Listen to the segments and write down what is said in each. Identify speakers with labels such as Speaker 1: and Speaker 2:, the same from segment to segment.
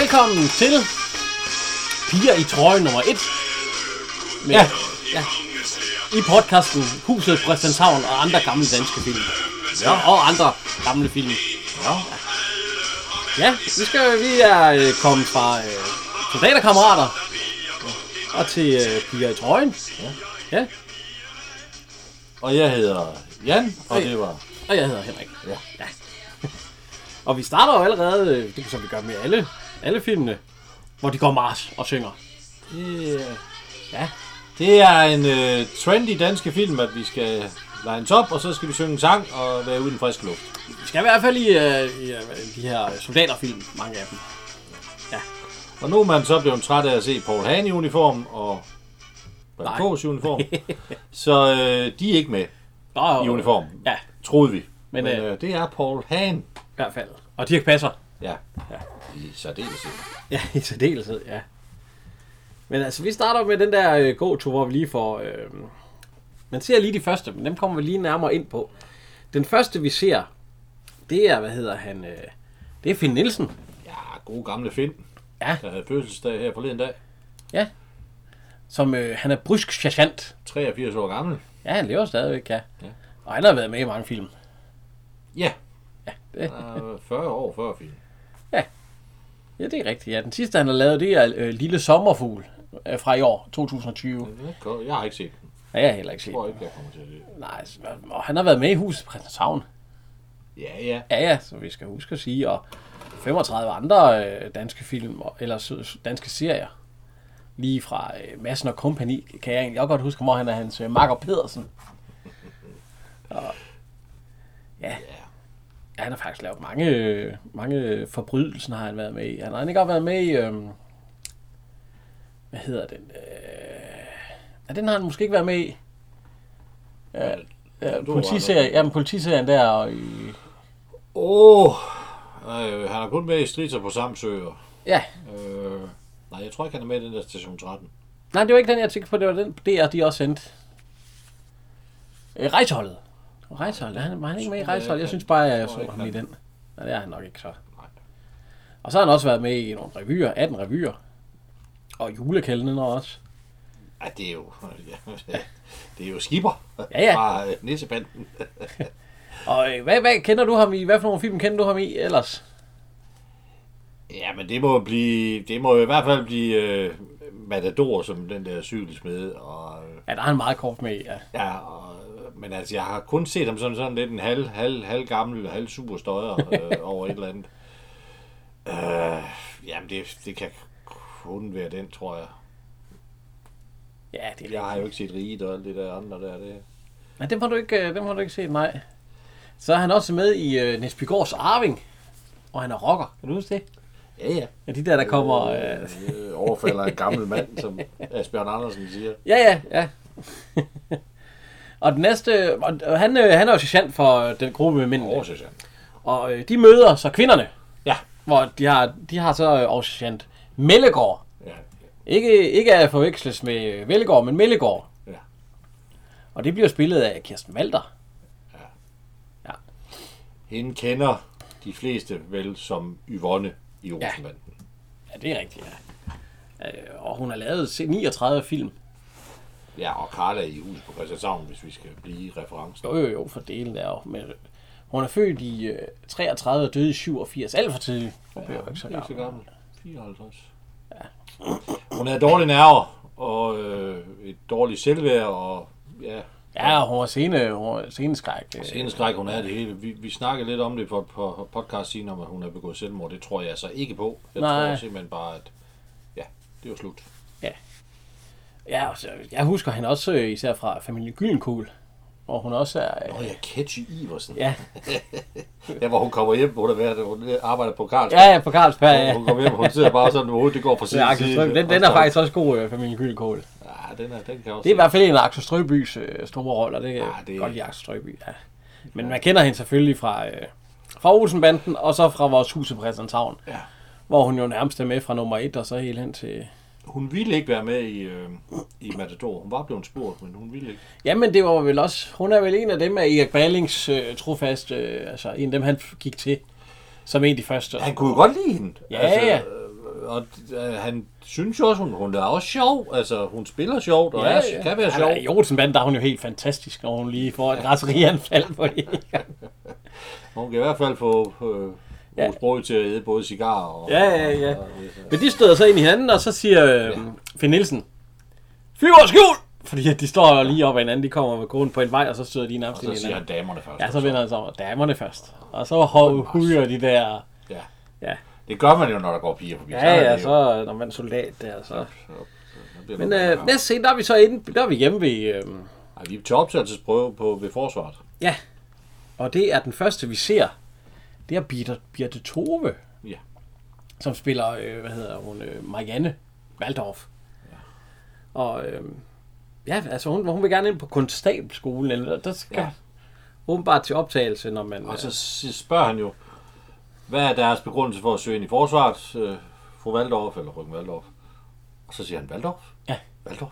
Speaker 1: Velkommen til Piger i trøje nummer 1. Ja, ja. I podcasten Huset Christianshavn og andre gamle danske film. Ja. Og andre gamle film.
Speaker 2: Ja.
Speaker 1: Ja, vi, skal, vi er øh, kommet fra øh, soldaterkammerater og til øh, Piger i trøjen. Ja. ja.
Speaker 2: Og jeg hedder Jan, og
Speaker 1: Hej.
Speaker 2: det var...
Speaker 1: Og jeg hedder Henrik.
Speaker 2: Ja.
Speaker 1: ja. og vi starter jo allerede, øh, det som vi gør med alle, alle filmene, hvor de går Mars og synger.
Speaker 2: Det er,
Speaker 1: Ja.
Speaker 2: det er en uh, trendy danske film, at vi skal lines op, og så skal vi synge en sang og være ude i den friske luft.
Speaker 1: Vi skal i hvert fald i, øh, i øh, de her soldaterfilm, mange af dem.
Speaker 2: Og nu er man så blevet træt af at se Paul Hahn i uniform og
Speaker 1: Nej.
Speaker 2: Paul Kås i uniform. så øh, de er ikke med,
Speaker 1: Og,
Speaker 2: I uniform.
Speaker 1: Ja,
Speaker 2: troede vi.
Speaker 1: Men,
Speaker 2: Men, Men
Speaker 1: øh,
Speaker 2: øh, det er Paul Hahn.
Speaker 1: i hvert fald. Og Dirk Passer.
Speaker 2: Ja.
Speaker 1: Ja.
Speaker 2: I særdeleshed.
Speaker 1: Ja, i særdeleshed, ja. Men altså, vi starter med den der øh, gåtur, hvor vi lige får... Øh, man ser lige de første, men dem kommer vi lige nærmere ind på. Den første, vi ser, det er, hvad hedder han... Øh, det er Finn Nielsen.
Speaker 2: Ja, gode gamle Finn,
Speaker 1: Ja,
Speaker 2: der havde fødselsdag her forleden dag.
Speaker 1: ja. Som, øh, han er brysk sergeant.
Speaker 2: 83 år gammel.
Speaker 1: Ja, han lever stadigvæk, ja. ja.
Speaker 2: Ja.
Speaker 1: Og han har været med i mange film.
Speaker 2: Ja,
Speaker 1: Det,
Speaker 2: øh, 40 år før film.
Speaker 1: ja, det er rigtigt. Ja, den sidste, han har lavet, det er øh, Lille Sommerfugl øh, fra i år, 2020.
Speaker 2: Jeg har ikke set den.
Speaker 1: Ja, jeg har heller ikke set.
Speaker 2: Jeg Mm. tror ikke, jeg kommer til at se den.
Speaker 1: Nej, altså, og han har været med i huset Christianshavn.
Speaker 2: Ja, ja.
Speaker 1: Ja, ja, som vi skal huske at sige, og 35 andre øh, danske film, og- eller s- s- danske serier. Lige fra øh, Madsen og Company, kan jeg egentlig også godt huske, hvor han er hans øh, Marker Pedersen. Og, ja. ja, han har faktisk lavet mange, øh, mange øh, forbrydelser, har han været med i. Han har han ikke også været med i, øh, hvad hedder den? Øh, ja, den har han måske ikke været med i. Ja, ja,
Speaker 2: du har
Speaker 1: politiserien, jamen, politiserien der, og i,
Speaker 2: Åh, øh, han er kun med i Strider på Samsø. og,
Speaker 1: ja,
Speaker 2: Øh, nej, jeg tror ikke, han er med i den der Station 13.
Speaker 1: Nej, det var ikke den, jeg tænkte på. Det var den på DR, de også sendte. Øh, Rejseholdet. Rejseholdet, han, var han ikke med i Rejseholdet? Jeg synes bare, jeg
Speaker 2: tror
Speaker 1: så
Speaker 2: ikke,
Speaker 1: ham i
Speaker 2: han-
Speaker 1: den. Nej, det er han nok ikke så.
Speaker 2: Nej.
Speaker 1: Og så har han også været med i nogle revyer, 18 revyer. Og julekældene også.
Speaker 2: Ej, det er jo... det er jo skipper
Speaker 1: Ja, ja.
Speaker 2: fra øh, Nissebanden.
Speaker 1: Og øh, hvad, hvad kender du ham i? Hvad for nogle film kender du ham i ellers?
Speaker 2: Ja, men det må blive... Det må i hvert fald blive øh, Matador, som den der cykelsmed. Og, øh,
Speaker 1: Ja, der er han meget kort med, i, ja.
Speaker 2: ja, og, men altså, jeg har kun set ham sådan, sådan lidt en halv, halv, halv gammel, halv super støjer øh, over et eller andet. Øh, jamen, det, det kan kun være den, tror jeg.
Speaker 1: Ja, det er
Speaker 2: Jeg
Speaker 1: ja.
Speaker 2: har jo ikke set riget og alt det der andre der. Det.
Speaker 1: Nej, dem har du ikke, øh, dem har du ikke set, nej. Så er han også med i øh, Nesbygårds Arving. Og han er rocker. Kan du huske det?
Speaker 2: Ja, ja.
Speaker 1: Ja, de der, der kommer... Øh,
Speaker 2: Øh, øh, overfalder en gammel mand, som Asbjørn Andersen siger.
Speaker 1: Ja, ja, ja. og den næste, og og han, øh, han er jo sergeant for øh, den gruppe med mændene.
Speaker 2: Oversæs han.
Speaker 1: Og øh, de møder så kvinderne,
Speaker 2: Ja.
Speaker 1: hvor de har, de har så øh, også sergeant Mellegård.
Speaker 2: Ja.
Speaker 1: Ikke, ikke at forveksles med øh, Vellegård, men Mellegård.
Speaker 2: ja.
Speaker 1: Og det bliver spillet af Kirsten Walter.
Speaker 2: Hende kender de fleste vel som Yvonne i Rosenbanden.
Speaker 1: Ja, det er rigtigt, ja. Øh, og hun har lavet se- 39 film.
Speaker 2: Ja. ja, og Karla i huset på Christianshavn, hvis vi skal blive i referencen.
Speaker 1: Jo, jo, jo, for delen er jo. Men øh, hun er født i øh, 33 og døde i 87. Alt for tidligt. Hun bliver jo ikke så
Speaker 2: Ikke så
Speaker 1: gammel.
Speaker 2: gammel. 54. Ja. Hun havde dårlige nerver, og øh, et dårligt selvværd, og ja,
Speaker 1: Ja, og hun var sene, hun var seneskræk. øh.
Speaker 2: Seneskræk, hun havde det hele. Vi, vi snakkede lidt om det på, på podcast siden, om at hun har begået selvmord. Det tror jeg så ikke på. Jeg
Speaker 1: Nej.
Speaker 2: tror simpelthen bare, at ja, det var slut.
Speaker 1: Ja, altså, jeg husker hende også øh, især fra familien Gyllenkugl, hvor hun også er... Øh,
Speaker 2: Nå ja, Ketchy Iversen. Ja.
Speaker 1: ja,
Speaker 2: ja, hvor hun kommer hjem, hvor der været, hun arbejder på Karls.
Speaker 1: ja, ja, på Carlsberg, ja.
Speaker 2: Hun kommer hjem, hun sidder bare sådan, hovedet det går fra side
Speaker 1: Ja,
Speaker 2: til
Speaker 1: Axel
Speaker 2: side.
Speaker 1: Strøby, den, den er faktisk også god, øh, familien Gyllenkål.
Speaker 2: Ja, den, er, den kan også...
Speaker 1: Det er i hvert fald en af Axel Strøbys øh, store roller, det kan
Speaker 2: Ja,
Speaker 1: ja,
Speaker 2: Ah, det-
Speaker 1: det... godt lide Axel Strøby, ja. Men man kender hende selvfølgelig fra, øh, fra Olsenbanden, og så fra vores hus i Præsentavn,
Speaker 2: Ja.
Speaker 1: hvor hun jo nærmest er med fra nummer et, og så helt hen til...
Speaker 2: Hun ville ikke være med i, øh, i Matador. Hun var blevet spurgt, men hun ville ikke.
Speaker 1: Jamen, det var vel også... Hun er vel en af dem af Erik Ballings øh, trofaste... Øh, altså, en af dem, han gik til som en af de første.
Speaker 2: Han kunne jo godt lide hende.
Speaker 1: Ja,
Speaker 2: altså,
Speaker 1: ja.
Speaker 2: øh, og øh, han synes jo også, hun, hun er også sjov. Altså, hun spiller sjovt, og ja, er, kan være sjov.
Speaker 1: Ja, I Olsenbanden, der er hun jo helt fantastisk, når hun lige får et raserianfald på det.
Speaker 2: Hun kan i hvert fald få øh,
Speaker 1: Ja.
Speaker 2: ja. sprog til at æde både cigarer og...
Speaker 1: Ja, ja, ja.
Speaker 2: Og, og, og,
Speaker 1: Men de støder så ind i hinanden, og så siger øh, Finn Nielsen, flyver skjul! Fordi at de står jo lige op ad hinanden, de kommer med konen på en vej, og så støder de
Speaker 2: og
Speaker 1: nærmest ind i
Speaker 2: så siger
Speaker 1: hinanden.
Speaker 2: han damerne først.
Speaker 1: Ja, så vender han sig om, og damerne først. Og så hov- hujer de der...
Speaker 2: ja.
Speaker 1: Ja,
Speaker 2: Det gør man jo, når der går piger forbi.
Speaker 1: ja, ja så når man er soldat der, så... Men øh, næste scene, der er vi så inde, der er vi hjemme ved... Øh,
Speaker 2: Ej, vi er til optagelsesprøve på, ved forsvaret.
Speaker 1: ja, og det er den første, vi ser. Det er Birte, Birte Tove,
Speaker 2: Ja.
Speaker 1: som spiller, øh, hvad hedder hun, øh, Marianne Waldorf. Og øh, ja, altså hun, hun vil gerne ind på konstabelskolen, eller der skal ja.
Speaker 2: Ja.
Speaker 1: åbenbart til optagelse, når man...
Speaker 2: Og
Speaker 1: Altså,
Speaker 2: så s- spørger han jo, hvad er deres begrundelse for at søge ind i forsvaret, øh, fru Valdorf eller Ryggen Valdorf? Og så siger han, Valdorf?
Speaker 1: Ja.
Speaker 2: Valdorf?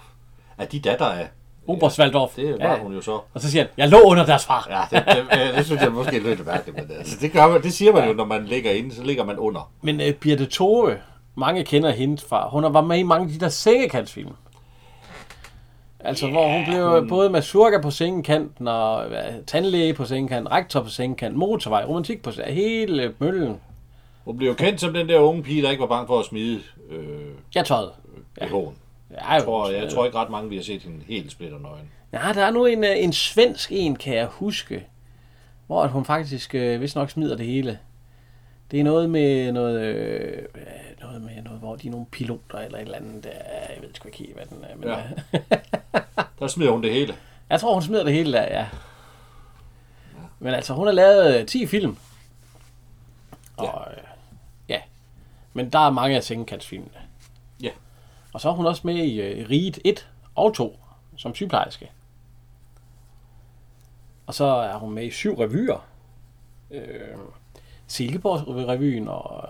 Speaker 2: Er de datter af?
Speaker 1: øh, Obers Waldorf.
Speaker 2: Det var ja. hun jo så.
Speaker 1: Og så siger han, jeg lå under deres far.
Speaker 2: Ja, det, det, øh, det synes jeg måske er lidt mærkeligt, men altså, det, gør man, det siger man jo, når man ligger inde, så ligger man under.
Speaker 1: Men øh, Birte Tove, mange kender hende fra, hun har været med i mange af de der sengekantsfilm. Altså, yeah, hvor hun blev hun... både masurka på sengekanten, og hvad, tandlæge på sengekanten, rektor på sengekanten, motorvej, romantik på sengekanten, hele øh, møllen.
Speaker 2: Hun blev jo kendt som den der unge pige, der ikke var bange for at smide øh,
Speaker 1: Jeg tøjet.
Speaker 2: BH'en.
Speaker 1: Ja,
Speaker 2: Jeg tror, jeg tror ikke ret mange, vi har set hende helt splitter nøgen.
Speaker 1: Nej, der er nu en, øh, en svensk en, kan jeg huske, hvor at hun faktisk, øh, vist nok, smider det hele. Det er noget med noget, øh, øh, noget med noget, hvor de er nogle piloter eller et eller andet. Der, jeg ved sgu ikke helt, hvad den er. Men,
Speaker 2: Ja.
Speaker 1: ja.
Speaker 2: Der smider hun det hele.
Speaker 1: Jeg tror, hun smider det hele der, ja. Men altså, hun har lavet øh, 10 film. Og, ja. Øh, ja. Men der er mange af sengekatsfilmene.
Speaker 2: Ja.
Speaker 1: Og så er hun også med i øh, Riget 1 og 2, som sygeplejerske. Og så er hun med i syv revyer. Øh, Silkeborg-revyen og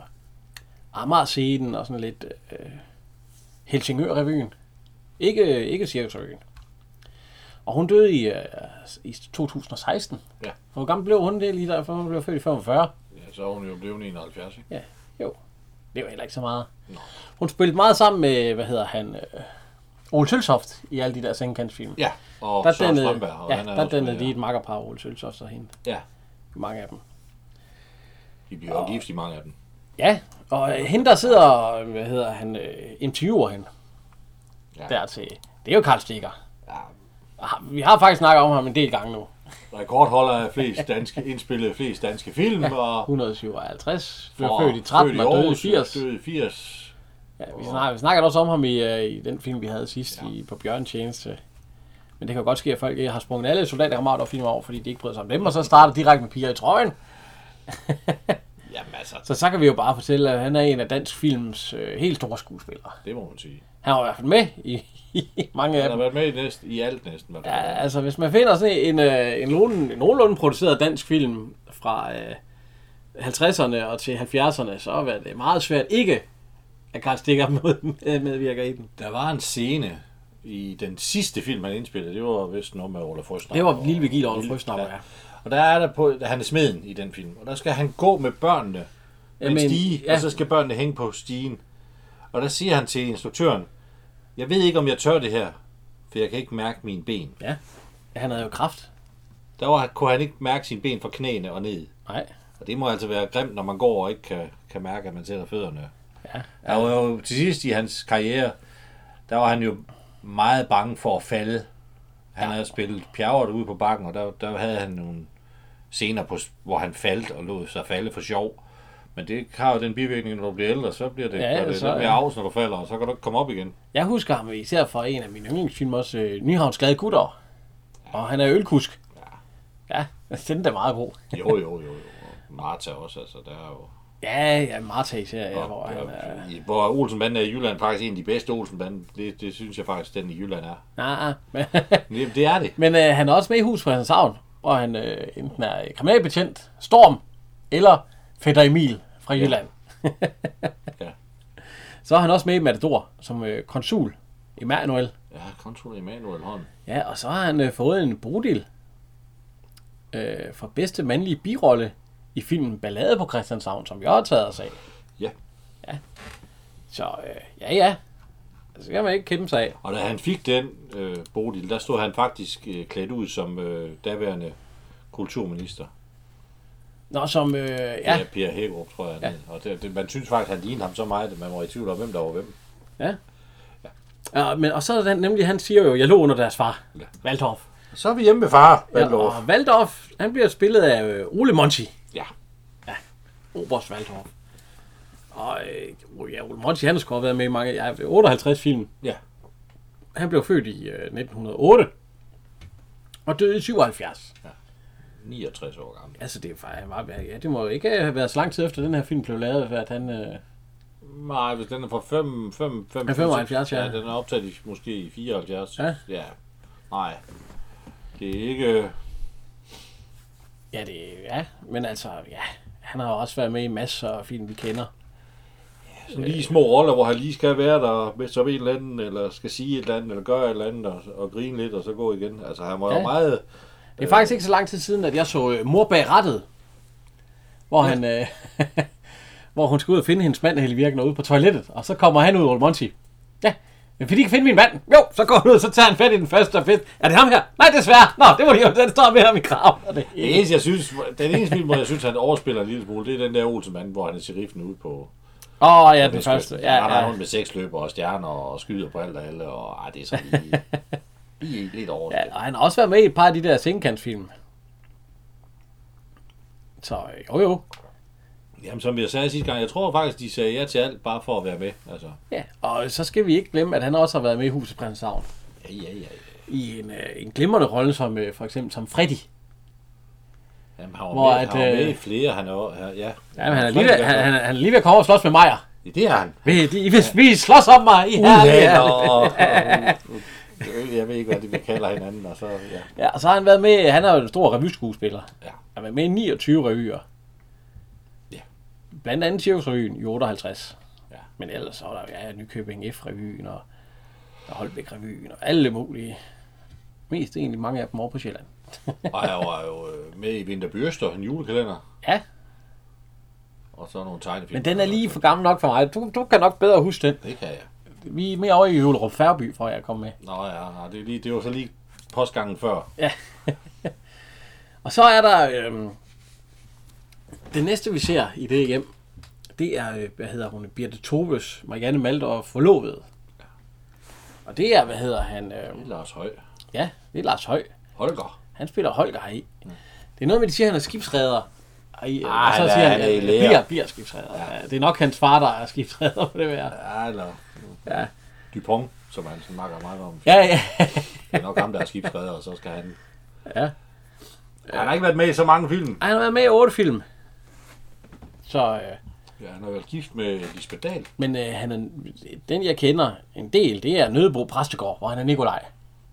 Speaker 1: Amager-scenen og sådan lidt øh, Helsingør-revyen. Ikke, øh, ikke Cirkusrevyen. Og hun døde i, øh, i 2016.
Speaker 2: Ja.
Speaker 1: Hvor gammel blev hun det lige der? For hun blev født i 45.
Speaker 2: ja så er hun jo blevet 71, ikke?
Speaker 1: Ja, jo. Det var heller ikke så meget.
Speaker 2: Nå.
Speaker 1: Hun spillede meget sammen med, hvad hedder han, øh, Ole Sølsoft i alle de der sengekantsfilm.
Speaker 2: Ja, og
Speaker 1: der
Speaker 2: så
Speaker 1: dannede,
Speaker 2: Strømberg, og
Speaker 1: ja,
Speaker 2: han er
Speaker 1: der
Speaker 2: også
Speaker 1: dannede
Speaker 2: med,
Speaker 1: de
Speaker 2: ja.
Speaker 1: et makkerpar, Ole Sølsoft og hende.
Speaker 2: Ja,
Speaker 1: Mange af dem.
Speaker 2: de bliver jo gift i mange af dem.
Speaker 1: Ja, og øh, hende der sidder, og, hvad hedder han, øh, interviewer hende.
Speaker 2: Ja.
Speaker 1: Der til, det er jo Karl Stikker.
Speaker 2: Ja,
Speaker 1: Ah, Vi har faktisk snakket om ham en del gange nu.
Speaker 2: rekordholder af flest danske, indspillede flest danske film, og
Speaker 1: 157, blev
Speaker 2: og
Speaker 1: født i 13 og døde i
Speaker 2: Aarhus,
Speaker 1: 80.
Speaker 2: Døde i 80.
Speaker 1: Ja, vi, snakker, vi snakkede også om ham i, øh, i den film, vi havde sidst ja. i, på Bjørn Tjeneste. Men det kan jo godt ske, at folk ikke har sprunget alle soldaterkammerater og filmer over, fordi de ikke bryder sig om dem, og så starter direkte med piger i trøjen.
Speaker 2: Jamen altså,
Speaker 1: Så så kan vi jo bare fortælle, at han er en af dansk films øh, helt store skuespillere.
Speaker 2: det må man sige.
Speaker 1: Han var i hvert fald med i, i mange af
Speaker 2: Han har
Speaker 1: dem.
Speaker 2: været med i, næst, i alt næsten. Hvad
Speaker 1: Ja,
Speaker 2: ja.
Speaker 1: altså hvis man finder sådan en, øh, en, nogenlunde, en nogenlunde produceret dansk film fra øh, 50'erne og til 70'erne, så er det meget svært ikke, at Karl Stikker med, medvirker i den.
Speaker 2: Der var en scene i den sidste film, han indspillede. Det var vist noget med Ole Frøsner.
Speaker 1: Det var Lille Vigil og Ole Frøsnapper, ja.
Speaker 2: Og der er der på, han er smeden i den film, og der skal han gå med børnene med en
Speaker 1: Jamen,
Speaker 2: stige,
Speaker 1: ja.
Speaker 2: ja. og så skal børnene hænge på stigen. Og der siger han til instruktøren, jeg ved ikke, om jeg tør det her, for jeg kan ikke mærke mine ben.
Speaker 1: Ja. Han havde jo kraft.
Speaker 2: Der var, kunne han ikke mærke sine ben fra knæene og ned.
Speaker 1: Nej.
Speaker 2: Og det må altså være grimt, når man går og ikke kan, kan mærke, at man sætter fødderne.
Speaker 1: Ja.
Speaker 2: Der var jo til sidst i hans karriere, der var han jo meget bange for at falde. Han havde spillet pjerret ude på bakken, og der, der havde han nogle scener, på, hvor han faldt og lod sig falde for sjov. Men det har jo den bivirkning, når du bliver ældre, så bliver det,
Speaker 1: Ja,
Speaker 2: ja, det
Speaker 1: så-
Speaker 2: så, lidt mere
Speaker 1: ja.
Speaker 2: afs, når du falder, og så kan du ikke komme op igen.
Speaker 1: Jeg husker ham især fra en af mine yndlingsfilm også, øh, Nyhavns Glade Gutter. Og han er ølkusk. Ja. Ja, den er meget god.
Speaker 2: Jo, jo, jo. jo. Og Martha også, altså, der er jo...
Speaker 1: Ja, ja, Marta især, ja, hvor
Speaker 2: og,
Speaker 1: han
Speaker 2: og,
Speaker 1: er...
Speaker 2: i- hvor Olsenbanden er i Jylland faktisk en af de bedste Olsenbanden. Det, det synes jeg faktisk, den i Jylland er.
Speaker 1: Nej, nej, men,
Speaker 2: Det, det er det.
Speaker 1: men øh, han er også med i hus på hans havn, hvor han øh, enten er kriminalbetjent, Storm, eller Fætter Emil fra Jylland.
Speaker 2: Ja.
Speaker 1: Så er han også med i Matador som øh, konsul i Manuel.
Speaker 2: Ja, konsul Emanuel Holm.
Speaker 1: Ja, og så har han øh, fået en bodil øh, for bedste mandlige birolle i filmen Ballade på Christianshavn, som jeg har taget os af.
Speaker 2: Ja.
Speaker 1: Så øh, ja, ja. Så kan man ikke kæmpe sig af.
Speaker 2: Og da han fik den, øh, Bodil, der stod han faktisk øh, klædt ud som øh, daværende kulturminister.
Speaker 1: Nå, som... Øh, ja.
Speaker 2: Ja. Per Hækkerup, tror jeg. Ja. Og det, det, man synes faktisk, han lignede ham så meget, at man var i tvivl om, hvem der var hvem.
Speaker 1: Ja. ja. men, og så er den, nemlig, han siger jo, jeg lå under deres far.
Speaker 2: Ja.
Speaker 1: Valdorf.
Speaker 2: Så er vi hjemme ved far, Valdorf.
Speaker 1: Ja, og Valdorf, han bliver spillet af øh, Ole Monti.
Speaker 2: Ja.
Speaker 1: Oberst Valdorf. Og øh, ja, Ole Monti, han har sgu også været med i mange... Ja, 58 film.
Speaker 2: ja.
Speaker 1: Han blev født i øh, 1908. Og døde i 77.
Speaker 2: 69 år gammel.
Speaker 1: Altså, det, er faktisk- han var, ja, det må jo ikke øh, have været så lang tid efter, den her film blev lavet, for at han... Øh,
Speaker 2: Nej, hvis den er fra 5, 5, 5,
Speaker 1: Ja, 75, ja.
Speaker 2: ja. den er optaget i, måske i 74.
Speaker 1: Ja.
Speaker 2: ja. Nej. Det er ikke...
Speaker 1: ja, det... Ja, men altså, ja... Han har jo også været med i masser af film, vi kender.
Speaker 2: Sådan lige små roller, hvor han lige skal være der med som en eller anden, eller skal sige et eller andet, eller gøre et eller andet, og, og grine lidt, og så gå igen. Altså, han var
Speaker 1: Ja.
Speaker 2: jo meget...
Speaker 1: Det er faktisk ikke så lang tid siden, at jeg så øh, Mor bag rattet, hvor, han, øh, hvor hun skal ud og finde hendes mand, Helle Virkner, ude på toilettet, og så kommer han ud over Monty. Ja, men kan de ikke finde min mand? Jo, så går han ud, og så tager han fat i den første og fedt. Er det ham her? Nej, desværre. Nå, det må de jo, den står med ham i krav. Og det
Speaker 2: Det eneste, jeg synes, den eneste film, hvor jeg synes, han overspiller en lille smule, det er den der Olsenmand, hvor han er sheriffen ude på...
Speaker 1: Åh, oh, ja, den første. Ja,
Speaker 2: Han er
Speaker 1: ja.
Speaker 2: hun med seks løber og stjerner og skyder på alt og alle, og ej, det er så lige, lige lidt overspillet.
Speaker 1: ja, og han har også været med i et par af de der sengekantsfilm. Så øh, jo, jo.
Speaker 2: Jamen, som jeg sagde sidste gang, jeg tror faktisk, de sagde ja til alt, bare for at være med. Altså,
Speaker 1: Ja, og så skal vi ikke glemme, at han også har været med i Huset Prinshavn.
Speaker 2: ja, ja, ja.
Speaker 1: i en, øh, en glimrende rolle som øh, for eksempel som Freddy.
Speaker 2: Jamen, han var,
Speaker 1: Hvor
Speaker 2: med,
Speaker 1: at,
Speaker 2: han var med
Speaker 1: øh,
Speaker 2: i flere, han er jo- han- ja.
Speaker 1: Ja, men han er lige ved, han, han, han er lige ved at komme over og slås med Majer.
Speaker 2: Ja, det er han.
Speaker 1: Vil de, hvis vi slås om mig, I herlige,
Speaker 2: Ja,
Speaker 1: herlige.
Speaker 2: og, og, og, jeg ved ikke, hvad de kalder hinanden, og så, ja.
Speaker 1: Ja, og så har han været med, han er jo en stor revyskuespiller.
Speaker 2: Ja.
Speaker 1: Han har været med i 29 revyer.
Speaker 2: Ja.
Speaker 1: Blandt andet Sjævsrevyen i 58.
Speaker 2: Ja.
Speaker 1: Men ellers så er der ja, Nykøbing F-revyen og og Holbæk-revyen og alle mulige. Mest egentlig mange af dem over på Sjælland.
Speaker 2: Og han var jo øh, med i Vinter Byrster, en julekalender,
Speaker 1: Ja,
Speaker 2: og så nogle tegnefilm.
Speaker 1: men den er lige for gammel nok for mig. Du, du kan nok bedre huske den.
Speaker 2: Det kan jeg.
Speaker 1: Vi er mere over i Jøllerup Færby, for at jeg kom med.
Speaker 2: Nå ja, nej, det, er lige, det var så lige postgangen før.
Speaker 1: Og så er der... Øhm, det næste, vi ser i det hjem, det er, øh, hvad hedder hun, Birte Toves, Marianne Maldor forlovede. Og det er, hvad hedder han, øh,
Speaker 2: Det er Lars Høj.
Speaker 1: ja, det er Lars Høj.
Speaker 2: Holger.
Speaker 1: Han spiller Holger heri. Det er noget med, de siger, at han er skibsredder. Og, i,
Speaker 2: Ej,
Speaker 1: og så
Speaker 2: der
Speaker 1: siger
Speaker 2: er
Speaker 1: han, øh,
Speaker 2: han i
Speaker 1: at
Speaker 2: lære.
Speaker 1: bliver, bliver skibsredder. Ja. Det er nok hans far, der er skibsredder på det her.
Speaker 2: Ja, eller
Speaker 1: Ja,
Speaker 2: Dupont, som han sådan makker meget om.
Speaker 1: ja, ja.
Speaker 2: Det er nok ham, der er skibsredder, og så skal han...
Speaker 1: ja.
Speaker 2: Han har ikke været med i så mange film.
Speaker 1: Ej, han har været med i otte film. Så, øh,
Speaker 2: Ja, han har været gift med Lisbeth Dahl.
Speaker 1: Men øh, han er, den, jeg kender en del, det er Nødebo Præstegård, hvor han er Nikolaj.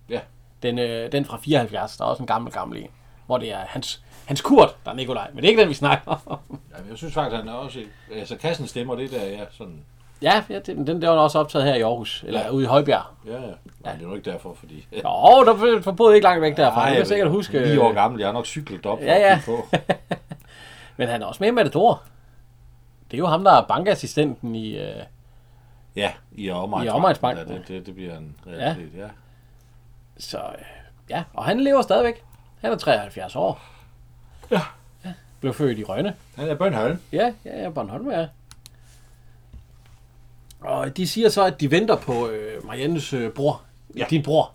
Speaker 2: Ja.
Speaker 1: Den, øh, den fra 74, der er også en gammel, gammel en. Hvor det er hans, hans Kurt, der er Nikolaj. Men det er ikke den, vi snakker om.
Speaker 2: Jamen, jeg synes faktisk, han er også... Altså, kassen stemmer det der, ja, sådan...
Speaker 1: ja, ja den, den der var også optaget her i Aarhus. Eller
Speaker 2: Ja.
Speaker 1: ude i Højbjerg.
Speaker 2: Ja, ja. Nej, det er jo ikke derfor, fordi...
Speaker 1: Jo, der forbød ikke langt væk derfra. Ej, jeg kan sikkert huske. øh,
Speaker 2: Lige år gammel, jeg har nok cyklet op.
Speaker 1: Ja, ja.
Speaker 2: for at kigge på.
Speaker 1: Men han er også med i Matador. Det er jo ham, der er bankassistenten i... Øh,
Speaker 2: ja, i omegnsbanken.
Speaker 1: I omegnsbanken.
Speaker 2: Ja, det, det, det bliver en realitet, ja. ja.
Speaker 1: så øh, ja, og han lever stadigvæk. Han er 73 år. Ja. Blev født i Rønne.
Speaker 2: Han er bønhøl.
Speaker 1: Ja, ja, ja, Bornholm er. Og de siger så, at de venter på øh, Mariannes øh, bror. Ja.
Speaker 2: Ja.
Speaker 1: Din bror.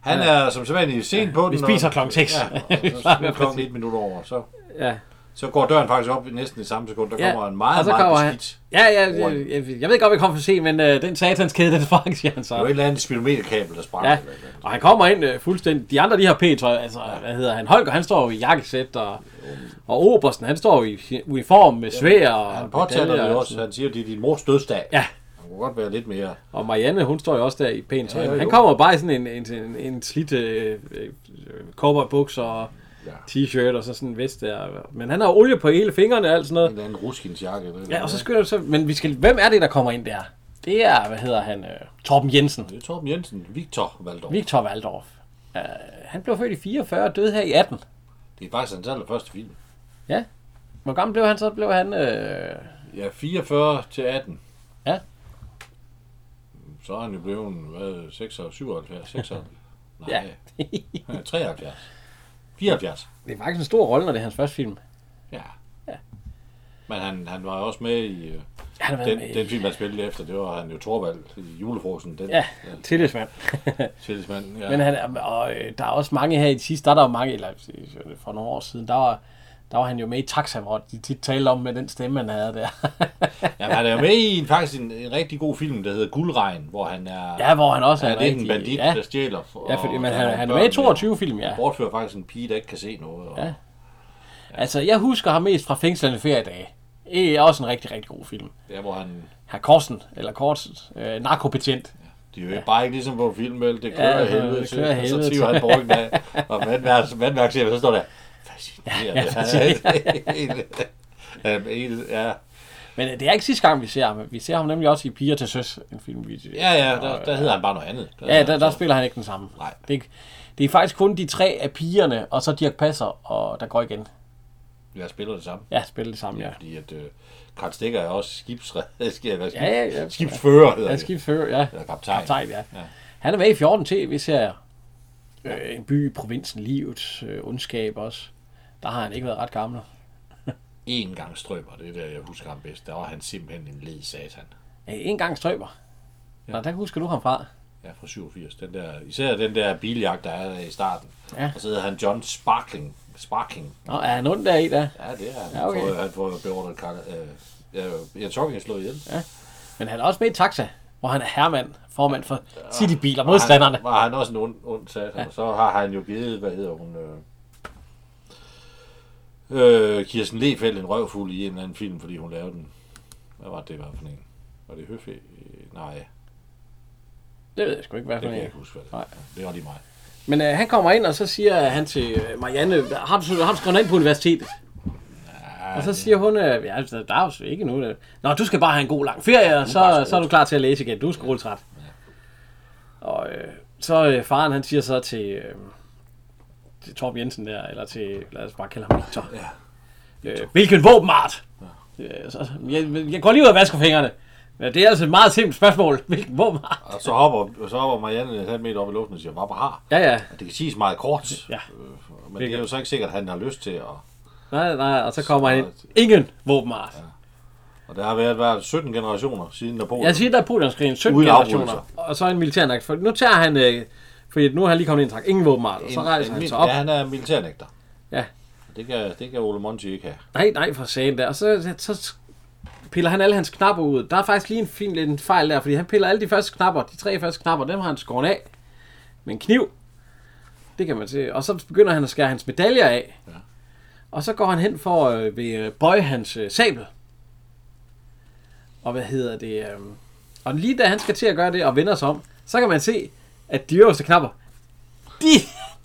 Speaker 2: Han er som sædvanligt sent på den.
Speaker 1: Vi spiser
Speaker 2: og-
Speaker 1: klokken seks.
Speaker 2: Ja, og så er klokken et minut over, så,
Speaker 1: Ja.
Speaker 2: så går døren faktisk op i næsten i samme sekund. Der
Speaker 1: Ja,
Speaker 2: kommer en
Speaker 1: og
Speaker 2: meget,
Speaker 1: så
Speaker 2: meget
Speaker 1: kommer han-
Speaker 2: beskidt.
Speaker 1: Ja, ja, jeg, jeg, jeg ved godt, vi kommer for sent, men øh, den satanskæde, den sprang, siger han
Speaker 2: Der var et
Speaker 1: så.
Speaker 2: eller andet speedometerkabel, der sprang.
Speaker 1: Ja,
Speaker 2: eller et eller andet.
Speaker 1: og han kommer ind øh, fuldstændig. De andre, de har p-tøj, altså, hvad hedder han? Holger, han står jo i jakkesæt, og, og Obersten, han står jo i sin uniform med svær og...
Speaker 2: Han påtaler
Speaker 1: medaljer
Speaker 2: det
Speaker 1: og
Speaker 2: jo også.
Speaker 1: sådan.
Speaker 2: Han siger, at det er din mors dødsdag.
Speaker 1: Ja,
Speaker 2: Han kunne godt være lidt mere...
Speaker 1: Og Marianne, hun står jo også der i pænt tøj.
Speaker 2: Ja,
Speaker 1: Ja,
Speaker 2: jo,
Speaker 1: han
Speaker 2: jo.
Speaker 1: kommer bare i sådan en, en, en, en slidt øh, øh, cowboybukser og
Speaker 2: Ja.
Speaker 1: t-shirt og så sådan en vest der. Men han har olie på hele fingrene og alt sådan
Speaker 2: En
Speaker 1: noget.
Speaker 2: eller anden ruskinsjakke. eller et eller
Speaker 1: Ja, og så
Speaker 2: andet.
Speaker 1: skal så... Men vi skal, hvem er det, der kommer ind der? Det er, hvad hedder han? Øh, Torben Jensen.
Speaker 2: Det er Torben Jensen, Victor Valdor.
Speaker 1: Victor Valdorf. Uh, han blev født i 44 og døde her i 18.
Speaker 2: Det er faktisk hans allerførste film.
Speaker 1: Ja. Hvor gammel blev han så? Blev han... Øh,
Speaker 2: Ja, 44 til 18.
Speaker 1: Ja.
Speaker 2: så er han jo blevet, hvad, 76, 77, 76?
Speaker 1: Ja.
Speaker 2: Nej, 73. 74.
Speaker 1: Det er faktisk en stor rolle, når det er hans første film.
Speaker 2: Ja.
Speaker 1: Ja.
Speaker 2: Men han, han var jo også med i øh,
Speaker 1: Han har været
Speaker 2: den,
Speaker 1: med i-
Speaker 2: den film, han spillede efter. Det var han jo Torvald i julefrosen. Den,
Speaker 1: Ja, tillidsmand.
Speaker 2: Tillidsmanden,
Speaker 1: Men han, er- og øh, der er også mange her i det sidste, der er der jo mange, eller øh, for nogle år siden, der var, der var han jo med i Taxa, hvor de tit talte om med den stemme, han havde der.
Speaker 2: Jamen, han er jo med i en, faktisk en, en rigtig god film, der hedder Guldregn, hvor han er...
Speaker 1: ja, hvor han også
Speaker 2: han
Speaker 1: er
Speaker 2: er lidt en
Speaker 1: rigtig-
Speaker 2: bandit,
Speaker 1: Ja,
Speaker 2: der stjæler. For,
Speaker 1: ja fordi,
Speaker 2: og
Speaker 1: men
Speaker 2: tager
Speaker 1: han,
Speaker 2: nogle
Speaker 1: han er
Speaker 2: børn
Speaker 1: med i 22 film, ja.
Speaker 2: Og bortfører faktisk en pige, der ikke kan se noget. Og,
Speaker 1: Ja. Altså, jeg husker ham mest fra Fængslerne Feriedage. Det er også en rigtig, rigtig god film.
Speaker 2: ja, hvor han...
Speaker 1: Herr Korsen, eller Korsen, øh, narkobetjent.
Speaker 2: Det er jo ja. bare ikke ligesom på film, vel? Det kører
Speaker 1: Ja,
Speaker 2: ja, helvede,
Speaker 1: det
Speaker 2: det
Speaker 1: kører
Speaker 2: kører
Speaker 1: af
Speaker 2: Så
Speaker 1: helvede
Speaker 2: triver han på en dag, og vandværks, vandværkschefen, så står der, fascinerende.
Speaker 1: ja,
Speaker 2: Ja, ja, ja.
Speaker 1: Men øh, det er ikke sidste gang, vi ser ham. Vi ser ham nemlig også i Piger til Søs, en film, vi...
Speaker 2: ja, ja der, der hedder han bare noget andet.
Speaker 1: Ja, der, der spiller han ikke den samme.
Speaker 2: Nej.
Speaker 1: Det, er ikke- det er faktisk kun de tre af pigerne, og så Dirk Passer, og der går igen.
Speaker 2: Jeg spiller det samme.
Speaker 1: Ja, spiller det samme, ja.
Speaker 2: Fordi at øh, Karl Stikker er også skibsred, skib, ja,
Speaker 1: Ja, ja, ja.
Speaker 2: skibsfører, hedder
Speaker 1: Ja,
Speaker 2: det.
Speaker 1: skibsfører, ja.
Speaker 2: Eller kaptajn.
Speaker 1: Kaptajn, ja.
Speaker 2: Ja.
Speaker 1: Han er med i 14 tv-serier. Øh, en by i provinsen, livet, øh, ondskab også. Der har han ikke været ret gammel. Øh,
Speaker 2: En gang strømmer, det er der, jeg husker ham bedst. Der var han simpelthen en led satan.
Speaker 1: Øh, en gang strøber. Ja. Nå, der husker du ham fra.
Speaker 2: Ja, fra 87. Den der, især den der biljagt, der er i starten.
Speaker 1: Ja.
Speaker 2: Og så hedder han John Sparkling. Sparkling.
Speaker 1: Nå, er han ond der i da?
Speaker 2: Ja, det er han.
Speaker 1: Ja, okay.
Speaker 2: Han får- Han får beordret Karl, øh, ja, Jens Hocking slået ihjel. Ja.
Speaker 1: Men han er også med i Taxa, hvor han er hermand, formand for Citybiler, modstanderne.
Speaker 2: Han, var han også en ond, ond satan. Ja. Så har han jo givet, hvad hedder hun... Øh, øh, Kirsten Lefeldt en røvfuld i en eller anden film, fordi hun lavede den. Hvad var det, det var for en? Var det Høfe? Nej, det
Speaker 1: Det ved jeg sgu ikke, hvad for
Speaker 2: kan jeg
Speaker 1: en.
Speaker 2: ikke huske. Hvad. det
Speaker 1: Nej.
Speaker 2: var. Det var lige mig.
Speaker 1: Men øh, han kommer ind, og så siger han til øh, Marianne, har du, har du skrevet ind på universitetet?
Speaker 2: Ja,
Speaker 1: Og så siger hun, øh, ja, altså, der er jo så ikke nu. øh. Nå, du skal bare have en god lang ferie, og så,
Speaker 2: bare
Speaker 1: så er du klar til at læse igen. Du er skoletræt. Og øh, så øh, faren, han siger så til, øh, til Torb Jensen der, eller til, lad os bare kalde ham Victor. Øh, hvilken våbenart? Øh, så, jeg, jeg går lige ud og vasker fingrene. Ja, det er altså et meget simpelt spørgsmål. Hvilken våbenart?
Speaker 2: Og så hopper, så hopper Marianne en halv meter op i luften og siger, hvad har?
Speaker 1: Ja, ja.
Speaker 2: Og det kan siges meget kort.
Speaker 1: Ja.
Speaker 2: Øh, Men det er jo så ikke sikkert, at han har lyst til. at...
Speaker 1: Nej, nej, og så kommer han ind. Ingen våbenart.
Speaker 2: og der har været, været 17 generationer siden Napoleon.
Speaker 1: Jeg siger, der er Napoleonskrigen, 17
Speaker 2: Uden
Speaker 1: generationer,
Speaker 2: afbrydelser.
Speaker 1: og så en militærnagt. For nu tager han, øh, fordi nu har han lige kommet ind i en tank. Ingen våbenart, og så rejser han
Speaker 2: mil-
Speaker 1: sig op.
Speaker 2: Ja, han er militærnægter.
Speaker 1: Ja.
Speaker 2: Det kan, det kan Ole Monti ikke have.
Speaker 1: Nej, nej, for sagen der. Og så, så piller han alle hans knapper ud. Der er faktisk lige en fin en fejl der, fordi han piller alle de første knapper, de tre første knapper, dem har han skåret af med en kniv. Det kan man se. Og så begynder han at skære hans medaljer af. Ja. Og så går han hen for øh, ved øh, bøje hans øh, sabel. Og hvad hedder det? Øh, og lige da han skal til at gøre det og vender sig om, så kan man se, at de øverste knapper, de,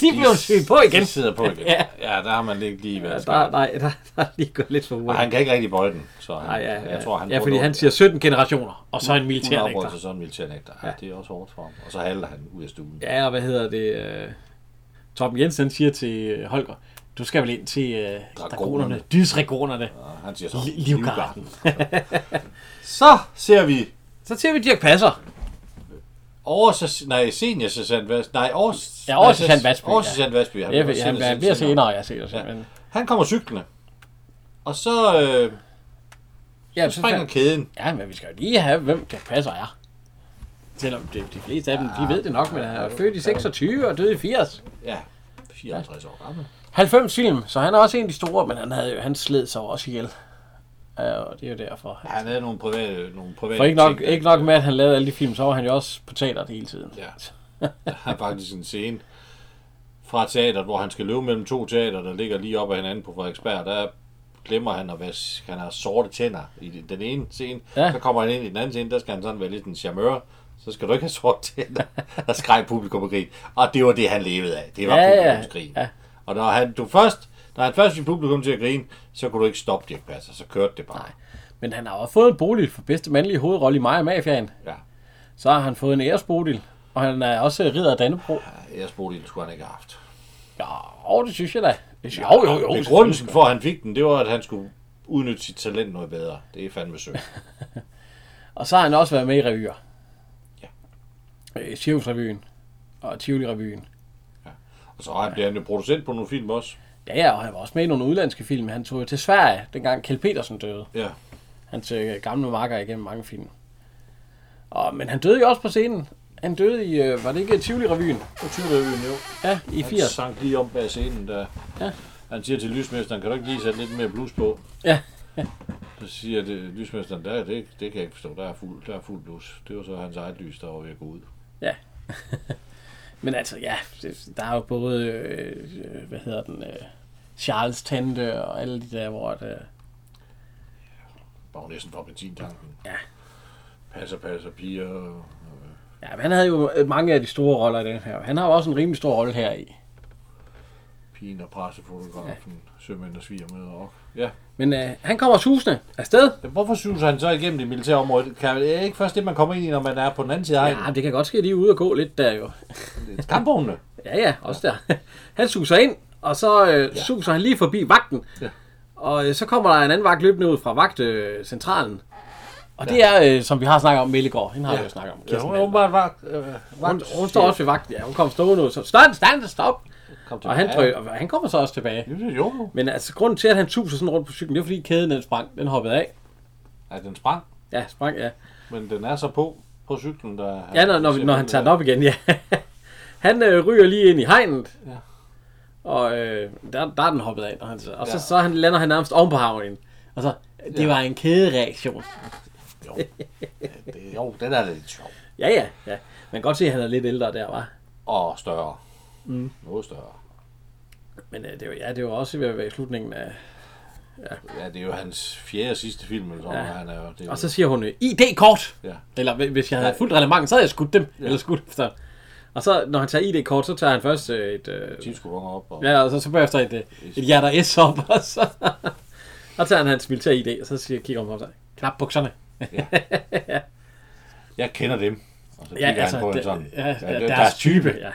Speaker 1: de bliver syet på igen.
Speaker 2: De sidder på igen.
Speaker 1: Ja.
Speaker 2: ja. ja, der har man ikke lige
Speaker 1: Ja,
Speaker 2: været.
Speaker 1: der, nej, der, der er lige gået lidt for hurtigt.
Speaker 2: Og han kan ikke rigtig bøje den. Så han,
Speaker 1: Nej, ja, ja.
Speaker 2: jeg tror, han
Speaker 1: ja, fordi han siger 17 generationer, og så en militær
Speaker 2: militærnægter. Hun sådan en militærnægter. Ja, det er også hårdt for ham. Og så halder han ud af stuen.
Speaker 1: Ja, og hvad hedder det? Øh, Torben Jensen han siger til øh, Holger, du skal vel ind til øh, dragonerne,
Speaker 2: Dragonerne.
Speaker 1: dysregonerne,
Speaker 2: Og han siger så,
Speaker 1: li- livgarden.
Speaker 2: Så ser vi
Speaker 1: Så ser vi Dirk Passer.
Speaker 2: Års, nej, seniorsæsant Vasby. Nej, års...
Speaker 1: Ja, årsassistent Vasby, ja.
Speaker 2: Årsassistent Vasby.
Speaker 1: Ja,
Speaker 2: bliver
Speaker 1: han, han
Speaker 2: seniorsæsant
Speaker 1: bliver
Speaker 2: senere.
Speaker 1: senere, jeg ser det. Men,
Speaker 2: Han kommer cyklende. Og så øh,
Speaker 1: ja, så,
Speaker 2: springer kæden.
Speaker 1: ja, men vi skal jo lige have, hvem Dirk Passer er. Selvom det, de fleste af dem, de ved det nok, men han er født i 26 og død i 80.
Speaker 2: Ja, 54 år gammel.
Speaker 1: 90 film, så han er også en af de store, men han, havde jo, han sled sig jo også ihjel. Ja, og det er jo derfor.
Speaker 2: Han havde nogle private... Nogle private
Speaker 1: For ikke nok,
Speaker 2: ting,
Speaker 1: ikke nok med, at han lavede alle de film, så var han jo også på teateret hele tiden.
Speaker 2: Ja. Der er faktisk en scene fra teateret, hvor han skal løbe mellem to teater, der ligger lige op ad hinanden på Frederiksberg. Der glemmer han at vaske. Han har sorte tænder i den- den ene scene.
Speaker 1: Ja.
Speaker 2: Ja. Så kommer han ind i den anden scene, der skal han sådan være lidt en charmeur. Så skal du ikke have sorte tænder. Der skreg publikum og grin. Og det var det, han levede af. Det var
Speaker 1: Ja,
Speaker 2: ja,
Speaker 1: ja,
Speaker 2: publikums grin.
Speaker 1: ja.
Speaker 2: Ja. Og når han, du først, når han først fik publikum til at grine, så kunne du ikke stoppe Dirk Passer. Så kørte det bare.
Speaker 1: Men han har også fået en bolig for bedste mandlige hovedrolle i Maja Mafiaen.
Speaker 2: Ja.
Speaker 1: Så har han fået en æresbodil, og han er også ridder af Dannebro.
Speaker 2: Ja, jeg spurgte, skulle han ikke have haft.
Speaker 1: Ja, og det synes jeg da. Det synes- Jo, jo, jo.
Speaker 2: Men grunden for, at han fik den, det var, at han skulle udnytte sit talent noget bedre. Det er fandme synd.
Speaker 1: Og så har han også været med i revyer.
Speaker 2: Ja.
Speaker 1: øh, Cirkusrevyen og Tivoli-revyen.
Speaker 2: Og så har han, ja. han jo producent på nogle film også.
Speaker 1: Ja, ja, og han var også med i nogle udlandske film. Han tog jo til Sverige, dengang Kjell Petersen døde.
Speaker 2: Ja.
Speaker 1: Han tog gamle marker igennem mange film. Og, men han døde jo også på scenen. Han døde i, øh, var det ikke Tivoli-revyen?
Speaker 2: På Tyvdøven, jo.
Speaker 1: Ja, i
Speaker 2: Han
Speaker 1: 80.
Speaker 2: sank lige om bag scenen, der.
Speaker 1: Ja.
Speaker 2: Han siger til lysmesteren, kan du ikke lige sætte lidt mere blues på?
Speaker 1: Ja.
Speaker 2: Så siger det, lysmesteren, der, det, det kan jeg ikke forstå, der er fuld, der er fuld blues. Det var så hans eget lys, der var ved at gå ud.
Speaker 1: Men altså, ja, det- der er jo både, øh, øh, hvad hedder den, øh, Charles Tante og alle de der, hvor øh, det,
Speaker 2: Bare næsten fra benzintanken.
Speaker 1: Ja.
Speaker 2: Passer, passer, piger. og-
Speaker 1: ja, men han havde jo mange af de store roller i den her. Han har jo også en rimelig stor rolle her i.
Speaker 2: Pigen og pressefotografen, ja. sømænd og sviger med og Ja.
Speaker 1: Men øh, han kommer susende afsted.
Speaker 2: Men Hvorfor synes han så igennem det militære område? Kan, er det ikke først det, man kommer ind i, når man er på den anden side af
Speaker 1: Ja,
Speaker 2: ja.
Speaker 1: men det kan godt ske, at de er ude og gå lidt der jo.
Speaker 2: kampvognene?
Speaker 1: Ja, ja, også der. Han suser ind, og så øh, ja. suser han lige forbi vagten.
Speaker 2: Ja.
Speaker 1: Og øh, så kommer der en anden vagt løbende ud fra vagtcentralen. Og det er, øh, som vi har snakket om, Mellegård. Hende har ja. vi jo snakket om.
Speaker 2: Ja,
Speaker 1: Kirsten
Speaker 2: hun er
Speaker 1: Mellegård.
Speaker 2: åbenbart vagt. Øh,
Speaker 1: Hun, hun står også ved vagten, ja. Hun kommer stående ud. Så, stand, stand, stop!
Speaker 2: Kom
Speaker 1: Og han,
Speaker 2: tilbage.
Speaker 1: drø- og han kommer så også tilbage.
Speaker 2: Jo, jo.
Speaker 1: Men altså, grunden til, at han suser sådan rundt på cyklen, det er fordi kæden den sprang. Den hoppede af.
Speaker 2: Ja, den sprang,
Speaker 1: Ja, sprang, ja.
Speaker 2: men den er så på på cyklen, der...
Speaker 1: Ja, når, når, når han tager den op igen, ja. Han øh, ryger lige ind i hegnet. Ja.
Speaker 2: Ja.
Speaker 1: Og øh, der, der er den hoppet af. Og, han, så- og så,
Speaker 2: Ja.
Speaker 1: så han, lander han nærmest oven på havnen. Og så, det ja.
Speaker 2: Ja.
Speaker 1: var en kædereaktion.
Speaker 2: Jo, Ja, det, jo den er lidt sjov.
Speaker 1: Ja, ja, ja. Man kan godt se, at han er lidt ældre der, var.
Speaker 2: Og større. Mm. Noget større.
Speaker 1: Men øh, det, var, ja, det var også ved at være i slutningen af...
Speaker 2: Ja, det er jo hans fjerde og sidste film, eller sådan. Ja. Han er jo, det er
Speaker 1: Og
Speaker 2: jo,
Speaker 1: så siger hun, øh, ID-kort!
Speaker 2: ja.
Speaker 1: Eller hvi- hvis jeg havde fuldt reglementen, så havde jeg skudt dem. Ja. Eller skudt efter. Og så, når han tager ID-kort, så tager han først øh, et... Øh,
Speaker 2: Tidskuponer op, og ja.
Speaker 1: ja, og så, så bagefter et, øh, et hjerter S op, og så... og tager han hans militær ID, og så siger, kigger han på sig. Knap bukserne.
Speaker 2: jeg kender dem. Og så kigger ja, altså, han på det, en sådan.
Speaker 1: ja, ja,
Speaker 2: det er
Speaker 1: deres, type. Ja.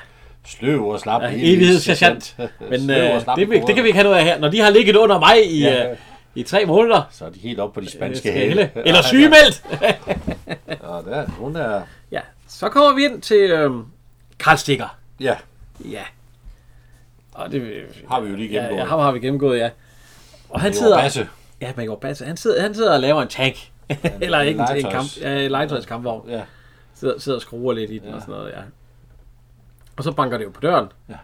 Speaker 2: Sløv og slap.
Speaker 1: Ja, evighedssergeant. Men øh, det, vil- det kan vi ikke have noget af her. Når de har ligget under mig i,
Speaker 2: Ja.
Speaker 1: øh, i tre måneder,
Speaker 2: Så er de helt oppe på de
Speaker 1: øh,
Speaker 2: spanske
Speaker 1: skal
Speaker 2: hæle.
Speaker 1: hele. eller sygemeldt,
Speaker 2: Ja, der, hun er...
Speaker 1: ja, så kommer vi ind til øh, Karl Stikker.
Speaker 2: Ja,
Speaker 1: Ja. Og det,
Speaker 2: har vi jo lige
Speaker 1: Ja,
Speaker 2: gennemgået.
Speaker 1: ja, ham har vi gennemgået, ja. Og han
Speaker 2: Det var
Speaker 1: sidder...
Speaker 2: Basse.
Speaker 1: Ja, Major Basse. Han sidder, han sidder og laver en tank. Eller ikke en, en
Speaker 2: legetøjs-
Speaker 1: kamp, ja, en legetøjskampvogn.
Speaker 2: Ja.
Speaker 1: Sidder, sidder og skruer lidt i den og sådan noget, ja. Og så banker det jo på døren.
Speaker 2: Ja.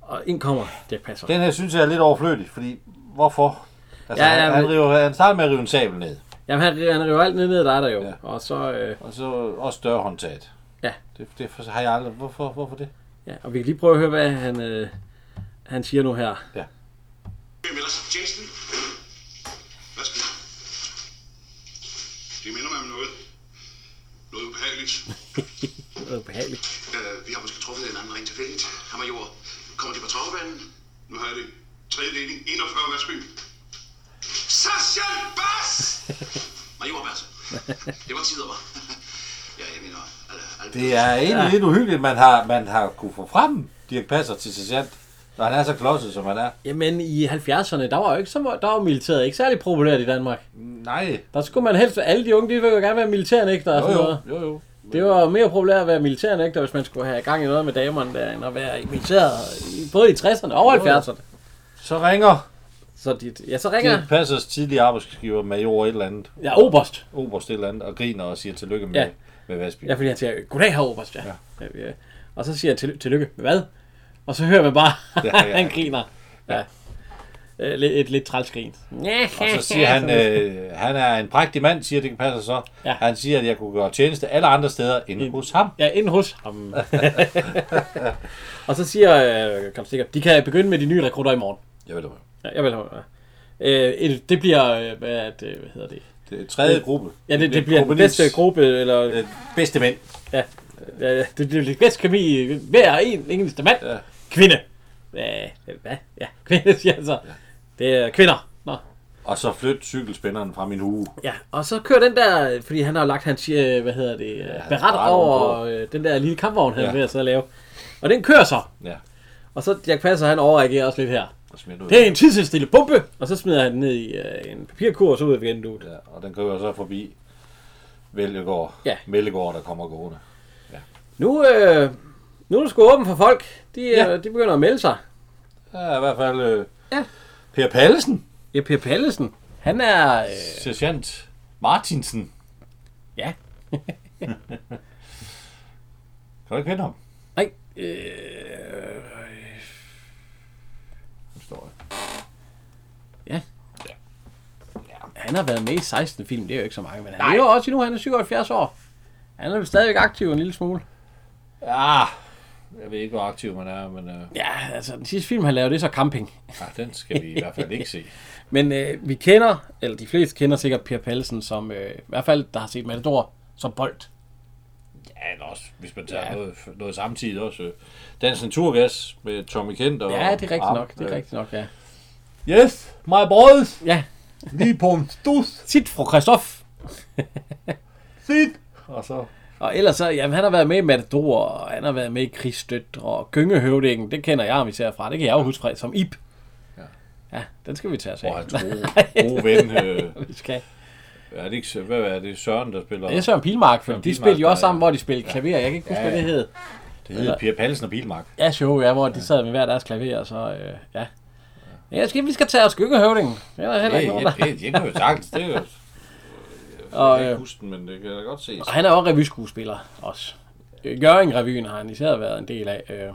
Speaker 1: Og ind kommer Jack Passer.
Speaker 2: Den her synes jeg er lidt overflødig, fordi hvorfor? Altså,
Speaker 1: Ja,
Speaker 2: ja,
Speaker 1: ja,
Speaker 2: ja, han,
Speaker 1: men-
Speaker 2: han, river, han starter med at rive en sabel ned,
Speaker 1: Jamen, han, han river alt ned, ned der er der jo. Ja.
Speaker 2: Ja.
Speaker 1: Og så... Øh,
Speaker 2: og så også større håndtaget.
Speaker 1: Ja.
Speaker 2: Det, det for- har jeg aldrig... Hvorfor, hvorfor det?
Speaker 1: ja, og vi kan lige prøve at høre, hvad han, øh, han siger nu her.
Speaker 3: Ellers, Jensen. Værsgo. Det minder mig om noget. Noget ubehageligt.
Speaker 1: Det er behageligt.
Speaker 3: Øh, vi har måske truffet en anden rent tilfældigt. Herr Major, kommer de på travbanen? Nu har jeg det. Tredje deling, 41 Værsby. Sergeant Bass! Major Bass. Det var tider, var. Ja, jeg mener... Al, al,
Speaker 2: Det er egentlig ja. lidt uhyggeligt, man har, man har kunne få frem Dirk Passer til sergeant, når han er så klodset, som han er.
Speaker 1: Jamen, i 70'erne, der var jo ikke så meget, der var militæret ikke særlig populært i Danmark.
Speaker 2: Nej.
Speaker 1: Der skulle man helst, alle de unge, de ville jo gerne være militærnægter og
Speaker 2: Jo,
Speaker 1: sådan noget.
Speaker 2: jo, jo, jo.
Speaker 1: Det var mere populært at være militærnægter, hvis man skulle have gang i noget med damerne der, end at være i militæret, i- både i 60'erne og 70'erne.
Speaker 2: Så ringer
Speaker 1: Så de, ja, så ringer
Speaker 2: Dirk Passers tidlige arbejdsgiver, major et eller andet,
Speaker 1: ja, Oberst.
Speaker 2: oberst et eller andet, og griner og siger tillykke med,
Speaker 1: Ja.
Speaker 2: ja. med Vasby.
Speaker 1: Ja, fordi han siger, goddag herre Oberst, ja. ja. ja. Og så siger jeg, "Tilly- tillykke med hvad? Og så hører man bare,
Speaker 2: Ja, ja.
Speaker 1: han griner. Ja. Øh, lidt- Et lidt træls grin. Ja,
Speaker 2: Og så siger han, øh, han er en prægtig mand, siger det passer så.
Speaker 1: Ja.
Speaker 2: Ja. Han siger, at jeg kunne gøre tjeneste alle andre steder end hos ham.
Speaker 1: Ja, ind hos ham. og så siger øh, Karl Stikker, de kan begynde med de nye rekrutter i morgen.
Speaker 2: Jeg ved det.
Speaker 1: Ja, jeg vil have ja. Øh, et- det bliver, øh, hvad, er det, hvad hedder det?
Speaker 2: Det er tredje gruppe.
Speaker 1: Ja, det, det bliver den
Speaker 2: gruppe
Speaker 1: bedste
Speaker 2: Nils.
Speaker 1: gruppe, eller...
Speaker 2: Øh, bedste mænd.
Speaker 1: Ja, ja ja, det bliver den bedste kemi i hver en eneste mand.
Speaker 2: Ja.
Speaker 1: Kvinde. Hvad? Hvad? Ja, kvinde, siger han så. Det er kvinder. Nå.
Speaker 2: Og så flyt cykelspænderen fra min hue.
Speaker 1: Ja, og så kører den der, fordi han har lagt hans, øh, hvad hedder det, ja,
Speaker 2: hans
Speaker 1: beret
Speaker 2: beret
Speaker 1: over
Speaker 2: ovenpå.
Speaker 1: øh, den der lille kampvogn, han ja.
Speaker 2: Ja.
Speaker 1: ved at sidde og lave. Og den kører så.
Speaker 2: Ja,
Speaker 1: Og så Jack Passer, han overreagerer også lidt her.
Speaker 2: og smidt ud.
Speaker 1: Det er en tidsindstille bombe! Og så smider han den ned i øh, en papirkur, og så ud af vinduet.
Speaker 2: Ja, og den kører så forbi Vællegård.
Speaker 1: Ja.
Speaker 2: Mellegård, der kommer gående.
Speaker 1: Nu, øh, nu er du sgu åben for folk. De, ja.
Speaker 2: Ja.
Speaker 1: øh, de begynder at melde sig.
Speaker 2: Der er i hvert fald øh,
Speaker 1: Ja.
Speaker 2: Per Pallesen,
Speaker 1: Ja, Per Pallesen. Han er... Øh,
Speaker 2: sergeant Martinsen.
Speaker 1: ja.
Speaker 2: Kan du ikke kende ham?
Speaker 1: Nej. Øh,
Speaker 2: Han står her.
Speaker 1: ja.
Speaker 2: Ja. Ja.
Speaker 1: Han har været med i 16 film. Det er jo ikke så mange, men han lever også endnu. Han er 77 år. Han er stadigvæk aktiv en lille smule.
Speaker 2: Ah, jeg ved ikke, hvor aktiv man er, men øh,
Speaker 1: Ja, altså den sidste film, han lavede, det er så Camping.
Speaker 2: ah, den skal vi i hvert fald ikke se.
Speaker 1: Men øh, vi kender, eller de fleste kender sikkert Per Pallesen som, øh, i hvert fald der har set Matador, som bold.
Speaker 2: Ja, eller også, hvis man tager
Speaker 1: Ja.
Speaker 2: ja. noget, noget samtidig også. øh, Dansk Naturgas med Tommy Kent og...
Speaker 1: Ja, det er rigtigt
Speaker 2: Arp,
Speaker 1: nok, det er
Speaker 2: øh,
Speaker 1: rigtigt nok, ja.
Speaker 2: Yes, my boys,
Speaker 1: Ja,
Speaker 2: lige på en stus,
Speaker 1: tit fru Christoph.
Speaker 2: sit! Og så...
Speaker 1: Og ellers så, jamen han har været med i Matador, og han har været med i Krigsstøt, og Gyngehøvdingen, det kender jeg ham især fra, det kan jeg jo huske fra, som Ip.
Speaker 2: Ja.
Speaker 1: Ja, den skal vi tage os af.
Speaker 2: Og hans gode, gode ven, øh,
Speaker 1: Vi skal.
Speaker 2: er det ikke, Sø- hvad er det, Søren, der spiller?
Speaker 1: Det er Søren Pilmark, for
Speaker 2: Søren
Speaker 1: de
Speaker 2: Pilmark,
Speaker 1: spillede jo også
Speaker 2: der-
Speaker 1: sammen, hvor de spillede klaver, jeg kan ikke huske,
Speaker 2: Ja,
Speaker 1: hvad det
Speaker 2: ja.
Speaker 1: hed.
Speaker 2: Det hedder Pia Pallesen og Bilmark.
Speaker 1: Ja, show, ja, hvor de sad med hver deres klaver, og så, øh, ja. Jeg skal, vi skal tage os Gyngehøvdingen. Det er der heller
Speaker 2: Det,
Speaker 1: ikke nogen,
Speaker 2: det,
Speaker 1: der.
Speaker 2: det, det kan jo sagtens, det er jo... Jeg
Speaker 1: Og,
Speaker 2: kan
Speaker 1: øh,
Speaker 2: ikke huske den, men det kan jeg da godt se.
Speaker 1: Og han er også revyskuespiller også. Jørgen Revyen har han især været en del af. Øh,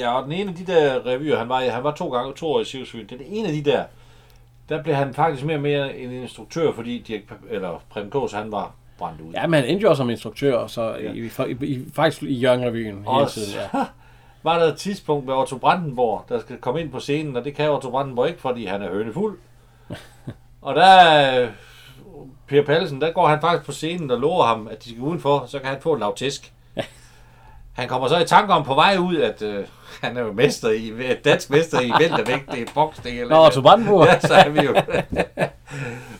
Speaker 2: Ja, og den ene af de der revyer, han var i, han var to gange to år i Sivsvyn. Den ene af de der, der blev han faktisk mere og mere en instruktør, fordi Dirk, eller Prem Kås, han var brændt ud.
Speaker 1: ja, men han endte jo også som instruktør, så ja. i, i, i, faktisk i Jørgen Revyen hele
Speaker 2: og
Speaker 1: tiden.
Speaker 2: så
Speaker 1: Ja.
Speaker 2: var der et tidspunkt med Otto Brandenborg, der skal komme ind på scenen, og det kan Otto Brandenborg ikke, fordi han er hønefuld. og der øh, Per Pallesen, der går han faktisk på scenen og lover ham, at de skal udenfor, så kan han få en lav tæsk. Han kommer så i tanke om på vej ud, at øh, han er jo mester i, dansk mester i væltervægt, det er boksning eller
Speaker 1: Nå, Otto Brandenburg.
Speaker 2: ja, så er vi jo.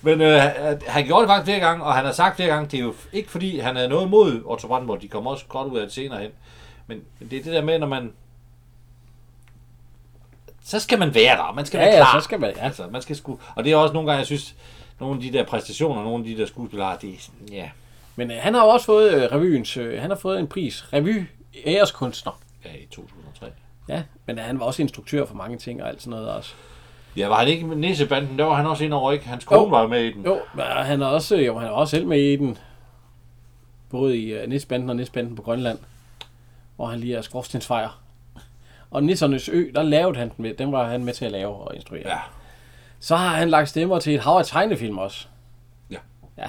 Speaker 2: Men øh, han gjorde det faktisk flere gange, og han har sagt flere gange, det er jo ikke fordi, han havde noget imod Otto Brandenburg, de kommer også godt ud af det senere hen. Men, men det er det der med, når man... Så skal man være der, man skal
Speaker 1: Ja,
Speaker 2: være
Speaker 1: ja,
Speaker 2: klar.
Speaker 1: så skal man- ja.
Speaker 2: Altså, man skal sku... Og det er også nogle gange, jeg synes, nogle af de der præstationer, nogle af de der skuespillere, de, er sådan, ja,
Speaker 1: Men øh, han har jo også fået øh, revyens, øh, han har fået en pris, revy æreskunstner.
Speaker 2: ja, i 2003.
Speaker 1: Ja, men øh, han var også instruktør for mange ting og alt sådan noget også.
Speaker 2: Ja, var han ikke med Nissebanden? Der var han også ind over, ikke? Hans kone
Speaker 1: Jo.
Speaker 2: var med i den.
Speaker 1: Jo, men øh, han er også, jo, han er også selv med i den. Både i uh, Nisbanden og Nisbanden på Grønland, hvor han lige er skorstensfejer. Og Nissernes Ø, der lavede han den med, den var han med til at lave og instruere.
Speaker 2: Ja.
Speaker 1: Så har han lagt stemmer til et hav af tegnefilm også.
Speaker 2: Ja.
Speaker 1: Ja.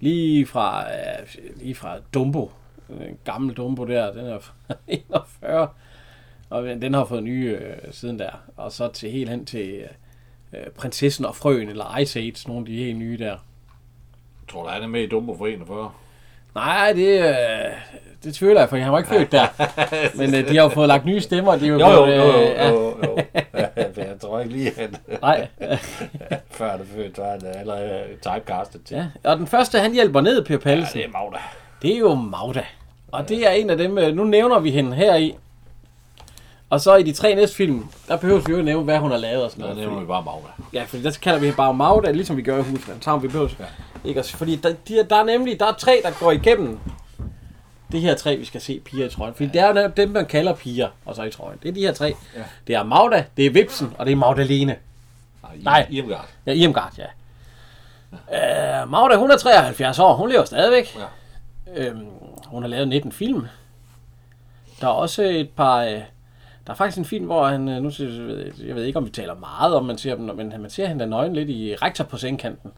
Speaker 1: Lige fra, øh, lige fra Dumbo. En gammel Dumbo der, den er fra 41. Og den har fået nye øh, siden der. Og så til helt hen til øh, Prinsessen og Frøen, eller Ice Age, nogle af de helt nye der.
Speaker 2: Jeg tror, du, han er med i Dumbo for 41.
Speaker 1: Nej, det, øh, det tvivler jeg, for han var ikke født der. Men øh, de har jo fået lagt nye stemmer. og De er jo,
Speaker 2: Jo, jo,
Speaker 1: blevet,
Speaker 2: jo, jo,
Speaker 1: øh, ja.
Speaker 2: jo, jo. Ja, jeg tror ikke lige, han...
Speaker 1: Nej,
Speaker 2: Før det født, var han allerede typecastet til.
Speaker 1: ja. Og den første, han hjælper ned, Per
Speaker 2: ja
Speaker 1: Pallesen.
Speaker 2: det er Magda.
Speaker 1: Det er jo Magda. Og det er en af dem, øh, nu nævner vi hende her i. Og så i de tre næste film, der behøver vi jo ikke nævne, hvad hun har lavet og sådan
Speaker 2: Der
Speaker 1: noget.
Speaker 2: nævner vi bare Magda.
Speaker 1: Ja, fordi der kalder vi hende bare Magda, ligesom vi gør i Husland. Sammen vi behøver. Ja. Ikke? Og s- Fordi der, de, der er nemlig der er tre, der går igennem det her tre, vi skal se piger i trøjen. Fordi ja. det er jo netop dem, man kalder piger, og så i trøjen. Det er de her tre. Ja. Det er Magda, det er Vipsen, og det er Magdalene. Nej.
Speaker 2: Nej. Irmgard.
Speaker 1: Ja, Irmgard, ja. ja. Øh, Magda, hun er 73 år. Hun lever stadigvæk.
Speaker 2: Ja.
Speaker 1: Øhm, hun har lavet 19 film. Der er også et par... Øh, der er faktisk en film, hvor han... øh, Nu, ser- jeg ved- jeg ved ikke, om vi taler meget om, man ser dem, men man ser hende da nøgen lidt i rektor på sengkanten.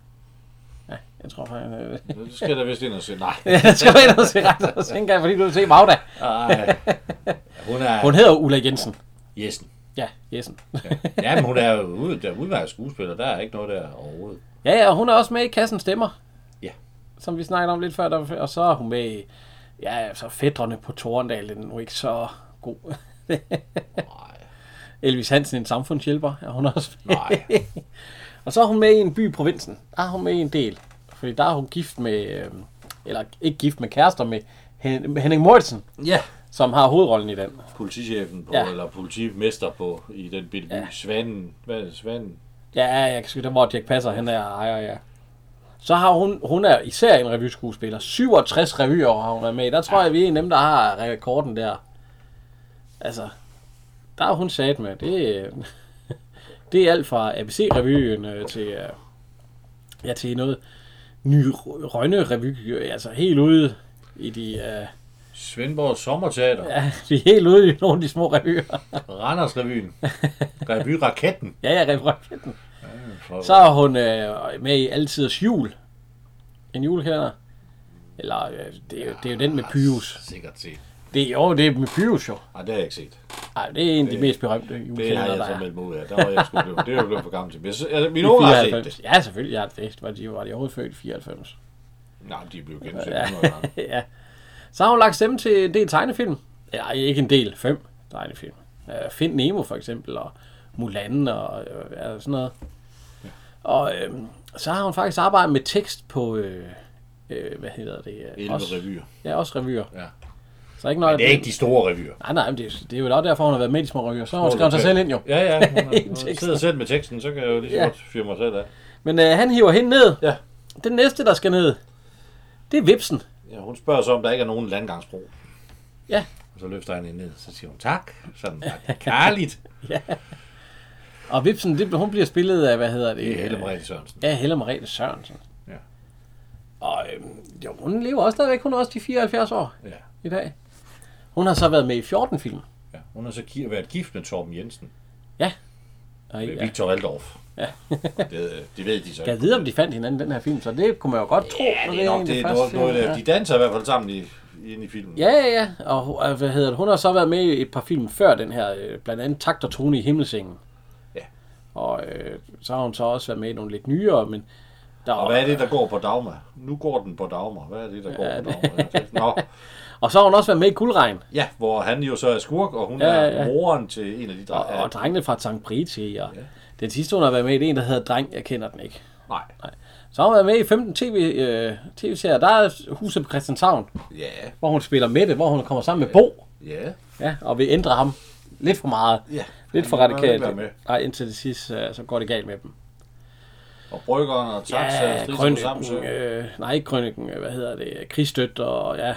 Speaker 1: Ja, jeg tror faktisk... Øh,
Speaker 2: Nu skal der vist ind og sige nej.
Speaker 1: ja, jeg skal ind og se rektor på sengkanten, fordi du vil se Magda.
Speaker 2: Ej. Hun er...
Speaker 1: Hun hedder Ulla Jensen.
Speaker 2: Jessen.
Speaker 1: Ja, Jessen.
Speaker 2: Ja, men hun er jo ude, der er udmærket skuespiller. Der er ikke noget der overhovedet.
Speaker 1: Ja, ja, og hun er også med i Kassen Stemmer.
Speaker 2: Ja.
Speaker 1: Som vi snakkede om lidt før, der, og så er hun med i, ja, altså Fætterne på Torendal, den er nu ikke så god.
Speaker 2: Nej.
Speaker 1: Elvis Hansen, en samfundshjælper, er hun også med.
Speaker 2: Nej.
Speaker 1: Og så er hun med i en by i provinsen. Der er hun med i en del. Fordi der er hun gift med, øh, eller ikke gift med kærester, med Hen- med Henning Mortensen,
Speaker 2: Ja.
Speaker 1: som har hovedrollen i den.
Speaker 2: Politichefen på,
Speaker 1: Ja.
Speaker 2: ja. eller politimester på, i den bitte by. Ja. Svanen. Hvad er det? Svanen?
Speaker 1: Ja, jeg kan sgu da, hvor Jack Passer, han er ejer, ja. Så har hun, hun er især en revyskuespiller. 67 revyer har hun været med i. Der tror jeg, vi er en af dem, der har rekorden der. Altså, der er hun sat med. Det, øh, det er alt fra ABC-revyen øh, til, øh, ja, til noget ny Rønne-revy. øh, Altså helt ude i de, øh,
Speaker 2: Svendborg Sommerteater, ja.
Speaker 1: ja, vi er helt ude i nogle af de små revyer.
Speaker 2: Randers Revyen, Revy Raketten.
Speaker 1: ja, ja, Revy Så er hun øh, med i Altiders Jul. En julekalender. Eller, øh, det, er jo, det er jo den med Pyrus.
Speaker 2: Sikkert set.
Speaker 1: Det, er- jo, det er med Pyrus jo.
Speaker 2: Nej, det har jeg ikke set.
Speaker 1: Ej, det er en af de mest berømte
Speaker 2: Det har
Speaker 1: julekalender,
Speaker 2: jeg
Speaker 1: der er.
Speaker 2: så meldt mig ud af. Der var jeg sgu blevet, det er jeg blevet for gammel til. Men jeg sy- altså,
Speaker 1: I
Speaker 2: Mine unger har set
Speaker 1: 94.
Speaker 2: det.
Speaker 1: Ja, selvfølgelig. Ja, det var de, var de overhovedet født i 94.
Speaker 2: Nej, de er blevet genset.
Speaker 1: Ja.
Speaker 2: Ja.
Speaker 1: ja. Så har hun lagt stemme til en del tegnefilm. Ja, ikke en del. Fem tegnefilm. Øh, Find Nemo for eksempel, og Mulan og øh, ja, sådan noget. Og øh, så har hun faktisk arbejdet med tekst på, øh, øh, hvad hedder det? øh,
Speaker 2: 11
Speaker 1: også-
Speaker 2: revyer.
Speaker 1: Ja, også revyer.
Speaker 2: Ja.
Speaker 1: Så ikke noget,
Speaker 2: Det er ikke de store revyer.
Speaker 1: Nej, nej, men det, er- det er jo også derfor, hun har været med i de små revyer. Så har hun skrevet sig selv ind jo.
Speaker 2: Ja, ja. Hun,
Speaker 1: I
Speaker 2: hun
Speaker 1: teksten.
Speaker 2: sidder selv med teksten, så kan jeg jo lige så
Speaker 1: Ja.
Speaker 2: godt fyre mig selv af.
Speaker 1: Men øh, han hiver hende ned.
Speaker 2: Ja.
Speaker 1: Den næste, der skal ned, det er Vipsen.
Speaker 2: ja. hun spørger så, om der ikke er nogen landgangsbro.
Speaker 1: Ja.
Speaker 2: Og så løfter han hende ned, så siger hun tak. Sådan kærligt.
Speaker 1: Og Vipsen, det, hun bliver spillet af, hvad hedder det? øh,
Speaker 2: Det er Helle Marie Sørensen.
Speaker 1: Ja, Helle Merete Sørensen.
Speaker 2: Ja.
Speaker 1: Og øhm, jo, hun lever også stadigvæk. Hun er også de 74 år
Speaker 2: Ja.
Speaker 1: i dag. Hun har så været med i 14 film.
Speaker 2: ja. Hun har så ki- været gift med Torben Jensen.
Speaker 1: Og,
Speaker 2: Med
Speaker 1: ja.
Speaker 2: Victor Valdorf.
Speaker 1: Ja.
Speaker 2: det, det ved de så.
Speaker 1: Jeg ved, om de fandt hinanden i den her film, så det kunne man jo godt tro.
Speaker 2: Ja,
Speaker 1: når
Speaker 2: det er
Speaker 1: en
Speaker 2: nok
Speaker 1: af de
Speaker 2: det, er
Speaker 1: første
Speaker 2: noget, noget,
Speaker 1: film,
Speaker 2: der- de danser i hvert fald sammen i, inde i filmen.
Speaker 1: Ja, ja, ja. Og hun- øh, hvad hedder det? hun har så været med i et par film før den her, øh, blandt andet Takt og Tone i Himmelsengen.
Speaker 2: Ja.
Speaker 1: Og øh, så har hun så også været med i nogle lidt nyere, men... Der
Speaker 2: Og hvad er det, der går på Dagmar? Nu går den på Dagmar. Hvad er det, der går
Speaker 1: Ja,
Speaker 2: på
Speaker 1: det-
Speaker 2: Dagmar? Ja, det- Nå,
Speaker 1: og så har hun også været med i Guldregn.
Speaker 2: ja, hvor han jo så er skurk, og hun
Speaker 1: Ja,
Speaker 2: ja,
Speaker 1: ja,
Speaker 2: ja.
Speaker 1: ja.
Speaker 2: er moren til en af de
Speaker 1: Og,
Speaker 2: drenge.
Speaker 1: og drengene fra Sankt Briti. Og ja. Den sidste, hun har været med i, det er en, der hedder Dreng. Jeg kender den ikke.
Speaker 2: Nej.
Speaker 1: Så har hun været med i 15 tv, øh, tv-serier. Der er Huset på Christianshavn,
Speaker 2: Ja,
Speaker 1: hvor hun spiller Mette, hvor hun kommer sammen med Bo.
Speaker 2: ja.
Speaker 1: Ja, og vil ændre ham lidt for meget.
Speaker 2: Ja,
Speaker 1: Lidt for
Speaker 2: han vil ikke være med.
Speaker 1: radikalt. Nej, indtil det sidste, øh, så går det galt med dem.
Speaker 2: Og bryggeren og taxa, ja,
Speaker 1: Krønningen,
Speaker 2: Samsø,
Speaker 1: øh, nej, ikke Krønningen, øh, hvad hedder det, Krigsstøt og ja,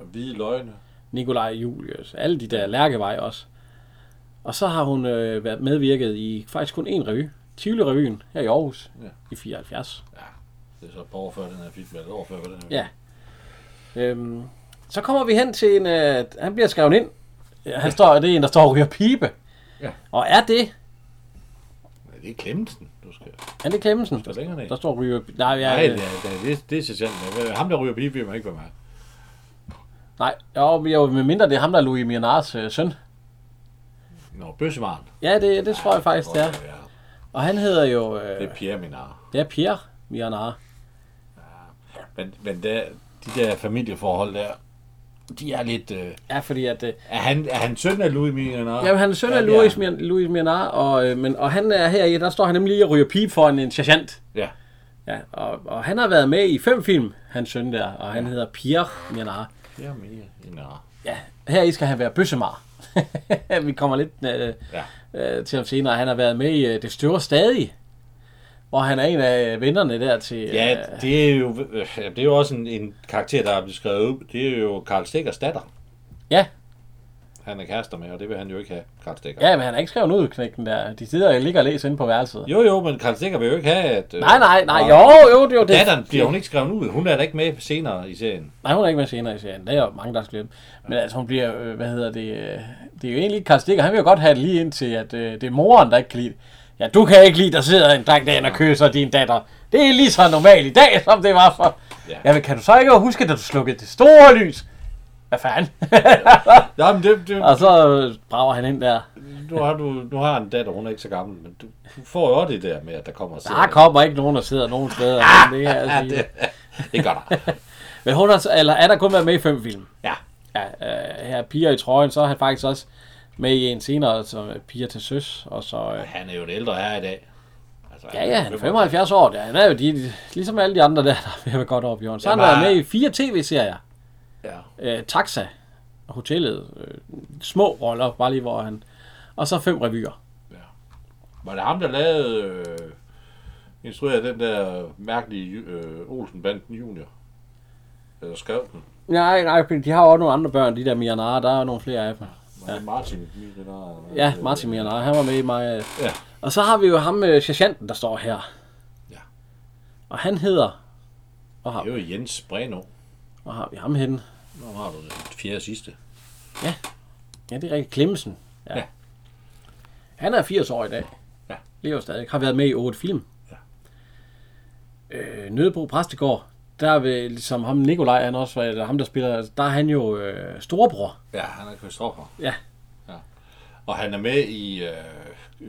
Speaker 2: og hvide løgne.
Speaker 1: Nikolaj Julius, alle de der Lærkevej også. Og så har hun øh, været medvirket i faktisk kun én revy, Tivoli-revyen her i Aarhus ja.
Speaker 2: Ja.
Speaker 1: i 74.
Speaker 2: Det er så et par år før den her film, eller et år før den her
Speaker 1: Ja. Øhm, så kommer vi hen til en... Øh, han bliver skrevet ind. Ja, Han står, det er en, der står og ryger pibe.
Speaker 2: Ja.
Speaker 1: Og er det...
Speaker 2: Nej, det er Klemmensen, du skal.
Speaker 1: Er det Clemmensen?
Speaker 2: Der er længere ned.
Speaker 1: Der står og ryger... Nej, jeg,
Speaker 2: Nej, det, er- det, er- det er sergeanten. Ham, der ryger pibe, vil man ikke være med.
Speaker 1: nej jo, vi er jo med mindre det er ham, der er Louis Mianars øh, søn.
Speaker 2: Nå, bøssevaren.
Speaker 1: Ja, det, det tror jeg faktisk, det er.
Speaker 2: Ja,
Speaker 1: Og han hedder jo...
Speaker 2: det
Speaker 1: Øh,
Speaker 2: er Pierre Minard.
Speaker 1: det er Pierre Mianar.
Speaker 2: Men, men der, de der familieforhold der, de er lidt... Øh,
Speaker 1: Ja, fordi at... Øh,
Speaker 2: er, han, er han søn af Louis Mignon?
Speaker 1: jamen, han er søn
Speaker 2: Ja,
Speaker 1: af
Speaker 2: det er
Speaker 1: Louis,
Speaker 2: han.
Speaker 1: Mian, Louis Mianar, og, øh, men, og han er her i, der står han nemlig lige og ryger pibe foran en sergeant.
Speaker 2: Ja.
Speaker 1: Ja, og, og han har været med i fem film, hans søn der, og han hedder Pierre Mianar.
Speaker 2: Pierre Mignon.
Speaker 1: Ja, her i skal han være bøssemar. Vi kommer lidt øh,
Speaker 2: Ja.
Speaker 1: øh, til ham senere. Han har været med i øh, Det Støver Stadig, hvor han er en af vennerne der til... Øh,
Speaker 2: Ja, det er jo, øh, det er jo også en, en karakter, der er blevet skrevet ud. Det er jo Karl Stikkers datter,
Speaker 1: ja,
Speaker 2: han er kærester med, og det vil han jo ikke have, Karl Stikker.
Speaker 1: ja, men han har ikke skrevet ud, knækken der. De sidder og ligger og læser inde på værelset. Jo.
Speaker 2: Jo, jo, men Karl Stikker vil jo ikke have, at... Øh,
Speaker 1: Nej, nej, nej.
Speaker 2: og
Speaker 1: Jo, jo, det er jo det.
Speaker 2: Datteren bliver hun ikke skrevet ud. Hun er da ikke med senere i serien.
Speaker 1: Nej, hun er ikke med senere i serien. Det er jo mange, der har skrevet. Men altså, hun bliver, øh, hvad hedder det... Øh, det er jo egentlig ikke Karl Stikker. Han vil jo godt have det lige indtil, at øh, det er moren, der ikke kan lide det. Ja, du kan ikke lide, der sidder en dreng derinde og kysser din datter. Det er lige så normalt i dag, som det var for... Ja.
Speaker 2: Ja.
Speaker 1: Jamen, kan du så ikke huske, da du slukkede det store lys? Hvad fanden?
Speaker 2: Nej, men det, det,
Speaker 1: og så øh, brager han ind der.
Speaker 2: nu, har du, nu har en datter, hun er ikke så gammel, men du, du får jo også det der med, at der kommer...
Speaker 1: Der kommer ikke nogen, der sidder nogen steder. Ah, det kan jeg sige.
Speaker 2: det, det gør der.
Speaker 1: Men hun har, så- eller er der kun været med i fem film?
Speaker 2: Ja.
Speaker 1: Ja, øh, her er Piger i trøjen, så er han faktisk også med i en senere, som er Piger til søs, og så... Øh,
Speaker 2: Han er jo den ældre her i dag. Altså,
Speaker 1: Ja, ja, han er 75 år. Ja, han er jo de, ligesom alle de andre der, der er ved godt op i årene. Så har
Speaker 2: Jeg
Speaker 1: han
Speaker 2: var-
Speaker 1: været med i fire tv-serier.
Speaker 2: Ja.
Speaker 1: Øh, Taxa, Hotellet, øh, små roller, bare lige hvor han... Og så fem revyer.
Speaker 2: Var det ham, der lavede øh, instruerede den der mærkelige Ju- øh, Olsenbanden Junior. Eller skrev den.
Speaker 1: Nej, nej, fordi de har jo også nogle andre børn, de der Mianara, der er jo nogle flere af dem.
Speaker 2: Var det Martin Milenar? eller hvad?
Speaker 1: Ja, Martin Mianara, han var med i mig.
Speaker 2: Ja.
Speaker 1: Og så har vi jo ham med sergeanten, der står her.
Speaker 2: Ja.
Speaker 1: Og han hedder... Hvor har,
Speaker 2: Det var Jens Breno.
Speaker 1: hvor har vi ham henne?
Speaker 2: Nu har du det fjerde sidste.
Speaker 1: Ja, det er rigtigt. Klemmensen. Ja.
Speaker 2: Ja.
Speaker 1: Han er 80 år i dag.
Speaker 2: Ja.
Speaker 1: Lever stadig. Har været med i otte film. Ja. Øh, Nødebro Præstegård. Der er ved, ligesom ham Nikolaj, han også var, eller ham der spiller, der er han jo øh, storebror.
Speaker 2: Ja, han er Kristoffer.
Speaker 1: Ja.
Speaker 2: Og han er med i øh,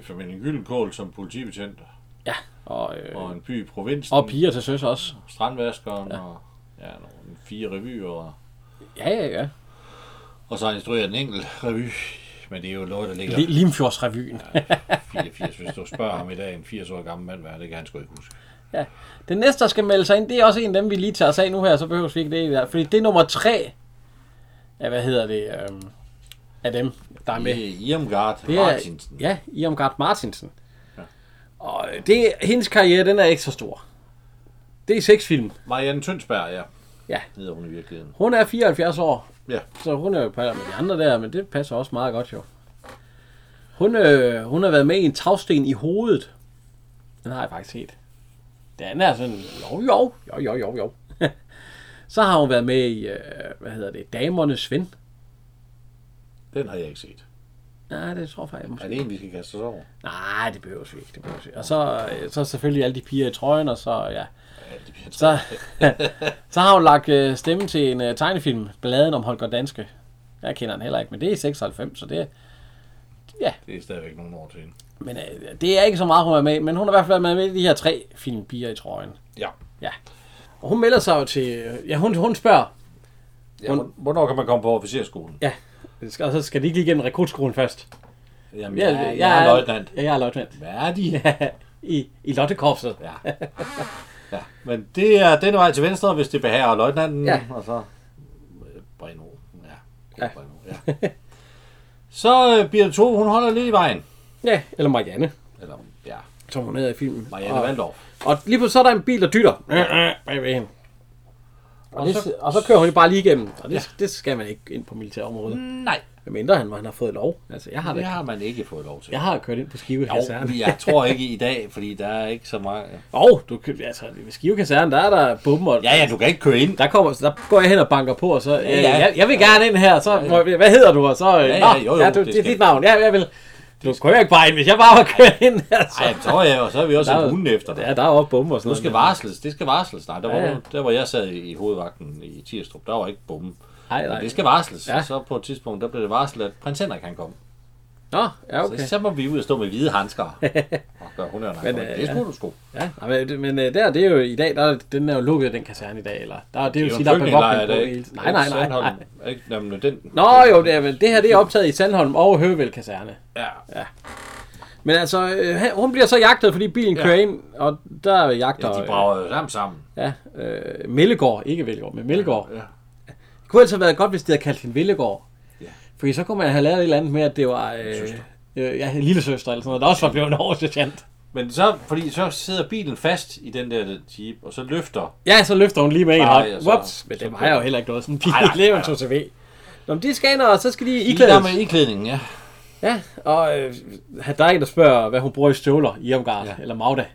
Speaker 2: familien Gyldenkål som politibetjent.
Speaker 1: Ja. Og, øh,
Speaker 2: Og en by i provinsen.
Speaker 1: og piger til søs også.
Speaker 2: Strandvaskeren. Ja. Og ja, nogle fire revyer. Og,
Speaker 1: Ja, ja, ja.
Speaker 2: og så har han instrueret en enkelt revy. Men det er jo noget, der ligger
Speaker 1: Li- Limfjordsrevyen.
Speaker 2: 84. Hvis du spørger ham i dag, en 80 år gammel mand, hvad er det, kan han sgu ikke huske.
Speaker 1: Ja. Den næste, der skal melde sig ind, det er også en af dem, vi lige tager os af nu her, så behøver vi ikke det der. Fordi det er nummer tre af, hvad hedder det, øhm, af dem, der er med.
Speaker 2: Irmgard
Speaker 1: Det er,
Speaker 2: Martinsen.
Speaker 1: Ja, Irmgard Martinsen. Ja. Og det, hendes karriere, den er ikke så stor. Det er seks film.
Speaker 2: Marianne Tønsberg, ja.
Speaker 1: Ja.
Speaker 2: Hedder hun i virkeligheden.
Speaker 1: Hun er 74 år,
Speaker 2: Ja.
Speaker 1: så hun er jo på alder med de andre der, men det passer også meget godt jo. Hun, øh, hun har været med i en tagsten i hovedet. Den har jeg faktisk set. Den er sådan, jo jo, jo jo jo jo. så har hun været med i, øh, hvad hedder det, Damernes Ven.
Speaker 2: Den har jeg ikke set.
Speaker 1: Nej, det tror jeg faktisk, jeg måske
Speaker 2: Er det en, vi skal kaste os over?
Speaker 1: Nej, det behøver vi ikke. Det behøver vi. ikke. Og så, øh, så selvfølgelig alle de piger i trøjen, og så, ja.
Speaker 2: Ja, det bliver
Speaker 1: Så, så har hun lagt øh, stemme til en øh, tegnefilm, Bladen om Holger Danske. Jeg kender den heller ikke, men det er i 96, så det er... Ja,
Speaker 2: Det er stadigvæk nogle år til.
Speaker 1: men øh, det er ikke så meget, hun er med, men hun har i hvert fald været med i de her tre film, piger i trøjen.
Speaker 2: Ja.
Speaker 1: Ja. Og hun melder sig jo til... øh, Ja, hun, hun spørger.
Speaker 2: ja hvor- hvornår kan man komme på officerskolen?
Speaker 1: Ja, og så skal de ikke lige igennem rekrutskolen først.
Speaker 2: Jamen, jeg, jeg, jeg er løjtnant.
Speaker 1: Ja, jeg er løjtnant.
Speaker 2: Hvad er de?
Speaker 1: I, i Lottekorpset.
Speaker 2: Ja. ja. Men det er den vej til venstre, hvis det behager løjtnanten.
Speaker 1: Ja.
Speaker 2: Og så... øh, Breno. Ja.
Speaker 1: Ja.
Speaker 2: Ja. Breno. ja. så øh, Birte to, hun holder lidt i vejen.
Speaker 1: Ja, eller Marianne,
Speaker 2: Eller, ja.
Speaker 1: som hun hedder i filmen.
Speaker 2: Marianne
Speaker 1: Og-
Speaker 2: Valdorf.
Speaker 1: Og lige pludselig så er der en bil, der dytter øh, øh, bagved hende. Og,
Speaker 2: Og
Speaker 1: det,
Speaker 2: så-
Speaker 1: og så kører hun jo bare lige igennem. Og det, ja. det skal man ikke ind på militærområdet. Mm.
Speaker 2: Nej,
Speaker 1: Medmindre han, han har fået lov. Altså, jeg har, da,
Speaker 2: det har man ikke fået lov til.
Speaker 1: jeg har kørt ind på Skive Kaserne.
Speaker 2: Jo, jeg tror ikke i dag, fordi der er ikke så meget...
Speaker 1: Åh, du kan, altså, ved Skive Kaserne, der er der bomber.
Speaker 2: Ja, ja, du kan ikke køre ind.
Speaker 1: Der, kommer, så der går jeg hen og banker på, og så... Ja, ja.
Speaker 2: ja.
Speaker 1: Jeg, jeg, vil gerne ind her, så... Ja, ja. Hvad hedder du? Og så... Ja,
Speaker 2: ja,
Speaker 1: ja,
Speaker 2: jo, jo,
Speaker 1: ja, du,
Speaker 2: det
Speaker 1: det, er
Speaker 2: skal-
Speaker 1: dit navn. Ja, jeg vil... Du kører ikke bare ind, hvis jeg bare var kørt ind her, så...
Speaker 2: Nej, så er jeg, og så er vi også
Speaker 1: Der er-
Speaker 2: en hunde efter
Speaker 1: Ja,
Speaker 2: dig.
Speaker 1: der er også bomber og sådan
Speaker 2: Nu
Speaker 1: noget.
Speaker 2: skal varsles, det skal varsles. Nej, der var,
Speaker 1: Ja, ja.
Speaker 2: der hvor jeg sad i i hovedvagten i Tirstrup, der var ikke bombe.
Speaker 1: Nej, nej.
Speaker 2: Men det skal varsles.
Speaker 1: Ja.
Speaker 2: Ja. Så på et tidspunkt, der blev det varslet, at prins Henrik han kom.
Speaker 1: Nå, ja, okay.
Speaker 2: Okay. Så, så må vi ud og stå med hvide handsker. Og gøre hun er Men,
Speaker 1: øh,
Speaker 2: det skulle du sgu.
Speaker 1: Ja, nej, men, det- men øh, der, det er jo i dag, der, er- den er jo lukket, den kaserne i dag, eller? Der, det, det er jo sige, der er bevogtning på hele tiden. Nej, nej, nej, nej.
Speaker 2: Ikke, jamen, den,
Speaker 1: Nå jo, det, er, vel- det her det er optaget i Sandholm og Høvel kaserne.
Speaker 2: Ja.
Speaker 1: Men altså, øh, han- hun bliver så jagtet, fordi bilen ja. kører ind, og der jagter...
Speaker 2: ja, de brager jo sammen sammen.
Speaker 1: ja, øh, Mellegård, ikke Vellegård, men Mellegård.
Speaker 2: Ja.
Speaker 1: Det kunne altså have været godt, hvis de havde kaldt hende Vellegård.
Speaker 2: Ja.
Speaker 1: Fordi så kunne man have lavet et eller andet med, at det var... Øh, øh, ja, en lille søster eller sådan noget, der også var blevet en oversergeant.
Speaker 2: Men så, fordi så sidder bilen fast i den der jeep, og så løfter
Speaker 1: Ja, så løfter hun lige med en
Speaker 2: Nej,
Speaker 1: hånd.
Speaker 2: altså,
Speaker 1: Whoops, men det
Speaker 2: så-
Speaker 1: var jeg jo heller ikke noget sådan. De
Speaker 2: Nej, nej,
Speaker 1: lever en
Speaker 2: nej.
Speaker 1: 2CV. Nå, men de skal ind, og så skal de
Speaker 2: Lige der
Speaker 1: iklædes.
Speaker 2: med iklædningen, ja.
Speaker 1: Ja, og øh, der er en, der spørger, hvad hun bruger i støvler i Omgard, ja. eller Magda.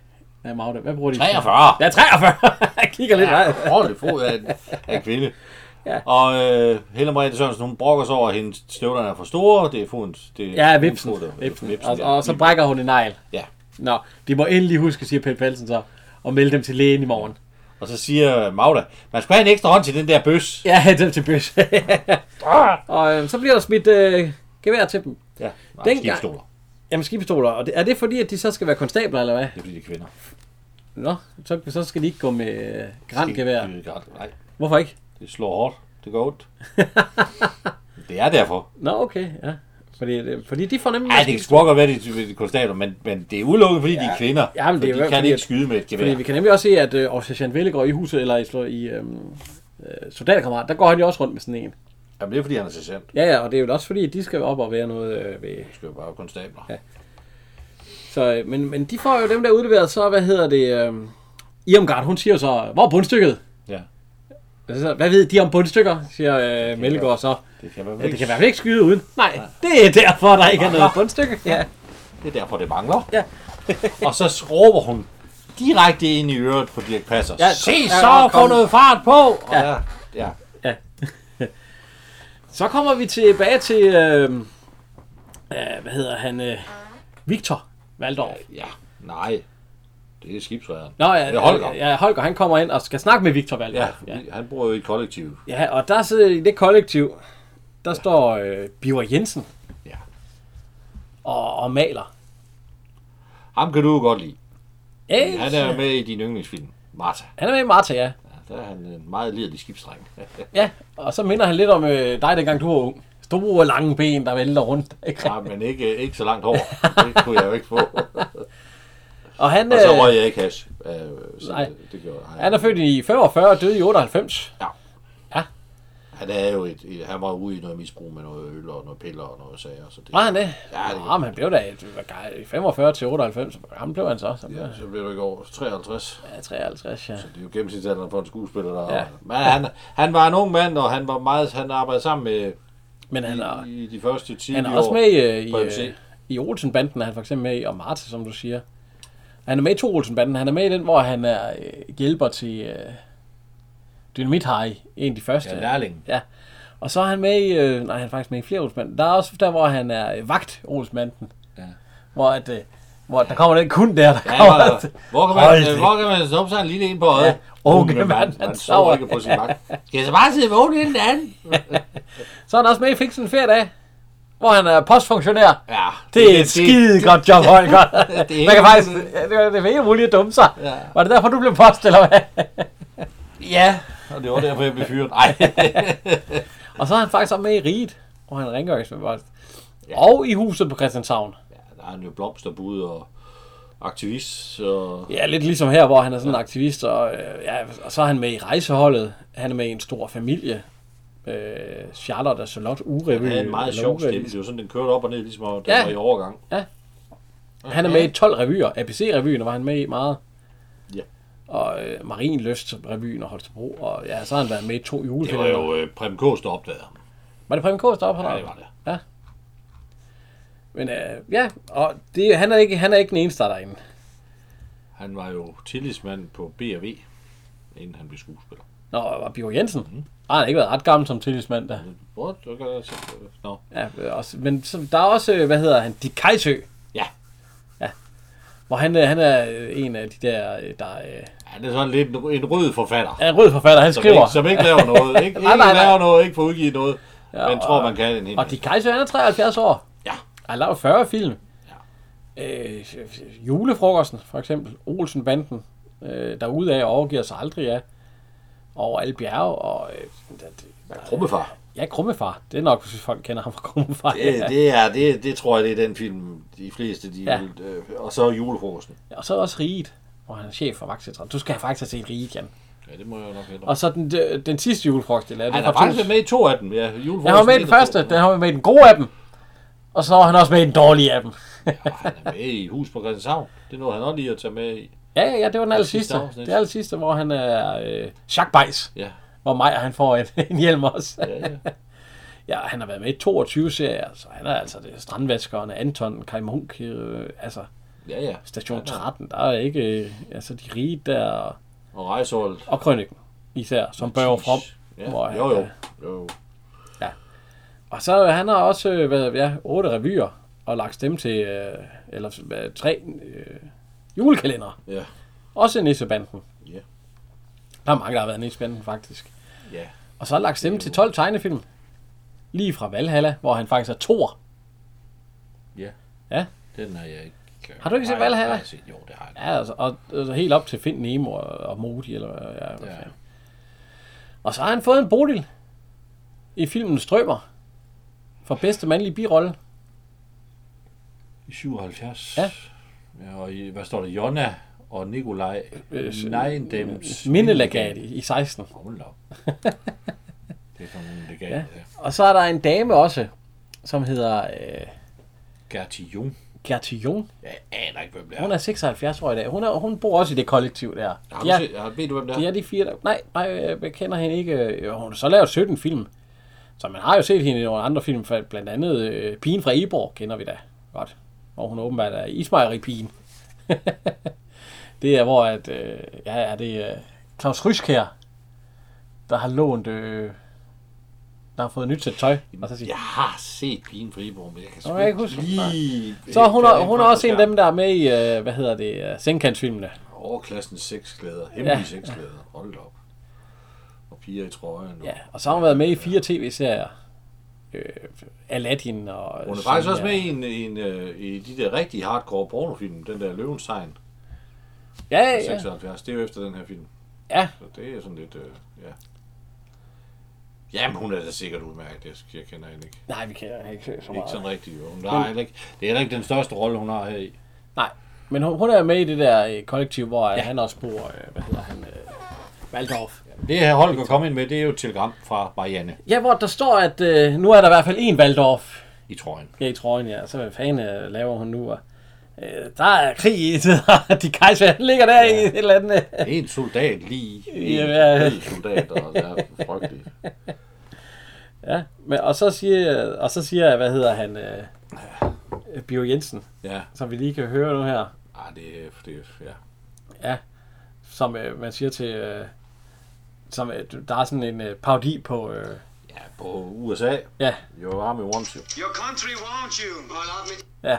Speaker 1: Ja, Magda, hvad bruger de? i støvler?
Speaker 2: 43.
Speaker 1: Ja, 43! Jeg kigger lidt ja.
Speaker 2: ordentlig fod af en, af en kvinde.
Speaker 1: Ja.
Speaker 2: Ja. Og øh, Helle Marie Sørensen, hun brokker sig over, at hendes støvlerne er for store. Det er fodens... Det er
Speaker 1: Ja,
Speaker 2: fodens
Speaker 1: Vipsen.
Speaker 2: fod, der-
Speaker 1: Vipsen.
Speaker 2: Vipsen,
Speaker 1: Og,
Speaker 2: ja.
Speaker 1: og, så brækker hun en negl.
Speaker 2: ja.
Speaker 1: Nå, de må endelig huske, siger Pelle Pelsen så, og melde dem til lægen i morgen.
Speaker 2: Og så siger øh, Magda, man skulle have en ekstra hånd til den der bøs.
Speaker 1: Ja, dem til bøs. og øh, så bliver der smidt øh, gevær til dem.
Speaker 2: Ja, nej,
Speaker 1: Dengang-
Speaker 2: skibstoler.
Speaker 1: Jamen, skibestoler. Og det, er det fordi, at de så skal være konstabler, eller hvad?
Speaker 2: Det er fordi, de er kvinder.
Speaker 1: Nå, så, så skal de ikke gå med øh, grangevær.
Speaker 2: Skib- øh, Nej,
Speaker 1: Hvorfor ikke?
Speaker 2: det slår hårdt. Det går ondt. det er derfor.
Speaker 1: Nå, okay, ja. Fordi, øh, fordi de får nemlig...
Speaker 2: Nej, det kan sgu godt være, de er de konstabler, men, men det er udelukket, fordi ja. de er kvinder.
Speaker 1: Ja, men det er
Speaker 2: For
Speaker 1: jo
Speaker 2: de kan
Speaker 1: fordi,
Speaker 2: ikke
Speaker 1: at-
Speaker 2: skyde med et gevær.
Speaker 1: Fordi vi kan nemlig også se, at øh, Sergeant Vellegård i huset, eller i, slå- i øh, øh, soldaterkammerat, der går han jo også rundt med sådan en.
Speaker 2: Jamen, det er fordi, han er sergeant.
Speaker 1: Ja, ja, og det er jo også fordi, at de skal op og være noget øh, ved...
Speaker 2: Det skal jo bare være konstabler.
Speaker 1: Ja. Så, øh, men, men de får jo dem der udleveret, så hvad hedder det... Øh, Irmgard, hun siger jo så, hvor er bundstykket?
Speaker 2: Ja.
Speaker 1: Og så, hvad ved de om bundstykker, siger øh, Mellegård så.
Speaker 2: Det kan være
Speaker 1: Ja, det kan i hvert fald ikke skyde uden. Nej, det er derfor, der ikke er noget bundstykke. Ja.
Speaker 2: Det er derfor, det mangler.
Speaker 1: Ja.
Speaker 2: og så råber hun direkte ind i øret på Dirk Passer.
Speaker 1: Ja,
Speaker 2: Ja, Se
Speaker 1: kom-
Speaker 2: så,
Speaker 1: ja,
Speaker 2: ja,
Speaker 1: kom."
Speaker 2: få noget fart på! Og ja. ja.
Speaker 1: Så kommer vi tilbage til, øh, øh, hvad hedder han, øh, Victor Valdorf.
Speaker 2: Ja, nej. Det er skibsrederen.
Speaker 1: Nå, ja,
Speaker 2: det er Holger.
Speaker 1: Ja, Holger, han kommer ind og skal snakke med Victor Valdorf.
Speaker 2: Ja, ja, han bor jo i et kollektiv.
Speaker 1: ja og der sidder i det kollektiv, der står øh, Biver Jensen
Speaker 2: Ja.
Speaker 1: og, og maler.
Speaker 2: Ham kan du jo godt lide.
Speaker 1: Ja,
Speaker 2: Han er jo med i din yndlingsfilm, Martha.
Speaker 1: han er med i Marta, ja.
Speaker 2: Ja, der er han en meget liderlig skibsdreng.
Speaker 1: ja. Og så minder han lidt om øh, dig, dengang du var ung. Store lange ben, der vælter rundt. Ikke?
Speaker 2: ja, men ikke, ikke så langt hår. Det kunne jeg jo ikke få.
Speaker 1: Og han,
Speaker 2: Og så
Speaker 1: øh,
Speaker 2: røg jeg ikke hash. Øh, så
Speaker 1: Nej.
Speaker 2: Det, det gjorde han.
Speaker 1: han er født i 45 og døde i 98.
Speaker 2: Ja.
Speaker 1: Ja.
Speaker 2: Han er jo et, et, han var ude i noget misbrug med noget øl og noget piller og noget sager. Så det,
Speaker 1: Var han det?
Speaker 2: Ja, det
Speaker 1: Nå, men han blev da et- var gej- i 45 til 98. Hvor gammel blev han så? Så blev
Speaker 2: Ja,
Speaker 1: han
Speaker 2: så blev du i går 53.
Speaker 1: ja, 53, ja.
Speaker 2: Det er jo gennemsnitsalderen for en skuespiller. Der,
Speaker 1: Ja.
Speaker 2: ja. Men han, han var en ung mand, og han var meget, han arbejdede sammen med
Speaker 1: Men han er,
Speaker 2: i, i de første 10
Speaker 1: han er
Speaker 2: år.
Speaker 1: også med i,
Speaker 2: på
Speaker 1: øh, i, øh,
Speaker 2: MC.
Speaker 1: i Olsenbanden, er han for eksempel med i, og Marta, som du siger. Han er med i to Olsenbanden. Han er med i den, hvor han er øh, hjælper til øh, Dynamit High, en af de første.
Speaker 2: Ja, lærling.
Speaker 1: Ja. Og så er han med i, øh, nej, han er faktisk med i flere Olsenbanden. Der er også der, hvor han er øh, vagt Olsenbanden.
Speaker 2: Ja.
Speaker 1: Hvor, at, øh, hvor der kommer den kun der, der
Speaker 2: Ja,
Speaker 1: kommer...
Speaker 2: og, hvor kan man,
Speaker 1: Hold
Speaker 2: øh,
Speaker 1: det.
Speaker 2: hvor kan man snuppe sig en lille en på øjet?
Speaker 1: Ja.
Speaker 2: Ja.
Speaker 1: Unge mand,
Speaker 2: man,
Speaker 1: han
Speaker 2: man
Speaker 1: sover.
Speaker 2: sover ikke på sin magt. Skal jeg så bare sidde vågen i den anden?
Speaker 1: Så er han også med i Fiksen Feriedag, hvor han er postfunktionær.
Speaker 2: Ja,
Speaker 1: Det er et skide godt job, Holger.
Speaker 2: det er
Speaker 1: Man kan
Speaker 2: helt-
Speaker 1: faktisk, ja, det er- det er helt muligt at dumme sig.
Speaker 2: Ja.
Speaker 1: Var det derfor, du blev post, eller hvad?
Speaker 2: Ja, og det var derfor, jeg blev fyret. Nej,
Speaker 1: Og så er han faktisk også med i Riget, hvor han ringer med post. Og i huset på Christianshavn.
Speaker 2: ja, der er han jo blomsterbud og aktivist. Og...
Speaker 1: Ja, lidt ligesom her, hvor han er sådan en aktivist, og, øh, ja, og så er han med i rejseholdet. Han er med i en stor familie. Øh, Charlotte og Charlotte Urevy.
Speaker 2: Han havde en meget sjov stemme. Det var sådan, den kørte op og ned, ligesom om den
Speaker 1: Ja.
Speaker 2: var i overgang.
Speaker 1: Han er med i 12 revyer. ABC-revyen var han med i meget.
Speaker 2: Ja.
Speaker 1: Og øh, Marienløst-revyen og Holstebro. Og ja, så har han været med i to
Speaker 2: Det var
Speaker 1: julefilmer.
Speaker 2: jo øh, Preben Kås, der opdagede ham.
Speaker 1: Var det Preben Kås, der opholder?
Speaker 2: Ja, det var det.
Speaker 1: Ja. Men øh, ja, og det, han, er ikke, han er ikke den eneste, der er derinde.
Speaker 2: Han var jo tillidsmand på B&V, inden han blev skuespiller.
Speaker 1: Nå, var Bjørn Jensen? Mm. Ah, han har ikke været ret gammel som tillidsmand, da.
Speaker 2: Hvor? Du kan jeg se- Nå.
Speaker 1: Ja, øh, også, men så, der er også, øh, hvad hedder han, Dick Kajsø,
Speaker 2: Ja,
Speaker 1: hvor han, øh, han er øh, en af de der, øh, der øh,
Speaker 2: han er sådan lidt en rød forfatter.
Speaker 1: er en rød forfatter, han
Speaker 2: Som
Speaker 1: skriver.
Speaker 2: ikke, som ikke laver noget. Ikke,
Speaker 1: Nej,
Speaker 2: nej,
Speaker 1: nej,
Speaker 2: nej,
Speaker 1: nej.
Speaker 2: laver noget, ikke får udgivet noget.
Speaker 1: Ja,
Speaker 2: Ja, men
Speaker 1: og-
Speaker 2: tror, man kan en hel
Speaker 1: Og Dick Kajsø, han er 73 år.
Speaker 2: Ja.
Speaker 1: Han laver 40 film. Øh, julefrokosten, for eksempel. Olsenbanden, øh, derude af og overgiver sig aldrig af. Over alle bjerge, og øh,
Speaker 2: Ja, Krummefar.
Speaker 1: ja, Krummefar. Det er nok, hvis folk kender ham fra Krummefar.
Speaker 2: Det, det, er, det, det tror jeg, det er den film, de fleste, de
Speaker 1: Ja.
Speaker 2: ja. vil, øh, Og så julefrokosten.
Speaker 1: Og så er der også Riget, hvor han er chef for vagtcentralen. Du skal faktisk have set Riget, Jan.
Speaker 2: Ja, det må jeg jo nok hente.
Speaker 1: Og så den, øh, den sidste julefrokost, jeg lavede.
Speaker 2: Han
Speaker 1: det
Speaker 2: har
Speaker 1: var
Speaker 2: faktisk været med i to af dem. Ja, julefrokosten.
Speaker 1: Han var med i
Speaker 2: et
Speaker 1: den
Speaker 2: og to.
Speaker 1: første, den har været med i den gode af dem. Og så var han også med i den dårlige af dem.
Speaker 2: Og han er med i Hus på Christianshavn. Det nåede han også lige at tage med i.
Speaker 1: ja, ja, ja, det var den aller
Speaker 2: sidste
Speaker 1: sidste.
Speaker 2: afsnit.
Speaker 1: Det aller sidste, hvor han er øh, Jacques Beis,
Speaker 2: Ja,
Speaker 1: hvor Maja han får en, en hjelm også.
Speaker 2: ja, ja.
Speaker 1: Ja, han har været med i 22 serier, så han er altså det, strandvaskerne, Anton, Kai Munk, øh, altså
Speaker 2: ja, ja.
Speaker 1: Station
Speaker 2: Han er-
Speaker 1: 13, der er ikke, øh, altså de rige der, og-
Speaker 2: Og Rejseholdet.
Speaker 1: og Krøniken især, som Børge From.
Speaker 2: Ja,
Speaker 1: hvor han-
Speaker 2: jo, jo. jo.
Speaker 1: Og så øh, han har også øh, været ja, otte revyer og lagt stemme til øh, eller øh, tre øh, julekalender.
Speaker 2: Ja,
Speaker 1: Også Nissebanden.
Speaker 2: Ja.
Speaker 1: Der er mange, der har været Nissebanden faktisk.
Speaker 2: ja.
Speaker 1: Og så har han lagt stemme til 12 tegnefilm. Lige fra Valhalla, hvor han faktisk er Thor.
Speaker 2: Den har jeg ikke.
Speaker 1: Har du ikke set
Speaker 2: Nej,
Speaker 1: Valhalla?
Speaker 2: har jeg set. Jo, det har jeg.
Speaker 1: Ja, altså, og, altså helt op til Find Nemo og, og Modi, eller hvad- ja, hvad
Speaker 2: Ja.
Speaker 1: ja. Og så har han fået en Bodil i filmen Strømmer. For bedste mandlige birolle.
Speaker 2: I 77.
Speaker 1: Ja.
Speaker 2: ja og i, hvad står der? Jonna og Nikolaj
Speaker 1: Øh, s-
Speaker 2: Neindems.
Speaker 1: Mindelegat i, i 16.
Speaker 2: Hold da op. Det er sådan en legat. Ja.
Speaker 1: Og så er der en dame også, som hedder øh,
Speaker 2: Gerti Jung.
Speaker 1: Gertillon.
Speaker 2: Jeg aner ikke, hvem det er.
Speaker 1: Hun er 76 år i dag. Hun, er, hun bor også i det kollektiv der.
Speaker 2: Har
Speaker 1: De er-
Speaker 2: du set, har, ved du, hvem det er?
Speaker 1: Det er de fire, der... Nej, nej, øh, jeg kender hende ikke. Jo, Hun har så lavet 17 film. Så man har jo set hende i nogle andre film, for blandt andet øh, Pigen fra Eborg kender vi da godt. Hvor hun åbenbart er ismejeripigen. det er, hvor at, øh, ja, er det øh, Claus Ryskær, der har lånt, øh, der har fået nyt sæt tøj. Og så siger,
Speaker 2: Jeg har set Pigen Friborg, men jeg kan sgu
Speaker 1: Nå, jeg kan ikke huske.
Speaker 2: lige...
Speaker 1: Så hun er, hun er også en af
Speaker 2: skærmen.
Speaker 1: dem, der er med i, øh, hvad hedder det, uh, Sengkantsfilmene.
Speaker 2: Overklassens sexglæder. Hemmelige
Speaker 1: Ja.
Speaker 2: ja. sexglæder. Hold da op. Og piger i trøjen.
Speaker 1: Ja, og så har hun været med i fire tv-serier. Øh, Aladdin og...
Speaker 2: Hun er faktisk også
Speaker 1: Sonja.
Speaker 2: med i, en, en, øh, i de der rigtig hardcore pornofilm. Den der Løvens Tegn
Speaker 1: Ja,
Speaker 2: fra
Speaker 1: ja,
Speaker 2: 76. Det er jo efter den her film.
Speaker 1: ja.
Speaker 2: Så det er sådan lidt... Øh, ja. Jamen, hun er da sikkert udmærket. Jeg, jeg kender hende ikke.
Speaker 1: Nej, vi kender hende ikke så
Speaker 2: Ikke
Speaker 1: meget.
Speaker 2: sådan rigtig. Jo. Hun har heller ikke, det er heller ikke den største rolle, hun har her i.
Speaker 1: Nej, men hun, hun er med i det der øh, kollektiv, hvor ja. han også bor... Øh, hvad hedder han? Øh, Valdorf.
Speaker 2: Det her Holger kan komme ind med, det er jo et telegram fra Marianne
Speaker 1: Ja, hvor der står, at øh, nu er der i hvert fald en Valdorf
Speaker 2: i trøjen.
Speaker 1: ja, i trøjen, ja. Så hvad fanden øh, laver hun nu? Og, øh, der er krig i det, og de kejser han ligger der ja. i et eller andet... øh,
Speaker 2: En soldat lige. En
Speaker 1: Ja, hvad-
Speaker 2: hvid soldat, og det er frygteligt.
Speaker 1: Ja, men, og, så siger, og så siger, hvad hedder han? Øh, øh, Bio Jensen,
Speaker 2: Ja,
Speaker 1: som vi lige kan høre nu her.
Speaker 2: ah, det, er- det, er- ja.
Speaker 1: Ja, som øh, man siger til... Øh, som, øh, der er sådan en øh, parodi på... Øh,
Speaker 2: ja, på USA.
Speaker 1: ja,
Speaker 2: Jo, Army wants you.
Speaker 3: Your country wants you. Hold op med
Speaker 1: ja.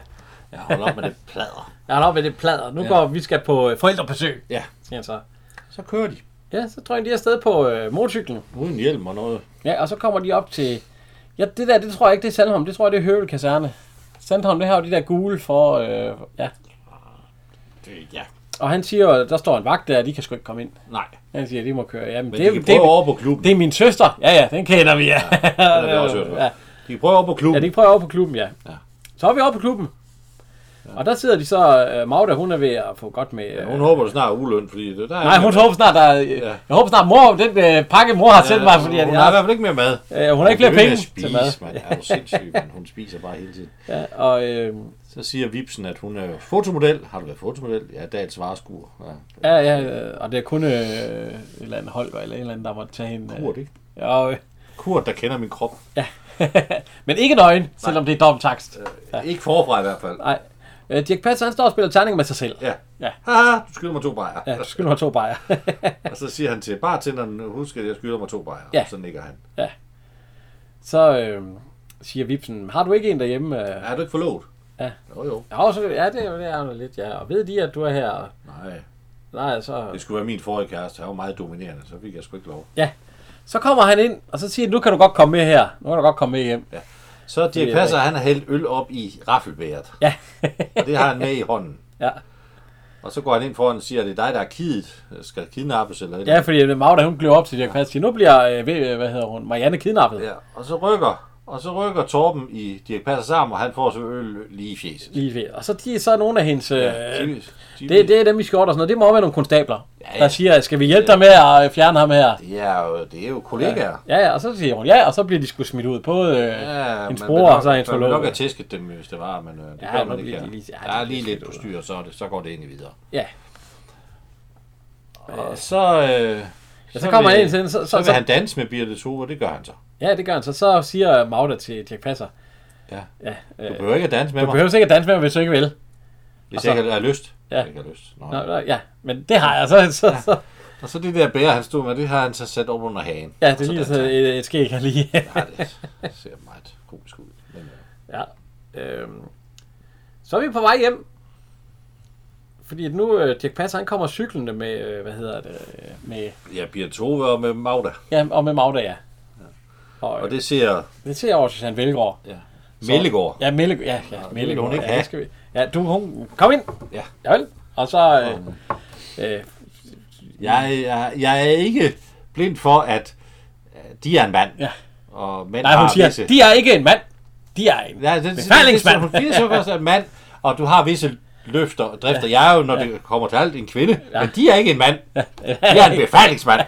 Speaker 2: Ja, hold op med det plader.
Speaker 1: Jeg har op med det plader. Nu ja. går vi skal på øh, forældrebesøg,
Speaker 2: Ja,
Speaker 1: siger han så.
Speaker 2: så kører de.
Speaker 1: Ja, så tror jeg, de er afsted på øh, motorcyklen.
Speaker 2: Uden hjelm og noget.
Speaker 1: Ja, og så kommer de op til... Ja, det der, det tror jeg ikke, det er Sandholm. Det tror jeg, det er Høvel Kaserne. Sandholm, det har jo de der gule for... Øh, ja.
Speaker 2: Det, ja.
Speaker 1: Og han siger, jo, der står en vagt der, de kan sgu ikke komme ind.
Speaker 2: Nej,
Speaker 1: Han siger, de må køre. Jamen,
Speaker 2: men
Speaker 1: det,
Speaker 2: de
Speaker 1: det,
Speaker 2: kan prøve over på klubben.
Speaker 1: det, er min søster. Ja, ja, den kender vi, ja.
Speaker 2: Det har vi også hørt.
Speaker 1: ja.
Speaker 2: Ja. De kan prøve over på
Speaker 1: Ja,
Speaker 2: klubben.
Speaker 1: de prøver over på klubben, ja.
Speaker 2: Ja.
Speaker 1: Så er vi over på klubben. Ja. Og der sidder de så, øh, Magda, hun er ved at få godt med...
Speaker 2: Ja,
Speaker 1: Øh,
Speaker 2: hun håber, det snart er uløn, fordi det der er
Speaker 1: nej,
Speaker 2: ikke
Speaker 1: hun
Speaker 2: mere-
Speaker 1: håber snart, der, er-
Speaker 2: Ja.
Speaker 1: jeg håber snart, mor, den øh, pakke, mor har sendt mig, fordi at
Speaker 2: hun
Speaker 1: jeg
Speaker 2: har i hvert fald ikke mere mad.
Speaker 1: Øh, hun har ikke flere
Speaker 2: bliver ved
Speaker 1: penge
Speaker 2: med at
Speaker 1: til
Speaker 2: spise,
Speaker 1: mad.
Speaker 2: Mand. Er du sindssyg, mand. Hun spiser bare hele tiden.
Speaker 1: Ja, og øh,
Speaker 2: Så siger Vipsen, at hun er fotomodel. Har du været fotomodel? Ja, dagens vareskur. Ja.
Speaker 1: ja, ja, øh, og det er kun øh, et eller andet Holger eller en eller anden, der måtte tage hende.
Speaker 2: Kurt, ikke?
Speaker 1: Ja, øh,
Speaker 2: Kurt, der kender min krop.
Speaker 1: men ikke nøgen, selvom det er dobbelt takst.
Speaker 2: Ja. Ikke forfra i hvert fald.
Speaker 1: Nej. Øh, Dirk Passer, han står og spiller terning med sig selv.
Speaker 2: Ja.
Speaker 1: Ja.
Speaker 2: Haha, du skylder mig to bajer.
Speaker 1: Ja, du skal nu have to bajer.
Speaker 2: Og så siger han til bartenderen, husk, at jeg skylder mig to bajer.
Speaker 1: Ja.
Speaker 2: Så nikker han.
Speaker 1: så øh, siger Vipsen, har du ikke en derhjemme? Ja,
Speaker 2: Er du ikke forlovet?
Speaker 1: Ja.
Speaker 2: Jo, jo.
Speaker 1: ja, så, ja det, det er jo lidt, ja. Og ved de, at du er her?
Speaker 2: Nej.
Speaker 1: Nej,
Speaker 2: Det
Speaker 1: så...
Speaker 2: skulle være min forrige kæreste. Han var meget dominerende, så fik jeg sgu ikke lov.
Speaker 1: Så kommer han ind, og så siger han, nu kan du godt komme med her. Nu kan du godt komme med hjem.
Speaker 2: Så
Speaker 1: Det er
Speaker 2: Dirk Passer, han har hældt øl op i raffelbæret.
Speaker 1: Ja.
Speaker 2: Og det har han med i hånden.
Speaker 1: Ja.
Speaker 2: Og så går han ind foran og siger, at det er dig, der er kidet. Skal kidnappes eller et
Speaker 1: Ja, fordi øh, Magda, hun blev op til Dirk Passer, siger, nu bliver, øh, ved- hvad hedder hun, Marianne kidnappet.
Speaker 2: Ja, og så rykker, og så rykker Torben i Dirk Passer sammen, og han får så øl lige i fjeset.
Speaker 1: Lige ved. Og så, de, så er nogle af hendes...
Speaker 2: Ja,
Speaker 1: Øh,
Speaker 2: Jimmy- Jimmy-
Speaker 1: det, det er dem i skjort og sådan noget. Det må være nogle konstabler, ja,
Speaker 2: Ja,
Speaker 1: ja.
Speaker 2: ja.
Speaker 1: der siger, skal vi hjælpe dig med at øh, fjerne ham her?
Speaker 2: det er jo, det er jo kollegaer.
Speaker 1: Ja, ja, og så siger hun ja, og så bliver de sgu smidt ud. Både øh, ja,
Speaker 2: Ja,
Speaker 1: hendes
Speaker 2: man
Speaker 1: bror
Speaker 2: vil nok-
Speaker 1: og så hendes
Speaker 2: Man vil nok have
Speaker 1: forlovede.
Speaker 2: tæsket dem, hvis det var, men øh, det
Speaker 1: Ja,
Speaker 2: ja,
Speaker 1: nu
Speaker 2: kan man ikke
Speaker 1: bliver
Speaker 2: her.
Speaker 1: de lige- ja,
Speaker 2: Ja,
Speaker 1: de
Speaker 2: der er
Speaker 1: bliver
Speaker 2: lige
Speaker 1: smidt
Speaker 2: lidt
Speaker 1: ud.
Speaker 2: på styr, så, er det, så går det egentlig videre.
Speaker 1: Ja.
Speaker 2: Og så, øh, ja,
Speaker 1: så kommer han ind til den, så-
Speaker 2: så,
Speaker 1: så-
Speaker 2: så, vil
Speaker 1: så-
Speaker 2: han danse med Birte Tove, det gør han så.
Speaker 1: ja, det gør han. Så, så siger Magda til Dirk Passer,
Speaker 2: Ja.
Speaker 1: ja,
Speaker 2: Du
Speaker 1: øh,
Speaker 2: behøver ikke at danse med
Speaker 1: du
Speaker 2: mig,
Speaker 1: behøver sikkert danse med mig, hvis du ikke vil.
Speaker 2: hvis
Speaker 1: så-
Speaker 2: jeg ikke har lyst.
Speaker 1: Ja.
Speaker 2: Jeg ikke har lyst. Nå.
Speaker 1: Nå, nå, ja, men det har jeg. Så, så, så,
Speaker 2: Og så det der bære, han stod med, det har han så sat op under hagen.
Speaker 1: ja,
Speaker 2: Og
Speaker 1: det er lige
Speaker 2: danser
Speaker 1: sådan
Speaker 2: han.
Speaker 1: et, et skæg, jeg lige...
Speaker 2: Ja, det ser meget komisk ud. Men, øh,
Speaker 1: Ja. Øhm. Så er vi på vej hjem. Fordi at nu, øh, Dirk Passer, han kommer cyklende med, øh, hvad hedder det, øh, med,
Speaker 2: Ja, Birte Tove og med Magda.
Speaker 1: ja, og med Magda, ja. Og, øh,
Speaker 2: Og
Speaker 1: det,
Speaker 2: det ser
Speaker 1: det ser jeg over Susanne Velgaard.
Speaker 2: ja. Mellegård.
Speaker 1: Ja, Melle, ja, ja, Melle,
Speaker 2: hun ikke
Speaker 1: ja, det
Speaker 2: have.
Speaker 1: skal vi. Ja, du, hun, kom ind.
Speaker 2: Ja.
Speaker 1: Ja, vel. Og så, øh, øh,
Speaker 2: Jeg, jeg, jeg er ikke blind for, at øh, de er en mand.
Speaker 1: Ja.
Speaker 2: Og mænd
Speaker 1: nej, hun
Speaker 2: har
Speaker 1: siger,
Speaker 2: visse...
Speaker 1: de er ikke en mand. De er en
Speaker 2: Ja, det, det, det,
Speaker 1: befalingsmand.
Speaker 2: det, det, det, det, det, en mand, og du har visse løfter og drifter. Jeg er jo, når det kommer til alt, en kvinde. Men de er ikke en mand. De er en befalingsmand.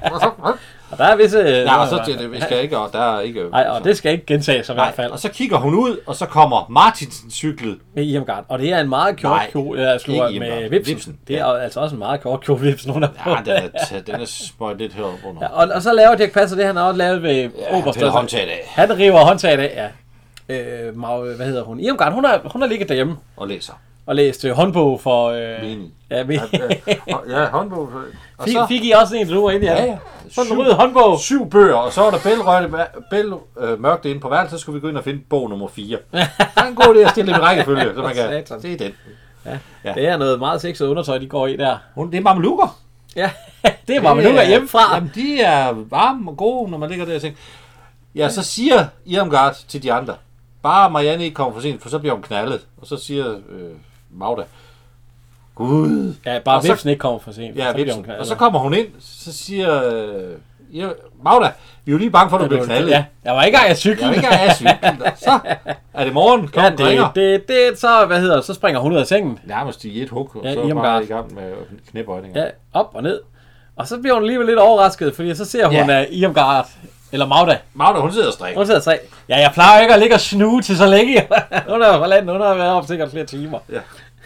Speaker 1: Og der er visse... øh,
Speaker 2: Nej, og så det, det, vi skal ikke, og der er ikke...
Speaker 1: Nej, og det skal ikke gentages i
Speaker 2: Nej,
Speaker 1: hvert fald.
Speaker 2: og så kigger hun ud, og så kommer Martinsen cyklet.
Speaker 1: Med Irmgard. Og det er en meget kort
Speaker 2: Nej,
Speaker 1: kjole, jeg slutter
Speaker 2: ikke
Speaker 1: med
Speaker 2: Irmgard.
Speaker 1: Vipsen.
Speaker 2: Vipsen,
Speaker 1: Det er altså også en meget kort kjole, Vipsen. Hun er på.
Speaker 2: Ja, den er, den er smøjt lidt heroppe under.
Speaker 1: Ja, og, og så laver Dirk Passer det, han har også lavet ved ja,
Speaker 2: piller håndtaget af.
Speaker 1: Han river håndtaget af, ja. Øh, Mag, hvad hedder hun? Irmgard, hun har, hun har ligget derhjemme
Speaker 2: Og læser.
Speaker 1: og læst øh, håndbog for... Øh,
Speaker 2: Menig.
Speaker 1: Ja, men,
Speaker 2: Ja, håndbog. Og
Speaker 1: fik,
Speaker 2: så,
Speaker 1: fik I også en, nu ind i
Speaker 2: ja, ja.
Speaker 1: Sådan en
Speaker 2: Syv-
Speaker 1: rød håndbog.
Speaker 2: syv bøger, og så var der bælrøgte, bæl, øh, mørkt inde på værelset, så skulle vi gå ind og finde bog nummer 4. Det er en god idé at stille dem i rækkefølge, så man kan...
Speaker 1: Satan.
Speaker 2: Det er den. Ja.
Speaker 1: Det er noget meget sexet undertøj, de går i der.
Speaker 2: Hun, det er mamelukker.
Speaker 1: Ja, det var man nu
Speaker 2: er- øh,
Speaker 1: hjemmefra.
Speaker 2: Jamen, de er varme og gode, når man ligger der og tænker. Ja, så siger Irmgard til de andre, bare Marianne ikke kommer for sent, for så bliver hun knaldet. Og så siger øh, Magda, Gud,
Speaker 1: Ja, bare
Speaker 2: Og så-
Speaker 1: Vipsen ikke kommer for sent.
Speaker 2: Ja,
Speaker 1: så bliver
Speaker 2: Vipsen.
Speaker 1: hun knaldet.
Speaker 2: Og så kommer hun ind, så siger... Øh, ja, Magda, vi er jo lige bange for, at du bliver knaldet.
Speaker 1: Ja,
Speaker 2: Ja.
Speaker 1: jeg var ikke engang af
Speaker 2: Jeg
Speaker 1: cyklen.
Speaker 2: vil ikke engang have cyklen. Så er det morgen,
Speaker 1: Ja,
Speaker 2: klokken ja, ringer.
Speaker 1: det, det, det, så, hvad hedder, det, så springer hun ud af sengen.
Speaker 2: Nærmest i et hug, og
Speaker 1: Ja,
Speaker 2: ja, så
Speaker 1: Irmgard.
Speaker 2: bare i gang med knæbøjninger. Ja.
Speaker 1: Ja, op og ned. Og så bliver hun alligevel lidt overrasket, fordi så ser hun
Speaker 2: Ja.
Speaker 1: ja. uh, Irmgard, eller Magda.
Speaker 2: Magda, hun sidder og strikker.
Speaker 1: Hun sidder og sagde, ja, jeg plejer jo ikke at ligge og snuge til så længe. hun har jo forladt, hun har været op sikkert flere timer.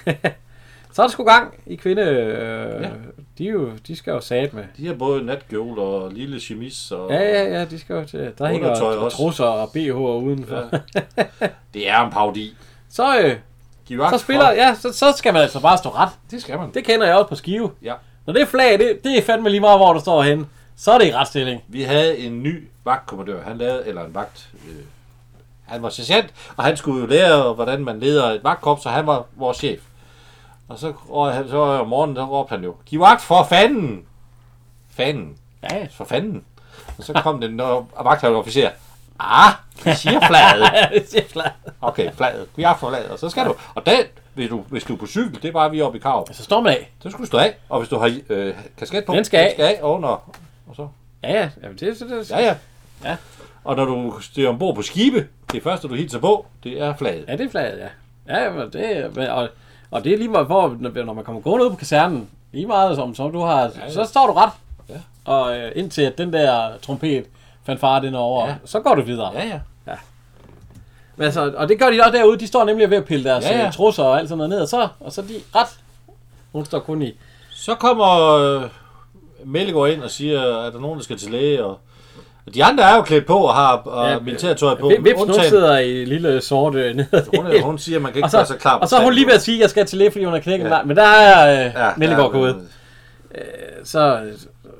Speaker 2: Ja.
Speaker 1: så er der sgu gang i kvinde. Øh, ja.
Speaker 2: Ja.
Speaker 1: de, er jo, de skal jo sat med.
Speaker 2: De har både natkjole og lille chemis. Og...
Speaker 1: Ja, ja, ja, de skal jo til. Der hænger
Speaker 2: Undertøj
Speaker 1: tr-
Speaker 2: også.
Speaker 1: trusser og BH'er udenfor. Ja.
Speaker 2: Ja. Det er en parodi.
Speaker 1: Så, øh,
Speaker 2: De er
Speaker 1: så spiller, ja, så, så skal man altså bare stå ret.
Speaker 2: Det skal man.
Speaker 1: Det kender jeg også på skive.
Speaker 2: Ja.
Speaker 1: Når det er flag, det, det er fandme lige meget, hvor du står henne. Så er det i retstilling.
Speaker 2: Vi havde en ny vagtkommandør. Han lavede, eller en vagt... Øh, han var sergeant, og han skulle jo lære, hvordan man leder et vagtkorps, så han var vores chef. Og så, og han, så om morgenen, så råbte han jo, giv vagt for fanden! Fanden.
Speaker 1: Ja,
Speaker 2: For fanden. Og så kom den og vagthavneofficer. Ah, de siger flaget.
Speaker 1: det er klart.
Speaker 2: Okay, flaget. Vi er for flaget, og så skal du. Og den, hvis du, hvis du er på cykel, det var vi oppe i Karup.
Speaker 1: Så står man af.
Speaker 2: Så skulle du stå af, og hvis du har øh, kasket på,
Speaker 1: Den skal af.
Speaker 2: den skal af og under. Og så,
Speaker 1: Ja, ja. Jamen, det, det, det,
Speaker 2: ja, ja.
Speaker 1: Ja.
Speaker 2: Og når du stiger ombord på skibe, det første, du hilser på, det er flaget.
Speaker 1: ja, det er flaget, ja. Ja, men det, men- og, og det er lige meget, hvor, når når man kommer gående ud på kasernen, lige meget som, som du har, ja,
Speaker 2: ja.
Speaker 1: så står du ret.
Speaker 2: Ja.
Speaker 1: Og øh, indtil at den der trompet fanfare den er over, ja.
Speaker 2: Ja.
Speaker 1: så går du videre.
Speaker 2: Ja, ja.
Speaker 1: Men altså, og det gør de også derude, de står nemlig ved at pille deres
Speaker 2: Ja,
Speaker 1: ja,
Speaker 2: ja.
Speaker 1: ja. trusser og alt sådan noget ned, og så, og så er de ret. Hun står kun i.
Speaker 2: Så kommer øh, Mellegård ind og siger, er der nogen, der skal til læge? Og, og de andre er jo klædt på og har og
Speaker 1: Ja,
Speaker 2: ja, militærtøj på.
Speaker 1: Vips, hun
Speaker 2: undtagen-
Speaker 1: sidder i lille sorte nede.
Speaker 2: hun, er- hun siger, at man kan ikke
Speaker 1: Og
Speaker 2: så, være
Speaker 1: så,
Speaker 2: så klar på
Speaker 1: og så er hun
Speaker 2: standen
Speaker 1: lige ved at sige, at jeg skal til læge, fordi hun har knækket ja. Men der er øh, ja, Mellegård gået. Så øh,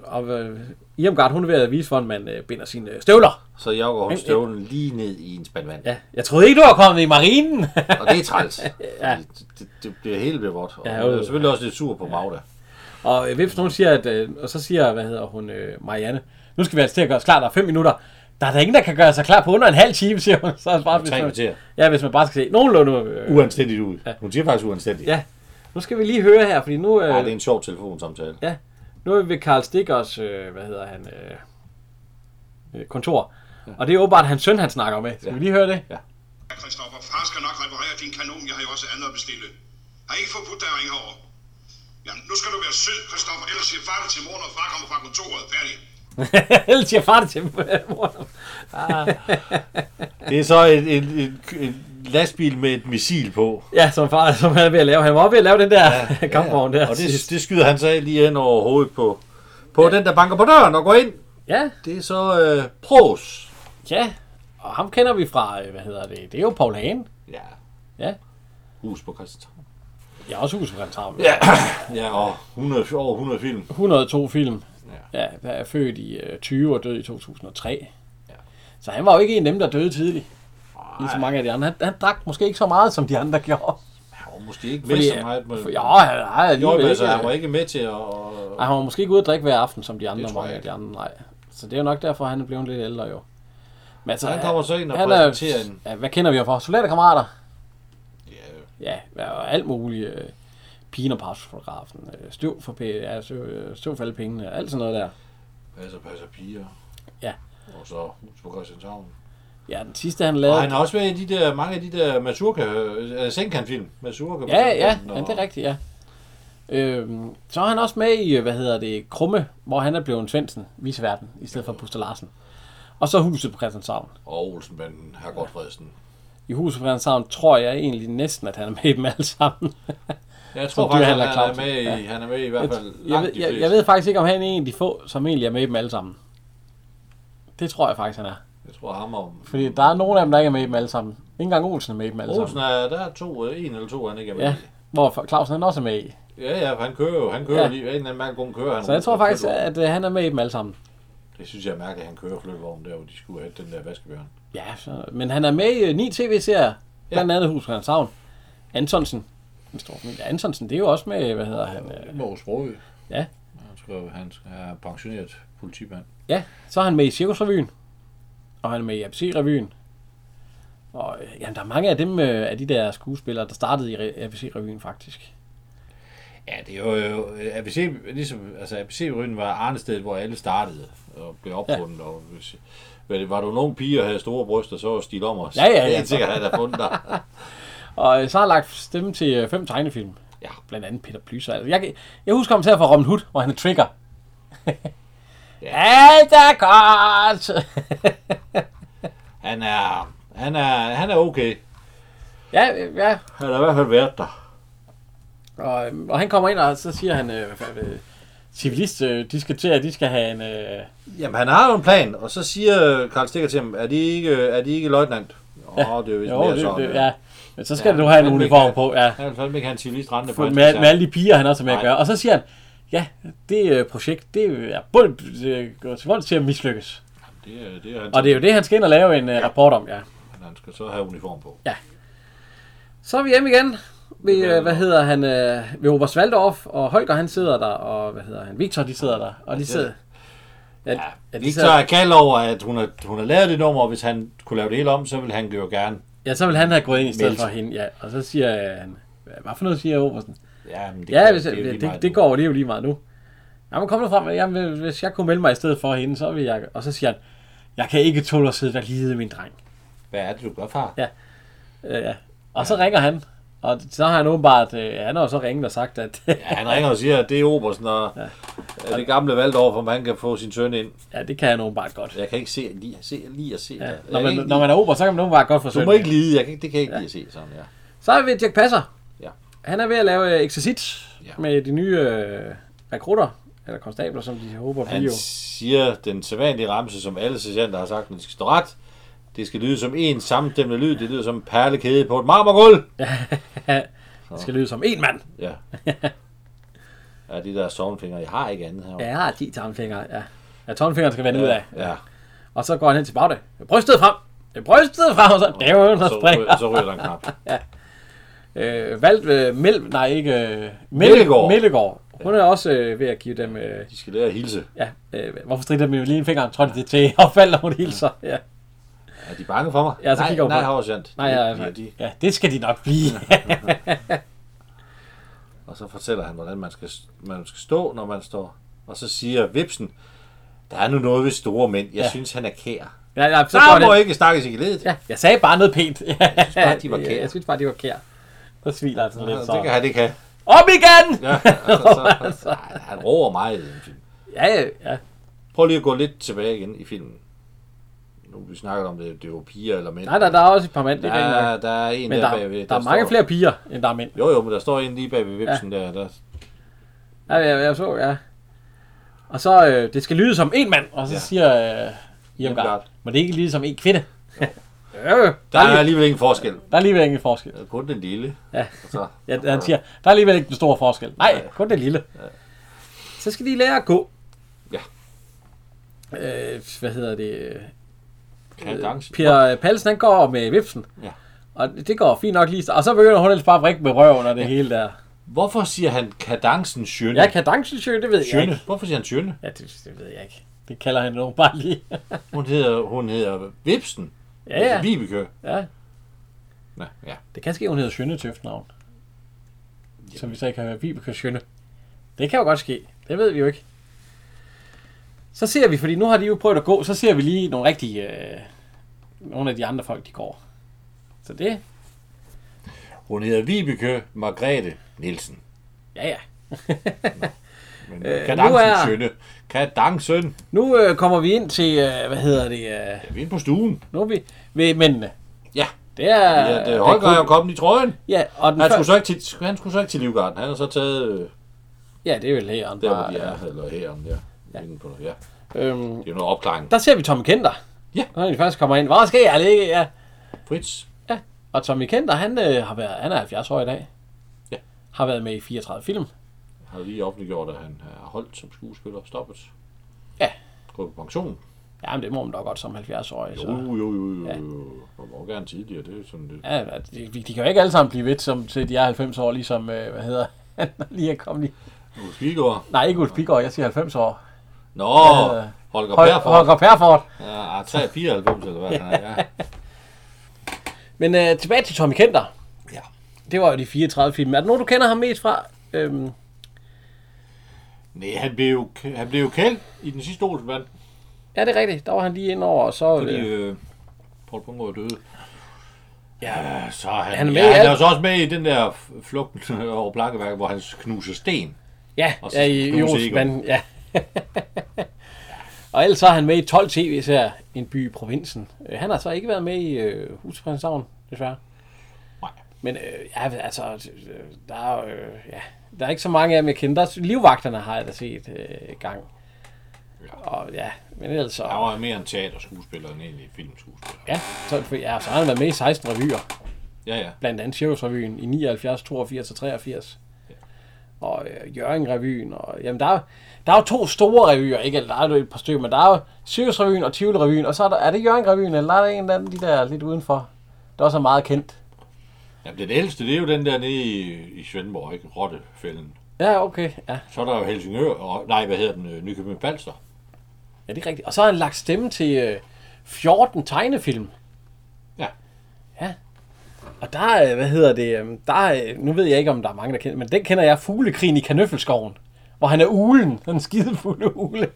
Speaker 1: og, øh, Irmgard, hun er ved at vise, hvordan man øh, binder sine øh, støvler.
Speaker 2: Så jeg går hun
Speaker 1: Men-
Speaker 2: støvlen lige ned i en spand vand. Ja.
Speaker 1: Ja, jeg troede ikke, du var kommet i marinen.
Speaker 2: Og det er træls. ja. det, det, det, bliver helt bliver vådt. Og
Speaker 1: Ja,
Speaker 2: ja,
Speaker 1: jo,
Speaker 2: jeg
Speaker 1: jo.
Speaker 2: er selvfølgelig også lidt sur på Magda.
Speaker 1: og øh, Vips, hun siger, at, øh, og så siger, hvad hedder hun, øh, Marianne, nu skal vi altså til at gøre os klar, der er fem minutter. Der er der ingen, der kan gøre sig klar på under en halv time, siger hun. Så er det bare, hvis
Speaker 2: Tre
Speaker 1: man,
Speaker 2: kvarter.
Speaker 1: ja, hvis man bare skal se nogenlunde. Øh,
Speaker 2: Uanstændigt ud. Hun siger faktisk uanstændigt.
Speaker 1: ja, nu skal vi lige høre her, fordi nu,
Speaker 2: Ja, det er
Speaker 1: øh,
Speaker 2: en sjov telefonsamtale.
Speaker 1: ja, nu er vi ved Karl Stikkers, øh, hvad hedder han, øh, øh, kontor. Og det er åbenbart hans søn, han snakker med. Skal vi lige høre det?
Speaker 3: Ja, Christoffer, far skal nok reparere din kanon. Jeg har jo også andet at bestille. Har I ikke forbudt dig at ringe over? Jamen, nu skal du være sød, Christoffer. Ellers siger far det til mor, når far kommer fra kontoret. Færdig.
Speaker 1: Ellers siger far det til mor.
Speaker 2: Ah. Det er så en, en, en, en lastbil med et missil på.
Speaker 1: Ja, som far, som han er ved at lave. Han var også ved at lave den der ja, kampvogn der.
Speaker 2: Og det,
Speaker 1: sidst.
Speaker 2: det skyder han så af lige hen over hovedet på, på ja. den, der banker på døren og går ind.
Speaker 1: Ja,
Speaker 2: Det er så øh, pros.
Speaker 1: ja. Og ham kender vi fra, øh, hvad hedder det, det er jo Paul Hagen.
Speaker 2: Ja,
Speaker 1: Ja.
Speaker 2: hus på Christianshavn.
Speaker 1: Jeg er også husprins ham.
Speaker 2: Ja, ja og 100, over 100 film.
Speaker 1: 102 film. Ja.
Speaker 2: Ja.
Speaker 1: ja der er født i øh, 20 og død i 2003. Ja.
Speaker 2: Ja.
Speaker 1: Så han var jo ikke en af dem, der døde tidligt. Lige så
Speaker 2: Ej.
Speaker 1: mange af de andre. Han, han drak måske ikke så meget, som de andre gjorde. øh,
Speaker 2: Han var måske ikke med så meget. Med,
Speaker 1: for, jo, han, han, han,
Speaker 2: jo, men
Speaker 1: ikke, øh,
Speaker 2: altså, han var ikke med til at... Og,
Speaker 1: Ej, han var måske ikke ude at drikke hver aften, som de andre.
Speaker 2: tror
Speaker 1: mange
Speaker 2: jeg
Speaker 1: af de andre, nej. Så det er jo nok derfor, han er blevet lidt ældre jo. Men altså,
Speaker 2: Han kommer så ind og
Speaker 1: han er-
Speaker 2: præsenterer en-
Speaker 1: Ja, hvad kender vi ham for? Soldaterkammerater?
Speaker 2: ja,
Speaker 1: Ja, og alt muligt. Øh, pigen og parsfotografen, øh, støv for p- ja, støv, øh, støv for alle pengene, alt sådan noget der.
Speaker 2: passer, passer piger.
Speaker 1: Ja.
Speaker 2: Og så hus på Christianshavn.
Speaker 1: Ja, den sidste han
Speaker 2: Og
Speaker 1: lavede...
Speaker 2: han har også været i de der, mange af de der Mazurka, øh, Senkan-film. Mazurka.
Speaker 1: ja, ja, ja, det er rigtigt, ja. Øhm, så er han også med i, øh, hvad hedder det, Krumme, hvor han er blevet en Svendsen, viseverden, i stedet for Buster Larsen. Og så huset på Christianshavn.
Speaker 2: Og Olsenbanden, har godt Fredsen.
Speaker 1: I huset på Christianshavn tror jeg egentlig næsten, at han er med i dem alle sammen. Som
Speaker 2: Jeg tror faktisk, han,
Speaker 1: dyrehandler
Speaker 2: han, er
Speaker 1: Clausen.
Speaker 2: med i,
Speaker 1: Ja.
Speaker 2: han er med i, i hvert
Speaker 1: Jeg,
Speaker 2: fald
Speaker 1: jeg,
Speaker 2: langt
Speaker 1: ved,
Speaker 2: de
Speaker 1: jeg,
Speaker 2: fleste.
Speaker 1: jeg ved faktisk ikke, om han er en af de få, som egentlig er med i dem alle sammen. Det tror jeg faktisk, han er.
Speaker 2: Jeg tror ham og...
Speaker 1: Fordi der er nogle af dem, der ikke er med i dem alle sammen. Ikke engang Olsen er med i dem alle
Speaker 2: Olsen
Speaker 1: sammen.
Speaker 2: er, der er to, øh, en eller to, han ikke er med
Speaker 1: Ja,
Speaker 2: i.
Speaker 1: hvor Clausen han også er med i.
Speaker 2: Ja, ja, for han kører jo. Han kører
Speaker 1: Ja.
Speaker 2: ja. lige, en eller anden mærkelig gang kører han.
Speaker 1: Så jeg
Speaker 2: rundt
Speaker 1: tror
Speaker 2: med
Speaker 1: faktisk,
Speaker 2: flyttevogn.
Speaker 1: at øh, han er med i dem alle sammen.
Speaker 2: Det synes jeg er mærkeligt, at han kører flyttevognen der, hvor de skulle have den der vaskebjørn.
Speaker 1: Ja, så, men han er med i øh, ni tv-serier. Blandt andet Hus på Christianshavn. Antonsen. En stor familie. Antonsen, det er jo også med, hvad hedder han? øh,
Speaker 2: Mogens Brogø.
Speaker 1: Ja.
Speaker 2: Han, skrev, han er pensioneret politimand.
Speaker 1: Ja, så er han med i Cirkusrevyen. Og han er med i ABC-revyen. Og øh, jamen, der er mange af dem øh, af de der skuespillere, der startede i re- ABC-revyen faktisk.
Speaker 2: Ja, det er jo... øh, ABC, ligesom, altså ABC-ryen var arnestedet, hvor alle startede og blev opfundet. Ja. Og, hvis, var det- var du nogen piger, der havde store bryster, så var Stig Lommer.
Speaker 1: Ja, ja, ja.
Speaker 2: Det er helt sikkert, han har fundet dig.
Speaker 1: Og øh, så har jeg lagt stemme til øh, fem tegnefilm.
Speaker 2: Ja.
Speaker 1: Blandt andet Peter Plyser. Altså, jeg, kan- jeg husker ham til fra Robin Hood, hvor han er trigger.
Speaker 2: Ja.
Speaker 1: Alt er godt!
Speaker 2: Han er, han er, han er okay.
Speaker 1: ja, øh, ja.
Speaker 2: Han har i hvert fald været der.
Speaker 1: Og, øhm, og han kommer ind, og så siger han, øh, hvad fanden, øh, civilist, øh, de skal til, at de skal have en... Øh,
Speaker 2: Jamen, han har jo en plan, og så siger Karl Stikker til ham, er de ikke, er de ikke løjtnant? Åh, ja. det er jo vist mere
Speaker 1: det,
Speaker 2: sådan.
Speaker 1: det,
Speaker 2: ja.
Speaker 1: ja. Men så skal
Speaker 2: Ja,
Speaker 1: du have en
Speaker 2: men det
Speaker 1: uniform
Speaker 2: kan-
Speaker 1: på, ja.
Speaker 2: Han vil fandme ikke have en civilist rendende på
Speaker 1: med,
Speaker 2: hans
Speaker 1: med,
Speaker 2: kaserne.
Speaker 1: med alle de piger, han også er med at
Speaker 2: Nej.
Speaker 1: gøre. Og så siger han, ja, det øh, projekt, det er bund, øh, går til vold til at mislykkes.
Speaker 2: Det er, det er, han,
Speaker 1: Og det er jo det, han skal ind og lave en øh, rapport om, ja.
Speaker 2: han skal så have uniform på.
Speaker 1: Så er vi hjemme igen ved,
Speaker 2: Det er
Speaker 1: øh, hvad hedder han, øh, ved Oberst Waldorf, og Holger han sidder der, og hvad hedder han, Victor de sidder der, og de
Speaker 2: det-
Speaker 1: sidder... Ja,
Speaker 2: Ja,
Speaker 1: ja, de
Speaker 2: Victor
Speaker 1: sidder,
Speaker 2: er kald over, at hun har, hun har lavet det nummer, og hvis han kunne lave det hele om, så ville han jo gerne.
Speaker 1: ja, så vil han have gået ind i stedet
Speaker 2: Meldt.
Speaker 1: for hende, ja. Og så siger øh, han, "Hva- hvad for noget siger Obersten?
Speaker 2: Ja, men det,
Speaker 1: Ja,
Speaker 2: går-
Speaker 1: hvis,
Speaker 2: er jo lige
Speaker 1: det, det,
Speaker 2: meget
Speaker 1: det
Speaker 2: nu.
Speaker 1: går det er jo lige meget nu. Jamen kom nu frem, jamen, hvis jeg kunne melde mig i stedet for hende, så vil jeg... Og så siger han, jeg kan ikke tåle at sidde der lige ved min dreng.
Speaker 2: Hvad er det, du gør, far?
Speaker 1: Ja. Øh, ja. Og så ringer han, og så har han åbenbart, øh, han har jo så ringet og sagt, at
Speaker 2: Ja, han ringer og siger, at det er Obersen, og ja. det gamle valgt over, om han kan få sin søn ind.
Speaker 1: ja, det kan han åbenbart godt.
Speaker 2: Jeg kan ikke se, lige, se, lige at se.
Speaker 1: Ja.
Speaker 2: Jeg
Speaker 1: Når,
Speaker 2: kan
Speaker 1: man,
Speaker 2: ikke
Speaker 1: når man er ober, så kan man åbenbart godt
Speaker 2: lide-
Speaker 1: forsøge.
Speaker 2: du må ikke lide, jeg kan, ikke- det kan jeg ikke ja. lide at se sådan, ja.
Speaker 1: Så er vi ved Jack Passer.
Speaker 2: Ja.
Speaker 1: Han er ved at lave øh, eksercit
Speaker 2: Ja.
Speaker 1: med de nye øh, rekrutter, eller konstabler, som de håber at
Speaker 2: Han
Speaker 1: blive.
Speaker 2: siger den sædvanlige ramse, som alle sergeanter har sagt, når de skal stå ret. Det skal lyde som en sammenstemmende lyd. Det lyder som en perlekæde på et marmorgulv.
Speaker 1: Det skal lyde som en mand.
Speaker 2: Ja. Ja, de der sovnfingre, jeg har ikke andet her.
Speaker 1: Ja, jeg har 10 tommelfingre. Ja. ja, tommelfingeren skal vende ud af.
Speaker 2: ja.
Speaker 1: Og så går han hen til bagdet. Brystet frem. Brystet frem, og så dævlen, og
Speaker 2: Så,
Speaker 1: springer.
Speaker 2: ryger, så ryger der en knap.
Speaker 1: Øh, valgt øh, Mel, nej ikke øh,
Speaker 2: Mellegård.
Speaker 1: Mellegård. Hun er også øh, ved at give dem, øh,
Speaker 2: De skal lære at hilse.
Speaker 1: ja, øh, hvorfor strider dem jo lige en finger, tror de det er til, og falder hun hilser. Ja.
Speaker 2: Er de bange for mig?
Speaker 1: Ja, så
Speaker 2: nej,
Speaker 1: kigger hun
Speaker 2: nej,
Speaker 1: på-
Speaker 2: Horsjant.
Speaker 1: Nej, ja, ja,
Speaker 2: de.
Speaker 1: ja, det skal de nok blive.
Speaker 2: Og så fortæller han, hvordan man skal, man skal stå, når man står. Og så siger Vipsen, der er nu noget ved store mænd. Jeg
Speaker 1: Ja.
Speaker 2: ja. synes, han er kær.
Speaker 1: ja, ja, så
Speaker 2: Der
Speaker 1: går
Speaker 2: må
Speaker 1: det.
Speaker 2: ikke snakkes i ledet.
Speaker 1: Ja, jeg sagde bare noget pænt. Ja, jeg synes
Speaker 2: bare, de var kære.
Speaker 1: Jeg synes bare, de var kære. Så sviler han sådan lidt.
Speaker 2: det kan
Speaker 1: Så.
Speaker 2: han ikke have.
Speaker 1: Op igen!
Speaker 2: Ja, altså, så, nej, han roer meget i den film.
Speaker 1: Ja, ja, ja.
Speaker 2: Prøv lige at gå lidt tilbage igen i filmen. Nu vi snakker om det, det var piger eller mænd.
Speaker 1: Nej, der, der er også et par mænd. Det
Speaker 2: der,
Speaker 1: er rigtig nok.
Speaker 2: er, der er en
Speaker 1: Men
Speaker 2: der,
Speaker 1: der,
Speaker 2: bagved.
Speaker 1: der, der er mange
Speaker 2: står,
Speaker 1: flere piger, end der er mænd.
Speaker 2: Jo, jo, men der står en lige bagved Vipsen der. der
Speaker 1: Ja, jeg, jeg så, ja. Og så, øh, det skal lyde som en mand, og så ja.
Speaker 2: Ja.
Speaker 1: siger øh, Irmgard,
Speaker 2: Irmgard.
Speaker 1: må det ikke lyde som en kvinde? Jo. jo, der,
Speaker 2: der er
Speaker 1: er, lige,
Speaker 2: alligevel ingen forskel.
Speaker 1: der er alligevel ingen forskel.
Speaker 2: Kun den lille.
Speaker 1: Ja.
Speaker 2: Og Så,
Speaker 1: Ja, han siger, der er alligevel ikke den store forskel. Nej, kun det lille. Så skal de lære at gå.
Speaker 2: Ja.
Speaker 1: Øh, hvad hedder det?
Speaker 2: Kan jeg danse?
Speaker 1: Per Palsen, han går med vipsen.
Speaker 2: Ja.
Speaker 1: Og det går fint nok lige. Og så begynder hun ellers bare at vrikke med røven og det hele der.
Speaker 2: Hvorfor siger han kadencen sjønne?
Speaker 1: Jeg kan danse, sjø, det ved jeg
Speaker 2: sjønne.
Speaker 1: ikke.
Speaker 2: Hvorfor siger han sjønne?
Speaker 1: Ja, det, det ved jeg ikke. Det kalder han nogen bare lige.
Speaker 2: Hun hedder, hun hedder Vipsen.
Speaker 1: Ja, ja.
Speaker 2: Altså Vibeke.
Speaker 1: Ja,
Speaker 2: Nå, ja.
Speaker 1: det kan ske, hun hedder Sjønne til efternavn. Som vi så ikke har hørt Vibeke Sjønne. Det kan jo godt ske. Det ved vi jo ikke. Så ser vi, fordi nu har de jo prøvet at gå, så ser vi lige nogle rigtige... Øh, nogle af de andre folk, de går. Så det...
Speaker 2: Hun hedder Vibeke Margrethe Nielsen.
Speaker 1: Ja, ja.
Speaker 2: Men øh, kan
Speaker 1: nu
Speaker 2: dansen
Speaker 1: er-
Speaker 2: er... sønne. Kan dansen søn.
Speaker 1: Nu øh, kommer vi ind til, øh, hvad hedder det, øh,
Speaker 2: Vi er inde på stuen.
Speaker 1: nu er vi ved mændene.
Speaker 2: Ja.
Speaker 1: Det er... øh,
Speaker 2: Ja, det er Holger er jo kommet i trøjen.
Speaker 1: Ja, og den
Speaker 2: Han skulle
Speaker 1: første,
Speaker 2: så ikke til, han skulle så ikke til Livgarden. Han har så taget øh,
Speaker 1: ja, det er vel her.
Speaker 2: der, hvor de er. Eller her, ja. Ja. Inde på, ja.
Speaker 1: Øhm,
Speaker 2: Det er noget opklaring.
Speaker 1: der ser vi Tommy Kenter.
Speaker 2: Ja.
Speaker 1: Når han først kommer ind. Hvor skal jeg ligge? Ja.
Speaker 2: Fritz.
Speaker 1: ja. Og Tommy Kenter, han, øh, har været, han er 70 år i dag.
Speaker 2: Ja.
Speaker 1: Har været med i 34 film.
Speaker 2: har lige offentliggjort, at han er holdt som skuespiller stoppet.
Speaker 1: Ja.
Speaker 2: Gået på pension.
Speaker 1: Jamen, det må man da godt som 70 år.
Speaker 2: Jo,
Speaker 1: Så.
Speaker 2: jo, jo, jo. jo. Og må gerne tidligere, det er sådan lidt...
Speaker 1: Ja, de, de, kan jo ikke alle sammen blive ved, som til de er 90 år, ligesom, øh, hvad hedder han, der lige er kommet lige.
Speaker 2: Ulf Pilgaard.
Speaker 1: Nej, ikke Ulf Pigård, jeg siger 90 år.
Speaker 2: Nå,
Speaker 1: Øh,
Speaker 2: Holger
Speaker 1: Hol-
Speaker 2: Perfort.
Speaker 1: Holger Perfort.
Speaker 2: Ja, 394 eller hvad han er, ja.
Speaker 1: Men øh, tilbage til Tommy Kenter.
Speaker 2: Ja.
Speaker 1: Det var jo de 34 film. Er der nogen, du kender ham mest fra? Øhm,
Speaker 2: Nej, han blev jo, han blev jo kendt i den sidste Olsenband,
Speaker 1: ja, det er rigtigt. Der var han lige ind over, og så...
Speaker 2: fordi
Speaker 1: øh,
Speaker 2: øh, Paul Bunker døde.
Speaker 1: ja,
Speaker 2: Ja, så er han,
Speaker 1: Han
Speaker 2: han
Speaker 1: er med
Speaker 2: er, ja,
Speaker 1: i
Speaker 2: han er
Speaker 1: alt.
Speaker 2: jo så også med i den der flugten over Blankeværket, hvor han knuser sten.
Speaker 1: ja,
Speaker 2: Og så
Speaker 1: ja i
Speaker 2: knuser
Speaker 1: Eurosbanden. Ja. og ellers så er han med i 12 tv serier En by i provinsen. Øh, han har så ikke været med i øh, Husprinshavn, desværre.
Speaker 2: Nej.
Speaker 1: Men øh, ja, altså, øh, der er, jo, øh, ja, der er ikke så mange af dem, jeg kender. Der, livvagterne har jeg da set øh, gang.
Speaker 2: Ja.
Speaker 1: Og ja, men ellers så...
Speaker 2: Han var mere en teaterskuespiller end egentlig filmskuespiller.
Speaker 1: Ja, så, ja, så har han været med i 16 revyer.
Speaker 2: Ja, ja.
Speaker 1: blandt andet Cirkusrevyen i 79, 82 og 83. Og øh, Jørgen-revyen. Og, jamen, der er, der er jo to store revyer, ikke? Eller der er jo et par stykker, men der er jo Cirkusrevyen og Tivoli-revyen. Og så er, der, er det Jørgen-revyen, eller er der en af dem, de der lidt udenfor? Der også er meget kendt.
Speaker 2: Jamen, den ældste, det er jo den der nede i, i Svendborg, ikke? Rottefælden.
Speaker 1: Ja, okay. Ja,
Speaker 2: Så er der jo Helsingør, og, nej, hvad hedder den, øh, Nykøbing Falster.
Speaker 1: ja det er rigtigt. Og så har han lagt stemme til øh, 14 tegnefilm.
Speaker 2: Ja.
Speaker 1: Ja. Og der, er, hvad hedder det, øhm, der, er- nu ved jeg ikke, om der er mange, der kender, men den kender jeg, fuglekrigen i Kanøffelskoven, hvor han er ulen, den skidefulde ule.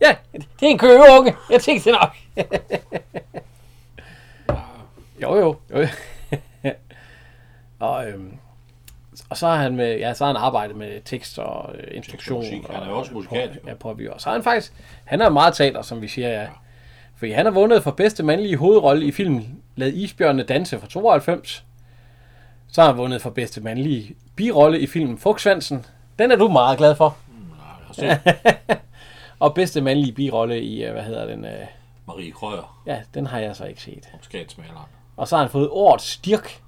Speaker 1: Ja, det er en køgeunge, jeg tænkte det nok. jo, jo, jo. og, øhm, og så har han med, ja, så har han arbejdet med tekst og øh, instruktion.
Speaker 2: Musik. Han er jo
Speaker 1: og-
Speaker 2: også musikalsk, jo.
Speaker 1: Ja, påvirker. Og så er han faktisk, han er meget teater, som vi siger, ja. Fordi han har vundet for bedste mandlige hovedrolle i filmen Lad isbjørnene danse fra 92. Så har han vundet for bedste mandlige birolle i filmen Fugtsvansen. Den er du meget glad for.
Speaker 2: Og så
Speaker 1: Og bedste mandlige birolle i, øh, hvad hedder den? øh,
Speaker 2: Marie Krøyer
Speaker 1: Ja, den har jeg så ikke set.
Speaker 2: om skatsmaleren.
Speaker 1: Og så har han fået årets stirk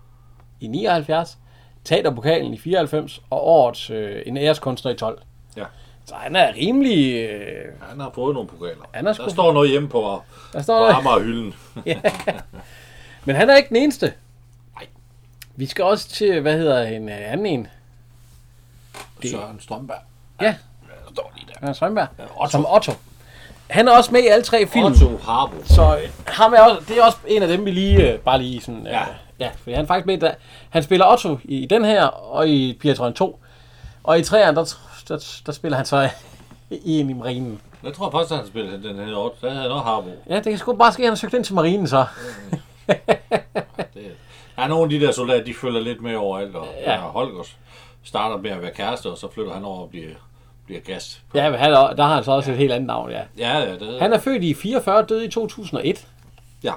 Speaker 1: i 79, teaterpokalen i 94 og årets øh, en æreskunstner i 12.
Speaker 2: Ja.
Speaker 1: Så han er rimelig... Øh,
Speaker 2: Han har fået nogle pokaler.
Speaker 1: Han har
Speaker 2: Der
Speaker 1: sgu-
Speaker 2: står noget hjemme på,
Speaker 1: der
Speaker 2: på
Speaker 1: står der.
Speaker 2: Amagerhylden.
Speaker 1: Men han er ikke den eneste.
Speaker 2: Nej.
Speaker 1: Vi skal også til, hvad hedder en øh, anden en? Det-
Speaker 2: Søren Strømberg.
Speaker 1: Ja,
Speaker 2: Ja, der står lige der.
Speaker 1: Søren Strømberg.
Speaker 2: Otto.
Speaker 1: Som Otto. Han er også med i alle tre film.
Speaker 2: Otto Harbo.
Speaker 1: Så øh, ham er også, det er også en af dem, vi lige, øh, bare lige sådan... Øh, ja.
Speaker 2: Ja.
Speaker 1: ja. fordi han er faktisk med, der, han spiller Otto i, i den her, og i Piratron 2. Og i 3'eren, der, der, der, spiller han så i en i marinen.
Speaker 2: Jeg tror faktisk, han spillede den her år. Der havde han også Harbo.
Speaker 1: Ja, det kan sgu bare ske, at han har søgt ind til marinen så.
Speaker 2: Det, der er nogle af de der soldater, de følger lidt med overalt. Og
Speaker 1: Ja.
Speaker 2: ja. Holgers starter med at være kæreste, og så flytter han over og bliver, bliver gast.
Speaker 1: Ja, men han er, der har han så også et helt andet navn, ja.
Speaker 2: Ja, ja, det,
Speaker 1: Han er født i 44, døde i 2001.
Speaker 2: ja.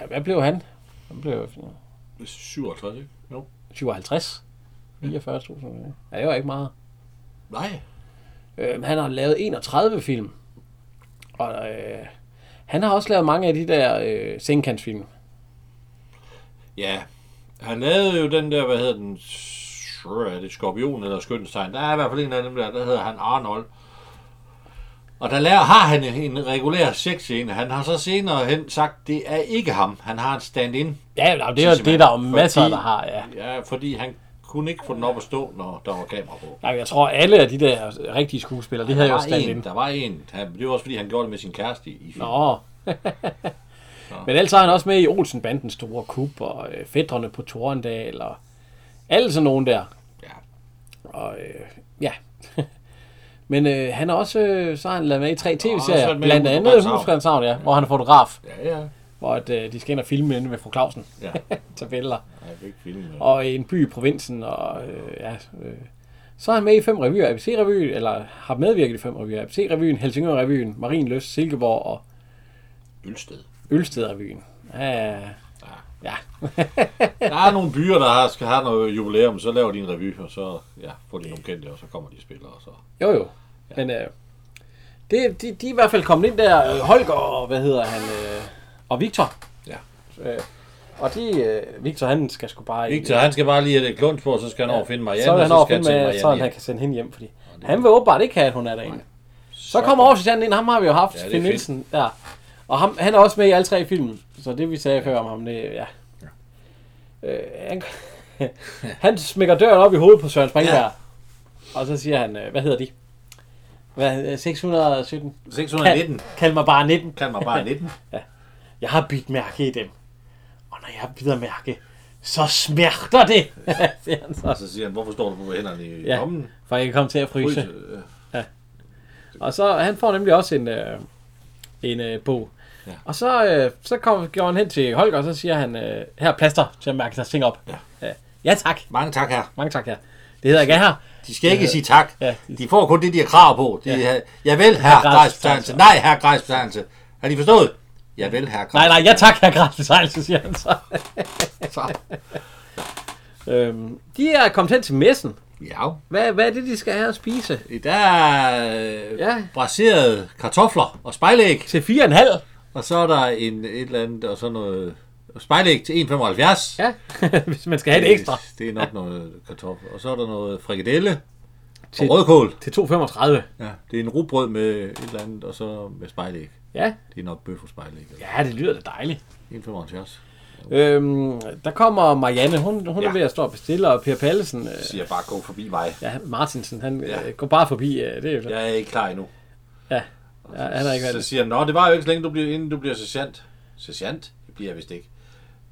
Speaker 1: Ja, Hvad blev han? Han blev
Speaker 2: 57, ikke? Jo.
Speaker 1: 57. 44.000. Ja, det var ikke meget.
Speaker 2: Nej,
Speaker 1: Øh, han har lavet 31 film. Og øh, han har også lavet mange af de der øh, sengkantsfilm.
Speaker 2: Ja, han lavede jo den der, hvad hedder den, Sure, er det Skorpion eller Skønstegn? Der er i hvert fald en af dem der, der hedder han Arnold. Og der lærer, har han en regulær sexscene. Han har så senere hen sagt, det er ikke ham. Han har en stand-in.
Speaker 1: Ja, nå, det er jo det, der er jo masser, der har, ja.
Speaker 2: Ja, fordi han kunne ikke få den op at stå, når der var kamera på.
Speaker 1: Nej, jeg tror, alle af de der rigtige skuespillere, det havde
Speaker 2: Der
Speaker 1: jo
Speaker 2: var,
Speaker 1: stand
Speaker 2: en,
Speaker 1: in.
Speaker 2: der var en. Han, det var også fordi, han gjorde det med sin kæreste i, i filmen.
Speaker 1: Nå. Men ellers er han også med i Olsenbandens store kub, og øh, Fætterne på Torendal, og alle sådan nogen der.
Speaker 2: Ja.
Speaker 1: Og øh, ja. Men øh, han er også, øh, så har han lavet med i tre
Speaker 2: så er
Speaker 1: tv-serier,
Speaker 2: han med i
Speaker 1: blandt
Speaker 2: Husmandens
Speaker 1: andet
Speaker 2: Havn.
Speaker 1: Husgrænds Havn, ja, hvor han er fotograf,
Speaker 2: Ja, ja.
Speaker 1: hvor at, øh, de skal ind og filme inde med fru Clausen.
Speaker 2: Ja,
Speaker 1: tabeller.
Speaker 2: jeg fik filmen.
Speaker 1: Og en by i provinsen, og øh, ja, øh, Så er han med i fem revyer, ABC-revyen, eller har medvirket i fem revyer, ABC-revyen, Helsingør-revyen, Marienløs, Silkeborg og
Speaker 2: Ølsted.
Speaker 1: Ølsted-revyen. Ja,
Speaker 2: Ah.
Speaker 1: ja.
Speaker 2: Der er nogle byer, der har, skal have noget jubilæum, så laver de en revy, og så ja, får de nogle kendte, og så kommer de og spiller. Og så.
Speaker 1: Jo, jo. Men øh, det, de, de er i hvert fald kommet ind der, øh, Holger og, hvad hedder han, øh, og Victor.
Speaker 2: Ja.
Speaker 1: Øh, og de, øh, Victor, han skal sgu bare... ind-
Speaker 2: Victor, han skal bare lige have et Lundsborg, så skal han over og finde Marianne,
Speaker 1: så vil han
Speaker 2: og så skal
Speaker 1: over
Speaker 2: han til
Speaker 1: med,
Speaker 2: Marianne.
Speaker 1: så han
Speaker 2: hjem.
Speaker 1: kan sende hende hjem, fordi han vil åbenbart ikke have, at hun er derinde. Så kommer Aarhusianen ind, ham har vi jo haft,
Speaker 2: Ja,
Speaker 1: ja,
Speaker 2: det er
Speaker 1: Finn
Speaker 2: fedt.
Speaker 1: Nielsen, der. Og ham, han er også med i alle tre film, så det vi sagde før om ham, det ja. Øh, han, han smækker døren op i hovedet på Søren Springberg.
Speaker 2: Ja.
Speaker 1: Og så siger han, øh, hvad hedder de? Hvad, øh, 617?
Speaker 2: 619.
Speaker 1: Kald, kald mig bare 19.
Speaker 2: Kald mig bare 19.
Speaker 1: Jeg har bidt mærke i dem. Og når jeg bider mærke, så smerter det, siger han så.
Speaker 2: Og så siger han, hvorfor står du på hænderne i
Speaker 1: Ja,
Speaker 2: lommen?
Speaker 1: for jeg kan komme til at fryse.
Speaker 2: Fryse. Øh,
Speaker 1: Og så han får nemlig også en, øh, en øh, bog. Ja.
Speaker 2: Ja.
Speaker 1: Og så, øh, så kom, går han hen til Holger, og så siger han, øh, her er plaster til at mærke sig ting op. Ja. Øh, ja tak.
Speaker 2: Mange tak her.
Speaker 1: Mange tak, her. Det hedder ikke her.
Speaker 2: De skal ikke sige tak.
Speaker 1: Ja.
Speaker 2: De får kun det, de har krav på. De, ja. Jeg vil, herre Grejsbetegnelse. Nej, herre Grejsbetegnelse. Har de forstået? Jeg vil, herre
Speaker 1: Nej,
Speaker 2: Grejsbetegnelse.
Speaker 1: nej, ja tak, her Grænsen så siger han så.
Speaker 2: Så.
Speaker 1: øhm, de er kommet hen til messen.
Speaker 2: Ja.
Speaker 1: Hvad, hvad er det, de skal have at spise?
Speaker 2: Der er øh,
Speaker 1: Ja.
Speaker 2: ja. braserede kartofler og spejlæg.
Speaker 1: Til fire og en halv.
Speaker 2: Og så er der en, et eller andet, og så noget spejlæg til 1,75.
Speaker 1: Ja, hvis man skal have det ekstra.
Speaker 2: Det er nok noget kartofler. Og så er der noget frikadelle
Speaker 1: Til-
Speaker 2: og rødkål.
Speaker 1: Til 2,35.
Speaker 2: Ja. Det er en rugbrød med et eller andet, og så med spejlæg.
Speaker 1: Ja.
Speaker 2: Det er nok altså. bøf og spejlæg. eller
Speaker 1: ja, det lyder da dejligt.
Speaker 2: 1,75.
Speaker 1: Øhm, der kommer Marianne, hun, hun ja. er
Speaker 2: Ja.
Speaker 1: ved at stå og bestille, og Per Pallesen, øh,
Speaker 2: siger bare, gå forbi mig.
Speaker 1: Ja, Martinsen, han ja.
Speaker 2: Ja.
Speaker 1: går bare forbi. Øh, det er jo så. Ja.
Speaker 2: Jeg er ikke klar endnu.
Speaker 1: Ja, han har ikke været
Speaker 2: Så
Speaker 1: det.
Speaker 2: siger han, Nå, det var jo ikke så længe, du bliver, inden du bliver sergeant. Sergeant? Det bliver jeg vist ikke.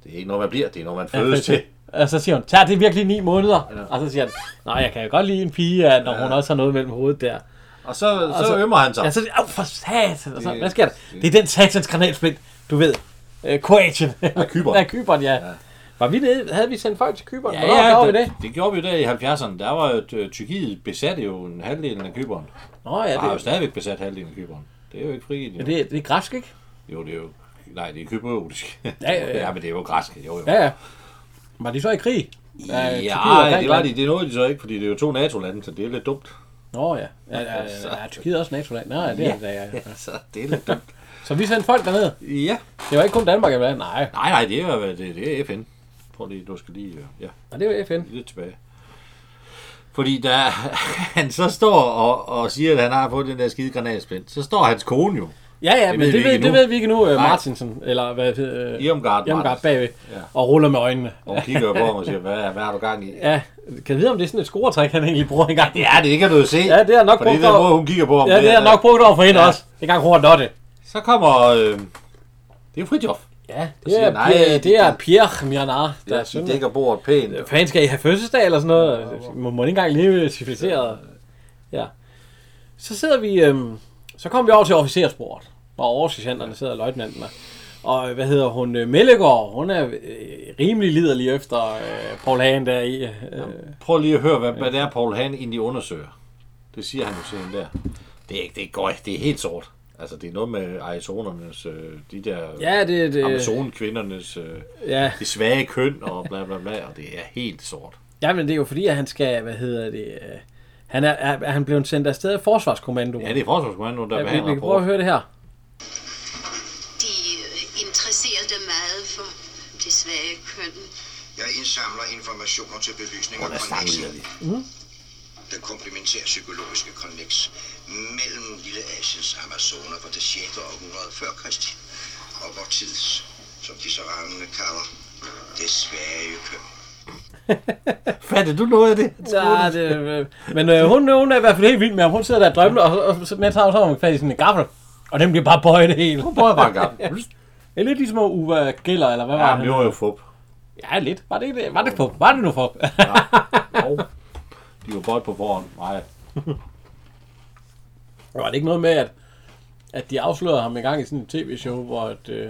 Speaker 2: Det er ikke noget, man bliver. Det er noget, man fødes
Speaker 1: Ja,
Speaker 2: til.
Speaker 1: Og så siger hun, tager det virkelig ni måneder? Ja.
Speaker 2: Ja.
Speaker 1: Og så siger han, nej, jeg kan jo godt lide en pige, ja, når ja. hun også har noget mellem hovedet der.
Speaker 2: Og så, så,
Speaker 1: så-
Speaker 2: så ømmer han sig.
Speaker 1: Ja, så siger han, "Au, for satan, og så,
Speaker 2: Det-
Speaker 1: hvad sker der?
Speaker 2: det-
Speaker 1: Det er den satans granatsplit, du ved. Øh, Kroatien.
Speaker 2: Ja, Cypern.
Speaker 1: Ja, Kyberen, ja. ja. Var vi nede? Havde vi sendt folk til Kyberen?
Speaker 2: Ja, ja,
Speaker 1: gjorde vi
Speaker 2: det,
Speaker 1: det?
Speaker 2: det gjorde vi jo der i 70'erne. Der var jo øh, Tyrkiet besatte jo en halvdel af Kyberen.
Speaker 1: Nå, ja,
Speaker 2: Ja, det er jo
Speaker 1: det,
Speaker 2: stadigvæk besat halvdelen af Kyberen. Det er jo ikke frigivet.
Speaker 1: ja,
Speaker 2: Jo.
Speaker 1: Ah, det, det er græsk, ikke?
Speaker 2: jo, det er jo... Nej, det er kypriotisk.
Speaker 1: Ja, ja, ja.
Speaker 2: men det er jo græsk. Jo, jo.
Speaker 1: Ja, ja. Var de så i krig?
Speaker 2: Ja,
Speaker 1: Tyrkiet og
Speaker 2: ja det var
Speaker 1: Grækenland?
Speaker 2: de. Det nåede de så ikke, fordi det er jo to NATO-lande, så det er lidt dumt.
Speaker 1: Nå, ja. Ja, ja, ja, ja Tyrkiet er også NATO-land. Nej, ja, det er det, ja. ja.
Speaker 2: så det er lidt dumt.
Speaker 1: Så vi sendte folk derned.
Speaker 2: ja.
Speaker 1: Det var ikke kun Danmark, jeg var Nej,
Speaker 2: Nej, nej, det er, jo- det, det er FN. Prøv lige, du skal lige... øh, Ja,
Speaker 1: og det var FN.
Speaker 2: lidt tilbage. Fordi da han så står og, og siger, at han har fået den der skide granatsplit, så står hans kone jo
Speaker 1: Ja, ja,
Speaker 2: Det
Speaker 1: men
Speaker 2: ved
Speaker 1: det
Speaker 2: vi
Speaker 1: ved,
Speaker 2: ikke
Speaker 1: det
Speaker 2: nu.
Speaker 1: ved vi ikke nu, uh,
Speaker 2: Nej.
Speaker 1: Martinsen, eller hvad hedder uh,
Speaker 2: Irmgard
Speaker 1: Irmgard
Speaker 2: Martinsen.
Speaker 1: bagved, ja.
Speaker 2: Ja.
Speaker 1: og ruller med øjnene.
Speaker 2: Og hun kigger jo på ham og siger, hvad, hvad har du gang i?
Speaker 1: Ja, kan jeg vide, om det er sådan et scoretræk, han egentlig bruger engang?
Speaker 2: Ja, det kan du jo se.
Speaker 1: Ja, det har nok
Speaker 2: Fordi
Speaker 1: brugt
Speaker 2: den
Speaker 1: over-
Speaker 2: måde, hun kigger på ham.
Speaker 1: ja det er jeg nok brugt over for hende ja.
Speaker 2: Ja.
Speaker 1: også. Det er gang hurtigt det.
Speaker 2: Så kommer... Øh, det er Fridtjof.
Speaker 1: Ja, det
Speaker 2: siger
Speaker 1: er,
Speaker 2: nej,
Speaker 1: Pierre,
Speaker 2: de-
Speaker 1: det er Pierre Mianar, der
Speaker 2: Der Øh,
Speaker 1: er
Speaker 2: ja,
Speaker 1: søn.
Speaker 2: de dækker bordet pænt.
Speaker 1: Hvad fanden skal I have fødselsdag eller sådan noget? Må man ikke engang leve civiliseret? Ja. Så sidder vi, øhm, så kommer vi over til officersporet, hvor oversergeanterne sidder og løjtnanterne. Og øh, hvad hedder hun? Øh, Mellegård, hun er øh, rimelig liderlig efter øh, Paul Hagen der i. Øh,
Speaker 2: Prøv lige at høre, hvad, hvad det er, Paul Han egentlig undersøger. Det siger han jo til hende der. Det er ikke, det går ikke. Det er helt sort. Altså, det er noget med arizonernes, øh, de der
Speaker 1: ja, det, det,
Speaker 2: amazonkvindernes, øh,
Speaker 1: ja.
Speaker 2: det svage køn og bla bla bla, og det er helt sort.
Speaker 1: ja, men det er jo fordi, at han skal, hvad hedder det, øh, han er, er, er han blevet sendt afsted af forsvarskommandoen.
Speaker 2: Ja, det er forsvarskommandoen, der
Speaker 1: Ja,
Speaker 2: ja,
Speaker 1: vi, vi
Speaker 2: behandler
Speaker 1: kan prøve at
Speaker 2: rapporten.
Speaker 1: høre det her.
Speaker 4: De øh, interesserede meget for det svage køn.
Speaker 3: Jeg indsamler informationer til belysning
Speaker 2: Hvor der
Speaker 3: af
Speaker 2: snakker
Speaker 3: konveksen.
Speaker 2: vi
Speaker 3: Den komplementære psykologiske konveks mellem Lille Asiens Amazoner fra det 6. århundrede før Kristi og vor tids, som de så rammende kalder, det svage køn.
Speaker 2: Fatter du noget af det?
Speaker 1: Ja, det, øh, men øh, hun, hun er i hvert fald helt vild med ham. Hun sidder der og drømmer, og, og, og mens har hun fat i sådan en gaffel. Og den bliver bare bøjet det hele.
Speaker 2: Prøv at bare gang.
Speaker 1: Det er lidt ligesom Uwe Giller, eller hvad var
Speaker 2: Ja,
Speaker 1: han?
Speaker 2: men det var jo fup.
Speaker 1: Ja, lidt. Var det, ikke det, var det for? Var det nu for?
Speaker 2: Jo. De var godt på forhånd. Nej.
Speaker 1: var det ikke noget med, at, at de afslørede ham en gang i sådan et tv-show, hvor, at, øh,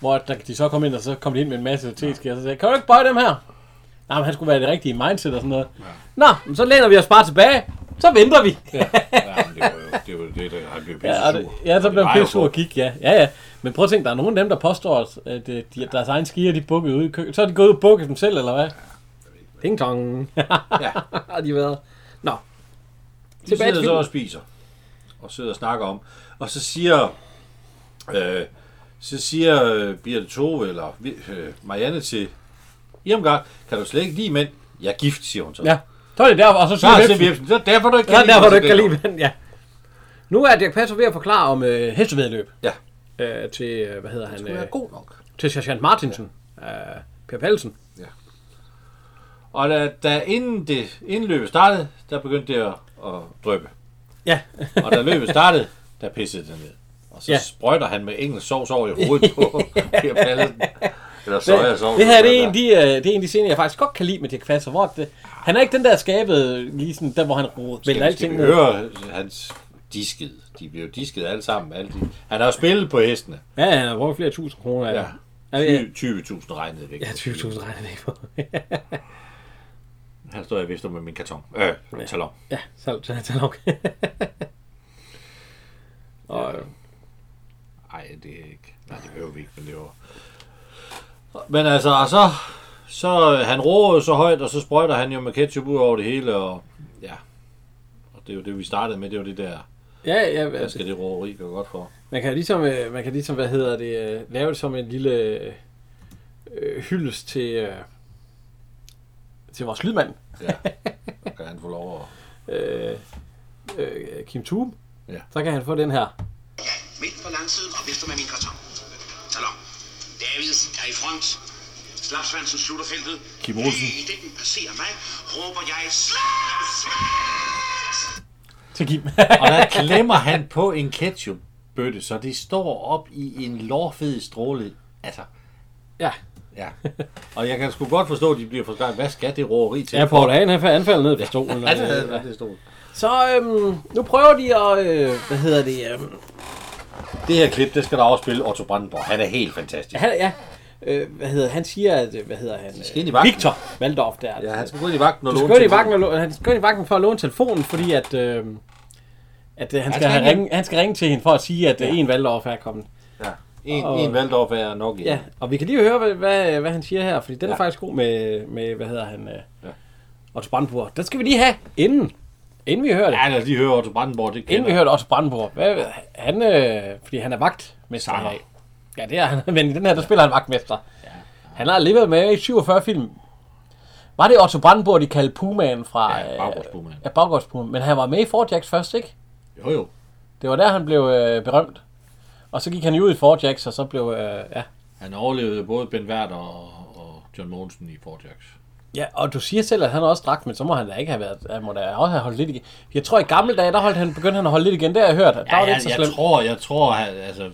Speaker 1: hvor at der, de så kom ind, og så kom de ind med en masse teskeer, og så sagde, kan du ikke bøje dem her? Nej, men han skulle være i det rigtige mindset og sådan noget. Ja. Nå, men så læner vi os bare tilbage. Så venter vi. Ja,
Speaker 2: Ja, men det var jo det, var jo det der, han blev pisse
Speaker 1: ja, og det,
Speaker 2: sur.
Speaker 1: ja så
Speaker 2: Det
Speaker 1: blev
Speaker 2: var
Speaker 1: han
Speaker 2: jo
Speaker 1: pisse sur og
Speaker 2: godt.
Speaker 1: gik, ja. ja, ja. Men prøv at tænke, der er nogen af dem, der påstår, at, at øh, de, deres egen skier, de bukkede ud i køkkenet. Så er de gået ud og bukket dem selv, eller hvad? Ding dong. ja. Har de været. Nå.
Speaker 2: De
Speaker 1: Tilbage til
Speaker 2: sidder så
Speaker 1: filmen.
Speaker 2: og spiser, og sidder og snakker om. Og så siger, øh, så siger øh, Birte Tove, eller øh, Marianne til Irmgard, kan du slet ikke lide mænd? Jeg er gift, siger hun så.
Speaker 1: Ja. Så er det derfor, og så
Speaker 2: Så
Speaker 1: siger
Speaker 2: er
Speaker 1: Vipsen-
Speaker 2: det Vipsen. Så er derfor, du ikke
Speaker 1: Så er
Speaker 2: kan
Speaker 1: det derfor, du
Speaker 2: mig
Speaker 1: ikke kan
Speaker 2: til
Speaker 1: lide manden, ja. Nu er Dirk Passer ved at forklare om øh, hestevedløb.
Speaker 2: Ja.
Speaker 1: Øh, til, øh, hvad hedder han?
Speaker 2: Det
Speaker 1: Øh,
Speaker 2: er god nok.
Speaker 1: til Sergeant Martinsen. Ja. Øh, per Pallesen.
Speaker 2: Og da, da inden, det, inden løbet startede, der begyndte det at, at drøbe.
Speaker 1: Ja.
Speaker 2: Og da løbet startede, der pissede det ned. Og så
Speaker 1: Ja.
Speaker 2: ja. sprøjter han med engelsk sovs over i hovedet på Per Pallesen. Eller soja
Speaker 1: Det,
Speaker 2: sovs.
Speaker 1: det her det er, en, af de, øh, det er en af de scener, jeg faktisk godt kan lide med Dirk Passer. Hvor det, han er ikke den der skabet, lige sådan, der hvor han ro- vælter
Speaker 2: Skal
Speaker 1: alting
Speaker 2: vi
Speaker 1: ned.
Speaker 2: høre hans disket? De bliver jo disket alle sammen. Alle de. Han har jo spillet på hestene.
Speaker 1: Ja, han har brugt flere tusind kroner af
Speaker 2: Ja.
Speaker 1: det. Ja, ja.
Speaker 2: 20 20.000 regnede væk.
Speaker 1: Ja, 20.000 regner det ikke på.
Speaker 2: Han står jeg vifter med min karton. Øh, talon.
Speaker 1: ja, så så er det nok. Og, øh,
Speaker 2: Nej, det er ikke. Nej, det behøver vi ikke, men det var... Men altså, og så, så øh, han roer jo så højt, og så sprøjter han jo med ketchup ud over det hele, og ja. Og det er jo det, vi startede med, det er jo det der,
Speaker 1: ja, ja,
Speaker 2: hvad
Speaker 1: altså,
Speaker 2: skal det roeri gøre godt for?
Speaker 1: Man kan ligesom, øh, man kan ligesom hvad hedder det, øh, lave det som en lille øh, hyldest til, øh, til vores lydmand,
Speaker 2: Ja, så kan han få lov at...
Speaker 1: øh, øh, Kim Thum.
Speaker 2: Ja.
Speaker 1: Så kan han få den her.
Speaker 3: Ja, midt på langsiden og vifter med min karton. Talon. Davids er i front. Slapsvansen slutter feltet.
Speaker 2: Kim Olsen.
Speaker 3: I det, den passerer mig, råber jeg Slapsvans!
Speaker 1: Til Kim.
Speaker 2: Og der klemmer han på en ketchupbøtte, så det står op i en lårfed stråle. Altså,
Speaker 1: ja.
Speaker 2: ja. Og jeg kan sgu godt forstå, at de bliver forskrækket. Hvad skal det roeri til?
Speaker 1: Ja, Paul Hagen, han anfaldet ned på stolen.
Speaker 2: Ja, det havde han, det stod.
Speaker 1: Så øhm, nu prøver de at, øh, hvad hedder det, øhm,
Speaker 2: Det her klip, det skal der også spille Otto Brandenborg. Han er helt fantastisk.
Speaker 1: han, ja, øh, hvad hedder, han siger, at, øh, hvad hedder han,
Speaker 2: skal ind i vagten.
Speaker 1: Victor Valdorf der.
Speaker 2: Ja, han skal gå ind i vagten og
Speaker 1: Du skal
Speaker 2: låne
Speaker 1: gå ind i
Speaker 2: telefonen.
Speaker 1: vagten, og lå- han skal gå ind i vagten for at låne telefonen, fordi at, øh, at øh, han, skal
Speaker 2: skal
Speaker 1: han,
Speaker 2: ringe.
Speaker 1: ringe, han skal ringe til hende for at sige, at ja. en Valdorf er kommet.
Speaker 2: Ja. En, en Valdorf er nok en.
Speaker 1: Ja, og vi kan lige høre, hvad, hvad, hvad han siger her, fordi den ja. er
Speaker 2: Ja.
Speaker 1: faktisk god med, med hvad hedder han, øh, ja.
Speaker 2: Ja.
Speaker 1: Otto Brandenburg. Den skal vi lige have, inden, inden vi hører det. Ja,
Speaker 2: Ja, lad os lige høre Otto Brandenborg. Det
Speaker 1: inden vi
Speaker 2: kender.
Speaker 1: hører det, Otto Brandenburg. Hvad, han, øh, fordi han er vagtmester.
Speaker 2: Nej.
Speaker 1: Nej. Ja, det er han, men i den her, der spiller han vagtmester. Ja. Han har levet med i 47 film. Var det Otto Brandenburg, de kaldte Pumaen fra...
Speaker 2: Ja,
Speaker 1: øh,
Speaker 2: baggårdspumaen.
Speaker 1: Ja, baggårdspumaen. Men han var med i Forjacks først, ikke?
Speaker 2: Jo, jo.
Speaker 1: Det var der, han blev øh, berømt. Og så gik han jo ud i Forjacks, og så blev... Øh, ja.
Speaker 2: Han overlevede både Ben Werther og, og John Mogensen i Fort Jacks.
Speaker 1: ja, og du siger selv, at han også drak, men så må han da ikke have været... Han må da også have holdt lidt igen. Jeg tror, i gamle dage, der holdt han, begyndte han at holde lidt igen. Det har jeg hørt. at Der
Speaker 2: Ja,
Speaker 1: var det
Speaker 2: jeg,
Speaker 1: ikke så
Speaker 2: jeg
Speaker 1: slemt.
Speaker 2: tror, jeg tror, han, altså...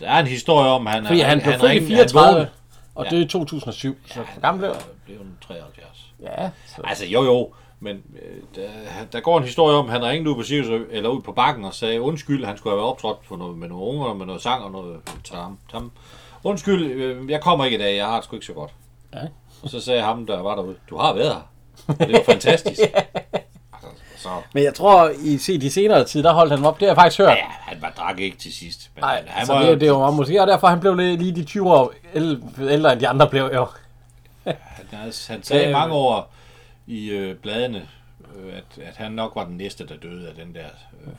Speaker 2: Der er en historie om, han
Speaker 1: Fordi han blev
Speaker 2: er
Speaker 1: født i
Speaker 2: ikke-
Speaker 1: 34,
Speaker 2: vågnede-
Speaker 1: og
Speaker 2: Ja.
Speaker 1: døde i 2007. Så hvor gammel blev han?
Speaker 2: Han blev en 73.
Speaker 1: Ja, så.
Speaker 2: Altså, jo jo, men øh, der, der går en historie om, han ringede ud på Sirius, eller ud på bakken og sagde, undskyld, han skulle have været optrådt på noget, med nogle unger, med noget sang og noget tam, tam. Undskyld, øh, jeg kommer ikke i dag, jeg har det sgu ikke så godt.
Speaker 1: Ja.
Speaker 2: Og så sagde ham, der var derude, du har været her. Og det var fantastisk. altså, så,
Speaker 1: Men jeg tror, i se de senere tid, der holdt han op. Det har jeg faktisk hørt.
Speaker 2: ja, han var drak ikke til sidst. Men
Speaker 1: Nej,
Speaker 2: han
Speaker 1: så
Speaker 2: var,
Speaker 1: Altså, det, det var måske, og derfor han blev lige lige de 20 år el- ældre, end de andre blev. Jo.
Speaker 2: han, han sagde
Speaker 1: Øh,
Speaker 2: mange år i øh, bladene, øh, at, at han nok var den næste, der døde af den der øh,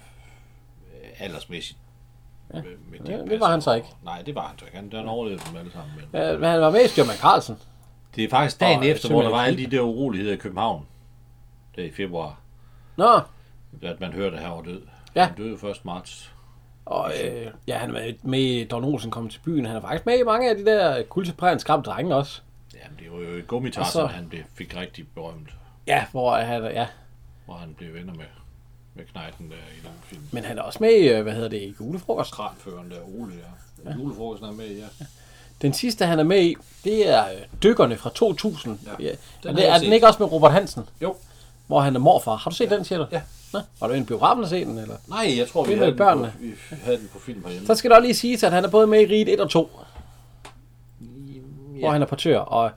Speaker 2: aldersmæssigt. Ja, med, med
Speaker 1: det var han så ikke.
Speaker 2: Nej, det var han så ikke. Han, han overlevede dem alle sammen. Men.
Speaker 1: Øh, Men han var med i Stjørman Carlsen.
Speaker 2: Det er faktisk dagen
Speaker 1: Og, øh,
Speaker 2: efter, hvor der
Speaker 1: simpelthen
Speaker 2: var alle de der uroligheder i København. Det er i februar,
Speaker 1: Nå,
Speaker 2: at man hørte, at han var død.
Speaker 1: Ja.
Speaker 2: Han døde 1. marts.
Speaker 1: og øh, ja, han var med i Don Olsen kom til byen. Han er faktisk med i mange af de der kulteprægen skræmte drenge også.
Speaker 2: Jamen, det var jo gummitarsen,
Speaker 1: Og så-
Speaker 2: så... han blev, fik rigtig berømt,
Speaker 1: Ja, hvor han, ja.
Speaker 2: hvor han blev venner med, med knejten der i den film.
Speaker 1: Men han er også med i, øh, hvad hedder det, i julefrokost.
Speaker 2: Kranføren der, Ole der. Ja. Julefrokosten er med, ja.
Speaker 1: Den sidste, han er med i, det er øh, Dykkerne fra 2000. Ja.
Speaker 2: Ja.
Speaker 1: ja.
Speaker 2: Den
Speaker 1: Den
Speaker 2: har
Speaker 1: det,
Speaker 2: jeg
Speaker 1: er den
Speaker 2: set.
Speaker 1: ikke også med Robert Hansen,
Speaker 2: Jo.
Speaker 1: hvor han er morfar? Har du set ja. den, siger du?
Speaker 2: Ja.
Speaker 1: Nå, var du inde i biografen og se den, eller?
Speaker 2: Nej, jeg tror, vi
Speaker 1: Det er
Speaker 2: havde,
Speaker 1: med
Speaker 2: den
Speaker 1: børnene.
Speaker 2: på, vi havde den på film herhjemme.
Speaker 1: Så skal det også lige siges, at han er både med i Riget 1 og 2, ja. hvor han er portør, og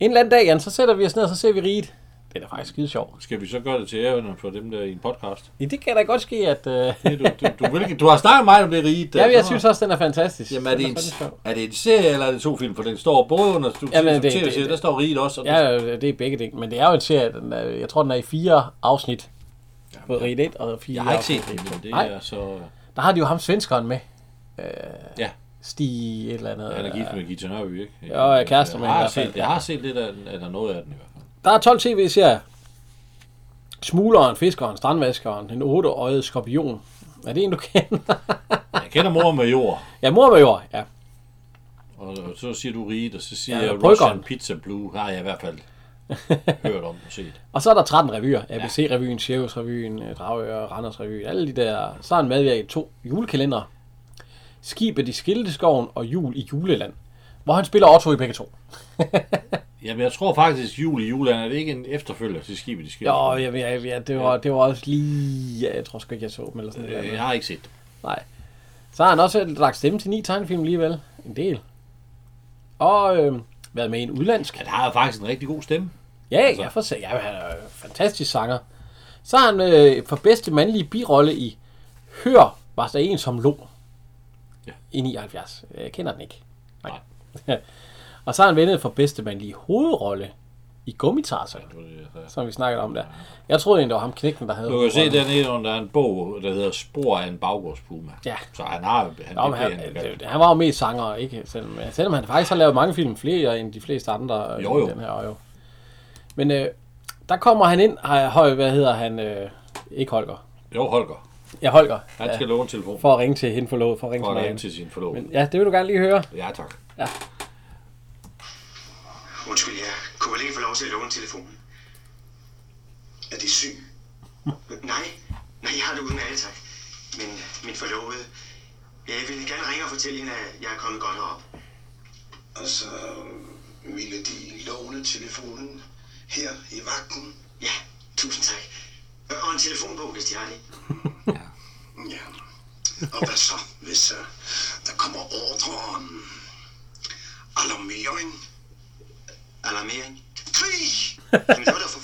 Speaker 1: En eller anden dag, Jan, så sætter vi os ned, og så ser vi riget. Det er da faktisk skide sjovt.
Speaker 2: Skal vi så gøre det til ærerne for dem der i en podcast?
Speaker 1: Ja, det kan da godt ske, at... Øh...
Speaker 2: Det, du, du, du, vil, du har snakket meget om det rige.
Speaker 1: ja, men jeg synes også, den er fantastisk.
Speaker 2: Jamen, er det,
Speaker 1: Den
Speaker 2: en,
Speaker 1: fandme sjov.
Speaker 2: er det en serie, eller er det to film? For den står både under du,
Speaker 1: Jamen,
Speaker 2: Jamen,
Speaker 1: det-
Speaker 2: det,
Speaker 1: det-
Speaker 2: der står riget også. Og
Speaker 1: Ja, ja, det er begge ting. Men det er jo en serie, den er, jeg tror, den er i fire afsnit. Både Riget 1 og 4
Speaker 2: jeg har ikke set den, men det
Speaker 1: Nej.
Speaker 2: er så...
Speaker 1: Der har de jo ham svenskeren med.
Speaker 2: Ja,
Speaker 1: Stig et eller andet.
Speaker 2: han er gift med Gita Nørby, ikke? Jo,
Speaker 1: jeg er kærester med
Speaker 2: jeg
Speaker 1: hende i
Speaker 2: har
Speaker 1: hvert fald,
Speaker 2: set, Jeg har set lidt af, den- af der noget af den i hvert fald.
Speaker 1: Der er 12 tv-serier. Smugleren, fiskeren, strandvaskeren, en otteøjet skorpion. Er det en, du kender?
Speaker 2: Jeg kender mor med jord,
Speaker 1: ja, mor med jord. Ja.
Speaker 2: og, og så siger du riget, og så siger
Speaker 1: Ja,
Speaker 2: jeg
Speaker 1: bryggeren.
Speaker 2: Russian Pizza Blue, har jeg i hvert fald hørt om og set.
Speaker 1: Og så er der 13 revyer. ABC-revyen, Sjævs-revyen, øh, Dragør, Randers-revyen, alle de der. Så er han medvirket i to julekalender. Skibet i Skildeskoven og Jul i Juleland. Hvor han spiller Otto i begge to.
Speaker 2: Jamen, jeg tror faktisk, jul i julen er det ikke en efterfølger til skibet i skibet.
Speaker 1: Jo, ja, ja, ja, det, var, det var også lige... Ja, jeg tror sgu ikke, jeg så dem eller sådan noget.
Speaker 2: Øh, jeg har ikke set det.
Speaker 1: Nej. Så har han også lagt stemme til ni tegnefilm alligevel. En del. Og øh, været med i en udlandsk.
Speaker 2: Han har jo faktisk en rigtig god stemme.
Speaker 1: Ja, altså. jeg får se. Ja, han er jo en fantastisk sanger. Så har han øh, for bedste mandlige birolle i Hør, var der en som lå.
Speaker 2: Ja.
Speaker 1: I 79. Jeg kender den ikke. Nej. og så har han vundet for bedste mandlige hovedrolle i Gummitarsen, som vi snakkede om der. Jeg troede egentlig, det var ham knækken, der havde
Speaker 2: Øh, altså. Du kan jo se
Speaker 1: hovedrollen.
Speaker 2: dernede, under, der er en bog, der hedder Spor af en baggårdspuma.
Speaker 1: Ja.
Speaker 2: Så han har jo... Han,
Speaker 1: Nå, men han, han, han var jo mest sanger, ikke? Selvom, øh, selvom han faktisk har lavet mange film flere end de fleste andre. øh,
Speaker 2: Jo, jo.
Speaker 1: Den her, jo. Men øh, der kommer han ind, har- høj, hvad hedder han? Øh, ikke Holger.
Speaker 2: Jo, Holger.
Speaker 1: Ja, Holger.
Speaker 2: Han
Speaker 1: ja,
Speaker 2: skal låne telefonen
Speaker 1: for at ringe til hende forlovet, for at ringe
Speaker 2: for
Speaker 1: for
Speaker 2: at
Speaker 1: til
Speaker 2: ringe
Speaker 1: mig.
Speaker 2: til sin forlovede.
Speaker 1: Men ja, det vil du gerne lige høre.
Speaker 2: Ja, tak.
Speaker 3: Undskyld, jeg kunne vel ikke få lov til at låne telefonen. Er det syg? nej, nej, jeg har det udmærket, tak. Men min forlovede, jeg ville gerne ringe og fortælle hende, at jeg er kommet godt herop. Altså, ville de låne telefonen her i vagten? Ja, tusind tak. Og en telefonbog, hvis de har det. ja. Og hvad så, hvis uh, der kommer ordre om alarmering? Alarmering. Krig! Jamen, det var da for...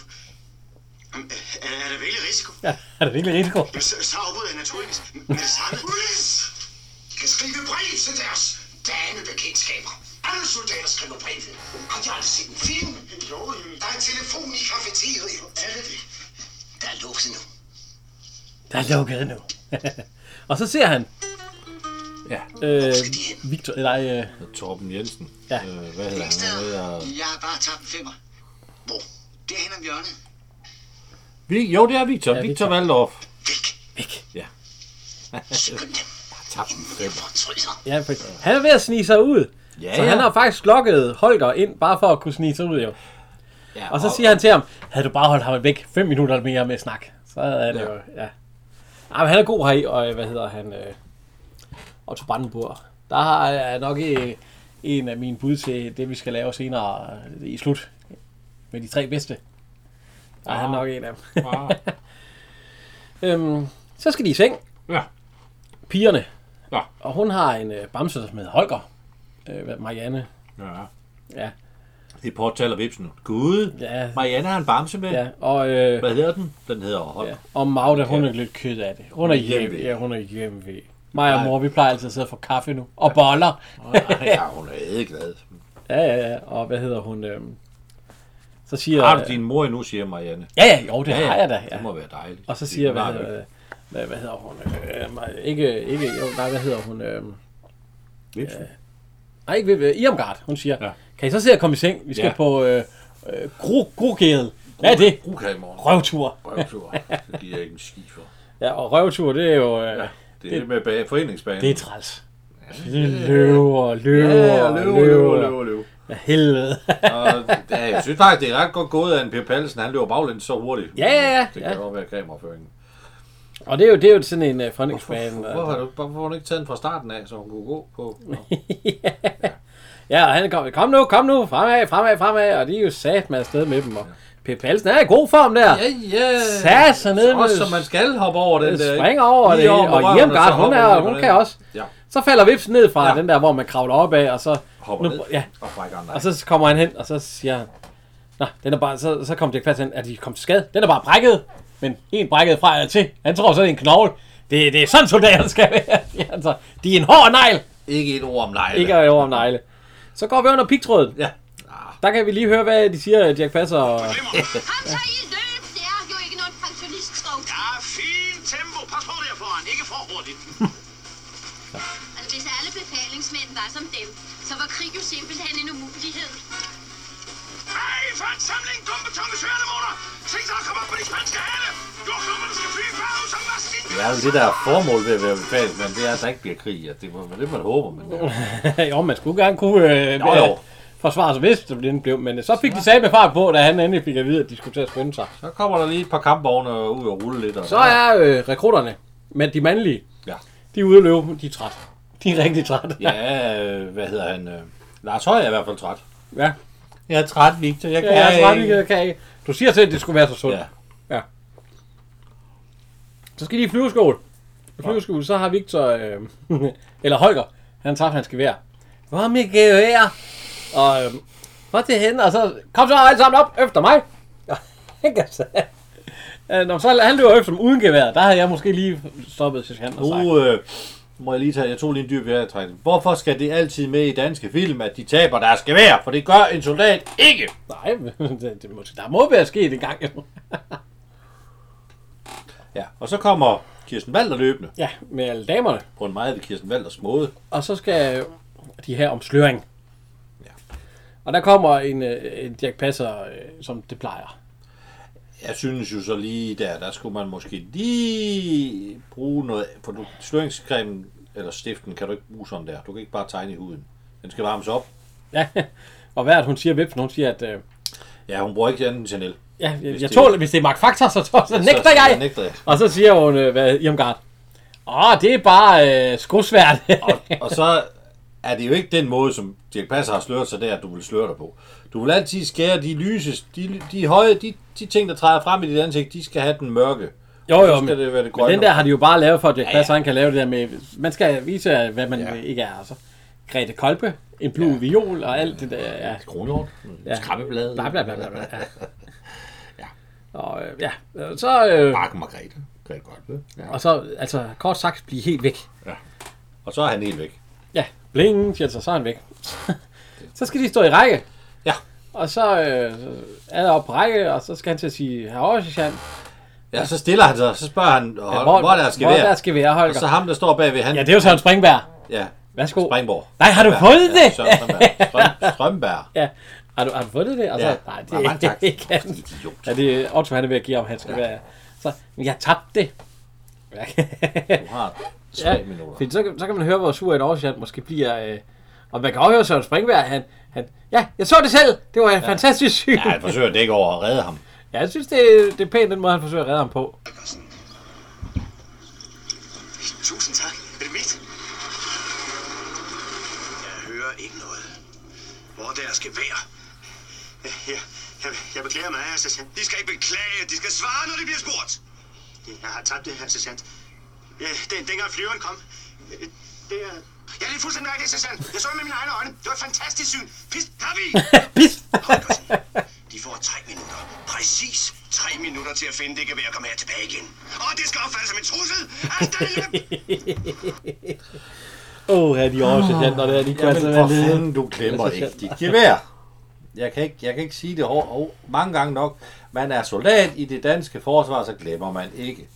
Speaker 3: Jamen, Er, er der virkelig risiko?
Speaker 1: Ja, er det virkelig rigtig godt?
Speaker 3: Jamen, så, så afbryder jeg naturligvis med det samme. Police! Kan skrive brev til deres damebekendtskaber. Alle soldater skriver brev. Har de aldrig set en film? Jo, der er en telefon i kafeteriet. Er det det? Der er lukket nu.
Speaker 1: Der er lukket nu. og så ser han
Speaker 2: Ja.
Speaker 1: øh, Victor, nej, øh,
Speaker 2: Torben Jensen.
Speaker 1: Ja.
Speaker 2: Øh, hvad hedder han? Han hedder...
Speaker 3: Jeg har bare tabt en femmer. Hvor? Det er hen om hjørnet.
Speaker 2: Vi- Jo, det er Victor.
Speaker 1: Ja,
Speaker 2: Victor,
Speaker 1: Victor.
Speaker 2: Victor Valdorf.
Speaker 3: Væk.
Speaker 1: væk.
Speaker 2: Ja.
Speaker 3: Skynd dem.
Speaker 2: Tabt en fem.
Speaker 3: Fortryder.
Speaker 1: Ja, for, han er ved at snige sig ud.
Speaker 2: Ja,
Speaker 1: så
Speaker 2: ja.
Speaker 1: han har faktisk lukket Holger ind, bare for at kunne snige sig ud, jo.
Speaker 2: Ja,
Speaker 1: Og så siger han til ham, havde du bare holdt ham væk 5 minutter mere med snak, så er det ja.
Speaker 2: Ja.
Speaker 1: jo, ja. Ej, men han er god heri, og øh, hvad hedder han, øh, Otto Brandenburg. Der har jeg nok øh, en af mine bud til det, vi skal lave senere øh, i slut, med de tre bedste. Der er han nok en af dem.
Speaker 2: Ah,
Speaker 1: øhm, så skal de i seng,
Speaker 2: Ja.
Speaker 1: pigerne.
Speaker 2: Ja.
Speaker 1: Og hun har en øh, bamse, som hedder Holger. Øh, Marianne.
Speaker 2: Ja.
Speaker 1: Ja.
Speaker 2: Det påtaler Vipsen. Gud,
Speaker 1: Ja.
Speaker 2: Marianne har en bamse med.
Speaker 1: Ja, og øh,
Speaker 2: Hvad hedder den? Den hedder Holger.
Speaker 1: Ja. Og Magda, hun er lidt ked af det. Hun er hjemme.
Speaker 2: hjemme ved.
Speaker 1: Ja, hun er hjemme ved. Mig og mor, vi plejer altid at sidde og få kaffe nu. Og boller.
Speaker 2: ja, hun er ædeglad.
Speaker 1: Ja, ja, ja. Og hvad hedder hun? Øhm... Så siger...
Speaker 2: Har du din mor endnu, siger Marianne.
Speaker 1: Ja, ja, jo, det ja, har jeg da.
Speaker 2: Det
Speaker 1: Ja.
Speaker 2: må være dejligt.
Speaker 1: Og så
Speaker 2: Det
Speaker 1: siger,
Speaker 2: er
Speaker 1: hvad
Speaker 2: meget
Speaker 1: hedder, hvad, hvad hedder hun? Øh, mig- ikke, ikke, jo, nej, hvad hedder hun? Øh,
Speaker 2: vigtigt. Vipsen.
Speaker 1: nej, ikke ved, Irmgard. Hun siger, ja.
Speaker 2: Ja.
Speaker 1: kan I så se at komme i seng? Vi skal ja.
Speaker 2: Ja.
Speaker 1: på øh, øh, gro, grogæde. Hvad er det?
Speaker 2: Ruka i morgen.
Speaker 1: Røvtur.
Speaker 2: Røvtur. Det giver jeg ikke en ski for.
Speaker 1: Ja, og røvtur, det er jo... Øh,
Speaker 2: Det er det med bag foreningsbanen.
Speaker 1: Det er træls. Løver, løver,
Speaker 2: Ja, og løve, løve, løve, løve.
Speaker 1: Ja, helvede.
Speaker 2: Og ja, jeg synes faktisk, det er ret godt gået, at en Per Pallesen, han løber baglæns så hurtigt.
Speaker 1: Ja, ja, ja.
Speaker 2: Det
Speaker 1: Ja.
Speaker 2: kan godt være kameraføringen.
Speaker 1: og det er jo, det er jo sådan en uh,
Speaker 2: Hvorfor,
Speaker 1: fornægtsbane.
Speaker 2: hvorfor, har du, hvorfor har du ikke taget den fra starten af, så hun kunne gå på? Nå.
Speaker 1: Ja, og han kom, kom nu, kom nu, fremad, fremad, fremad. Og de er jo sat med afsted med dem. Og P. Palsen er i god form der.
Speaker 2: Ja, ja.
Speaker 1: Sat sig ned med...
Speaker 2: Også som man skal hoppe over den der. ikke?
Speaker 1: springer Øh, over
Speaker 2: Lige
Speaker 1: det.
Speaker 2: over på
Speaker 1: Og
Speaker 2: røven,
Speaker 1: Hjelmgard,
Speaker 2: så
Speaker 1: hun,
Speaker 2: hopper
Speaker 1: er,
Speaker 2: ned på
Speaker 1: hun
Speaker 2: den.
Speaker 1: kan også.
Speaker 2: Ja,
Speaker 1: Så falder Vipsen ned fra
Speaker 2: Ja.
Speaker 1: den der, hvor man kravler op af, og så...
Speaker 2: hopper ned
Speaker 1: Ja, Altså,
Speaker 2: og brækker en
Speaker 1: og så kommer han hen, og så siger han, Nå, den er bare, så, så kom Dirk fast hen, at de kom til skade. Den er bare brækket, men en brækket fra eller til. Han tror, så er det en knogle. Det, det er sådan soldaterne skal være. Ja, altså, de er en hård negl.
Speaker 2: Ikke et ord om negle.
Speaker 1: Ikke et ord om negle. Så går vi under pigtråden.
Speaker 2: Ja. Ah,
Speaker 1: Der kan vi lige høre, hvad de siger, Jack Passer. Og...
Speaker 4: Ham så i løb, det er jo ikke noget pensionisttrunk.
Speaker 5: Ja, fint tempo. Pas på der foran. Ikke for hurtigt.
Speaker 4: Altså, hvis alle befalingsmænd var som dem, så var krig jo simpelthen en umulighed.
Speaker 5: Ej, for en samling gumbetonge sværdemoner. Tænk dig at komme op på de spanske hatte. Jordklubberne skal flyve farve som maskin.
Speaker 2: Det er jo det, der er formål ved at være befalt, men det er, at der ikke bliver krig. Ja. Det var det, man håber. Men
Speaker 1: jo, man skulle gerne kunne øh,
Speaker 2: Jo, jo.
Speaker 1: øh, forsvare sig, hvis den blev. Men øh, så fik de sagde med fart på, da han endelig fik at vide, at de skulle til at skynde sig.
Speaker 2: så kommer der lige et par kampvogne ud og rulle lidt. Og
Speaker 1: Så er øh, rekrutterne, men de mandlige,
Speaker 2: Ja,
Speaker 1: de er ude at løbe. De er træt. De er rigtig trætte.
Speaker 2: ja øh, hvad hedder han? Øh, Lars Høj er i hvert fald træt.
Speaker 1: ja.
Speaker 2: Jeg er træt, Victor. Jeg
Speaker 1: Ja, jeg er træt, ikke? Jeg kan ikke. Du siger selv, at det skulle være så sundt.
Speaker 2: Ja.
Speaker 1: Ja. ja. Så skal de i flyveskål. I flyveskål, så har Victor, øh, eller Holger, han tager hans gevær. Hvor er mit gevær? Og øh, hvor er det henne? Og så, kom så alle sammen op efter mig. Og han kan så- Øh, Nå, så han løber efter dem uden gevær. Der havde jeg måske lige stoppet til han og sagt.
Speaker 2: Nu øh, må jeg lige tage, jeg tog lige en dyb vejrtrækning. Hvorfor skal det altid med i danske film, at de taber deres gevær? For det gør en soldat ikke.
Speaker 1: Nej, det, det, må, der må være sket en gang. jo.
Speaker 2: Ja, og så kommer Kirsten Walder løbende
Speaker 1: ja, med alle damerne.
Speaker 2: på en meget ved Kirsten Walders måde.
Speaker 1: Og så skal de her om sløring.
Speaker 2: Ja.
Speaker 1: Ja. Og der kommer en, øh, en Dirk Passer, øh, som det plejer.
Speaker 2: Jeg synes jo så lige der, der skulle man måske lige bruge noget, for du, sløringscremen eller stiften kan du ikke bruge sådan der. Du kan ikke bare tegne i huden. Den skal varmes op.
Speaker 1: Ja. Og hvad er det, hun siger, Vipsen? Hun siger, at øh,
Speaker 2: Ja, hun bruger ikke andet end Chanel.
Speaker 1: ja, jeg,
Speaker 2: Hvis
Speaker 1: jeg
Speaker 2: det-
Speaker 1: tåler, hvis det er Mark Factor, så, så, så nægter
Speaker 2: så
Speaker 1: jeg.
Speaker 2: nægter jeg.
Speaker 1: Og så siger hun, øh, hvad, Irmgard, Åh, det er bare øh, skosvært.
Speaker 2: Og så er det jo ikke den måde, som Dirk Passer har sløret sig der, at du vil sløre dig på. Du vil altid skære de lyse, de, de høje, de, de ting, der træder frem i dit ansigt, de skal have den mørke.
Speaker 1: jo, jo,
Speaker 2: Så skal
Speaker 1: men,
Speaker 2: det være det
Speaker 1: men
Speaker 2: grønne.
Speaker 1: den der har de jo bare lavet for, at Dirk
Speaker 2: ja.
Speaker 1: Passer, han kan lave det der med, man skal vise, hvad man
Speaker 2: Ja.
Speaker 1: ja. ikke er. Altså. Grete Kolbe, en blå ja. viol og alt det der. Ja.
Speaker 2: Kronhård, ja. skræmmeblad,
Speaker 1: Bla, bla, bla, bla, bla. Ja. Og øh, ja, øh, så... Øh,
Speaker 2: Bakken Margrethe. Kan jeg godt ved. Ja.
Speaker 1: Og så, altså, kort sagt, blive helt væk.
Speaker 2: Og så er han helt væk.
Speaker 1: Ja, bling, siger det så, så er han væk. så skal de stå i række.
Speaker 2: Ja.
Speaker 1: Og så øh, er der oppe på række, og så skal han til at sige, herovre, Sjæsjan,
Speaker 2: Ja, så stiller han sig, og så spørger han, hvor, hvor, der skal
Speaker 1: hvor
Speaker 2: være.
Speaker 1: der skal være,
Speaker 2: Og
Speaker 1: Holger.
Speaker 2: så ham, der står bagved, han...
Speaker 1: Ja, det er jo Søren Springberg.
Speaker 2: ja.
Speaker 1: Værsgo.
Speaker 2: Springborg.
Speaker 1: Nej, har du
Speaker 2: Strømberg.
Speaker 1: fået det?
Speaker 2: Ja, Søren Strømberg. Strøm, Strømberg.
Speaker 1: Ja. Har du, har du fundet det? Og så,
Speaker 2: Ja.
Speaker 1: nej, det
Speaker 2: Ja, mange
Speaker 1: er
Speaker 2: tak.
Speaker 1: ikke han.
Speaker 2: Idiot.
Speaker 1: Ja, det er Otto, han er ved at give om, han skal være. Så, men jeg tabte det. Ja.
Speaker 2: Du har tre
Speaker 1: Ja,
Speaker 2: minutter.
Speaker 1: fordi så, kan- så kan man høre, hvor sur en årsjat måske bliver. Øh, og man kan også høre Søren Springberg, han, han, ja, jeg så det selv, det var en ja. fantastisk syn.
Speaker 2: Ja, han forsøger at dække over og redde ham.
Speaker 1: Ja, jeg synes, det, er- det er pænt, den måde, han forsøger at redde ham på.
Speaker 5: Tusind tak. Er det mit?
Speaker 3: Jeg hører ikke noget. Hvor der skal være.
Speaker 5: Ja, ja. Jeg, jeg beklager mig, herr sergeant.
Speaker 3: De skal ikke beklage. De skal svare, når de bliver spurgt.
Speaker 5: Jeg har tabt det, herr sergeant. Ja, den, dengang flyveren kom. Øh, Det er...
Speaker 3: Ja, det er fuldstændig rigtigt, Sassan. Jeg så det med mine egne øjne. Det var et fantastisk syn. Pist, har vi!
Speaker 1: Pis!
Speaker 3: Holgersen, De får tre minutter. Præcis tre minutter til at finde det gevær og komme her tilbage igen. Og det skal opfattes som en trussel. Altså,
Speaker 1: Åh, oh, ja, de årsjat, når det er, de kunne altså
Speaker 2: Jamen,
Speaker 1: være
Speaker 2: for
Speaker 1: lede.
Speaker 2: fanden, du klemmer
Speaker 1: Altså,
Speaker 2: ikke dit gevær. Jeg kan ikke, jeg kan ikke sige det hårdt, og mange gange nok. Man er soldat i det danske forsvar, så glemmer man ikke.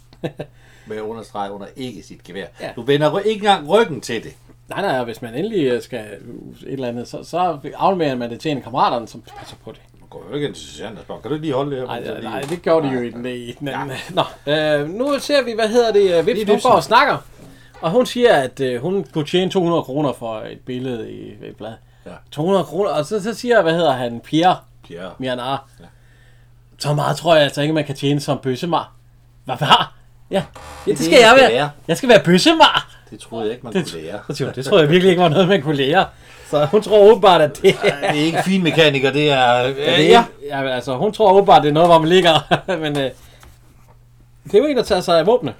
Speaker 2: Med understreg under ikke sit gevær. Ja.
Speaker 1: Ja.
Speaker 2: Du vender ry- ikke engang ryggen til det.
Speaker 1: Nej, nej, og hvis man endelig øh, skal et eller andet, så, så afleverer man det til en af kammeraterne, som passer på det.
Speaker 2: Man går jo ikke ind til sergeanten og spørger, kan du lige holde det her?
Speaker 1: Nej,
Speaker 2: Så
Speaker 1: nej,
Speaker 2: lige-
Speaker 1: nej, det gjorde de jo i den, i den anden. Altså, Ja. Nå, øh, nu ser vi, hvad hedder det, øh, Vips, hun går og snakker. Og hun siger, at øh, hun kunne tjene 200 kroner for et billede i et blad.
Speaker 2: Ja.
Speaker 1: Ja. 200 kroner, og så, så siger, hvad hedder han, Pierre
Speaker 2: Pierre.
Speaker 1: Mianar. Ja. Så meget tror jeg altså ikke, man kan tjene som bøssemar. Hvad var? Ja, ja det,
Speaker 2: det,
Speaker 1: skal
Speaker 2: jeg
Speaker 1: jeg
Speaker 2: skal
Speaker 1: være.
Speaker 2: være.
Speaker 1: Jeg skal være bøssemar.
Speaker 2: Det troede jeg ikke, man
Speaker 1: Det,
Speaker 2: kunne lære.
Speaker 1: så siger hun, det tror jeg virkelig ikke var noget, man kunne lære. Så hun tror åbenbart, at det er...
Speaker 2: Det er ikke fin mekaniker, det er...
Speaker 1: Ja,
Speaker 2: Ja,
Speaker 1: det
Speaker 2: ja.
Speaker 1: er, ja. ja, altså hun tror åbenbart, det er noget, hvor man ligger, men øh, det er jo en, der tager sig af våbne.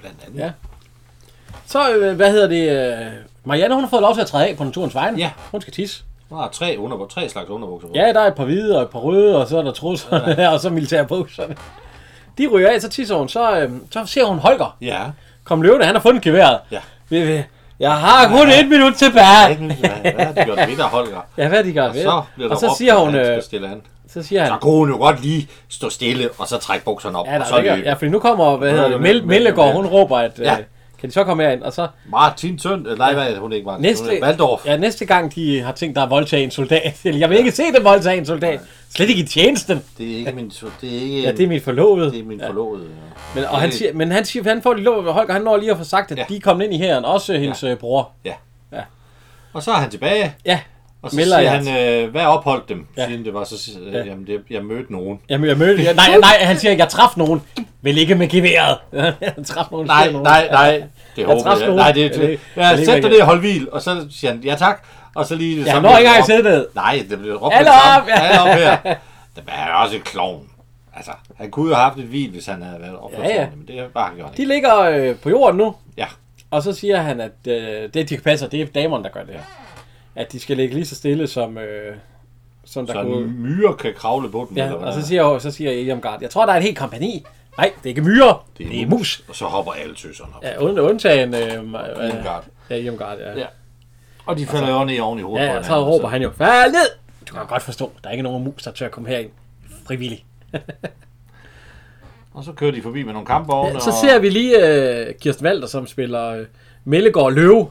Speaker 2: Blandt andet.
Speaker 1: Ja. Så, øh, hvad hedder det, øh, Marianne, hun har fået lov til at træde af på naturens vegne.
Speaker 2: Ja.
Speaker 1: Hun skal tisse.
Speaker 2: Hun har tre, underbukser, tre slags underbukser på.
Speaker 1: Ja, der er et par hvide og et par røde, og så er der trusserne, ja. og så militærbukserne. De ryger af, så tisser hun, så, øhm, så ser hun Holger.
Speaker 2: Ja.
Speaker 1: Kom løvende, han har fundet geværet.
Speaker 2: Ja.
Speaker 1: Vi- vi- Jeg har kun ja. et minut tilbage.
Speaker 2: Hvad har de gjort ved dig, Holger?
Speaker 1: Ja, hvad de gør
Speaker 2: Og
Speaker 1: ved?
Speaker 2: så bliver der
Speaker 1: og så
Speaker 2: råbt,
Speaker 1: siger hun,
Speaker 2: at han
Speaker 1: øh,
Speaker 2: skal stille an.
Speaker 1: så siger han,
Speaker 2: Så kunne hun jo godt lige stå stille, og så trække bukserne op,
Speaker 1: ja,
Speaker 2: og
Speaker 1: der
Speaker 2: så
Speaker 1: er ligger,
Speaker 2: løbe.
Speaker 1: ja, fordi nu kommer, hvad
Speaker 2: Ja,
Speaker 1: hedder
Speaker 2: ja,
Speaker 1: det,
Speaker 2: ja,
Speaker 1: Mel,
Speaker 2: ja,
Speaker 1: Mellegård,
Speaker 2: ja.
Speaker 1: hun råber, at, øh,
Speaker 2: Ja.
Speaker 1: kan de så komme herind, og så
Speaker 2: Martin Sønd, øh, nej, hvad, hun er ikke Martin,
Speaker 1: næste,
Speaker 2: hun er Valdorf.
Speaker 1: ja, næste gang, de har tænkt dig at voldtage en soldat, eller jeg vil ikke se dem voldtage en soldat, slet ikke i tjenesten.
Speaker 2: Det er ikke min, så- det er ikke,
Speaker 1: Ja, det er mit forlovede.
Speaker 2: det er min forlovede. ja.
Speaker 1: Men, og han
Speaker 2: Det-
Speaker 1: siger, men han siger, han får lige lov, Holger, han når lige at få sagt, at ja.
Speaker 2: Ja.
Speaker 1: de er kommet ind i hæren, også hendes ja. bror.
Speaker 2: Og så er han tilbage,
Speaker 1: Ja,
Speaker 2: og så
Speaker 1: Melder
Speaker 2: siger
Speaker 1: jeg.
Speaker 2: han, øh, hvad opholdt dem?
Speaker 1: Ja.
Speaker 2: Siden det var så, øh, jamen, det, jeg mødte nogen.
Speaker 1: jamen, jeg mødte, jeg, nej, nej, han siger, jeg traf nogen, vel ikke med geværet. han traf nogen.
Speaker 2: Nej,
Speaker 1: siger nogen.
Speaker 2: nej, nej. Det håber
Speaker 1: træffede
Speaker 2: jeg.
Speaker 1: nogen.
Speaker 2: Nej, det,
Speaker 1: Ja, det-
Speaker 2: det,
Speaker 1: det
Speaker 2: ja,
Speaker 1: ligger
Speaker 2: sæt
Speaker 1: ikke.
Speaker 2: dig ned og hold hvil. Og så siger han, ja tak. Og så lige...
Speaker 1: Ja,
Speaker 2: så
Speaker 1: han
Speaker 2: bliver
Speaker 1: når ikke engang
Speaker 2: råbt-
Speaker 1: sætte ned.
Speaker 2: Nej, det blev råbt.
Speaker 1: Alle
Speaker 2: med det samme.
Speaker 1: op, ja.
Speaker 2: Alle op her. Det var han er også en klovn. Altså, han kunne jo have haft et hvil, hvis han havde været opholdt.
Speaker 1: Ja, ja.
Speaker 2: Men det var han gjort
Speaker 1: De
Speaker 2: ikke.
Speaker 1: ligger øh, på jorden nu,
Speaker 2: Ja.
Speaker 1: og så siger han, at øh, det, de passer, det er damerne, der gør det her. At de skal ligge lige så stille, som, øh, som der
Speaker 2: Så
Speaker 1: kunne...
Speaker 2: en myre kan kravle på dem.
Speaker 1: Ja,
Speaker 2: eller hvad
Speaker 1: og
Speaker 2: der
Speaker 1: så
Speaker 2: er.
Speaker 1: siger, jeg- så siger Eliomgard, jeg tror, der er et helt kompani. Nej, det er ikke myrer, det er, det er mus.
Speaker 2: Og så hopper alle tøserne op.
Speaker 1: Ja, und, undtagen... Øh, øh,
Speaker 2: Irmgard.
Speaker 1: Ja, Eliomgard, ja.
Speaker 2: Ja. Og de falder jo ned oven i hovedet
Speaker 1: Ja,
Speaker 2: på
Speaker 1: ja, så råber han jo, fald ned! Du kan godt forstå, der er ikke nogen mus, der tør at komme herind frivillig.
Speaker 2: Og så kører de forbi med nogle kampvogne.
Speaker 1: Så ser vi lige øh, Kirsten Walter, som spiller øh, Mellegård Løve.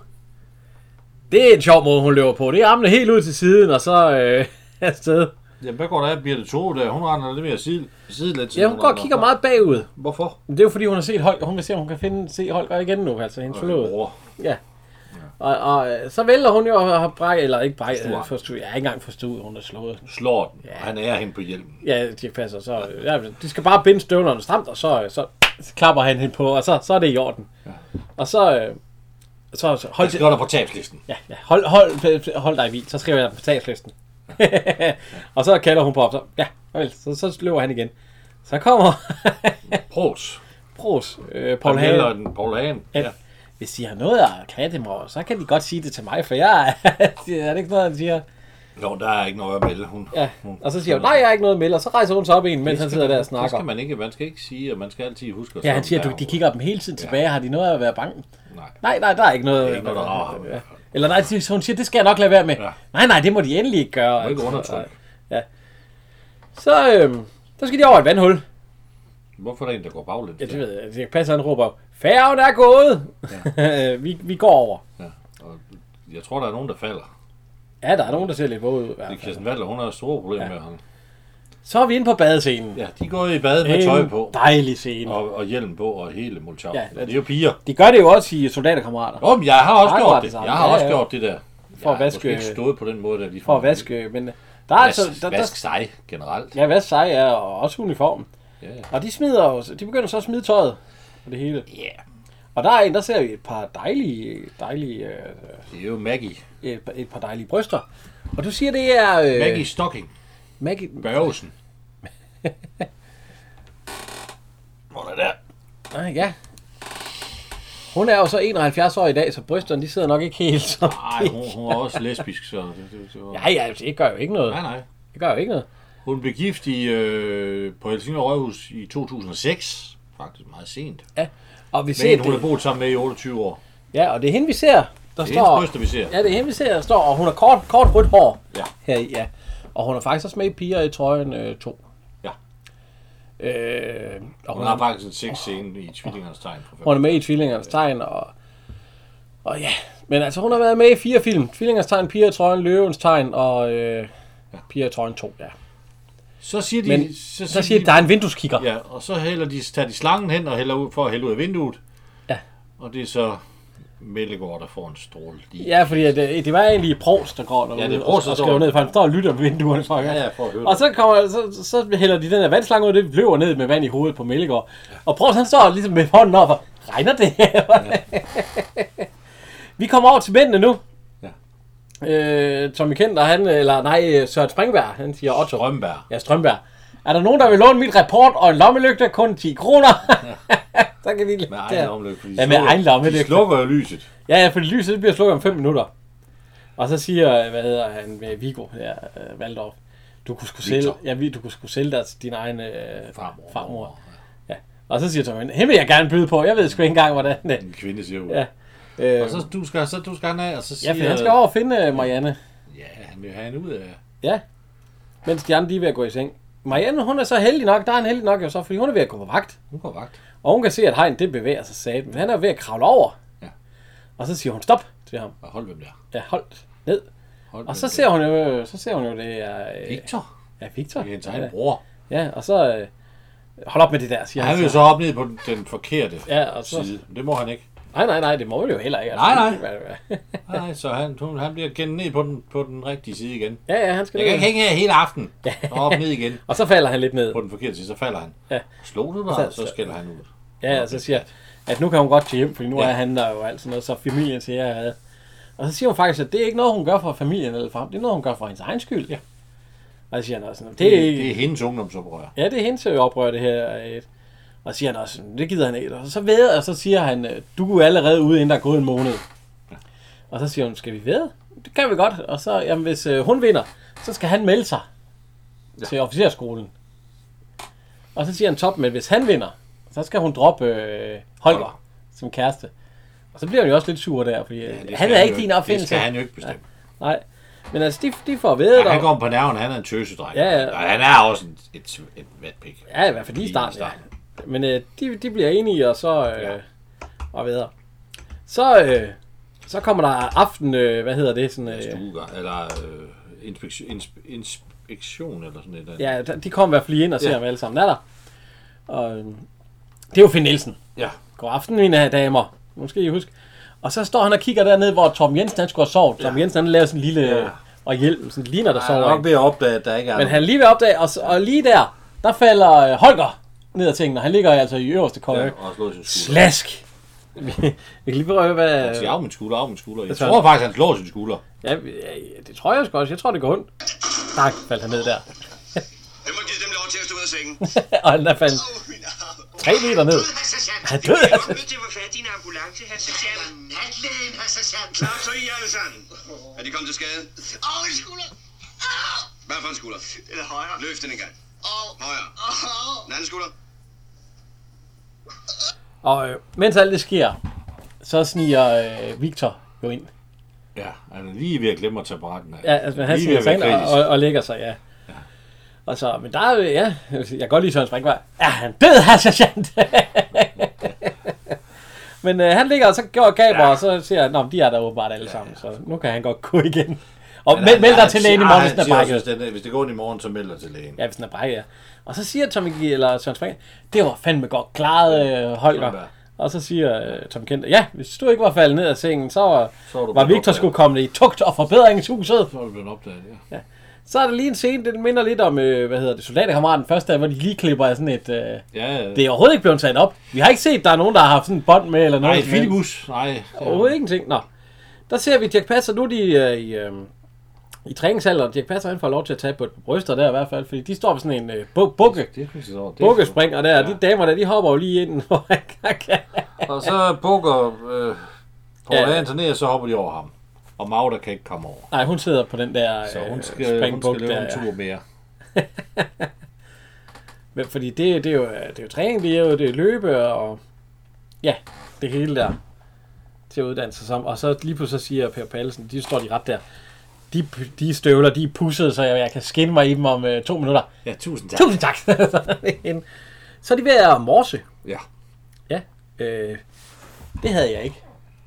Speaker 1: Det er en sjov måde, hun løber på. Det er armene helt ud til siden, og så øh, afsted.
Speaker 2: Og, jamen, hvad går der af? Birte Tove der? Hun render lidt mere side, side lidt.
Speaker 1: Ja, hun går og kigger meget bagud.
Speaker 2: Hvorfor?
Speaker 1: Men Det er jo fordi, hun har set Holger. Hun vil se, om hun kan finde, se Holger igen nu, altså hendes forlovede.
Speaker 2: Bror.
Speaker 1: Ja. Og, og øh, så vælter hun jo og har brej, eller ikke brej,
Speaker 2: Forstuer.
Speaker 1: øh, forstået, jeg er ikke engang forstået, hun er slået.
Speaker 2: slår den, og han ærer hende på hjelmen.
Speaker 1: Ja, de passer så. øh, Ja, de skal bare binde støvlerne stramt, og så, øh, så klapper han hende på, og så, så er det i orden. Ja. Og så, øh, så, så
Speaker 2: Han
Speaker 1: hold,
Speaker 2: skriver dig på tabslisten.
Speaker 1: ja, ja, hold, hold, hold dig i hvil, så skriver jeg den på tabslisten. og så kalder hun på op, så, ja, vel, så, så løber han igen. Så kommer
Speaker 2: Pros.
Speaker 1: Pros, øh, Paul
Speaker 2: Paul Hagen.
Speaker 1: Hagen.
Speaker 2: Den Paul Hagen. Ja.
Speaker 1: Hvis de har noget at klatte mig over, så kan de godt sige det til mig, for jeg er, er det ikke noget, han siger?
Speaker 2: Jo, der er ikke noget at melde. Hun,
Speaker 1: Ja, og så siger hun, nej, jeg har ikke noget med, og så rejser hun sig op i en, mens han sidder der og
Speaker 2: Det skal
Speaker 1: snakker.
Speaker 2: man ikke. Man skal ikke sige, og man skal altid huske. at
Speaker 1: Ja, han
Speaker 2: sådan
Speaker 1: siger,
Speaker 2: der
Speaker 1: du, de kigger dem hele tiden tilbage, har de noget at være bange?
Speaker 2: Nej.
Speaker 1: Nej, nej, der er ikke noget.
Speaker 2: er ikke noget, der rager ham.
Speaker 1: ja. Eller nej, så hun siger, det skal jeg nok lade være med. Ja.
Speaker 2: Ja.
Speaker 1: Nej, nej, det må de endelig ikke gøre.
Speaker 2: Må ikke
Speaker 1: Altså,
Speaker 2: undertrykke.
Speaker 1: Så, øhm, så skal de over et vandhul.
Speaker 2: Hvorfor er der en, der går baglæns?
Speaker 1: Ja, det ved jeg. Det passer, han råber, færgen er gået. Ja. vi, vi går over.
Speaker 2: Ja. Og jeg tror, der er nogen, der falder.
Speaker 1: Ja, der er nogen, der ser lidt våde ud. i hvert
Speaker 2: Det er
Speaker 1: fald.
Speaker 2: Kirsten Valder, hun har store problemer med ham.
Speaker 1: Så er vi inde på badescenen.
Speaker 2: Ja, de går i bad med tøj på,
Speaker 1: dejlig scene.
Speaker 2: og, og hjelm på, og hele mulchav.
Speaker 1: Ja,
Speaker 2: Ja, det er jo piger.
Speaker 1: De gør det jo også i Soldaterkammerater.
Speaker 2: Nå, men jeg har også
Speaker 1: Akkurat
Speaker 2: gjort
Speaker 1: det
Speaker 2: det.
Speaker 1: samme.
Speaker 2: Jeg har
Speaker 1: Ja,
Speaker 2: også
Speaker 1: ja.
Speaker 2: gjort det der.
Speaker 1: For at
Speaker 2: Jeg har
Speaker 1: vaske-
Speaker 2: måske ikke stået på den måde, der lige
Speaker 1: For at vaske. Men der er altså...
Speaker 2: Vask,
Speaker 1: Der, der,
Speaker 2: vask sig generelt.
Speaker 1: ja, vask sig er og også uniformen.
Speaker 2: Ja.
Speaker 1: Og de smider jo, de begynder så at smide tøjet og det hele.
Speaker 2: Ja.
Speaker 1: Og der er en, der ser vi et par dejlige, dejlige, øh,
Speaker 2: Det er jo Maggie.
Speaker 1: et, et par dejlige bryster. Og du siger, det er... Øh,
Speaker 2: Maggie Stocking.
Speaker 1: Maggie.
Speaker 2: Børgesen. Hvor er der?
Speaker 1: Ah, ja. Hun er jo så 71 år i dag, så brysterne de sidder nok ikke helt som...
Speaker 2: Nej, hun, hun er også lesbisk, så... Det, det, det var...
Speaker 1: Nej, ja, det gør jo ikke noget.
Speaker 2: Nej, nej.
Speaker 1: Det gør jo ikke noget.
Speaker 2: Hun blev gift i, øh, på Helsingør Rødhus i 2006. Faktisk meget sent.
Speaker 1: Ja. Og vi ser
Speaker 2: Men hun har
Speaker 1: det.
Speaker 2: boet sammen med i 28 år.
Speaker 1: Ja, og det er hende, vi ser. Der
Speaker 2: Det er hendes
Speaker 1: står,
Speaker 2: bryster, vi ser.
Speaker 1: Ja, det er hende, vi ser, der står, og hun har kort, kort rødt hår.
Speaker 2: Ja.
Speaker 1: Her i, ja. Og hun er faktisk også med i Piger i trøjen 2. Øh, to.
Speaker 2: Ja.
Speaker 1: Øh, og
Speaker 2: Hun har faktisk en sexscene i Tvillingernes tegn. Fra
Speaker 1: Hun er med i Tvillingernes Tegn, og, og ja. Men altså, hun har været med i fire film. Tvillingernes Tegn, Piger i Trøjen, Løvens Tegn og øh, Piger i Trøjen 2, ja.
Speaker 2: Så siger de...
Speaker 1: Men
Speaker 2: så
Speaker 1: Så siger de, der er en vindueskigger. Ja.
Speaker 2: Ja, og så hælder de, tager de slangen hen og hælder ud for at hælde ud af vinduet.
Speaker 1: Ja.
Speaker 2: Og det er så Mellegård, der får en stråle lige.
Speaker 1: Ja, fordi at, øh, det var egentlig Prost, der går derude
Speaker 2: Ja, det er
Speaker 1: og-
Speaker 2: Proust, der
Speaker 1: og
Speaker 2: står-
Speaker 1: skriver ned, for han står og lytter på vinduerne. For,
Speaker 2: Ja, ja, for at høre
Speaker 1: og
Speaker 2: det.
Speaker 1: så, kommer, så, så hælder de den der vandslange ud, og det løber ned med vand i hovedet på Mellegård. Ja. Og Prost, han står ligesom med hånden op og, regner det her? Ja. Vi kommer over til mændene nu.
Speaker 2: Ja.
Speaker 1: Øh, Tommy Kenter, han, eller nej, Søren Springberg, han siger Otto.
Speaker 2: Rømberg.
Speaker 1: Ja, Strømberg. Er der nogen, der vil låne mit rapport og en lommelygte? Kun 10 kroner. så kan de
Speaker 2: Med
Speaker 1: lægge
Speaker 2: egen
Speaker 1: der.
Speaker 2: lommelygte. fordi de
Speaker 1: Ja, med
Speaker 2: slukker-
Speaker 1: egen lommelygte.
Speaker 2: De slukker jo lyset.
Speaker 1: Ja, ja, for lyset det bliver slukket om 5 minutter. Og så siger, hvad hedder han, med Viggo her, øh, Valdorf, du kunne sgu sælge,
Speaker 2: Victor.
Speaker 1: ja, vi- du kunne sgu sælge dig til din egen øh,
Speaker 2: Farmor.
Speaker 1: farmor. Ja. Og så siger Tom Hanks, hende vil jeg gerne byde på, jeg ved sgu ikke engang, hvordan det
Speaker 2: En kvinde siger jo.
Speaker 1: Ja. Øh,
Speaker 2: Og så du skal, så du skal han af, og så
Speaker 1: ja,
Speaker 2: siger...
Speaker 1: for han skal over og finde øh, Marianne.
Speaker 2: Ja, han vil have hende ud af...
Speaker 1: Ja, mens de andre de er ved at gå i seng. Marianne, hun er så heldig nok, der er han heldig nok jo så, fordi hun er ved at gå på vagt.
Speaker 2: Hun går vagt.
Speaker 1: Og hun kan se, at hegn det bevæger sig sat, men han er ved at kravle over.
Speaker 2: Ja.
Speaker 1: Og så siger hun stop til ham.
Speaker 2: Og hold hvem der.
Speaker 1: Ja, hold ned.
Speaker 2: Hold
Speaker 1: Og så ser hun jo, så ser hun jo det er... Øh,
Speaker 2: Victor.
Speaker 1: ja, Victor.
Speaker 2: Det er hendes
Speaker 1: Ja,
Speaker 2: egen bror.
Speaker 1: Ja, og så... Øh, hold op med det der, siger
Speaker 2: Han vil jo så op ned på den, den forkerte
Speaker 1: Ja, og så...
Speaker 2: side. Men Det må han ikke.
Speaker 1: Nej, nej, nej, det må vi jo heller ikke. altså.
Speaker 2: Nej, nej.
Speaker 1: nej.
Speaker 2: Nej, så han, hun, han bliver gennem ned på den, på den rigtige side igen.
Speaker 1: ja, ja, han skal
Speaker 2: Jeg kan
Speaker 1: ned.
Speaker 2: ikke hænge her hele aften. Og op ned igen.
Speaker 1: Og så falder han lidt ned.
Speaker 2: På den forkerte side, så falder han.
Speaker 1: Ja.
Speaker 2: Slog du
Speaker 1: Så-
Speaker 2: dig, så
Speaker 1: så-
Speaker 2: skælder han ud.
Speaker 1: Ja, og så siger jeg, at nu kan hun godt tage hjem, fordi nu
Speaker 2: Ja.
Speaker 1: ja. er han der jo og alt sådan noget, så familien siger, at... Og så siger hun faktisk, at det er ikke noget, hun gør for familien eller for ham, det er noget, hun gør for hendes egen skyld.
Speaker 2: Ja.
Speaker 1: Og så siger han også sådan, det er ikke...
Speaker 2: det er hendes ungdomsoprør.
Speaker 1: Ja, det er hendes oprør, det her. øh, Og så siger han også, det gider han ikke. Og så ved, og så siger han, øh, du er allerede ude, inden der er gået en måned. Og så siger hun, skal vi ved? Det kan vi godt. Og så, jamen, hvis øh, hun vinder, så skal han melde sig ja. til officerskolen. Og så siger han top, men hvis han vinder, så skal hun droppe øh, Holger
Speaker 2: Holger.
Speaker 1: som kæreste. Og så bliver han jo også lidt sur der, fordi ja,
Speaker 2: Ja, det
Speaker 1: han
Speaker 2: skal
Speaker 1: er
Speaker 2: jo
Speaker 1: ikke din opfindelse.
Speaker 2: Det skal han jo ikke bestemme.
Speaker 1: Nej, men altså, de, de får ved,
Speaker 2: Ja. Han kommer på nerven, han er en tøsedreng.
Speaker 1: Ja, ja.
Speaker 2: Og han er også en, et, et vatpik.
Speaker 1: Ja, i hvert fald lige i starten. Ja. Men øh, de, de bliver enige, og så... Øh,
Speaker 2: Ja.
Speaker 1: Og videre. Så, øh, så kommer der aften... Øh, hvad hedder det? Sådan, øh,
Speaker 2: Stuegang, eller øh, inspektion, insp- inspektion, eller sådan noget.
Speaker 1: ja, der- de kommer i hvert fald lige ind og ser
Speaker 2: Ja.
Speaker 1: ja. dem alle sammen. Er der? Og, øh, det er jo Finn Nielsen.
Speaker 2: ja.
Speaker 1: God aften, mine damer. Måske I huske. Og så står han og kigger derned, hvor Tom Jensen han skulle have sovet. Tom Jensen han laver sådan en lille...
Speaker 2: Ja.
Speaker 1: Ja. Og hjælp, sådan ligner der
Speaker 2: Så er
Speaker 1: sover.
Speaker 2: nok
Speaker 1: en.
Speaker 2: ved at opdage, at der ikke er
Speaker 1: Men
Speaker 2: nogen.
Speaker 1: han er lige ved at opdage, og, s- og lige der, der falder øh, Holger ned ad tingene. Han ligger altså i øverste køje.
Speaker 2: Ja, og har slået sin skulder.
Speaker 1: Slask! Vi, vi kan lige prøve, hvad...
Speaker 2: Sig, af min skulder, af min skulder. Jeg
Speaker 1: så-
Speaker 2: tror faktisk, han slår sin skulder.
Speaker 1: Ja, ja, ja, det tror jeg sgu også. Jeg tror, det går ondt. Tak, faldt han ned der.
Speaker 3: Hvem har givet dem lov til at stå ud af sengen?
Speaker 1: og han der faldt
Speaker 3: Åh, min arm.
Speaker 1: tre meter ned.
Speaker 6: Hr. Sergeant.
Speaker 1: Han døde
Speaker 6: Jeg
Speaker 1: altså.
Speaker 6: er nødt til at få fat i en ambulance, hr.
Speaker 3: Ja,
Speaker 6: Sergeant.
Speaker 3: natlægen.
Speaker 6: Hr. Sergeant.
Speaker 3: Klar, så I alle sammen. Er de kommet til skade?
Speaker 6: Åh, en skulder. Au!
Speaker 3: Hvad for en skulder?
Speaker 6: Eller højre.
Speaker 3: Løft den en gang.
Speaker 6: Åh,
Speaker 3: Højre.
Speaker 6: åh.
Speaker 3: Den anden skulder.
Speaker 1: Og øh, mens alt det sker, så sniger øh, Victor jo ind.
Speaker 2: Ja, han er lige ved at glemme at tage brætten af.
Speaker 1: Ja, altså, men han
Speaker 2: lige
Speaker 1: sniger sig ind og,
Speaker 2: kritisk.
Speaker 1: og, og lægger sig, ja. Og så, men der er jo- ja, jeg kan godt lide Søren Brinkvej. Er han død, herr sergeant? men øh, han ligger, og så går Gaber, ja. og så siger han, "Nå, men de er der åbenbart alle sammen, så nu kan han godt gå igen. Og meld, meld dig til lægen
Speaker 2: ah,
Speaker 1: i morgen, hvis den er brækket.
Speaker 2: Hvis, den er- hvis det går ondt i morgen, så melder til lægen.
Speaker 1: Ja, hvis den er brækket, ja. Og så siger Tom eller Søren Springer, det var fandme godt klaret, øh, Holger.
Speaker 2: Holger.
Speaker 1: Og så siger øh, Tom Kent, ja, hvis du ikke var faldet ned af sengen, så var,
Speaker 2: Så var du
Speaker 1: så var
Speaker 2: blevet
Speaker 1: Victor
Speaker 2: opdaget."
Speaker 1: skulle komme i tugt og forbedringshuset.
Speaker 2: Så er vi blevet opdaget, ja.
Speaker 1: Så er der lige en scene, den minder lidt om, øh, hvad hedder det, Soldaterkammeraten første dag, hvor de lige klipper af sådan et... Øh,
Speaker 2: Ja, ja.
Speaker 1: det er overhovedet ikke blevet taget op. Vi har ikke set, der er nogen, der har haft sådan en bånd med eller noget.
Speaker 2: Nej,
Speaker 1: som helst.
Speaker 2: Filibus. Nej.
Speaker 1: Overhovedet ingenting. Nå. Der ser vi Dirk Passer. Nu er de øh, i, øh, i træningsalderen. Dirk Passer han får lov til at tage på et par bryster der i hvert fald, fordi de står ved sådan en øh, bu- bukke.
Speaker 2: Det er faktisk over. Det er-
Speaker 1: Bukkespringer der, og de damer der, de hopper jo lige ind, hvor han kan.
Speaker 2: Og så bukker øh, Paul
Speaker 1: Ja.
Speaker 2: ja. Anthony, og så hopper de over ham. Og Magda kan ikke komme over.
Speaker 1: Nej, hun sidder på den der
Speaker 2: Så hun
Speaker 1: øh,
Speaker 2: skal, hun
Speaker 1: springbuk
Speaker 2: skal
Speaker 1: der.
Speaker 2: løbe en
Speaker 1: ja.
Speaker 2: tur mere.
Speaker 1: Men Fordi det, det, er jo, øh, det er jo træning, det er jo det er løbe, og ja, det hele der til at uddanne sig som. Og så lige pludselig så siger Per Pallesen, de står de ret der. De, de støvler, de er pudsede, så jeg, jeg kan skinne mig i dem om øh, to minutter.
Speaker 2: Ja, tusind tak.
Speaker 1: Tusind tak. Så er det hende. så er de ved at morse.
Speaker 2: Ja.
Speaker 1: Ja. Øh, det havde jeg ikke.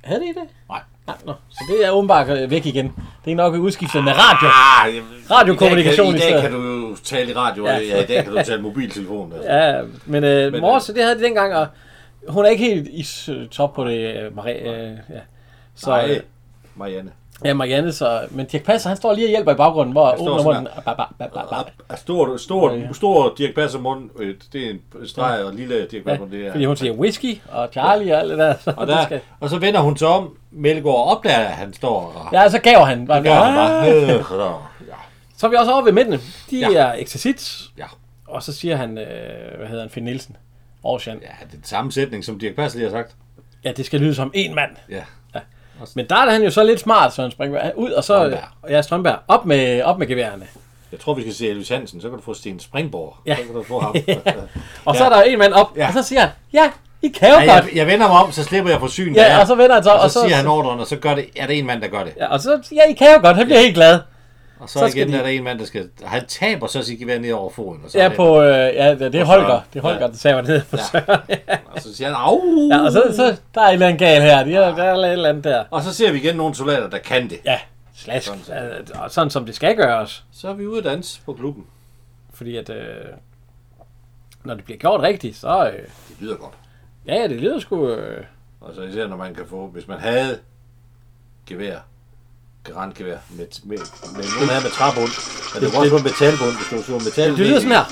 Speaker 1: Havde det det?
Speaker 2: Nej.
Speaker 1: Nej, nå. Så det er åbenbart øh, væk igen. Det er nok udskiftet med radio.
Speaker 2: Ah, jamen,
Speaker 1: Radiokommunikation
Speaker 2: i dag
Speaker 1: i
Speaker 2: kan, i dag
Speaker 1: stedet.
Speaker 2: kan du jo tale i radio, ja.
Speaker 1: Ja.
Speaker 2: ja, i dag kan du tale mobiltelefon. Altså. Ja.
Speaker 1: Ja, men, øh,
Speaker 2: Men,
Speaker 1: men morse, det havde de dengang, og hun er ikke helt i s- top på det, øh, Marie. Øh, ja. Så, øh.
Speaker 2: Nej,
Speaker 1: Nej.
Speaker 2: Marianne.
Speaker 1: Ja, Marianne, så... Men Dirk Passer, han står lige og hjælper i baggrunden, hvor
Speaker 2: står
Speaker 1: åbner
Speaker 2: sådan
Speaker 1: munden. Ba, ba, ba, ba, ba.
Speaker 2: Ah, Stor, stor, ja. stor Dirk Passer mund, øh, det er en streg, og lille Dirk Passer mund, det
Speaker 1: Ja,
Speaker 2: er...
Speaker 1: fordi hun siger whisky og Charlie og alt det der. Så
Speaker 2: og,
Speaker 1: det
Speaker 2: der,
Speaker 1: skal-
Speaker 2: og så vender hun sig om, Melgaard opdager, at han står og...
Speaker 1: Ja, så gav han. Bare,
Speaker 2: Ja, han bare,
Speaker 1: "Ah."
Speaker 2: øh, ja,
Speaker 1: Så er vi også over ved mændene. De
Speaker 2: Ja.
Speaker 1: ja. er eksercits,
Speaker 2: ja.
Speaker 1: og så siger han, øh, hvad hedder han, Finn Nielsen. Ocean. Ja.
Speaker 2: ja, det er den samme sætning, som Dirk Passer lige har sagt.
Speaker 1: ja, det skal lyde som en mand.
Speaker 2: Ja.
Speaker 1: Men der er han jo så lidt smart, så han springer ud, og så
Speaker 2: Strømberg.
Speaker 1: ja, Strømberg, op med, op med geværerne.
Speaker 2: Jeg tror, vi skal se Elvis Hansen, så kan du få Sten Springborg.
Speaker 1: Ja.
Speaker 2: Så kan du få ham.
Speaker 1: Og
Speaker 2: Ja.
Speaker 1: så er der en mand op,
Speaker 2: Ja.
Speaker 1: og så siger han, ja, I kan jo
Speaker 2: Ja,
Speaker 1: godt.
Speaker 2: jeg, jeg vender mig om, så slipper jeg for syn
Speaker 1: Ja,
Speaker 2: der.
Speaker 1: og så vender han sig om,
Speaker 2: og
Speaker 1: og
Speaker 2: så,
Speaker 1: så-
Speaker 2: siger han ordren, og så gør det, er det en mand, der gør det.
Speaker 1: Ja, og så, ja, I kan jo godt, han bliver helt glad.
Speaker 2: Og så,
Speaker 1: Så
Speaker 2: så
Speaker 1: skal
Speaker 2: igen
Speaker 1: de-
Speaker 2: er der en mand, der skal... Han taber så sit gevær ned over foden. Og så er
Speaker 1: Ja,
Speaker 2: det-
Speaker 1: på, øh, ja, det det er
Speaker 2: Og Søren.
Speaker 1: Holger, det er Holger,
Speaker 2: Ja.
Speaker 1: der saver ned på Søren.
Speaker 2: Og så siger han, au!
Speaker 1: Ja, og så, så der er et eller andet galt her, de er, der er et eller andet der.
Speaker 2: Og så ser vi igen nogle soldater, der kan det.
Speaker 1: Ja, slask,
Speaker 2: Sådan, så.
Speaker 1: sådan, og sådan som det skal gøres.
Speaker 2: Så er vi ude at danse på klubben.
Speaker 1: Fordi at, øh, når det bliver gjort rigtigt, så, øh,
Speaker 2: Det lyder godt.
Speaker 1: ja, ja, det lyder sgu, øh,
Speaker 2: Og så især, når man kan få... Hvis man havde gevær, garantgevær, med, med, med nogen her med træbund, men det var også en metalbund, hvis du slog metal
Speaker 1: det lyder sådan her.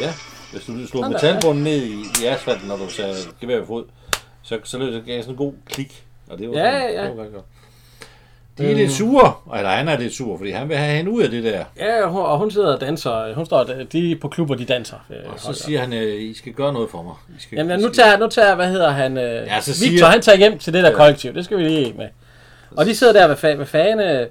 Speaker 2: Ja, hvis du
Speaker 1: Sådan
Speaker 2: slog
Speaker 1: der,
Speaker 2: metalbunden ned i, i asfalten, når du sagde gevær i fod, så, så lød det gav sådan en god klik. Og det var
Speaker 1: Ja,
Speaker 2: sådan,
Speaker 1: ja. Øhm.
Speaker 2: Det var godt. De er lidt sure, eller han er lidt sur, fordi han vil have hende ud af det der.
Speaker 1: Ja, hun- og hun sidder og danser. Hun står, og- de er på klubber, de danser. Øh,
Speaker 2: Og så
Speaker 1: Holger.
Speaker 2: siger han, øh, I skal gøre noget for mig. I skal,
Speaker 1: Jamen, ja,
Speaker 2: I
Speaker 1: nu
Speaker 2: skal-
Speaker 1: tager, nu tager, hvad hedder han, øh, ja,
Speaker 2: Ja, så siger-
Speaker 1: Victor, han tager hjem til det der
Speaker 2: Ja.
Speaker 1: kollektiv. Det skal vi lige med. Og de sidder der, hvad, fa- hvad fanden, øh,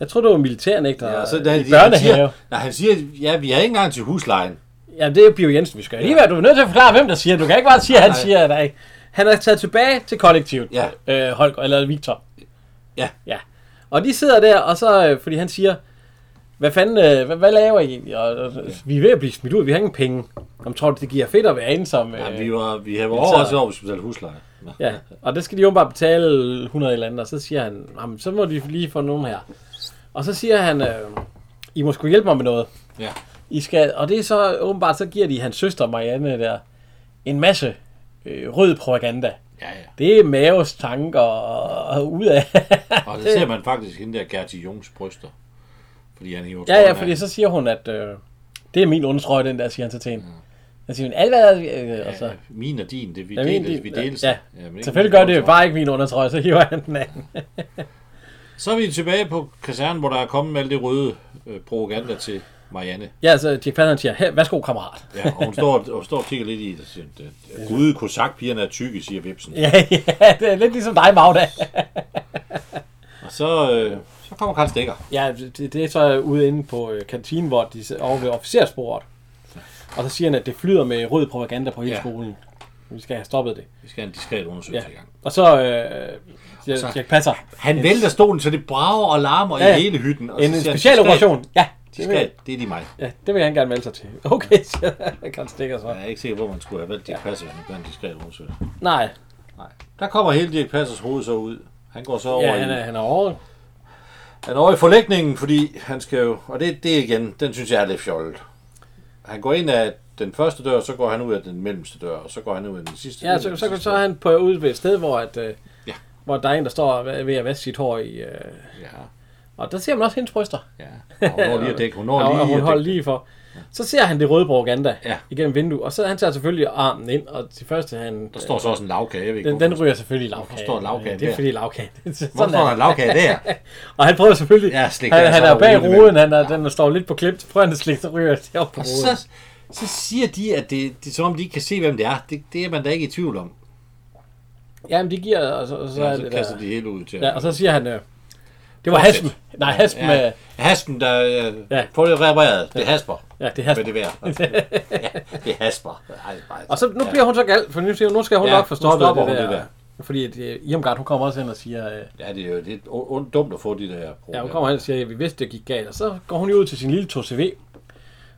Speaker 1: jeg tror det var militærnægter
Speaker 2: Ja,
Speaker 1: ja,
Speaker 2: og så,
Speaker 1: i
Speaker 2: da,
Speaker 1: øh, børnehave.
Speaker 2: de, han, siger, nej, han siger, ja, vi er ikke engang til huslejen.
Speaker 1: Ja, det er jo Bio Jensen, vi skal. Ja. Alligevel, du er nødt til at forklare, hvem der siger det. Du kan ikke bare sige, at han
Speaker 2: Nej.
Speaker 1: siger, at nej. Han er taget tilbage til kollektivet,
Speaker 2: Ja.
Speaker 1: øh, Holger, eller Victor.
Speaker 2: Ja.
Speaker 1: ja. Og de sidder der, og så, øh, fordi han siger, hvad fanden, øh, hvad, hvad laver I egentlig? Og, og, Vi er ved at blive smidt ud, vi har ingen penge. Om tror du, det giver fedt at være inde som... Øh,
Speaker 2: Ja, vi var, vi var
Speaker 1: så-
Speaker 2: overrasket over, at vi skulle betale husleje. Nå.
Speaker 1: Ja, og det skal de jo bare betale 100 eller andet, og så siger han, jamen, så må de lige få nogen her. Og så siger han, øh, I må skulle hjælpe mig med noget.
Speaker 2: Ja.
Speaker 1: I skal, og det er så åbenbart, så giver de hans søster Marianne der en masse øh, rød propaganda.
Speaker 2: ja, ja.
Speaker 1: Det er maves tanker og, og ud af.
Speaker 2: Og så ser man faktisk hende der Gerti Jungs bryster. Fordi han hiver
Speaker 1: ja, ja,
Speaker 2: trøjen af.
Speaker 1: fordi så siger hun, at øh, det er min undertrøje, den der, siger han så til hende. Så siger hun, alt hvad er, øh, og så,
Speaker 2: Mm. Ja, min og din, det vi
Speaker 1: Ja,
Speaker 2: ja,
Speaker 1: min,
Speaker 2: deles,
Speaker 1: din,
Speaker 2: vi deles.
Speaker 1: ja.
Speaker 2: men ikke
Speaker 1: selvfølgelig
Speaker 2: min
Speaker 1: gør det jo
Speaker 2: undertrøje.
Speaker 1: bare ikke min undertrøje, så hiver han den anden.
Speaker 2: Så er vi tilbage på kasernen, hvor der er kommet alt det røde øh, propaganda til Marianne.
Speaker 1: Ja, så Jack Fadden siger, "Her, værsgo kammerat.
Speaker 2: Ja, og hun står, og står og kigger lidt i det og siger, "Øh, Gud, kosakpigerne er tykke, siger Vipsen. Ja.
Speaker 1: Ja, ja, det er lidt ligesom dig, Magda.
Speaker 2: Og så, øh, så kommer Karl Stikker.
Speaker 1: Ja, det, det er så ude inde på øh, kantinen, hvor de sidder over ved officersporet. Og så siger han, at det flyder med rød propaganda på hele ja.
Speaker 2: Ja.
Speaker 1: skolen. Vi skal have stoppet det.
Speaker 2: Vi skal have en diskret undersøgelse ja. i gang.
Speaker 1: Og så, øh, ja,
Speaker 2: så-
Speaker 1: Jack Passer.
Speaker 2: Han vælter stolen, så det brager og larmer ja,
Speaker 1: Ja, ja.
Speaker 2: ja. i hele hytten. Og
Speaker 1: En, en
Speaker 2: så siger han,
Speaker 1: special
Speaker 2: "Diskret,
Speaker 1: operation. Ja, det vil,
Speaker 2: Diskret, det er de mig.
Speaker 1: ja, det vil han gerne melde sig til. Okay, siger Karl Stikker så.
Speaker 2: Jeg er ikke sikker, hvor man skulle have valgt Dirk Passer, hvis man gør en diskret undersøgelse.
Speaker 1: Nej,
Speaker 2: Nej. Der kommer hele Dirk Passers hoved så ud. Han går så over
Speaker 1: ja,
Speaker 2: i...
Speaker 1: han er, han er over.
Speaker 2: Han er over i forlægningen, fordi han skal jo... Og det, det igen, den synes jeg er lidt fjollet. Han går ind af den første dør, så går han ud af den mellemste dør, og så går han ud af den sidste
Speaker 1: Ja,
Speaker 2: ud
Speaker 1: så,
Speaker 2: af den
Speaker 1: så,
Speaker 2: sidste
Speaker 1: så er
Speaker 2: dør.
Speaker 1: han på ude ved et sted, hvor, at, øh,
Speaker 2: Ja.
Speaker 1: hvor der er en, der står ved ved at vaske sit hår i... Øh,
Speaker 2: Ja,
Speaker 1: og der ser man også hendes bryster.
Speaker 2: ja. Og hun når lige at dække. Hun når
Speaker 1: og,
Speaker 2: lige
Speaker 1: og hun
Speaker 2: at
Speaker 1: holder
Speaker 2: dække.
Speaker 1: lige for. Så ser han det røde propaganda ja.
Speaker 2: Ja.
Speaker 1: igennem vinduet, og så han tager selvfølgelig armen ind, og til første han...
Speaker 2: Der står så også en lavkage, jeg ved ikke
Speaker 1: den, den ryger selvfølgelig i lavkagen.
Speaker 2: Hvorfor står lavkagen
Speaker 1: Det er
Speaker 2: der?
Speaker 1: fordi lavkagen. Sådan
Speaker 2: Hvorfor står
Speaker 1: er
Speaker 2: der
Speaker 1: det.
Speaker 2: en lavkage der?
Speaker 1: Og han prøver selvfølgelig...
Speaker 2: Ja, slik
Speaker 1: han,
Speaker 2: der,
Speaker 1: han
Speaker 2: så
Speaker 1: er
Speaker 2: er der
Speaker 1: bag
Speaker 2: roligt imellem.
Speaker 1: roden, han er, den står lidt på klip. Så prøver han at slikke, så ryger det op på
Speaker 2: Og
Speaker 1: roden.
Speaker 2: så, så siger de, at det, det er som om, de ikke kan se, hvem det er. Det, det er man da ikke i tvivl om.
Speaker 1: Jamen, de giver... Og så, og så,
Speaker 2: Så,
Speaker 1: ja,
Speaker 2: ja,
Speaker 1: er
Speaker 2: så
Speaker 1: det
Speaker 2: kaster
Speaker 1: der.
Speaker 2: de hele ud til.
Speaker 1: Ja, og så siger han... Øh, det var haspen. Nej, haspen med...
Speaker 2: Ja, haspen, der øh,
Speaker 1: Ja.
Speaker 2: ja. får det repareret. Det hasper.
Speaker 1: Ja, det er
Speaker 2: Hvad
Speaker 1: haspen.
Speaker 2: det værd. ja, det hasper. Ej, ej.
Speaker 1: Og så nu bliver hun så gal, for nu, siger hun, nu skal hun
Speaker 2: Ja,
Speaker 1: nok forstå
Speaker 2: nu
Speaker 1: det,
Speaker 2: stopper
Speaker 1: det,
Speaker 2: hun
Speaker 1: der.
Speaker 2: det der.
Speaker 1: Fordi at, øh, Irmgard, hun kommer også hen og siger... Øh,
Speaker 2: Ja, det er jo lidt u- u- dumt at få de der problemer.
Speaker 1: Ja, hun kommer hen og siger, at vi vidste, det gik galt. Og så går hun jo ud til sin lille 2CV.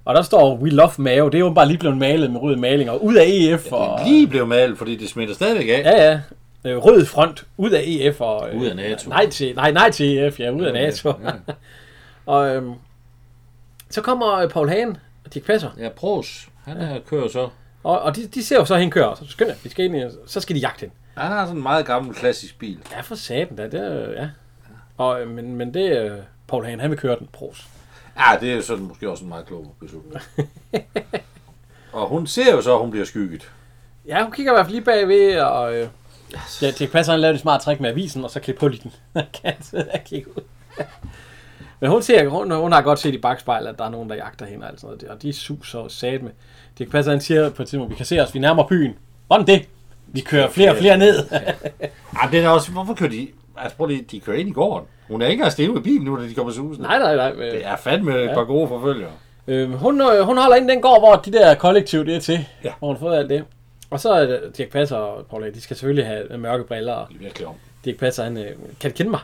Speaker 1: Og der står We Love Mave. Det er jo bare lige blevet malet med rød maling. Og ud af EF
Speaker 2: Det
Speaker 1: og...
Speaker 2: er lige blevet malet, fordi det smitter stadigvæk af.
Speaker 1: Ja, ja. Øh, Rød front. Ud af EF og... øh,
Speaker 2: Ud af NATO.
Speaker 1: Nej til, nej, nej til EF. Ja, ud af NATO. Ja. og øhm, så kommer øh, Paul Hagen og Dirk Passer.
Speaker 2: Ja, Pros, han er, kører så.
Speaker 1: Og, og de, de ser jo så hende køre. Så skynd jer, vi skal ind, i- så skal de jagte hende.
Speaker 2: Han har sådan en meget gammel klassisk bil.
Speaker 1: Ja, for satan da. Det, er jo- ja. Og, øh, men, men det... Øh, Paul Hagen, han vil køre den. Pros.
Speaker 2: Ja, det er jo sådan måske også en meget klog beslutning. og hun ser jo så, at hun bliver skygget.
Speaker 1: Ja, hun kigger i hvert fald lige bagved, og... Øh, ja, Dirk Passer, han lavede et smart trick med avisen, og så klip hul i den. kan han sidde og kigge ud. Men hun, ser, hun, hun har godt set i bagspejlet, at der er nogen, der jagter hende og alt sådan noget. der, Og de suser og sat med. Dirk Passer, han siger på et tidspunkt, vi kan se os, vi nærmer byen. Hvordan det? Vi kører flere og flere ned.
Speaker 2: Ja, det er da også, hvorfor kører de... Altså prøv lige, de kører ind i gården. Hun er ikke engang stille med bilen nu, da de kommer susende.
Speaker 1: Nej, nej, nej. Men,
Speaker 2: Det er fandme et par gode forfølgere.
Speaker 1: Øhm, hun, øh, hun holder ind den gård, hvor de der kollektiv det er til.
Speaker 2: Ja.
Speaker 1: Hvor hun har fået alt det. Og så er det Dirk Passer og Paul A. de skal selvfølgelig have mørke briller. Og
Speaker 2: De er virkelig om.
Speaker 1: Dirk Passer, han, øh, kan du kende mig?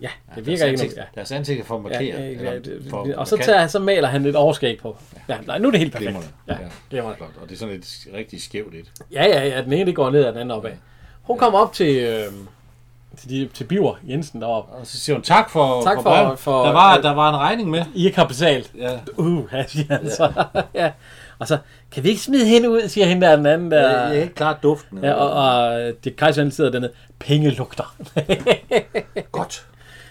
Speaker 1: Ja, det virker
Speaker 2: Deres
Speaker 1: ikke
Speaker 2: ansigt-
Speaker 1: noget. Ja.
Speaker 2: Deres ansigt er for
Speaker 1: Ja,
Speaker 2: markeret.
Speaker 1: ja, ja,
Speaker 2: eller
Speaker 1: det-
Speaker 2: for-
Speaker 1: og så,
Speaker 2: markant.
Speaker 1: tager, han- så maler han lidt overskæg på. Ja, nej, nu er det helt perfekt.
Speaker 2: Glimrende.
Speaker 1: Ja, glimrende.
Speaker 2: Flot. Og det er sådan lidt rigtig skævt lidt.
Speaker 1: Ja, ja, ja, den ene det går ned, og den anden opad. Hun kommer op til, øh, til, de, til Biver Jensen deroppe.
Speaker 2: Og så siger hun tak for,
Speaker 1: Tak
Speaker 2: for,
Speaker 1: for-
Speaker 2: brevet.
Speaker 1: for-
Speaker 2: der, var, der var en regning med.
Speaker 1: I ikke har betalt.
Speaker 2: Ja.
Speaker 1: Uh, ja, siger han så. ja. Og så, kan vi ikke smide hende ud, siger hende der den anden der.
Speaker 2: Det er helt klart duften.
Speaker 1: Ja, og, og øh, det kejser han sidder dernede. Penge lugter.
Speaker 2: Godt.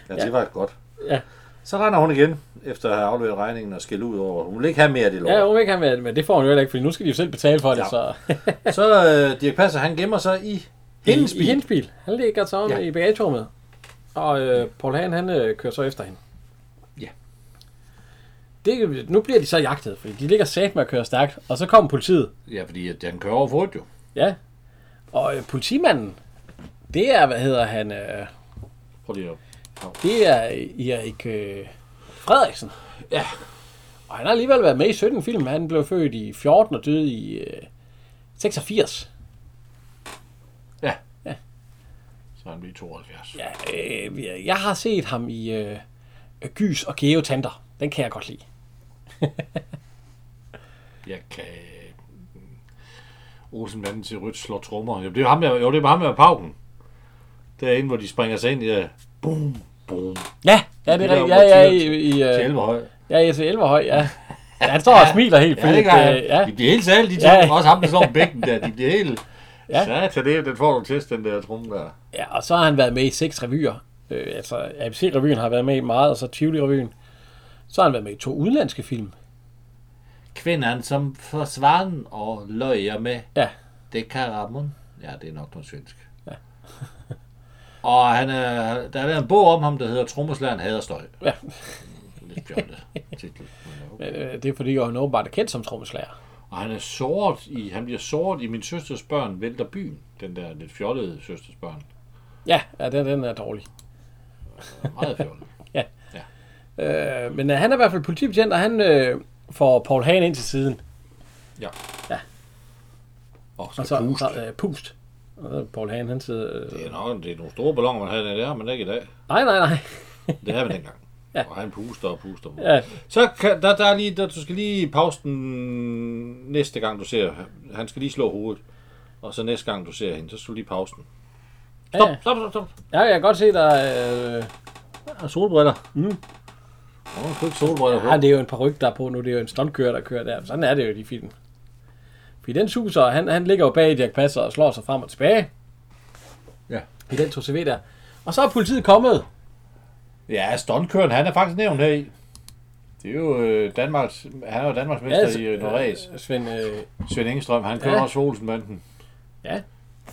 Speaker 2: Ja, det var et godt.
Speaker 1: Ja.
Speaker 2: Så render hun igen, efter at have afleveret regningen og skældt ud over. Hun vil ikke have mere af det lort.
Speaker 1: ja, hun vil ikke have med, men det får hun jo heller ikke, for nu skal de jo selv betale for det.
Speaker 2: Ja.
Speaker 1: Så.
Speaker 2: Så øh, Dirk Passer, han gemmer sig i hendes
Speaker 1: I, i
Speaker 2: bil.
Speaker 1: hendes bil. Han ligger så om
Speaker 2: Ja.
Speaker 1: ja. i bagagerummet. Og øh, Paul Hahn, han øh, kører så efter hende.
Speaker 2: Ja.
Speaker 1: Det, nu bliver de så jagtet, fordi de ligger sat med at køre stærkt. Og så kommer politiet.
Speaker 2: Ja, fordi at den kører over for jo.
Speaker 1: Ja. Og øh, politimanden, det er, hvad hedder han? Øh,
Speaker 2: Prøv lige at...
Speaker 1: det er Erik øh, Frederiksen.
Speaker 2: Ja.
Speaker 1: Og han har alligevel været med i 17 film. Han blev født i 14 og døde i øh, 86.
Speaker 2: Ja. ja. Så er han bliver 72.
Speaker 1: Ja, øh, jeg har set ham i øh, Gys og Geotanter. Den kan jeg godt lide.
Speaker 2: Jeg kan... Olsenmanden til Rødt slår trommer. Jo, det er ham, der, jo, det er ham med pauken. Derinde, hvor de springer sig ind i... Ja. Boom, boom.
Speaker 1: Ja, ja det er
Speaker 2: Det der
Speaker 1: rigtigt. Ja, ja, i,
Speaker 2: motiv
Speaker 1: i,
Speaker 2: Til
Speaker 1: øh,
Speaker 2: Elverhøj.
Speaker 1: ja, i til Elverhøj, ja. ja. Han står og smiler helt
Speaker 2: Ja, det
Speaker 1: fyldt.
Speaker 2: gør han.
Speaker 1: øh, ja.
Speaker 2: De bliver helt særlige, de to.
Speaker 1: Ja.
Speaker 2: Også ham, der slår med bækken der. De bliver helt...
Speaker 1: Ja.
Speaker 2: Ja. Så det, den får du til, den der tromme der.
Speaker 1: ja, og så har han været med i seks revyer. Øh, altså, ABC-revyen har været med i meget, og så Tivoli-revyen. Så har han været med i to udenlandske film.
Speaker 2: Kvinden, som forsvandt og løjer med,
Speaker 1: Ja,
Speaker 2: det kan Ramon. Ja, det er nok noget svensk. Ja. og han er, der er lavet en bog om ham, der hedder Trommeslageren Haderstøj.
Speaker 1: ja.
Speaker 2: Lidt fjollet titel. men okay.
Speaker 1: Men, øh, det er fordi, han åbenbart er kendt som trommeslager.
Speaker 2: Og han er såret i, han bliver såret i Min Søsters Børn Vælter Byen. Den der lidt fjollede Søsters Børn.
Speaker 1: Ja, ja den, den er dårlig.
Speaker 2: Meget fjollet.
Speaker 1: Øh, men øh, han er i hvert fald politibetjent, og han øh, får Paul Hagen ind til siden.
Speaker 2: ja.
Speaker 1: Ja.
Speaker 2: Og så,
Speaker 1: Og så,
Speaker 2: pust.
Speaker 1: så øh, pust. Og så Paul Hagen, han sidder... Øh,
Speaker 2: Det er, nok, det er nogle store balloner, man havde der, men ikke i dag.
Speaker 1: nej, nej, nej.
Speaker 2: Det havde man dengang. ja. Og han puster og puster.
Speaker 1: Ja.
Speaker 2: Så kan, der, der er lige, der, du skal lige pause den næste gang, du ser. Han skal lige slå hovedet. Og så næste gang, du ser hende, så skal du lige pause den. Stop,
Speaker 1: Ja.
Speaker 2: stop, stop, stop.
Speaker 1: Ja, jeg kan godt se, der er... Øh,
Speaker 2: Ja, solbriller. Mm. Åh, oh, ikke solbriller på.
Speaker 1: ja, ah, det er jo en par der er på nu. Det er jo en stuntkører, der kører der. Sådan er det jo i de film. Fordi den suser, han, han ligger jo bag Dirk Passer og slår sig frem og tilbage.
Speaker 2: Ja.
Speaker 1: I den 2CV der. Og så er politiet kommet.
Speaker 2: Ja, stuntkøren, han er faktisk nævnt her i. Det er jo øh, Danmarks, han er jo Danmarks mester
Speaker 1: Ja, s-
Speaker 2: i øh, noget ræs.
Speaker 1: øh, Svend, øh,
Speaker 2: Svend Ingestrøm, han kører
Speaker 1: Ja.
Speaker 2: ja. også for Olsenbanden.
Speaker 1: ja.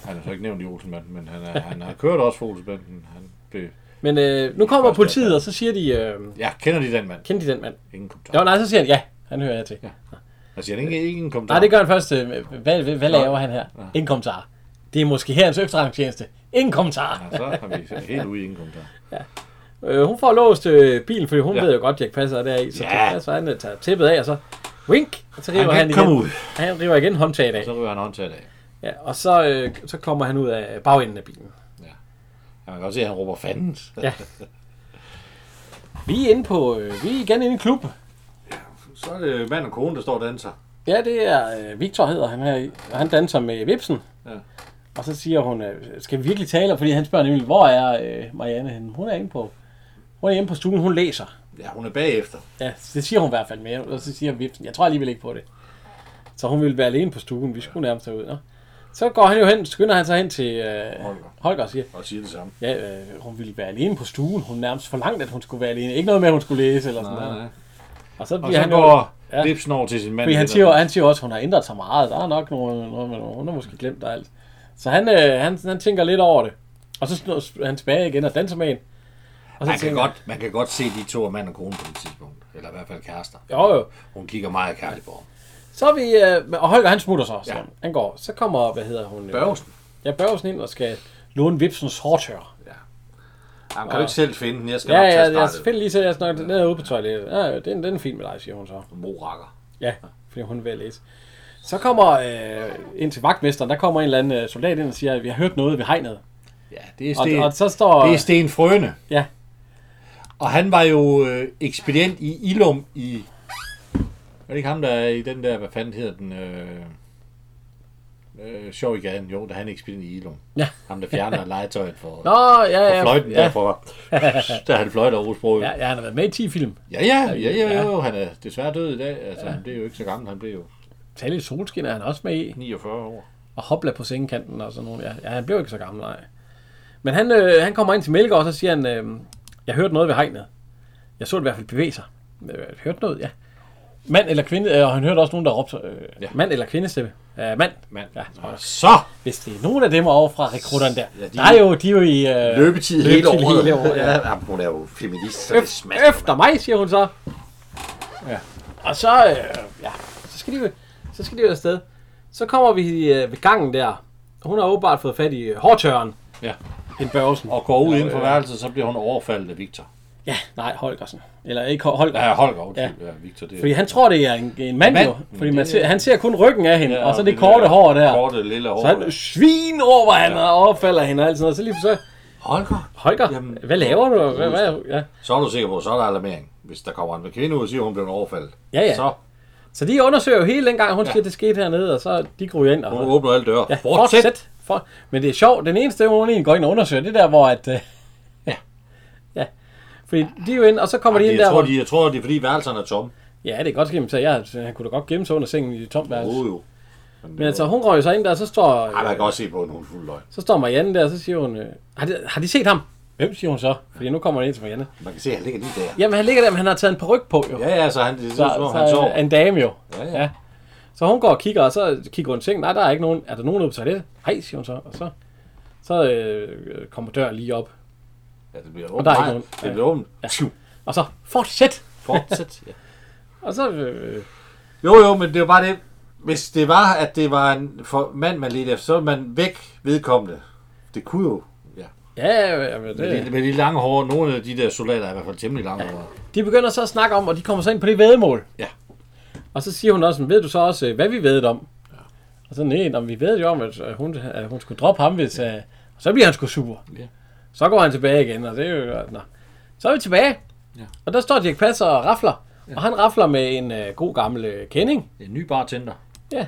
Speaker 2: Han er så ikke nævnt i Olsenbanden, men han, er, han har kørt også for Olsenbanden. Han blev,
Speaker 1: Men øh, nu kommer
Speaker 2: Første
Speaker 1: politiet,
Speaker 2: affærd.
Speaker 1: og så siger de... Øh,
Speaker 2: ja, kender de den mand?
Speaker 1: kender de den mand?
Speaker 2: Ingen kommentar.
Speaker 1: Jo, nej, så siger han, ja, han hører jeg til. Ja.
Speaker 2: Jeg siger, ingen, ingen kommentar.
Speaker 1: Nej, det gør han først. øh, Hvad, hvad, hvad laver han her? Ingen kommentar. Det er måske herrens efterretningstjeneste. Ingen kommentar.
Speaker 2: Ja, så har vi helt ude i ingen kommentar.
Speaker 1: Øh, hun får låst øh, bilen, fordi hun ja.
Speaker 2: Ja.
Speaker 1: ved jo godt, at Jack Passer er deri. Så
Speaker 2: Ja.
Speaker 1: ja. Passer, han øh, tager tæppet af, og så wink, og så river han,
Speaker 2: kan ikke
Speaker 1: igen.
Speaker 2: komme ud.
Speaker 1: Han river igen håndtaget af.
Speaker 2: Så ryger han håndtaget af.
Speaker 1: Ja, og så, øh, så kommer han ud af bagenden af bilen.
Speaker 2: Ja, man kan godt se, at han råber fanden.
Speaker 1: Ja. Vi er inde på, øh, vi er igen inde i klubben.
Speaker 2: Så er det mand og kone, der står og danser.
Speaker 1: Ja, det er øh, Victor hedder han her, i, og han danser med Vipsen. Ja.
Speaker 2: Ja.
Speaker 1: Og så siger hun, øh, skal vi virkelig tale? Fordi han spørger nemlig, hvor er øh, Marianne henne? Hun er inde på, hun er inde på stuen, hun læser.
Speaker 2: Ja, hun er bagefter.
Speaker 1: Ja, det siger hun i hvert fald mere, og så siger Vipsen, jeg tror alligevel ikke på det. Så hun ville være alene på stuen, vi skulle nærmest derud. Nå. Så går han jo hen, skynder han sig hen til øh,
Speaker 2: Holger.
Speaker 1: Holger og siger,
Speaker 2: Og siger det samme.
Speaker 1: ja, øh, hun ville være alene på stuen, hun nærmest forlangte, at hun skulle være alene. Ikke noget med, at hun skulle læse eller sådan noget. Og så,
Speaker 2: Og
Speaker 1: bliver
Speaker 2: så
Speaker 1: han jo-
Speaker 2: går
Speaker 1: ja.
Speaker 2: ja. Lipsen over til sin mand.
Speaker 1: fordi han siger, jo- han siger jo også, at hun har ændret sig meget. Der er nok noget, noget med noget. Hun har måske glemt alt. Så han, øh, han, han tænker lidt over det. Og så snor han tilbage igen og danser med en. Og så
Speaker 2: man kan,
Speaker 1: tænker-
Speaker 2: godt, man kan godt se de to er mand og kone på det tidspunkt. Eller i hvert fald kærester.
Speaker 1: Jo, jo.
Speaker 2: Hun kigger meget kærligt på ham.
Speaker 1: Så er vi... Øh, og Holger, han smutter så. så
Speaker 2: Ja.
Speaker 1: Han går. Så kommer, hvad hedder hun? øh,
Speaker 2: Børgesen.
Speaker 1: Ja, Børgesen ind og skal låne Vipsens hårdtør.
Speaker 2: Jamen, kan du ikke selv finde den? Jeg skal
Speaker 1: Ja,
Speaker 2: nok tage
Speaker 1: ja,
Speaker 2: startet.
Speaker 1: jeg finder lige så, jeg snakker ned ude på toilettet. Ja, den, den er fin med dig, siger hun så.
Speaker 2: Morakker.
Speaker 1: Ja, fordi hun er ved at læse. Så kommer øh, ind til vagtmesteren, der kommer en eller anden øh, soldat ind og siger, at vi har hørt noget ved hegnet.
Speaker 2: Ja, det er
Speaker 1: Og,
Speaker 2: Sten, og,
Speaker 1: og så står...
Speaker 2: det er Sten Frøne.
Speaker 1: Ja,
Speaker 2: Og han var jo øh, ekspedient i Ilum i... Var det ikke ham, der er i den der... Hvad fanden hedder den? Øh, øh, Sjov i gaden. Jo, der er han ekspedient i Ilum.
Speaker 1: Ja.
Speaker 2: Ham, der fjerner legetøjet for,
Speaker 1: Nå, ja, ja.
Speaker 2: for fløjten ja.
Speaker 1: ja.
Speaker 2: derfor. der han fløjter over sproget.
Speaker 1: Ja, ja, han har været med i 10 film.
Speaker 2: Ja, ja, ja, ja, ja, jo, han er desværre død i dag. Altså, ja. han blev jo ikke så gammel, han blev jo
Speaker 1: Tal i solskin er han også med i.
Speaker 2: 49 år.
Speaker 1: Og hopla på sengekanten og sådan noget. Ja, ja han blev ikke så gammel, nej. Men han, øh, han kommer ind til Melgaard, og så siger han, øh, jeg hørte noget ved hegnet. Jeg så det i hvert fald bevæge sig. Øh, hørte noget, ja. Mand eller kvinde, øh, og han hørte også nogen, der råbte, øh,
Speaker 2: Ja.
Speaker 1: ja. mand eller kvindestemme. Øh, mand.
Speaker 2: Mand.
Speaker 1: Ja,
Speaker 2: Ja. Så!
Speaker 1: Hvis det er nogen af dem over fra rekrutterne der.
Speaker 2: Ja,
Speaker 1: Ja,
Speaker 2: de-
Speaker 1: de, der er jo, de er jo i... Øh,
Speaker 2: Løbetid hele
Speaker 1: løbetid
Speaker 2: året.
Speaker 1: hele året, ja.
Speaker 2: Ja, jamen, hun er jo feminist, så det
Speaker 1: Øf,
Speaker 2: smager.
Speaker 1: efter mig, siger hun så.
Speaker 2: Ja.
Speaker 1: Og så, øh, ja, så skal de jo, så skal de jo afsted. Så kommer vi øh, ved gangen der. Hun har åbenbart fået fat i øh, hårdtøren,
Speaker 2: Ja.
Speaker 1: en børsen.
Speaker 2: Og går ud inden for værelset, så bliver hun overfaldet af Victor.
Speaker 1: Ja, nej, Holgersen. Eller ikke Hol- Holger.
Speaker 2: Ja,
Speaker 1: Ja.
Speaker 2: Holger, undskyld. Ja. ja, Victor, det er...
Speaker 1: Fordi han tror, det er en, en mand,
Speaker 2: Mand.
Speaker 1: mand, jo. Fordi
Speaker 2: Det-
Speaker 1: man ser, han ser kun ryggen af hende,
Speaker 2: Ja,
Speaker 1: ja, og så det
Speaker 2: det
Speaker 1: korte
Speaker 2: der
Speaker 1: hår der.
Speaker 2: Korte lille hår.
Speaker 1: Så han svin over, han ja. overfalder hende og alt sådan noget. Så lige så,
Speaker 2: Holger,
Speaker 1: Holger,
Speaker 2: Jamen,
Speaker 1: Jamen, hvad laver du? Hvad, hvad, ja.
Speaker 2: så er du sikker på, så er der alarmering. Hvis der kommer en kvinde ud og siger, hun blev overfaldet.
Speaker 1: Ja, ja.
Speaker 2: Så
Speaker 1: Så de undersøger jo hele den gang, hun ja. siger, det skete hernede, og så de går ind. Og,
Speaker 2: hun åbner alle døre.
Speaker 1: Ja, fortsæt. fortsæt. For... Men det er sjovt, den eneste, hvor hun egentlig går ind og undersøger, det er der, hvor at... Øh...
Speaker 2: Ja.
Speaker 1: Ja. Fordi de er jo ind, og så kommer
Speaker 2: Fordi
Speaker 1: de ind
Speaker 2: jeg,
Speaker 1: der,
Speaker 2: tror,
Speaker 1: hvor...
Speaker 2: de, jeg tror, det er fordi værelserne er tomme.
Speaker 1: Ja, det er godt skimt, så jeg, han kunne da godt gemme sig under sengen i det tomt værelse.
Speaker 2: Jo, jo.
Speaker 1: Men altså, hun røg jo så ind der, og så står,
Speaker 2: Ej, man kan også se på, at hun er fuld løgn.
Speaker 1: så står Marianne der, og så siger hun, øh, har de, har de set ham? Hvem siger hun så? Fordi nu kommer den ind til Marianne.
Speaker 2: Man kan se, at han ligger lige der.
Speaker 1: Jamen, han ligger der, men han har taget en peruk på, jo.
Speaker 2: Ja, ja, så han, det er
Speaker 1: så,
Speaker 2: som om,
Speaker 1: så
Speaker 2: han sover.
Speaker 1: er en dame jo.
Speaker 2: Ja, ja.
Speaker 1: Så hun går og kigger, og så kigger hun i sengen. Nej, der er ikke nogen. Er der nogen ude på toilettet? Nej, siger hun så. Og så, så øh, kommer døren lige op.
Speaker 2: Ja, det bliver
Speaker 1: Og
Speaker 2: åbent.
Speaker 1: der er ikke
Speaker 2: Nej,
Speaker 1: nogen.
Speaker 2: Det bliver åbent.
Speaker 1: Ja. Og så, fortsæt!
Speaker 2: Fortsæt. Ja.
Speaker 1: Og så, øh,
Speaker 2: Jo, jo, men det var bare det. Hvis det var, at det var en for mand, man ledte efter, så ville man væk vedkommende. Det kunne jo. Ja.
Speaker 1: ja, ja, ja,
Speaker 2: Med, de,
Speaker 1: det,
Speaker 2: med de lange hår, nogle af de der soldater er i hvert fald temmelig lange hår.
Speaker 1: de begynder så at snakke om, og de kommer så ind på det vedmål.
Speaker 2: Ja.
Speaker 1: Og så siger hun også, ved du så også, øh, hvad vi ved om? Og så, nej, om vi ved jo om, at øh, hun, at hun skulle droppe ham, hvis... Øh, og så bliver han sgu sur.
Speaker 2: Ja.
Speaker 1: Så går han tilbage igen, og det er jo... øh, Nå. Så er vi tilbage.
Speaker 2: Ja.
Speaker 1: Og der står Dirk Passer og rafler. Ja. Og han rafler med en øh, god gammel øh, kending.
Speaker 2: En ny bartender.
Speaker 1: Ja.
Speaker 2: Det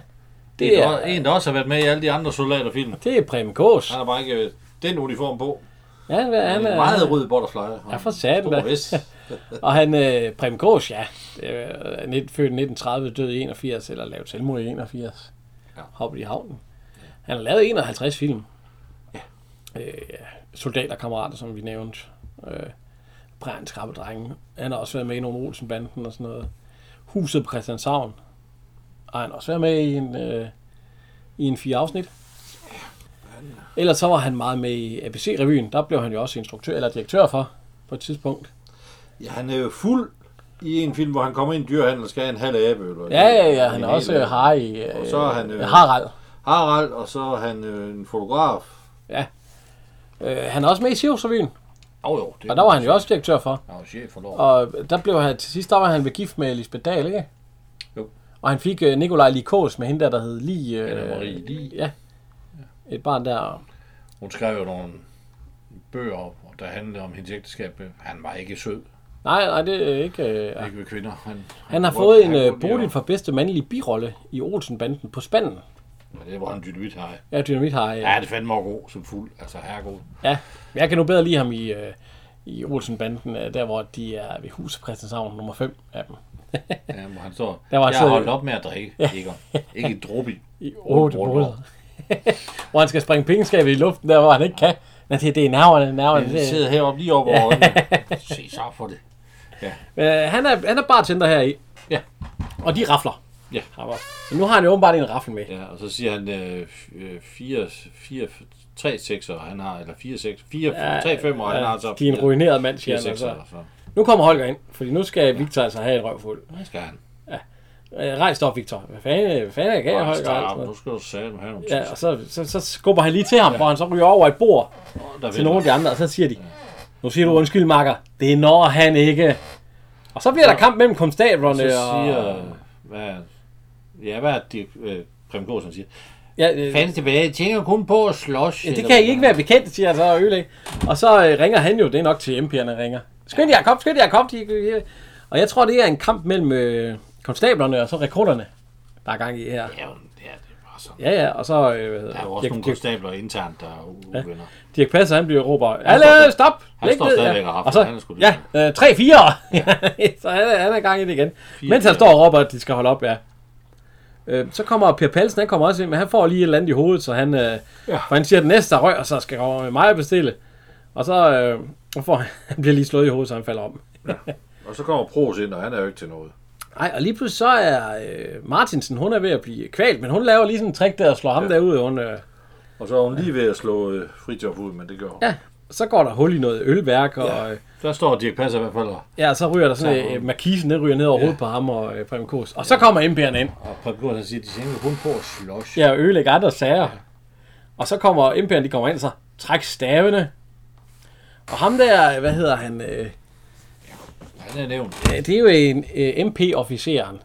Speaker 1: Det
Speaker 2: er
Speaker 1: er,
Speaker 2: en, der også har været med i alle de andre soldaterfilm.
Speaker 1: det er Prem Gås.
Speaker 2: Han har bare ikke øh, den uniform på.
Speaker 1: Ja, han, er- han
Speaker 2: Han
Speaker 1: er
Speaker 2: er meget rød butterfly.
Speaker 1: Ja, for satan da.
Speaker 2: Stor vest.
Speaker 1: Og han, øh, Prem Gås, ja, det er, øh, net- født i 1930, død i 81, eller lavet selvmord i 81.
Speaker 2: Ja.
Speaker 1: Ja. Hoppet i havnen. Han har lavet 51 film. Ja. Øh, ja. Soldaterkammerater, som vi nævnte. Øh, Brændt Skrappe Drenge. Han har også været med i nogle Olsenbanden og sådan noget. Huset på Christianshavn. Og han har også været med i en, øh, i en fire afsnit. Ellers så var han meget med i ABC-revyen. Der blev han jo også instruktør eller direktør for på et tidspunkt.
Speaker 2: Ja, han er jo fuld i en film, hvor han kommer ind i en dyrehandel og skal have en halv æbøl.
Speaker 1: Ja, ja, ja, han er også øh, Harry, øh,
Speaker 2: Og så er han, øh,
Speaker 1: Harald.
Speaker 2: Harald, og så er han øh, en fotograf.
Speaker 1: Øh, han er også med i Sivsrevyen,
Speaker 2: Jo, jo. Det
Speaker 1: og der var han jo også direktør for.
Speaker 2: Han var chef for lov.
Speaker 1: Og der blev han, til sidst der var han ved gift med Lisbeth Dahl, ikke?
Speaker 2: Jo.
Speaker 1: Og han fik øh, Nikolaj Likos med hende der, der hed Li. Øh,
Speaker 2: Anna Marie Lie.
Speaker 1: Ja. Et barn der.
Speaker 2: Hun skrev jo nogle bøger op, og der handlede om hendes ægteskab. Han var ikke sød,
Speaker 1: Nej, nej, det er ikke... Øh, ja.
Speaker 2: ikke ved kvinder. Han,
Speaker 1: Han har fået en
Speaker 2: han
Speaker 1: øh,
Speaker 2: kunne-
Speaker 1: Bodil for bedste mandlige birolle i Olsenbanden på Spanden.
Speaker 2: Ja, det var han dynamit har.
Speaker 1: Ja, Dynamit har... Øh,
Speaker 2: Ja, det fandt mig god som fuld. Altså, herregud.
Speaker 1: Ja, men jeg kan nu bedre lide ham i, øh, i Olsenbanden, øh, der hvor de er ved huset på Christianshavn, nummer 5 af dem.
Speaker 2: Ja, hvor han står.
Speaker 1: Der var
Speaker 2: jeg
Speaker 1: så-
Speaker 2: har holdt op med at drikke, Egon. Ikke en dråbe i.
Speaker 1: I otte
Speaker 2: Otte
Speaker 1: måneder.
Speaker 2: måneder.
Speaker 1: hvor han skal springe pengeskabet i luften, der hvor han ikke kan. Men det, det er nerverne, nerverne.
Speaker 2: Han
Speaker 1: Det,
Speaker 2: sidder heroppe lige over øjnene. Se så for det.
Speaker 1: men, øh, han, er, han er bartender her i.
Speaker 2: Ja.
Speaker 1: Og de rafler.
Speaker 2: Ja.
Speaker 1: Rafler. Så nu har han jo åbenbart en raffel med.
Speaker 2: Ja, og så siger han øh, f- øh, fire, fire, tre sekser, han har, eller fire, seks, fire, ja, tre, fem, og han har altså- så
Speaker 1: Øh, de er en ruineret mand,
Speaker 2: fire
Speaker 1: siger han.
Speaker 2: sekser.
Speaker 1: Altså.
Speaker 2: Så.
Speaker 1: Nu kommer Holger ind, fordi nu skal Victor altså have et røvfuld.
Speaker 2: Hvad skal han?
Speaker 1: Øh, rejs dig op, Victor. Hvad fanden, hvad fanden er jeg gav
Speaker 2: Ja,
Speaker 1: højt?
Speaker 2: hold
Speaker 1: og alt sådan
Speaker 2: op, nu
Speaker 1: noget.
Speaker 2: skal du sætte have nogle
Speaker 1: Ja, og så, så, så skubber han lige til ham, hvor han så ryger over et bord
Speaker 2: der
Speaker 1: til nogle af de andre, og så siger de, nu siger du undskyld, makker. Det når han ikke. Og så bliver der kamp mellem konstablerne
Speaker 2: Så
Speaker 1: og...
Speaker 2: siger, hvad, ja, hvad er det, øh, Prem Gårdsen siger?
Speaker 1: Ja, øh,
Speaker 2: Fanden tilbage, jeg tænker kun på at slås.
Speaker 1: Ja, det
Speaker 2: eller
Speaker 1: kan I
Speaker 2: hvad?
Speaker 1: ikke være bekendt, siger jeg så Ølæg. Og så øh, ringer han jo, det er nok til MP'erne ringer. Skynd jer, kom, skynd jer, kom. De, de, og jeg tror, det er en kamp mellem øh, konstablerne og så rekrutterne, der er gang i her.
Speaker 2: Ja, ja, det er bare sådan.
Speaker 1: Ja, ja, og så... Øh, hvad hedder
Speaker 2: Der er jo
Speaker 1: det?
Speaker 2: også
Speaker 1: Dirk,
Speaker 2: nogle
Speaker 1: Dirk,
Speaker 2: konstabler internt, der er uvenner.
Speaker 1: Dirk Passer, han bliver råber,
Speaker 2: står
Speaker 1: alle,
Speaker 2: stadig-
Speaker 1: stop!
Speaker 2: han
Speaker 1: Læg
Speaker 2: står
Speaker 1: ned,
Speaker 2: stadigvæk
Speaker 1: ja.
Speaker 2: og rafler,
Speaker 1: Og så,
Speaker 2: han er sgu
Speaker 1: ja, øh, 3-4! Ja. så han er, han er gang i det igen. Mens han
Speaker 2: fire.
Speaker 1: står og råber, at de skal holde op, ja. Øh, så kommer Per Palsen, han kommer også ind, men han får lige et eller andet i hovedet, så han, øh, ja. for han siger, at den næste der rører, så skal over med mig og bestille. Og så øh, så får han, han bliver lige slået i hovedet, så han falder om.
Speaker 2: Og så kommer Pros ind, og han er jo ikke til noget.
Speaker 1: Nej, og lige pludselig så er øh, Martinsen, hun er ved at blive kvalt, men hun laver lige sådan en trick der og slår ham ja. derud. Hun, øh,
Speaker 2: Og så er hun lige ved at slå øh, Fritjof ud, men det gør hun.
Speaker 1: ja, så går der hul i noget ølværk, og... Ja. Øh,
Speaker 2: Der står Dirk Passer i hvert fald, og-
Speaker 1: Ja, og så ryger der sådan, øh, markisen den ryger ned over hovedet på ham og øh, Preben Kås. Og så kommer MP'erne ind.
Speaker 2: og Prem Gårdsen siger, de tænker kun på at slås.
Speaker 1: Ja, og ødelægger andre sager. Og så kommer MP'erne, de kommer ind og så træk stavene. Og ham der, hvad hedder han? Øh,
Speaker 2: Han er nævnt.
Speaker 1: øh, det er jo en øh, MP-officeren.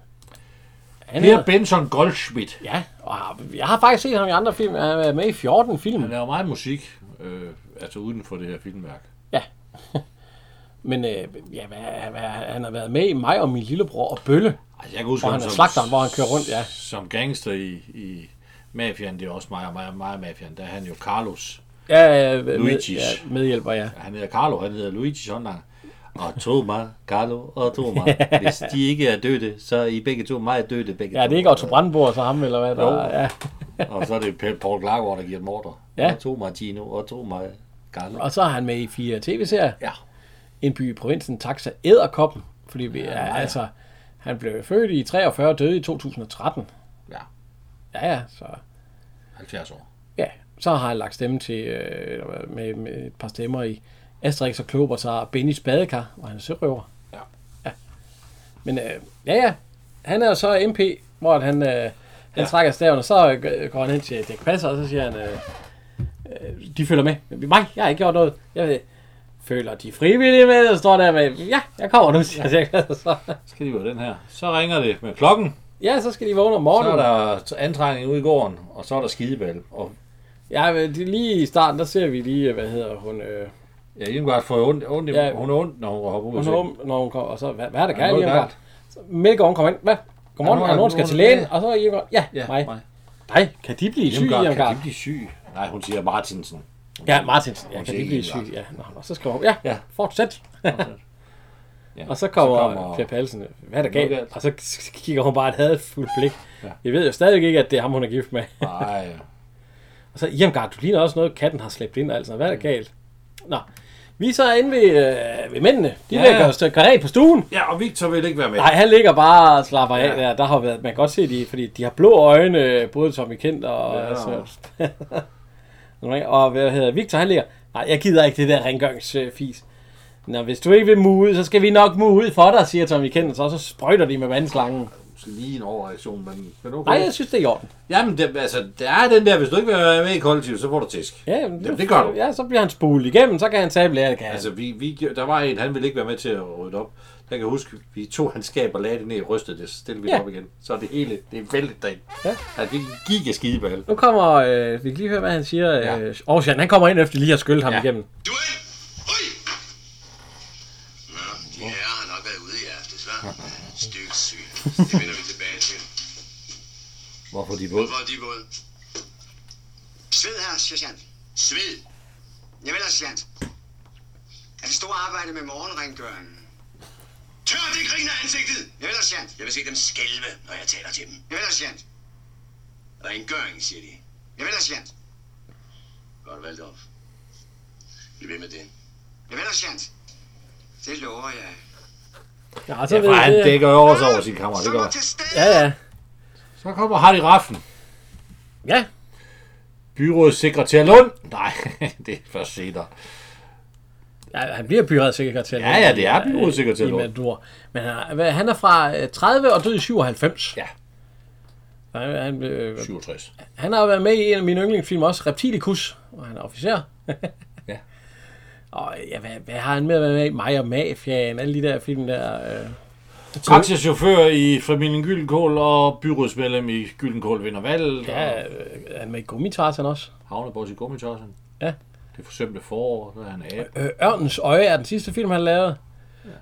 Speaker 1: Han
Speaker 2: Per
Speaker 1: er,
Speaker 2: Benson Goldschmidt.
Speaker 1: ja, og har- jeg har faktisk set ham i andre film. Han er med i 14
Speaker 2: Han
Speaker 1: film.
Speaker 2: laver meget musik, øh, altså uden for det her filmværk.
Speaker 1: Ja. Men øh, ja, hvad, hvad, han har været med i Mig og min lillebror og Bølle.
Speaker 2: Altså, jeg kan huske,
Speaker 1: Hvor han er slagteren, hvor han kører rundt, ja.
Speaker 2: Som gangster i, i Mafian, det er også mig og mig, og mig og Mafian, der er han jo Carlos.
Speaker 1: Ja, øh, med,
Speaker 2: Luigi's.
Speaker 1: ja medhjælper, ja.
Speaker 2: Han hedder Carlo, han hedder Luigi Sondang. Og Thomas, Carlo og Thomas. Hvis de ikke er døde, så er I begge to meget døde. Begge
Speaker 1: Ja,
Speaker 2: to.
Speaker 1: det er ikke Otto Brandenborg og så ham, eller hvad der
Speaker 2: Jo.
Speaker 1: er. Ja.
Speaker 2: Og så er det Pe- Paul Klargaard, der giver dem ordre.
Speaker 1: Ja.
Speaker 2: Og Thomas Gino, og Thomas Carlo.
Speaker 1: Og så er han med i fire tv-serier.
Speaker 2: Ja.
Speaker 1: En by i provinsen, Taxa Æderkoppen. Fordi vi er, ja. altså, han blev født i 43 og døde i 2013.
Speaker 2: Ja,
Speaker 1: Ja, ja, så,
Speaker 2: 70 år.
Speaker 1: ja. så har han lagt stemme til, øh, med, med, et par stemmer i Asterix og Klober, så Benny Spadekar, og han er sørøver.
Speaker 2: Ja.
Speaker 1: ja. Men øh, ja, ja, han er jo så MP, hvor at han, øh, han ja. trækker staven, og så øh, går han hen til Dirk Passer, og så siger han, øh, øh, de følger med. Mig, jeg har ikke gjort noget. Jeg ved, føler de frivillige med, og står der med, ja, jeg kommer nu, siger Dirk Passer. Så,
Speaker 2: Skal de være den her. Så ringer det med klokken.
Speaker 1: ja, så skal de vågne om
Speaker 2: Så er
Speaker 1: morgenen.
Speaker 2: der antrækning ude i gården, og så er der skideball. Og
Speaker 1: Ja, men det, lige i starten, der ser vi lige, hvad hedder hun, øh,
Speaker 2: ja, Indgård får ondt, ondt i,
Speaker 1: Ja.
Speaker 2: ja. hun er ondt, når hun hopper ud. af
Speaker 1: hun er
Speaker 2: sengen.
Speaker 1: rum, når hun kommer, og så, hvad, hvad er der
Speaker 2: Ja,
Speaker 1: galt
Speaker 2: noget
Speaker 1: lige om
Speaker 2: galt.
Speaker 1: lidt? Så Mælkeovn kommer ind, hvad? Godmorgen,
Speaker 2: Ja,
Speaker 1: ja, nogen,
Speaker 2: nu er-
Speaker 1: nogen
Speaker 2: nu
Speaker 1: skal
Speaker 2: er-
Speaker 1: til lægen, og så er Irmgard, ja,
Speaker 2: Ja,
Speaker 1: mig.
Speaker 2: mig.
Speaker 1: Nej, kan de blive syge,
Speaker 2: Hjemgard, kan
Speaker 1: Irmgard?
Speaker 2: de blive syg? Nej, hun siger Martinsen.
Speaker 1: Ja, Martinsen. Ja,
Speaker 2: Hun
Speaker 1: kan
Speaker 2: siger
Speaker 1: de blive
Speaker 2: Irmgard.
Speaker 1: syge? Ja, Nå, og så skriver hun, ja,
Speaker 2: Ja.
Speaker 1: ja. fortsæt.
Speaker 2: Ja.
Speaker 1: Og så kommer,
Speaker 2: så
Speaker 1: så
Speaker 2: kommer-
Speaker 1: kommer Per Palsen, hvad er der galt?
Speaker 2: Noget galt.
Speaker 1: Og så k- kigger hun bare et hadfuldt blik. Ja. Jeg ved jo stadig ikke, at det er ham, hun er gift med.
Speaker 2: Nej,
Speaker 1: Og så, Irmgard, du ligner også noget, katten har slæbt ind, altså, hvad er der galt? Nå, vi er så inde ved, øh, ved mændene. De
Speaker 2: Ja.
Speaker 1: ja. lægger os af på stuen.
Speaker 2: Ja, og Victor vil ikke være med.
Speaker 1: Nej, han ligger bare og slapper af
Speaker 2: Ja.
Speaker 1: der. Der har været, man kan godt se de, fordi de har blå øjne, øh, både Tommy Kent og...
Speaker 2: Ja.
Speaker 1: Ja. Altså, og hvad hedder Victor, han ligger, nej, jeg gider ikke det der rengøringsfis. Nå, hvis du ikke vil mude, så skal vi nok mude for dig, siger Tommy Kent, og så, så sprøjter de med vandslangen.
Speaker 2: Måske lige en overreaktion, men, men okay.
Speaker 1: Nej, jeg synes, det er i orden.
Speaker 2: Jamen, det, altså, der er den der, hvis du ikke vil være med i kollektivet, så får du tæsk.
Speaker 1: Ja, jamen,
Speaker 2: Jamen, det gør du.
Speaker 1: Ja, så bliver han spulet igennem, så kan han tabe lærer, det kan altså,
Speaker 2: Altså, vi, vi, der var en, han ville ikke være med til at rydde op. Jeg kan huske, vi tog hans skab og lagde det ned i rystet, det stillede vi
Speaker 1: Ja.
Speaker 2: ja. op igen. Så er det hele, det er væltet derind.
Speaker 1: Ja.
Speaker 2: Altså, det gik af skideball.
Speaker 1: Nu kommer, øh, vi kan lige høre, hvad han siger.
Speaker 2: Ja.
Speaker 1: Ja. Øh, Ocean, han kommer ind efter lige at skylde ham
Speaker 2: Ja.
Speaker 1: ja. igennem.
Speaker 5: Du er ind! Ui!
Speaker 3: Nå, de herrer har nok været ude i aftes, hva'? Stygt syn. Det vender vi tilbage til.
Speaker 2: Hvorfor de våd?
Speaker 3: Hvor er de våde?
Speaker 6: Sved her, sergeant.
Speaker 3: Sved.
Speaker 6: Jeg vil sergeant. Er det store arbejde med morgenrengøringen?
Speaker 3: Tør det griner ansigtet!
Speaker 6: Jeg vil sergeant.
Speaker 3: Jeg vil se dem skælve, når jeg taler til dem.
Speaker 6: Jeg vil sergeant.
Speaker 3: Rengøring, siger de.
Speaker 6: Jeg vil sergeant.
Speaker 3: Godt valgt op. Bliv ved med det.
Speaker 6: Jeg vil sergeant. Det lover jeg.
Speaker 1: Ja, og så
Speaker 2: Ja, for han
Speaker 1: jeg-
Speaker 2: dækker jo også over sin kammer, det
Speaker 6: Så
Speaker 2: gør
Speaker 6: var
Speaker 2: han.
Speaker 6: til stede.
Speaker 1: Ja, ja.
Speaker 2: Så kommer Harry Raffen.
Speaker 1: Ja,
Speaker 2: Byrådssekretær Lund. Nej, det er først senere.
Speaker 1: Ja, han bliver byrådssekretær.
Speaker 2: Ja, ja, det er byrådssekretær.
Speaker 1: I Matador. Men han er- hvad- han er fra øh, 30 og død i 97.
Speaker 2: Ja.
Speaker 1: Han, han, øh,
Speaker 2: 67.
Speaker 1: han har været med i en af mine yndlingsfilm også, Reptilicus, hvor han er officer.
Speaker 2: Ja.
Speaker 1: Og ja, hvad, hvad har han med at være med i? Mig og Mafiaen, alle de der film der. Øh.
Speaker 2: Taxichauffør i familien Gyldenkål og byrådsmedlem i Gyldenkål vinder valget.
Speaker 1: Ja,
Speaker 2: og
Speaker 1: øh, er han med i Gummitarsen også?
Speaker 2: Havner på sit gummitossen.
Speaker 1: Ja.
Speaker 2: Det forsømte forår, der er han af.
Speaker 1: Øh, Ørnens Øje er den sidste film, han lavede.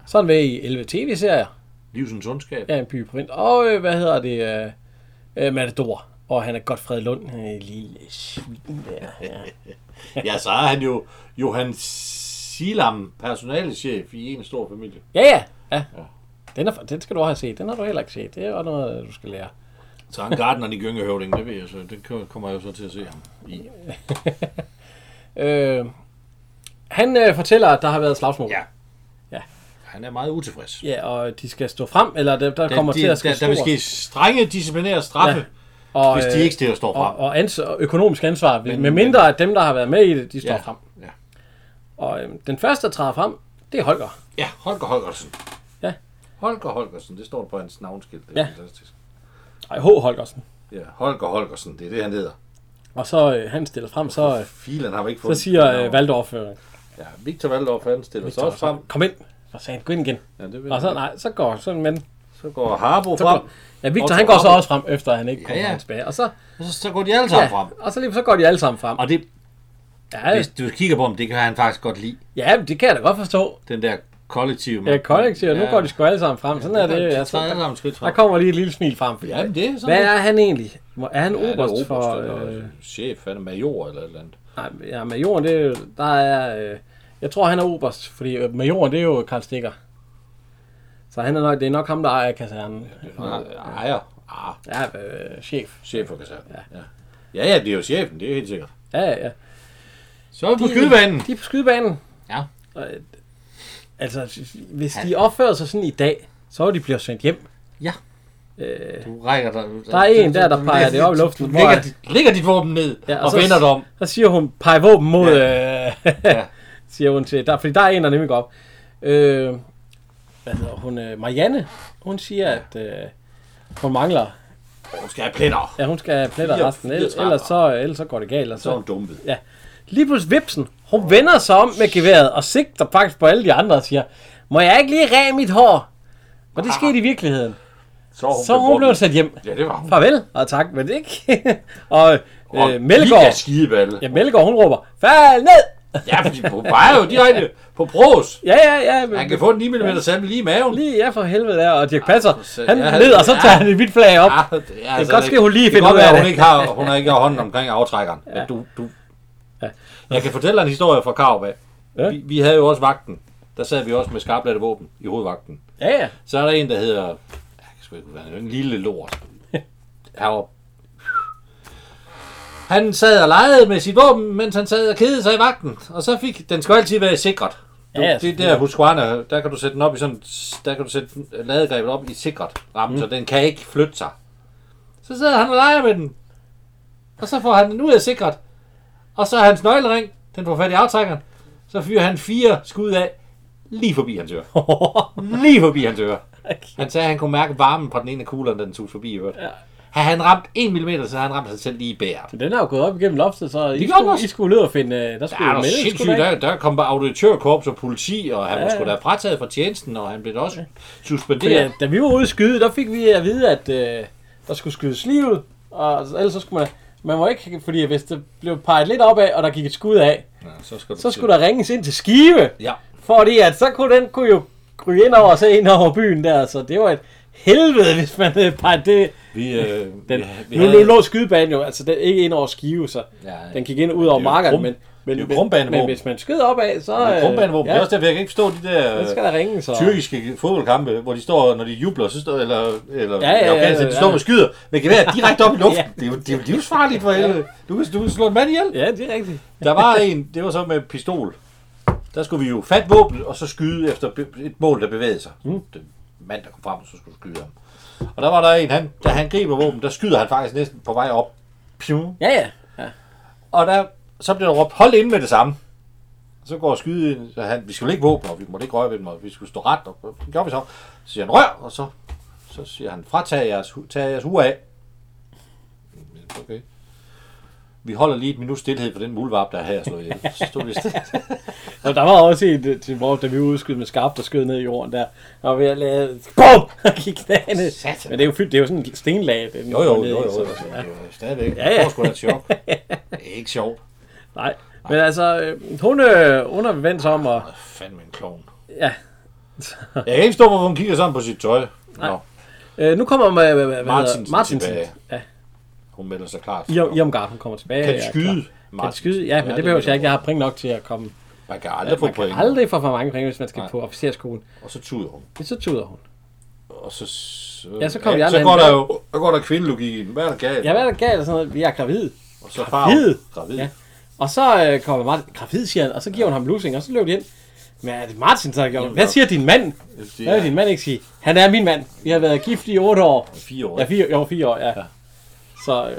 Speaker 1: Så er han med i 11 tv-serier.
Speaker 2: Livsens ondskab.
Speaker 1: Ja, en by i Print. Og øh, hvad hedder det? Øh, øh, Matador. Og han er Godfred Lund. Øh, lille svin der. Ja.
Speaker 2: Ja, så er han jo Johan Silam, personalechef i en stor familie.
Speaker 1: Ja, ja. ja. Den, er, den skal du også have set. Den har du heller ikke set. Det er også noget, du skal lære.
Speaker 2: Så er han gardneren i Gyngehøvding, det ved jeg så. Det kø- kommer jeg jo så til at se ham i.
Speaker 1: Øh, han øh, fortæller, at der har været slagsmål.
Speaker 2: Ja.
Speaker 1: Ja.
Speaker 2: Han er meget utilfreds.
Speaker 1: ja og de skal stå frem, eller der, der kommer
Speaker 2: de,
Speaker 1: til at ske
Speaker 2: der, der vil ske strenge disciplinære straffe, ja.
Speaker 1: og,
Speaker 2: hvis de
Speaker 1: øh,
Speaker 2: ikke stiller står frem.
Speaker 1: og, og ans- og økonomisk ansvar, men, med
Speaker 2: men-
Speaker 1: mindre at dem, der har været med i det, de står
Speaker 2: ja.
Speaker 1: frem.
Speaker 2: Ja.
Speaker 1: Og øh, den første, der træder frem, det er Holger.
Speaker 2: ja, Holger Holgersen.
Speaker 1: Ja.
Speaker 2: Holger Holgersen, det står der på hans navnskilt. Det er
Speaker 1: Ja.
Speaker 2: ja. fantastisk.
Speaker 1: Ej, H. Holgersen.
Speaker 2: Ja, Holger Holgersen, det er det, han hedder.
Speaker 1: Og så øh, han stiller frem, så, øh,
Speaker 2: Filen har vi ikke
Speaker 1: så
Speaker 2: fået.
Speaker 1: siger øh, Valdorf, øh,
Speaker 2: Ja, Victor Valdorf, han stiller sig også frem.
Speaker 1: kom ind. Og sagde han, gå ind igen.
Speaker 2: Ja, det vil
Speaker 1: Og så,
Speaker 2: han.
Speaker 1: nej, så går sådan, men...
Speaker 2: så går Harbo
Speaker 1: Så
Speaker 2: frem.
Speaker 1: går, ja, Victor,
Speaker 2: Otto
Speaker 1: han går så
Speaker 2: Harbo.
Speaker 1: også frem, efter han ikke
Speaker 2: Ja,
Speaker 1: kommer
Speaker 2: ja.
Speaker 1: tilbage. Og så,
Speaker 2: Så, så går de alle sammen
Speaker 1: ja,
Speaker 2: ja. frem.
Speaker 1: og så, lige, så går de alle sammen frem.
Speaker 2: Og det,
Speaker 1: Ja,
Speaker 2: hvis du kigger på ham, det kan han faktisk godt lide.
Speaker 1: ja, men det kan jeg da godt forstå.
Speaker 2: Den der kollektive...
Speaker 1: Ja, kollektiv, nu går de sgu alle sammen frem. Sådan er det.
Speaker 2: Ja,
Speaker 1: Altså,
Speaker 2: så alle
Speaker 1: der,
Speaker 2: sammen skridt frem.
Speaker 1: der kommer lige et lille smil frem.
Speaker 2: Ja, men det er sådan
Speaker 1: Hvad
Speaker 2: lidt-
Speaker 1: er han egentlig? Må- Er han
Speaker 2: Ja, det er
Speaker 1: oberst for...
Speaker 2: eller
Speaker 1: Øh,
Speaker 2: chef, han er major eller et eller andet.
Speaker 1: nej, ja, majoren, det er jo... Der er... Øh, jeg tror, han er oberst, fordi øh, majoren, det er jo Karl Stikker. Så han er nok, det er nok ham, der ejer kasernen.
Speaker 2: Nej, ejer. Ah,
Speaker 1: Ja, øh, chef.
Speaker 2: chef for kasernen. Ja. ja, ja, det er jo chefen, det er helt sikkert.
Speaker 1: Ja, ja, ja.
Speaker 2: Så er vi på skydebanen.
Speaker 1: De er på skydebanen.
Speaker 2: Ja.
Speaker 1: Og, øh, altså, hvis de opfører sig sådan i dag, så er de bliver sendt hjem.
Speaker 2: Ja. Du rækker dig.
Speaker 1: Øh, Der er en der, der peger det op i luften,
Speaker 2: Du
Speaker 1: hvor
Speaker 2: lægger,
Speaker 1: jeg-
Speaker 2: dit, lægger dit våben ned ja, og, og
Speaker 1: så,
Speaker 2: vender dig om.
Speaker 1: Så siger hun, pege våben mod... Ja. Øh,
Speaker 2: Ja.
Speaker 1: siger hun til... Der, fordi der er en, der nemlig går op. Øh, hvad hedder hun? Øh, Marianne, hun siger, at øh, hun mangler...
Speaker 2: Nu skal jeg plænder.
Speaker 1: Ja, hun skal have pletter
Speaker 2: Fire-
Speaker 1: resten, ellers,
Speaker 2: fire
Speaker 1: ellers,
Speaker 2: trapper.
Speaker 1: så, ellers så går det galt. Eller
Speaker 2: Så er hun
Speaker 1: så.
Speaker 2: dumpet.
Speaker 1: Ja. Lige pludselig vipsen, hun vender sig om med geværet og sigter faktisk på alle de andre og siger, må jeg ikke lige ræge mit hår? Og det skete i virkeligheden.
Speaker 2: Så er Ah. hun,
Speaker 1: Så er hun blev sat hjem.
Speaker 2: Ja, det var hun.
Speaker 1: Farvel og tak, men ikke. og øh, Melgaard,
Speaker 2: Mælgaard. skideballe.
Speaker 1: ja, Melgaard, hun råber, fald ned!
Speaker 2: Ja, fordi hun peger jo direkte på pros.
Speaker 1: Ja, ja, ja. Men,
Speaker 2: Han kan få en 9 mm sandel lige i maven.
Speaker 1: Lige, ja, for helvede der. Og Dirk Passer,
Speaker 2: så-
Speaker 1: han
Speaker 2: ja,
Speaker 1: ned, og så
Speaker 2: ja.
Speaker 1: tager han et hvidt flag op.
Speaker 2: Ja, det, er altså
Speaker 1: godt ske, hun lige
Speaker 2: det kan
Speaker 1: finder
Speaker 2: godt
Speaker 1: ud af
Speaker 2: være,
Speaker 1: det.
Speaker 2: Hun ikke har, hun har ikke har hånden omkring aftrækkeren. Ja. Men du, du.
Speaker 1: Ja.
Speaker 2: Ja. Jeg kan fortælle dig en historie fra Karup
Speaker 1: Ja.
Speaker 2: ja. vi, vi, havde jo også vagten. Der sad vi også med skarpladte våben i hovedvagten.
Speaker 1: Ja, ja.
Speaker 2: Så er der en, der hedder... Jeg kan sgu ikke, hvad han hedder, en lille lort. Han var... Han sad og legede med sit våben, mens han sad og kedede sig i vagten. Og så fik... Den skal jo altid være sikret. Du,
Speaker 1: Ja,
Speaker 2: ja,
Speaker 1: ja,
Speaker 2: det er der Husqvarna, der kan du sætte den op i sådan... Der kan du sætte ladegrebet op i sikret ramme, mm. så den kan ikke flytte sig. Så sidder han og leger med den. Og så får han den ud af sikret. Og så er hans nøglering, den får fat i aftrækkeren. Så fyrer han fire skud af lige forbi hans øre lige forbi hans øre. Han sagde, at han kunne mærke varmen fra den ene af kuglerne, da den tog forbi øret. Ja. Havde han ramt 1 mm, så havde han ramt sig selv lige i bæret.
Speaker 1: Den er jo gået op igennem loftet, så I
Speaker 2: gjorde den
Speaker 1: skulle,
Speaker 2: også.
Speaker 1: I skulle ned og finde... øh, Der
Speaker 2: Der
Speaker 1: skulle
Speaker 2: er
Speaker 1: ja,
Speaker 2: der
Speaker 1: melde,
Speaker 2: sindssygt,
Speaker 1: skulle der.
Speaker 2: der, der kom bare auditørkorps og politi, og han
Speaker 1: Ja,
Speaker 2: ja. skulle
Speaker 1: ja.
Speaker 2: da frataget fra tjenesten, og han blev da også
Speaker 1: Fordi,
Speaker 2: suspenderet.
Speaker 1: øh, Da vi var ude at skyde, der fik vi at vide, at øh, der skulle skydes lige ud. Og ellers så skulle man... Man må ikke, fordi hvis det blev peget lidt opad, og der gik et skud af,
Speaker 2: Ja, så skulle,
Speaker 1: så skulle der ringes ind til Skive.
Speaker 2: Ja.
Speaker 1: Fordi at så kunne den kunne jo kryge ind over og se ind over byen der, så det var et helvede, hvis man øh, pegede det.
Speaker 2: Vi, øh,
Speaker 1: Den,
Speaker 2: vi, vi
Speaker 1: nu, nu lå skydebanen jo, altså den, ikke ind over Skive, så ja,
Speaker 2: Ja,
Speaker 1: den gik ind ud over
Speaker 2: det er jo
Speaker 1: markerne,
Speaker 2: krum-
Speaker 1: men, men,
Speaker 2: det er jo
Speaker 1: men,
Speaker 2: krumbanevåben.
Speaker 1: men hvis man skyder opad, så...
Speaker 2: det er krumbanevåben.
Speaker 1: øh, ja,
Speaker 2: Det øh, er også derfor, jeg kan ikke forstå de der...
Speaker 1: så skal der ringe, så...
Speaker 2: tyrkiske fodboldkampe, hvor de står, når de jubler, så står, eller, eller
Speaker 1: Ja, ja, ja,
Speaker 2: Afghanistan,
Speaker 1: ja,
Speaker 2: de
Speaker 1: ja.
Speaker 2: står med skyder, men kan være direkte op i luften.
Speaker 1: Ja.
Speaker 2: Det, er jo, det er jo livsfarligt for helvede. Du kan, du kan slå en mand ihjel.
Speaker 1: Ja, det er rigtigt.
Speaker 2: Der var en, det var så med pistol. Der skulle vi jo fat våbnet, og så skyde efter be- et mål, der bevægede sig. Mm. Den mand, der kom frem, så skulle skyde ham. Og der var der en, han, da han griber våben, der skyder han faktisk næsten på vej op. Piu.
Speaker 1: Ja, ja.
Speaker 2: Og der, så blev der råbt, hold ind med det samme. Så går skyde så han, vi skulle ikke våbne, og vi måtte ikke røre ved dem, og vi skulle stå ret, og det gjorde vi så. Så siger han, rør, og så, så siger han, fratag jeres, hu- tag jeres hue af. Okay. Vi holder lige et minut stillhed for den mulvarp, der er her slået ihjel. Så stod vi stille.
Speaker 1: Og der var også en, øh, til, hvor da vi udskød med skarpt og skød ned i jorden der, og vi har lavet, BOM! Og gik knæene.
Speaker 2: Satan.
Speaker 1: Men det er jo fyldt, det er jo sådan en stenlag. Den
Speaker 2: Jo, jo,
Speaker 1: går
Speaker 2: jo,
Speaker 1: ned i,
Speaker 2: jo, jo.
Speaker 1: så-
Speaker 2: Det er jo stadigvæk.
Speaker 1: Ja, ja.
Speaker 2: Det var sgu da et chok. Det er ikke sjovt.
Speaker 1: Nej, men altså, øh, hun, øh, hun har vendt sig om, og
Speaker 2: Åh, Fandme en klovn.
Speaker 1: ja.
Speaker 2: Jeg kan ikke stå, hvorfor hun kigger sådan på sit tøj. Nå,
Speaker 1: Øh, nu kommer med, hvad, hvad
Speaker 2: Martinsen
Speaker 1: hedder, Martinsen.
Speaker 2: tilbage.
Speaker 1: Ja,
Speaker 2: hun melder sig klart.
Speaker 1: i, i omgang, hun kommer tilbage.
Speaker 2: Kan
Speaker 1: ja,
Speaker 2: skyde,
Speaker 1: klar. Kan
Speaker 2: Martin.
Speaker 1: skyde, ja, men
Speaker 2: Ja,
Speaker 1: ja,
Speaker 2: det
Speaker 1: det behøver
Speaker 2: ved
Speaker 1: jeg ikke. Jeg
Speaker 2: jeg
Speaker 1: har penge nok til at komme.
Speaker 2: Man kan aldrig få
Speaker 1: Man kan
Speaker 2: point.
Speaker 1: aldrig få for mange penge, hvis man skal
Speaker 2: Nej.
Speaker 1: på officerskolen.
Speaker 2: Og så tuder hun.
Speaker 1: Men så tuder hun.
Speaker 2: Og så, så,
Speaker 1: Ja, så kom jeg
Speaker 2: så
Speaker 1: derhen.
Speaker 2: går der jo så går der kvindelogik i den. Hvad er der galt?
Speaker 1: Ja, hvad er der galt? og Sådan noget. Vi er gravid.
Speaker 2: Og så far
Speaker 1: Gravid?
Speaker 2: gravid.
Speaker 1: Ja.
Speaker 2: Ja.
Speaker 1: Og så øh, kommer Martin, gravid, siger han, og så giver hun ham lussing, og så løber de ind. Men er det Martin, der har gjort? det? Hvad siger din mand? Hvad vil din mand ikke sige? Han er min mand. Vi har været gift i otte år.
Speaker 2: Fire år.
Speaker 1: Ja, fire, jo, fire år, ja. Så, øh,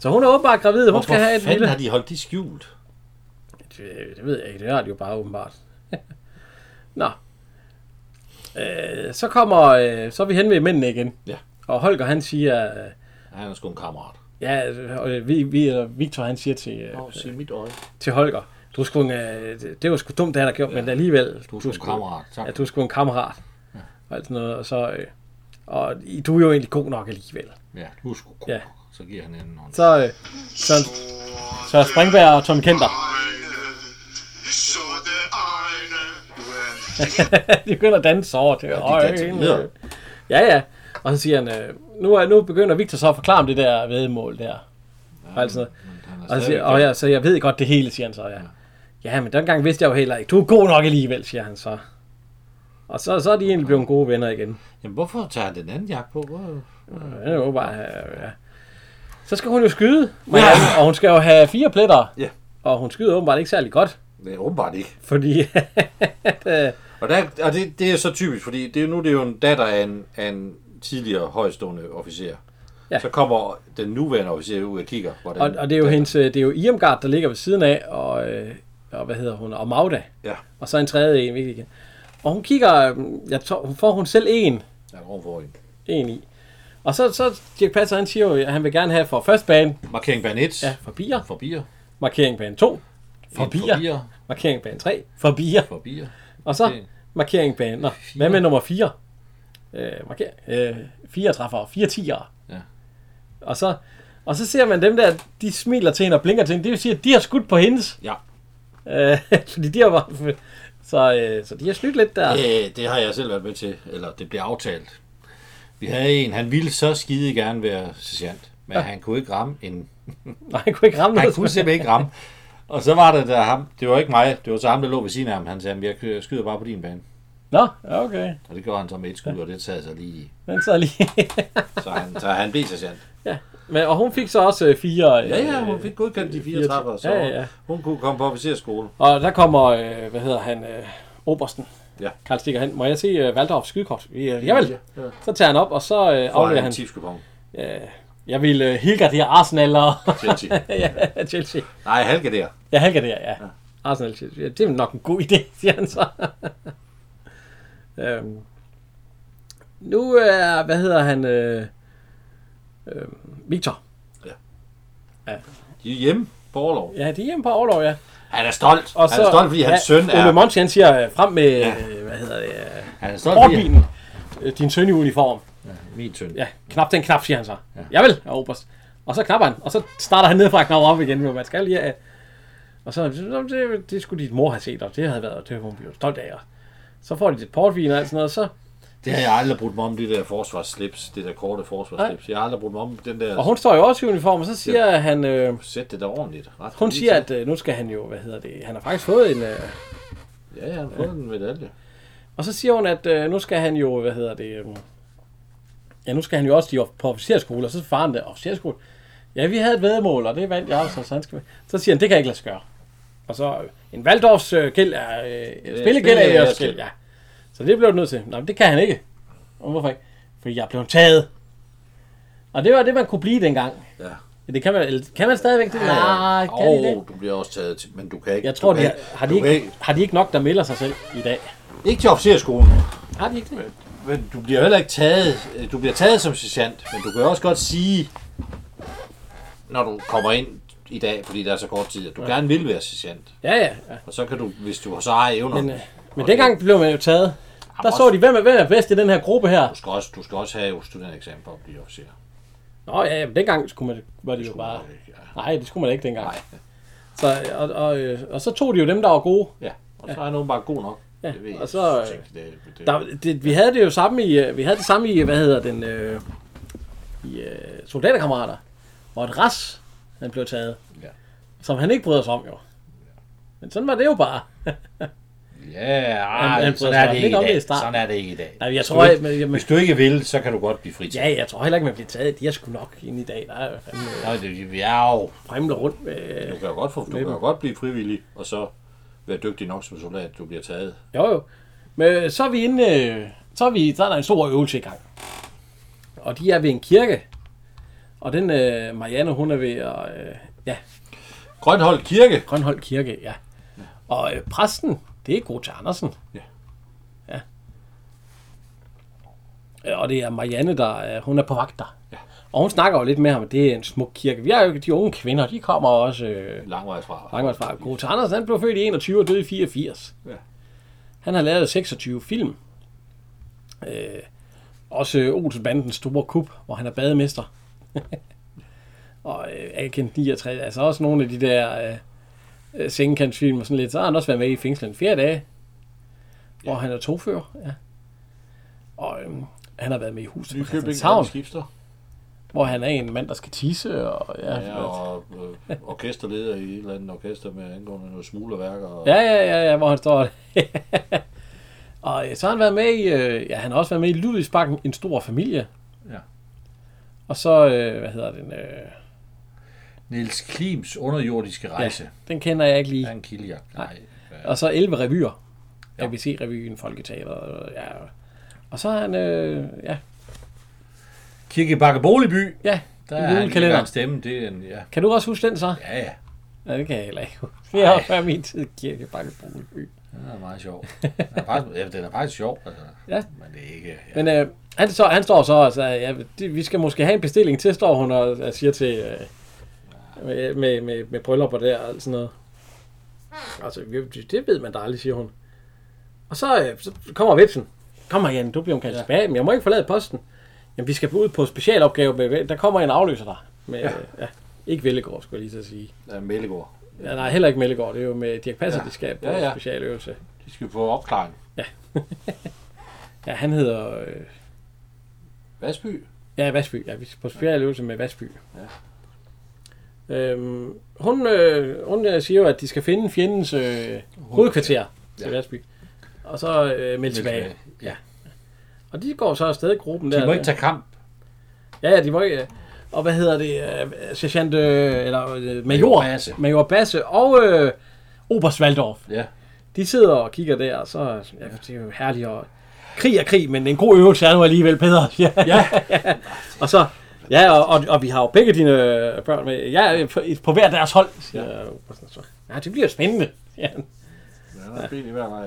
Speaker 1: så hun er åbenbart gravid, og hun skal have et
Speaker 2: fanden
Speaker 1: lille...
Speaker 2: har de holdt de skjult?
Speaker 1: Øh, Det, det ved jeg ikke. Det har de jo bare åbenbart. Nå. Øh, så kommer... Øh, så er vi hen ved mændene igen.
Speaker 2: Ja.
Speaker 1: Og Holger, han siger... Øh,
Speaker 2: Han er sgu en kammerat.
Speaker 1: ja, øh, vi, vi, eller Victor, han siger til, øh,
Speaker 2: Åh, se mit øje.
Speaker 1: til Holger, du er sgu en, øh, det- det var sgu dumt, det han har gjort, ja. men alligevel...
Speaker 2: Du er sgu en kammerat. Tak.
Speaker 1: Ja, du er sgu en kammerat. Og alt sådan noget, og så... Øh, og I- du er jo egentlig god nok alligevel.
Speaker 2: Ja, du er sgu god.
Speaker 1: Ja.
Speaker 2: Så giver han en hånd.
Speaker 1: Så, øh, så, så Springberg og Tom Kenter.
Speaker 5: Sorte øjne.
Speaker 1: de begynder at danse over til
Speaker 2: danser
Speaker 1: øjnene.
Speaker 2: videre.
Speaker 1: Ja, ja. Og så siger han, øh, nu, er, nu begynder Victor så at forklare om det der vedmål der. Ja, og, altså,
Speaker 2: Han
Speaker 1: og
Speaker 2: er
Speaker 1: så,
Speaker 2: stadig
Speaker 1: siger, og jeg, så jeg ved godt det hele, siger han så. Ja. ja, men dengang vidste jeg jo heller ikke. Du er god nok alligevel, siger han så. Og så, så er de egentlig blevet gode venner igen.
Speaker 2: Jamen, hvorfor tager han den anden jakke på? Hvor-
Speaker 1: Det er jo bare, øh, ja. Så skal hun jo skyde, Marianne, og hun skal jo have fire pletter.
Speaker 2: Ja.
Speaker 1: Og hun skyder åbenbart ikke særlig godt,
Speaker 2: Det er åbenbart ikke.
Speaker 1: fordi... at, øh,
Speaker 2: Og, der, og det, det er så typisk, fordi det, er- nu er det jo en datter af en, af en tidligere højstående officer.
Speaker 1: Ja.
Speaker 2: Ja. Så kommer den nuværende officer ud og kigger. Hvordan
Speaker 1: Og, og det er jo hendes, øh, det er jo Irmgard, der ligger ved siden af, og, øh, og hvad hedder hun, og Magda.
Speaker 2: Ja,
Speaker 1: Og så en tredje en, virkelig igen. Og hun kigger, øh, jeg tror, hun får hun selv en,
Speaker 2: der er rum for en.
Speaker 1: en i. Og så, så Dirk Passer, han siger jo, at han vil gerne have for første bane,
Speaker 2: Markering bane 1.
Speaker 1: ja, for bier,
Speaker 2: For bier.
Speaker 1: markering bane 2, for
Speaker 2: En
Speaker 1: bier, markering bane 3, for bier,
Speaker 2: For bier.
Speaker 1: og så
Speaker 2: en.
Speaker 1: markering bane, nå, hvad med nummer 4? Øh, marker, øh, fire træffere, fire tiere.
Speaker 2: Ja.
Speaker 1: Og så, og så ser man dem der, de smiler til hende og blinker til hende, det vil sige, at de har skudt på hendes.
Speaker 2: Ja.
Speaker 1: Øh, fordi de har bare... Så, øh, så de har snydt lidt der. Yeah.
Speaker 2: Øh, det har jeg selv været med til, eller det blev aftalt. Vi havde en, han ville så skide gerne være sergeant, men ja. han kunne ikke ramme en...
Speaker 1: Nej, han kunne ikke ramme
Speaker 2: Han
Speaker 1: noget.
Speaker 2: kunne simpelthen ikke ramme. Og så var der, der ham, det var ikke mig, det var så ham, der lå ved siden af ham. Han sagde, "Men jeg kø- skyder bare på din bane.
Speaker 1: Nå, ja, okay.
Speaker 2: Og det gjorde han så med et skud, og det tager sig lige i.
Speaker 1: Den så lige...
Speaker 2: Så han, så han blev sergeant.
Speaker 1: ja. Men, og hun fik så også øh, fire... Øh,
Speaker 2: Ja, ja, hun fik godkendt de fire
Speaker 1: fire-
Speaker 2: trapper, så
Speaker 1: ja, ja.
Speaker 2: hun kunne komme på officerskole.
Speaker 1: Og der kommer, øh, hvad hedder han, øh, Obersten.
Speaker 2: Ja.
Speaker 1: Karl stikker hen. Må jeg se øh, Valdorfs skydekort? Ja, javel. Ja. Så tager han op, og så øh,
Speaker 2: Og
Speaker 1: afleverer
Speaker 2: han en
Speaker 1: han.
Speaker 2: tipskupon.
Speaker 1: Jeg vil øh, helgardere Arsenal og...
Speaker 2: Chelsea.
Speaker 1: ja, Chelsea.
Speaker 2: Nej, Helga der.
Speaker 1: Ja, helgardere, ja. ja. Arsenal Chelsea. Ja, det er nok en god idé, siger han så. øhm. Nu er, hvad hedder han, øh, øh, Victor.
Speaker 2: De er hjemme på overlov.
Speaker 1: Ja, de er hjemme på overlov, ja.
Speaker 2: Han er stolt. Og så, han er stolt, fordi hans
Speaker 1: ja,
Speaker 2: søn er...
Speaker 1: Ole Monti, han siger øh, frem med, ja. hvad hedder det, øh,
Speaker 2: Han Altså, er stolt, fordi han-
Speaker 1: ordbilen. Øh, Din søn i uniform.
Speaker 2: Min søn.
Speaker 1: Ja, knap den knap, siger han så. Ja. Javel, herr Oberst. Og så knapper han, og så starter han nedefra og knapper op igen, men man skal lige af. Og så, "Nå, det, det skulle dit mor have set, og det havde været, det var hun blevet stolt af. Og så får de lidt portvin og alt sådan noget, så,
Speaker 2: Det har jeg aldrig brugt mig om, det der forsvarsslips, det der korte forsvarsslips. Jeg har aldrig brugt mig om den der...
Speaker 1: og hun står jo også i uniform, og så siger ja. han, øh,
Speaker 2: Sæt det der ordentligt. Ret
Speaker 1: hun
Speaker 2: lige
Speaker 1: siger,
Speaker 2: til.
Speaker 1: at øh, nu skal han jo, hvad hedder det, han har faktisk fået en, øh,
Speaker 2: Ja, ja, han har fået en medalje.
Speaker 1: og så siger hun, at øh, nu skal han jo, hvad hedder det, øh, ja, nu skal han jo også de på officerskole, og så svarer han det, officerskole, ja, vi havde et vedmål, og det vandt jeg også, så han skal, så siger han, det kan jeg ikke lade sig gøre. Og så, øh, en Valdorfs øh, gæld er, øh, spillegæld er
Speaker 2: spille-
Speaker 1: jeres gæld, ja. Så det blev du nødt til. Nej, men det kan han ikke. Og hvorfor ikke? Fordi jeg blev taget. Og det var det, man kunne blive dengang.
Speaker 2: Ja.
Speaker 1: Men det kan man, eller kan man stadigvæk det der? Ah, kan de det?
Speaker 2: Åh, du bliver også taget til, men du kan ikke.
Speaker 1: Jeg tror,
Speaker 2: du
Speaker 1: de
Speaker 2: kan,
Speaker 1: har, har, de
Speaker 2: du kan
Speaker 1: ikke, har de ikke nok, der melder sig selv i dag?
Speaker 2: Ikke til officerskolen.
Speaker 1: Har de ikke det?
Speaker 2: Men du bliver heller ikke taget. øh, Du bliver taget som sergeant, men du kan også godt sige, når du kommer ind i dag, fordi der er så kort tid, at du gerne vil være sergeant.
Speaker 1: Ja, ja. ja.
Speaker 2: Og så kan du, hvis du så har evner,
Speaker 1: Men, øh, men
Speaker 2: og
Speaker 1: dengang blev man jo taget. Der så de, hvem er, hvem er bedst i den her gruppe her.
Speaker 2: Du skal også, du skal også have studentereksamen for at blive officer.
Speaker 1: Nå ja, ja men dengang skulle man, var det jo
Speaker 2: skulle
Speaker 1: bare...
Speaker 2: man ikke, ja.
Speaker 1: Nej, det skulle man ikke dengang.
Speaker 2: Nej.
Speaker 1: Så, og, og, øh, og så tog de jo dem, der var gode.
Speaker 2: Ja, og så er nogen bare god nok.
Speaker 1: Ja,
Speaker 2: Det ved jeg
Speaker 1: og så, øh,
Speaker 2: sgu ikke, det, det,
Speaker 1: Der, det, vi havde det jo samme i, øh, vi havde det samme i, hvad hedder den, øh, i øh, soldaterkammerater, hvor et ras, han blev taget,
Speaker 2: Ja.
Speaker 1: som han ikke bryder sig om jo. Men sådan var det jo bare.
Speaker 2: Ja,
Speaker 1: han
Speaker 2: ej,
Speaker 1: bryder
Speaker 2: sådan
Speaker 1: sig
Speaker 2: er det
Speaker 1: ikke
Speaker 2: ikke i
Speaker 1: om det i
Speaker 2: dag.
Speaker 1: starten.
Speaker 2: Sådan er det ikke i dag.
Speaker 1: Nej, jeg
Speaker 2: Hvis
Speaker 1: tror,
Speaker 2: du
Speaker 1: jeg-
Speaker 2: ikke-
Speaker 1: men- jeg-
Speaker 2: Hvis du ikke vil, så kan du godt blive fritaget.
Speaker 1: Ja, jeg tror heller ikke, man bliver taget. De er sgu nok inde i dag. Der er jo fandme øh,
Speaker 2: Nej, det, vi er jo,
Speaker 1: fremler rundt med...
Speaker 2: du kan jo godt, få, du kan jo godt blive frivillig, og så være dygtig nok som soldat, du bliver taget.
Speaker 1: Jo jo. Men så er vi inde, øh, så er, vi, så er der en stor øvelse i gang. Og de er ved en kirke. Og den øh, Marianne, hun er ved at, øh, ja,
Speaker 2: Grønhold Kirke.
Speaker 1: Grønhold Kirke, ja. Og øh, præsten, det er Grote Andersen.
Speaker 2: Ja.
Speaker 1: Ja. Øh, Og det er Marianne, der, øh, hun er på vagt der. Ja. Og hun snakker jo lidt med ham, at det er en smuk kirke. Vi har jo de unge kvinder, de kommer også... Øh,
Speaker 2: Langvejs fra.
Speaker 1: Langvejs fra. Grote Andersen, han blev født i 21 og døde i 84.
Speaker 2: Ja.
Speaker 1: Han har lavet 26 film. Øh, også øh, Olsenbandens store kup, hvor han er bademester. og øh, Agent 69, altså også nogle af de der øh, øh, sengekantsfilm og sådan lidt. Så har han også været med i fængslet en flere dage, ja. hvor han er togfører. Ja. Og øh, han har været med i huset på Christianshavn,
Speaker 2: Skibster.
Speaker 1: hvor han er en mand, der skal tisse. Og, ja,
Speaker 2: Ja, og øh, orkesterleder i et eller andet orkester med angående nogle smuglerværker. Og,
Speaker 1: Ja, ja, ja, ja, hvor han står. og øh, så har han været med i, øh, ja, han har også været med i Ludvigsbakken, en stor familie.
Speaker 2: Ja.
Speaker 1: Og så, øh, hvad hedder den? Øh,
Speaker 2: Niels Klims underjordiske rejse. Ja.
Speaker 1: den kender jeg ikke
Speaker 2: Er
Speaker 1: lige.
Speaker 2: en kildjagt. Nej.
Speaker 1: Og så 11 revyer.
Speaker 2: Ja.
Speaker 1: ABC-revyen, Folketeater, øh, ja. Og så har han, øh, ja,
Speaker 2: Kirkebakke Boligby.
Speaker 1: ja,
Speaker 2: Der
Speaker 1: en
Speaker 2: er han lige
Speaker 1: julekalender.
Speaker 2: gang stemme. Det er en, ja.
Speaker 1: Kan du også huske den så?
Speaker 2: Ja, ja.
Speaker 1: Ja, det kan jeg heller ikke huske. Det er også før min tid, Kirkebakke Boligby.
Speaker 2: Den er meget sjov. Den er faktisk, ja, den er faktisk sjov. Altså.
Speaker 1: Ja.
Speaker 2: Men det er ikke... Ja.
Speaker 1: Men øh, han, så, han står så og siger, ja, det, vi skal måske have en bestilling til, står hun og, og siger til, øh, med, med, med, med bryllupper der og alt sådan noget. Altså, vi- det ved man da aldrig, siger hun. Og så, øh, så kommer Vipsen. Kom her, Jan, du bliver omkaldt ja. tilbage, men jeg må ikke forlade posten. Jamen, vi skal ud på specialopgave. Med, der kommer en afløser der. Med, ja. ja. Ikke Vellegård, skulle jeg lige så sige.
Speaker 2: Ja, Mellegård.
Speaker 1: Ja, nej, heller ikke Mellegård. Det er jo med Dirk Passer, ja. de skal på
Speaker 2: Ja,
Speaker 1: ja,
Speaker 2: ja.
Speaker 1: ja. specialøvelse.
Speaker 2: De skal få opklaring.
Speaker 1: Ja, han hedder... Øh,
Speaker 2: Vasby.
Speaker 1: Ja, Vasby. Ja, vi skal på ferieøvelse med Vasby. Ja. Øhm, hun, øh, hun øh, siger jo, at de skal finde fjendens øh, hovedkvarter til
Speaker 2: Ja.
Speaker 1: Vasby. Og så øh, melde tilbage.
Speaker 2: Ja.
Speaker 1: Og de går så afsted i gruppen der.
Speaker 2: De må ikke tage kamp.
Speaker 1: Ja, ja, de må ikke. øh, Og hvad hedder det? Øh, sergeant, øh, eller øh, major,
Speaker 2: Basse.
Speaker 1: major Basse og øh, Oberst Waldorf.
Speaker 2: Ja.
Speaker 1: De sidder og kigger der, og så ja, det er jo herligt. Og krig er krig, men en god øvelse er nu alligevel bedre. Ja. ja. og så, ja, og, og, og, vi har jo begge dine øh, børn med. Ja, på, på hver deres hold. Ja. ja, det bliver spændende. Ja,
Speaker 2: Ja, der er ben i hver vej.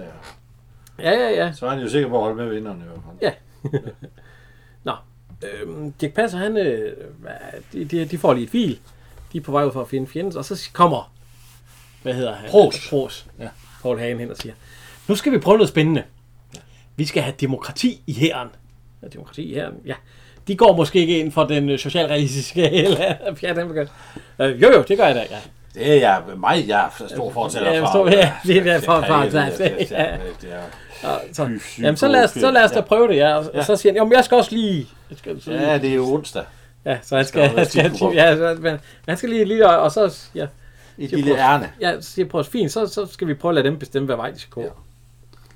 Speaker 2: Ja.
Speaker 1: ja, ja. ja.
Speaker 2: Så er han jo sikker på at holde med vinderne i hvert fald.
Speaker 1: Ja. Nå, øhm, Dirk Passer, han, øh, hvad- de, de, de får lige et hvil. De er på vej ud for at finde fjenden, og så kommer, hvad hedder han?
Speaker 2: Pros.
Speaker 1: Pros.
Speaker 2: Ja.
Speaker 1: Ja. Paul Hagen hen og siger, nu skal vi prøve noget spændende. Vi skal have demokrati i hæren. Ja, demokrati i hæren, ja. De går måske ikke ind for den øh, socialrealistiske eller fjerde demokrati. Øh, jo, jo, det gør jeg da, ja.
Speaker 2: Det er jeg, mig, jeg er stor fortæller
Speaker 1: Ja, jeg
Speaker 2: for.
Speaker 1: forstår, ja, det er der for- for-
Speaker 2: Ja,
Speaker 1: for-
Speaker 2: det er- det er- det er-
Speaker 1: Og Så,
Speaker 2: Fy, fy,
Speaker 1: jamen, så lad os, så lad os da
Speaker 2: ja.
Speaker 1: prøve det, ja. Og, og så siger han, jo, men jeg skal også lige... Jeg skal, så lige
Speaker 2: Ja, det er jo onsdag.
Speaker 1: Ja, så han skal,
Speaker 2: Skal
Speaker 1: han
Speaker 2: også
Speaker 1: skal,
Speaker 2: lige på
Speaker 1: ja, så, men han skal lige lige, og så, ja,
Speaker 2: Et
Speaker 1: siger
Speaker 2: lille
Speaker 1: Prost.
Speaker 2: ærne.
Speaker 1: ja, så siger Prost, fint, så, så skal vi prøve at lade dem bestemme, hvad vej de skal gå.
Speaker 2: Ja.
Speaker 1: Ja.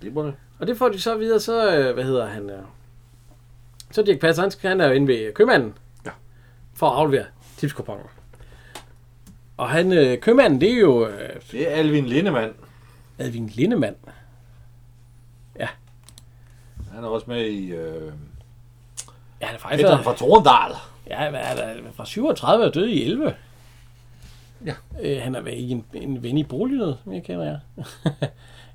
Speaker 2: Det må det.
Speaker 1: Og det får de så videre, så, øh, hvad hedder han, øh, så Dirk Passer, han, skal- han er jo inde ved købmanden,
Speaker 2: Ja.
Speaker 1: for at aflevere tipskuponen. Og han, øh, købmanden, det er jo øh,
Speaker 2: Det er Alvin Lindemann.
Speaker 1: Advin Lindemann.
Speaker 2: Han er også med i øh,
Speaker 1: Ja, han er faktisk,
Speaker 2: Fætteren
Speaker 1: været,
Speaker 2: øh, fra Torendal.
Speaker 1: Ja, hvad er der? Fra 37 og døde i 11.
Speaker 2: Ja.
Speaker 1: Øh, han er vel ikke en, en ven i bolignød, som jeg kender jer.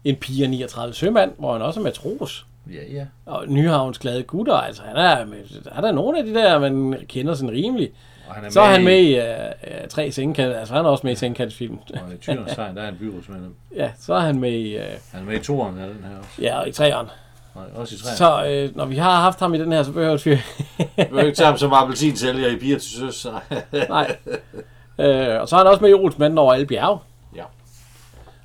Speaker 1: en pige og 39 sømand, hvor han også er matros.
Speaker 2: Ja, ja.
Speaker 1: Og Nyhavns glade gutter, altså han er, der er der nogle af de der, man kender sådan rimelig.
Speaker 2: Og han er
Speaker 1: Så er han med
Speaker 2: i,
Speaker 1: i øh, øh, tre sengekant, altså han er også med i sengekantfilmen.
Speaker 2: og i Tyrenstein, der er en byrådsmedlem.
Speaker 1: ja, så er han med i, øh,
Speaker 2: Han er med i toren af den her også.
Speaker 1: ja, og i træerne.
Speaker 2: Nej, også i træerne. Så...
Speaker 1: Så øh, når vi har haft ham i den her, så behøver vi...
Speaker 2: Du ikke tage ham som appelsin sælger i bier til søs. nej.
Speaker 1: Nej. Øh, og så er han også med i Olsmanden over alle bjerge.
Speaker 2: ja.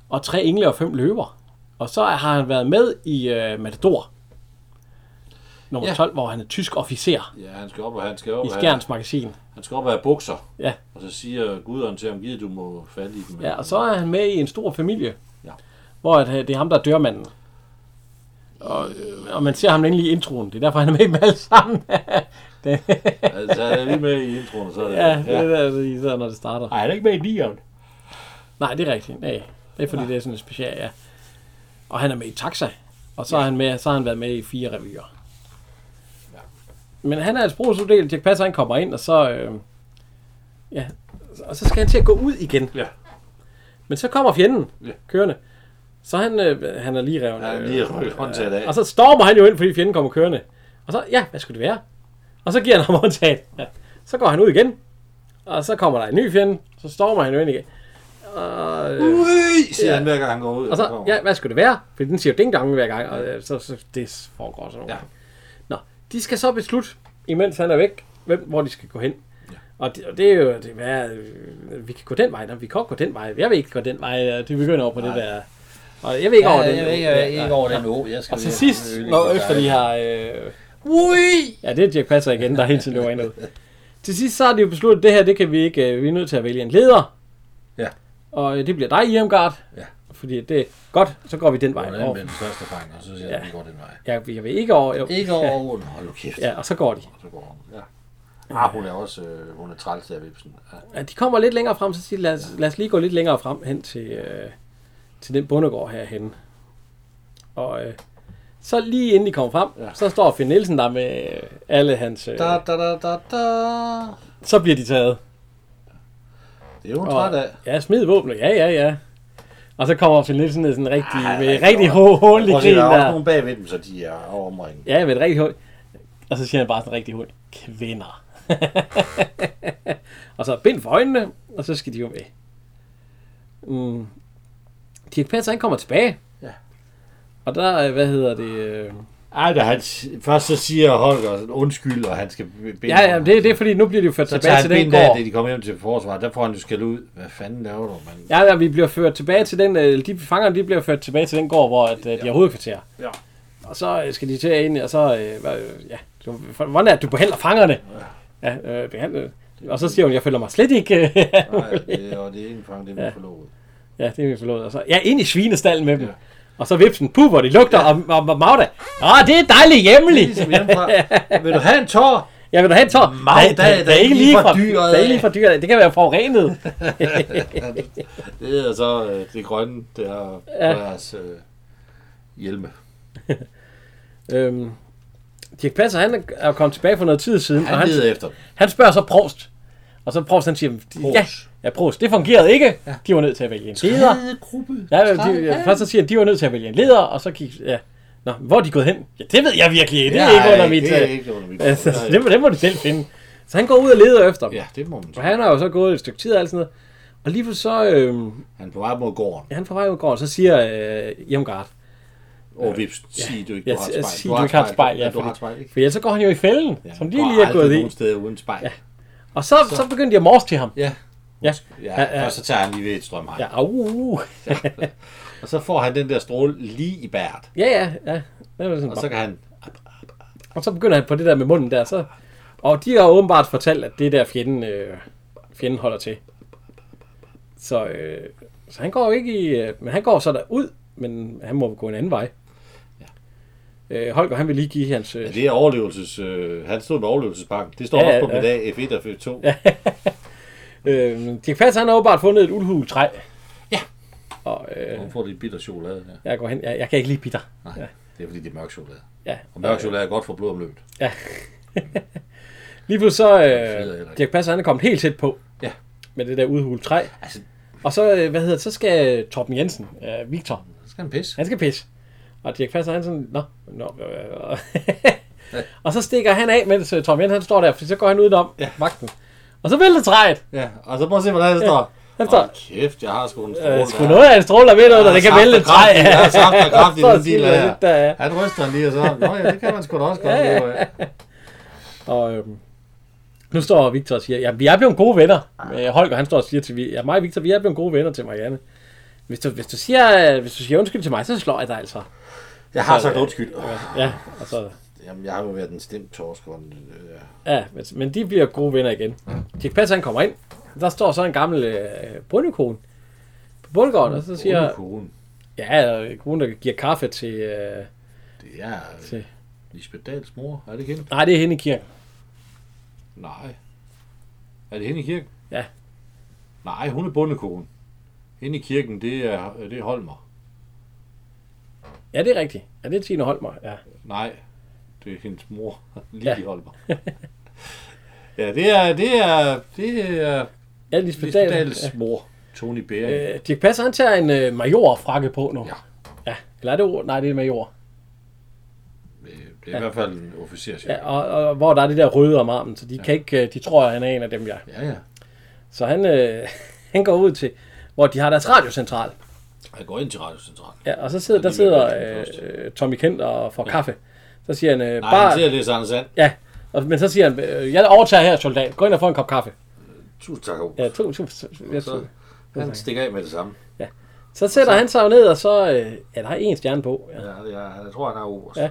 Speaker 1: og tre engle og fem løver. Og så har han været med i øh, Matador. Nummer
Speaker 2: Ja.
Speaker 1: 12, hvor han er tysk officer
Speaker 2: ja, han skal op og han skal op
Speaker 1: i
Speaker 2: og have,
Speaker 1: Skjerns magasin.
Speaker 2: han skal op og have bukser.
Speaker 1: Ja.
Speaker 2: Og så siger guderen til ham, givet du må falde i dem.
Speaker 1: ja, og så er han med i en stor familie,
Speaker 2: Ja.
Speaker 1: hvor at, øh, det er ham, der er dørmanden. Og, øh, og man ser ham endelig i introen. Det er derfor, han er med i dem alle sammen. det,
Speaker 2: Altså, han er lige med i introen, så er det.
Speaker 1: ja, det er der, især når det starter.
Speaker 2: Ej, han er ikke med i nieren.
Speaker 1: Nej, det er rigtigt. Nej, det er fordi, det er sådan en special, ja. Og han er med i Taxa. Og så, ja. han med, så har han været med i fire revyer.
Speaker 2: Ja.
Speaker 1: Men han er et sprogsudel. Jack Passer, han kommer ind, og så... Øh, ja, og så skal han til at gå ud igen.
Speaker 2: Ja.
Speaker 1: Men så kommer fjenden
Speaker 2: Ja.
Speaker 1: kørende. Så han, øh, han er lige revnet.
Speaker 2: Han er lige rykket håndtaget af.
Speaker 1: Og så stormer han jo ind, fordi fjenden kommer kørende. Og så, ja, hvad skulle det være? Og så giver han ham håndtaget. Ja. Så går han ud igen. Og så kommer der en ny fjende. Så stormer han jo ind igen. Og, øh,
Speaker 2: Ui, siger
Speaker 1: Ja.
Speaker 2: han hver gang han går ud.
Speaker 1: og så, ja, hvad skulle det være? For den siger jo ding dong hver gang, og øh, så, så det foregår sådan noget.
Speaker 2: Ja.
Speaker 1: Ja. Nå, de skal så beslutte, imens han er væk, hvem, hvor de skal gå hen. Ja. Og, det, og det er jo, det er, hvad, øh, vi kan gå den vej, nej, vi kan godt gå den vej, jeg vil ikke gå den vej, øh, det begynder over på det der, og jeg vil ikke over den. nej.
Speaker 2: over den å. Jeg skal
Speaker 1: Og til sidst, når efter de har... Øh,
Speaker 2: Ui!
Speaker 1: ja, det er Jack Passer igen, der hele tiden løber ind og ud. Til sidst så har de jo besluttet, at det her, det kan vi ikke, øh, vi er nødt til at vælge en leder.
Speaker 2: Ja.
Speaker 1: Og øh, det bliver dig, Irmgard.
Speaker 2: Ja.
Speaker 1: Fordi det er godt, så går vi den vej.
Speaker 2: Hvordan
Speaker 1: over.
Speaker 2: med den første fang, og så siger han,
Speaker 1: Ja.
Speaker 2: vi går den vej.
Speaker 1: Jeg, jeg vil ikke over... Jo.
Speaker 2: Ikke over åen. Hold nu kæft.
Speaker 1: Ja, og så går de.
Speaker 2: Og så går hun. Ja. Ah, hun er også, øh, hun er træls der, Vipsen. Ja.
Speaker 1: Ja, de kommer lidt længere frem, så siger de, lad os, lad os lige gå lidt længere frem hen til, øh, til den bondegård herhen. Og øh, så lige inden de kommer frem, ja.
Speaker 2: Ja.
Speaker 1: så står Finn Nielsen der med øh, alle hans... Øh,
Speaker 2: Da, da, da, da, da.
Speaker 1: så bliver de taget.
Speaker 2: Det er hun
Speaker 1: Og-
Speaker 2: træt af.
Speaker 1: Ja, smid våbnet. Ja, ja, ja. Og så kommer Finn Nielsen ned sådan en rigtig,
Speaker 2: Ej,
Speaker 1: med
Speaker 2: der
Speaker 1: rigtig
Speaker 2: er-
Speaker 1: hul hul i
Speaker 2: Prøv at se,
Speaker 1: krigen
Speaker 2: der er også
Speaker 1: der.
Speaker 2: nogen bagved dem, så de er overomringen.
Speaker 1: Ja, med et rigtig hul. Og så siger han bare sådan rigtig hul. Kvinder. og så bind for øjnene, og så skal de jo med. Mm. Dirk Passer, han kommer tilbage.
Speaker 2: Ja. Ah,
Speaker 1: Og der, øh, hvad hedder det... Øh...
Speaker 2: Ej, da han, s- først så siger Holger sådan, undskyld, og han skal binde
Speaker 1: Ja, ja, det, det er fordi, nu bliver de jo ført
Speaker 2: Så tager
Speaker 1: tilbage
Speaker 2: han
Speaker 1: til den
Speaker 2: binden af,
Speaker 1: gård.
Speaker 2: da de kommer hjem til forsvaret. Der får han jo skæld ud. Hvad fanden laver du, mand?
Speaker 1: Ja, ja, vi bliver ført tilbage til den... Øh, de fangerne, de bliver ført tilbage til den gård, hvor at, øh, de har hovedkvarter.
Speaker 2: Ja.
Speaker 1: Og så øh, skal de til at ind, og så... Øh, hvad, øh, ja, du, for- hvordan er det, du behandler fangerne? Ja, øh, behandler... Og så siger hun, jeg føler mig slet ikke... øh,
Speaker 2: Nej, det, og det er en fang, det er min forlovet.
Speaker 1: Ja, det er vi forlod. Og så, ja, ind i svinestallen med dem. Ja.
Speaker 2: Ja.
Speaker 1: Og så vipsen, puh, hvor de lugter, ja. og, og, og Magda, åh, det er dejligt
Speaker 2: Det er
Speaker 1: hjemmeligt.
Speaker 2: ligesom hjemmefra. Vil du have en tår?
Speaker 1: Jeg vil da have en tår.
Speaker 2: Magda,
Speaker 1: Nej, det
Speaker 2: der er ikke lige fra dyret
Speaker 1: Det er ikke lige
Speaker 2: af.
Speaker 1: fra dyret. Det kan være forurenet.
Speaker 2: Det er så øh, det grønne, det er ja. deres øh, hjelme.
Speaker 1: øhm, Dirk Passer, han er kommet tilbage for noget tid siden, han og
Speaker 2: Han
Speaker 1: han,
Speaker 2: leder efter dem.
Speaker 1: han spørger så Prost. Og så Prost, han siger,
Speaker 2: Prost.
Speaker 1: ja, ja, Prost, det fungerede ikke. Ja. De var nødt til at vælge en leder.
Speaker 2: gruppe.
Speaker 1: Ja, de, ja, først så siger han, de var nødt til at vælge en leder, og så gik... Ja. Nå, hvor er de gået hen? Ja, det ved jeg virkelig ikke. Det er
Speaker 2: Nej,
Speaker 1: ikke under mit...
Speaker 2: Det er
Speaker 1: øh,
Speaker 2: ikke under mit.
Speaker 1: Altså,
Speaker 2: Nej.
Speaker 1: det, må- det må du selv finde. Så han går ud og leder efter dem. Ja.
Speaker 2: Ja, det må man
Speaker 1: Og
Speaker 2: sige.
Speaker 1: han har jo så gået et stykke tid og alt sådan noget. Og lige pludselig så, øh,
Speaker 2: Han er på vej mod gården.
Speaker 1: han får vej ud går, så siger øh, Irmgard,
Speaker 2: Og vips, sig du ikke,
Speaker 1: jeg
Speaker 2: du har et
Speaker 1: siger-
Speaker 2: spejl.
Speaker 1: sig, du ikke har et spejl. Ja,
Speaker 2: du har et
Speaker 1: fordi,
Speaker 2: spejl, ikke?
Speaker 1: for ellers så går han jo i fælden, ja, som de lige er gået i.
Speaker 2: nogen steder uden spejl. Ja.
Speaker 1: Og så, så, begyndte de at morse til ham.
Speaker 2: Ja.
Speaker 1: Ja, Ja, ja.
Speaker 2: ja. Og så tager han lige ved et strømhegn.
Speaker 1: ja,
Speaker 2: Ja.
Speaker 1: au, uh.
Speaker 2: Og så får han den der stråle lige i bæret.
Speaker 1: ja, ja, ja. Det var sådan,
Speaker 2: Og så kan han...
Speaker 1: og så begynder han på det der med munden der. Så, og de har åbenbart fortalt, at det er der fjenden, øh, fjenden holder til. Så, øh, så han går jo ikke i... Øh, men han går så derud, men han må gå en anden vej. Øh, Holger, han vil lige give hans... Øh,
Speaker 2: Ja, det er overlevelses... Øh, han stod med overlevelsesbanken. Det står ja, også på ja. min dag F1 og F2. Ja.
Speaker 1: øh, Dirk Pass, han har åbenbart fundet et uldhulet træ. Ja. Og øh,
Speaker 2: Hun får lidt bitter chokolade her.
Speaker 1: jeg går hen... Jeg, jeg kan ikke lide bitter.
Speaker 2: Nej, det er fordi, det er mørk chokolade.
Speaker 1: Ja.
Speaker 2: Og mørk chokolade er godt for blodomløbet.
Speaker 1: Lige pludselig så
Speaker 2: fed,
Speaker 1: øh,
Speaker 2: Henrik.
Speaker 1: Dirk Passer, han er kommet helt tæt på
Speaker 2: Ja.
Speaker 1: med det der udhulet træ.
Speaker 2: Altså,
Speaker 1: Og så, øh, hvad hedder det, så skal Torben Jensen, øh, Victor,
Speaker 2: så skal han pisse.
Speaker 1: han skal pisse. Og Dirk Passer, han er sådan, nå, nå, øh, øh. Og så stikker han af, mens øh, Torben Jensen, han står der, for så går han udenom ja. vagten. Og så vælter træet.
Speaker 2: Ja, og så prøv at se, hvordan det står.
Speaker 1: han står-
Speaker 2: Hold kæft, jeg har sgu en stråle.
Speaker 1: Øh, sgu noget af en stråler ved noget, der det kan vælte et træ.
Speaker 2: Jeg har saft og kraft i
Speaker 1: Så
Speaker 2: den bil
Speaker 1: siger jeg
Speaker 2: her.
Speaker 1: lidt, der er.
Speaker 2: Han ryster den lige, og så, nå ja, det kan man sgu da også godt leve af.
Speaker 1: Og øhm, nu står Victor og siger, ja, vi er blevet gode venner. Øh, Holger, han står og siger til vi, ja, mig og Victor, vi er blevet gode venner til Marianne. Hvis du, hvis du, siger, øh, hvis du siger undskyld til mig, så slår jeg dig altså.
Speaker 2: Jeg har sagt undskyld.
Speaker 1: Ja, og så,
Speaker 2: Jamen, jeg har jo været en stemt torsk. og en, øh,
Speaker 1: ja men, men de bliver gode venner igen. Dirk Passer, han kommer ind. Der står så en gammel øh, bryllekone på bundgården,
Speaker 2: Mm,
Speaker 1: og så siger,
Speaker 2: Uden
Speaker 1: ja, øh, konen, der giver kaffe til, øh,
Speaker 2: Det er
Speaker 1: Se.
Speaker 2: øh, Lisbeth Dahls mor. Er det hende?
Speaker 1: nej, det er hende i kirken.
Speaker 2: Nej. Er det hende i kirken?
Speaker 1: Ja.
Speaker 2: Nej, hun er bundekonen. Hende i kirken, det er, det er Holmer.
Speaker 1: Ja, det er rigtigt. Ja, det er Tine Holmer, ja.
Speaker 2: Nej, det er hendes mor. Lige
Speaker 1: Ja.
Speaker 2: ja. Holmer. ja, det er, det er, det er
Speaker 1: Ja, Lisbeth
Speaker 2: Lisbeth
Speaker 1: Dahl.
Speaker 2: Dahls mor. Tony Bering.
Speaker 1: Øh, Dirk Passer, han tager en øh, majorfrakke på nu.
Speaker 2: Ja.
Speaker 1: ja. Eller er det ord? Nej, det er en major.
Speaker 2: Øh, Det er i hvert fald en officer.
Speaker 1: Ja, og, og, hvor der er det der røde om armen, så de ja. kan ikke, øh, de tror, at han er en af dem, ja.
Speaker 2: ja, ja.
Speaker 1: Så han, øh, han går ud til, hvor de har deres radiocentral.
Speaker 2: Jeg går ind til radiocentralen.
Speaker 1: Ja, og så sidder,
Speaker 2: Ja,
Speaker 1: der
Speaker 2: de vil
Speaker 1: sidder
Speaker 2: være den første.
Speaker 1: øh, øh, Tommy Kent og får ja. kaffe. Så siger han, øh,
Speaker 2: Nej, Bare...
Speaker 1: bare...
Speaker 2: han siger, det er Sand Sand.
Speaker 1: Ja, og, men så siger han, øh, jeg overtager her, soldat. Gå ind og få en kop kaffe.
Speaker 2: Tusind tak, Aarhus.
Speaker 1: Ja, to, to, to, jeg,
Speaker 2: Så
Speaker 1: så,
Speaker 2: han stikker af med det samme.
Speaker 1: så sætter han sig jo ned, og så... Øh, ja, der er en stjerne på. Ja.
Speaker 2: Ja, jeg, jeg tror, han er Aarhus.
Speaker 1: Ja.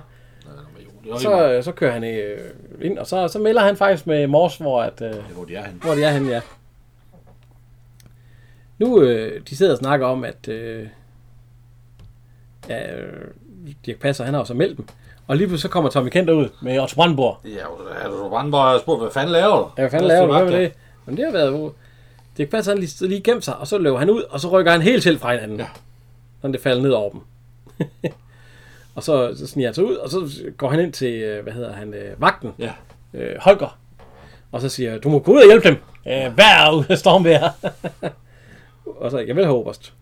Speaker 2: Det er så...
Speaker 1: Så, øh, så kører han øh, ind, og så, så melder han faktisk med Mors, hvor at... Øh,
Speaker 2: Hvor de er henne.
Speaker 1: Hvor det er henne, ja. Nu, øh, de sidder og snakker om, at øh, ja, øh, Dirk Passer, han har jo så meldt dem. Og lige pludselig så kommer Tommy Kent ud med Otto Brandenborg.
Speaker 2: Ja, er du brandbar? Jeg har spurgt, hvad fanden laver du?
Speaker 1: Ja, hvad fanden laver du? Hvad med det? Jamen, det har været jo... Dirk Passer, han lige, lige gemt sig, og så løber han ud, og så rykker han helt til fra hinanden.
Speaker 2: Ja.
Speaker 1: Sådan det falder ned over dem. og så, så sniger han sig ud, og så går han ind til, øh, hvad hedder han, øh, vagten,
Speaker 2: Ja.
Speaker 1: øh, Holger. Og så siger jeg, du må gå ud og hjælpe dem. Øh, vær ud af stormvejr. og så, jeg vil have oberst.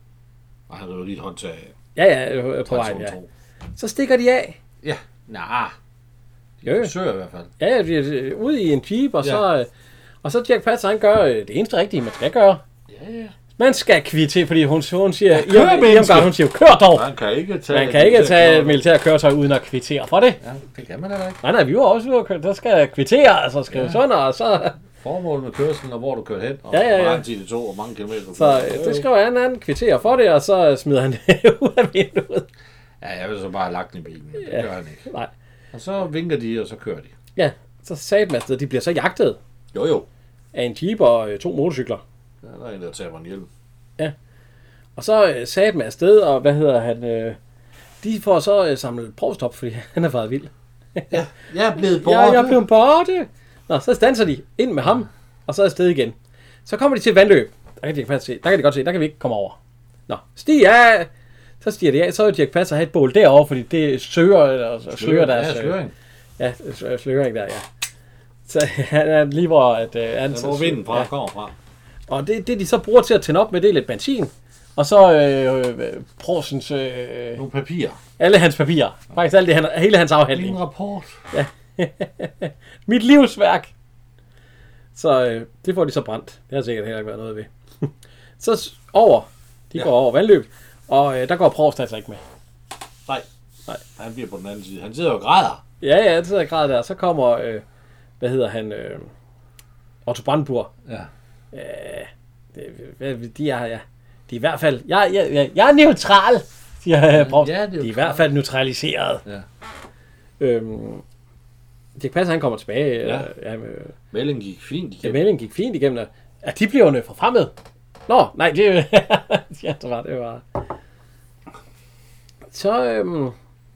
Speaker 2: Ej, han river lige et håndtag af.
Speaker 1: Ja, ja, øh, på vejen,
Speaker 2: Person
Speaker 1: ja.
Speaker 2: to.
Speaker 1: Så stikker de af.
Speaker 2: Ja, nej.
Speaker 1: Jo, jo.
Speaker 2: Søger i hvert fald.
Speaker 1: Ja, ja, de er øh, ude i en jeep, og
Speaker 2: Ja.
Speaker 1: så... Øh, og så Jack Patz, han gør øh, det eneste rigtige, man skal gøre.
Speaker 2: Ja, ja.
Speaker 1: Man skal kvittere, fordi hun, hun siger... Ja,
Speaker 2: kør, menneske!
Speaker 1: hun siger, kør dog!
Speaker 2: Man kan ikke tage...
Speaker 1: Man kan ikke tage et militært køretøj uden at kvittere for det.
Speaker 2: Ja, det kan man da ikke.
Speaker 1: Nej, nej, vi var også ude og køre. Der skal jeg kvittere, altså skrive ja. under, og så...
Speaker 2: Formålet med kørselen og hvor du kører hen, og
Speaker 1: Ja,
Speaker 2: ja,
Speaker 1: ja,
Speaker 2: ja,
Speaker 1: ja.
Speaker 2: hvor lang tid det tog, og mange kilometer du
Speaker 1: Så
Speaker 2: kørte.
Speaker 1: øh, det skriver han, han kvitterer for det, og så øh, smider han det ud af vinduet.
Speaker 2: Ja, jeg ville så bare have lagt den i bilen, men det
Speaker 1: Ja.
Speaker 2: gør han ikke.
Speaker 1: Nej.
Speaker 2: Og så vinker de, og så kører de.
Speaker 1: Ja, så sagde dem afsted, de bliver så jagtet
Speaker 2: Jo, jo.
Speaker 1: af en jeep og øh, to motorcykler.
Speaker 2: Ja, der er en, der tager mig en hjelm.
Speaker 1: Og så øh, sagde dem afsted, og hvad hedder han, øh, de får så øh, samlet provstop, fordi han er faret vild.
Speaker 2: Jeg er blevet
Speaker 1: Ja, jeg er blevet borte. Nå, så stanser de ind med ham, og så afsted igen. Så kommer de til et vandløb. Der kan de, faktisk se. der kan de godt se, der kan vi ikke komme over. Nå, stig af! Så stiger de af, så er Dirk Passer have et bål derovre, fordi det søger, eller slører deres...
Speaker 2: Ja,
Speaker 1: øh,
Speaker 2: sløring.
Speaker 1: Ja, slø- sløring der, ja. Så han er lige hvor... At, øh, han,
Speaker 2: Der hvor vinden fra
Speaker 1: Ja.
Speaker 2: kommer fra.
Speaker 1: Og det, det, de så bruger til at tænde op med, det er lidt benzin. Og så øh, øh, Prorsens, øh,
Speaker 2: Nogle papirer.
Speaker 1: alle hans papirer. Faktisk alt det, han, hele hans afhandling.
Speaker 2: En rapport.
Speaker 1: Mit livsværk! Så øh, det får de så brændt. Det har sikkert heller ikke været noget ved. så s- over. De ja.
Speaker 2: Ja.
Speaker 1: går over vandløb. Og øh, der går Prost altså ikke med.
Speaker 2: Nej.
Speaker 1: Nej.
Speaker 2: Han bliver på den anden side. Han sidder jo og græder.
Speaker 1: Ja, ja, det sidder jeg græder der. Så kommer, øh, hvad hedder han, øh, Otto Brandenburg.
Speaker 2: Ja.
Speaker 1: Det, hvad, de er, ja. De er i hvert fald, jeg, jeg, jeg, jeg er neutral, siger øh, Prost.
Speaker 2: ja,
Speaker 1: Ja,
Speaker 2: neutral.
Speaker 1: de er i hvert fald neutraliseret.
Speaker 2: Ja.
Speaker 1: Øhm, Dirk Passer, han kommer tilbage. Ja.
Speaker 2: Ja.
Speaker 1: Øh, ja, øh,
Speaker 2: Meldingen gik fint
Speaker 1: Ja,
Speaker 2: igennem.
Speaker 1: meldingen gik fint igennem. og- Ja, de bliver jo forfremmet. Nå, nej, det, ja, det var det var. Så, øhm,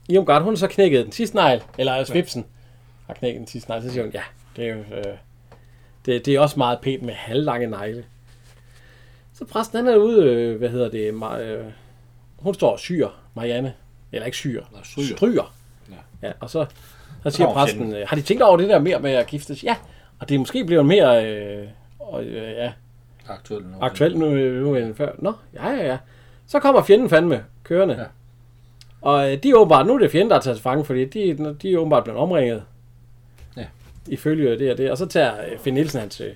Speaker 1: Iomgard, hun har så knækket den sidste negl, eller øh, svipsen har knækket den sidste negl, så siger hun, ja, det er jo, øh, det, det er også meget pænt med halvlange negle. Så præsten, han er ude, øh, hvad hedder det, Ma- øh, hun står og syr, Marianne, eller ikke syr,
Speaker 2: Nå, stryger.
Speaker 1: stryger. Ja. ja og så, så siger
Speaker 2: Nå,
Speaker 1: præsten, øh, har de tænkt over det der mere med at giftes? Ja, Og det er måske blevet mere øh, og, øh, ja,
Speaker 2: Aktuelt nu.
Speaker 1: aktuelt nu, øh, nu end før. Nå, ja, ja, ja. Så kommer fjenden fandme kørende. Ja.
Speaker 2: Ja.
Speaker 1: Og øh, de er åbenbart, nu er det fjenden, der er taget til fange, fordi de, de er åbenbart blevet omringet.
Speaker 2: Ja.
Speaker 1: Ifølge det og det. Og så tager øh, Finn Nielsen hans øh,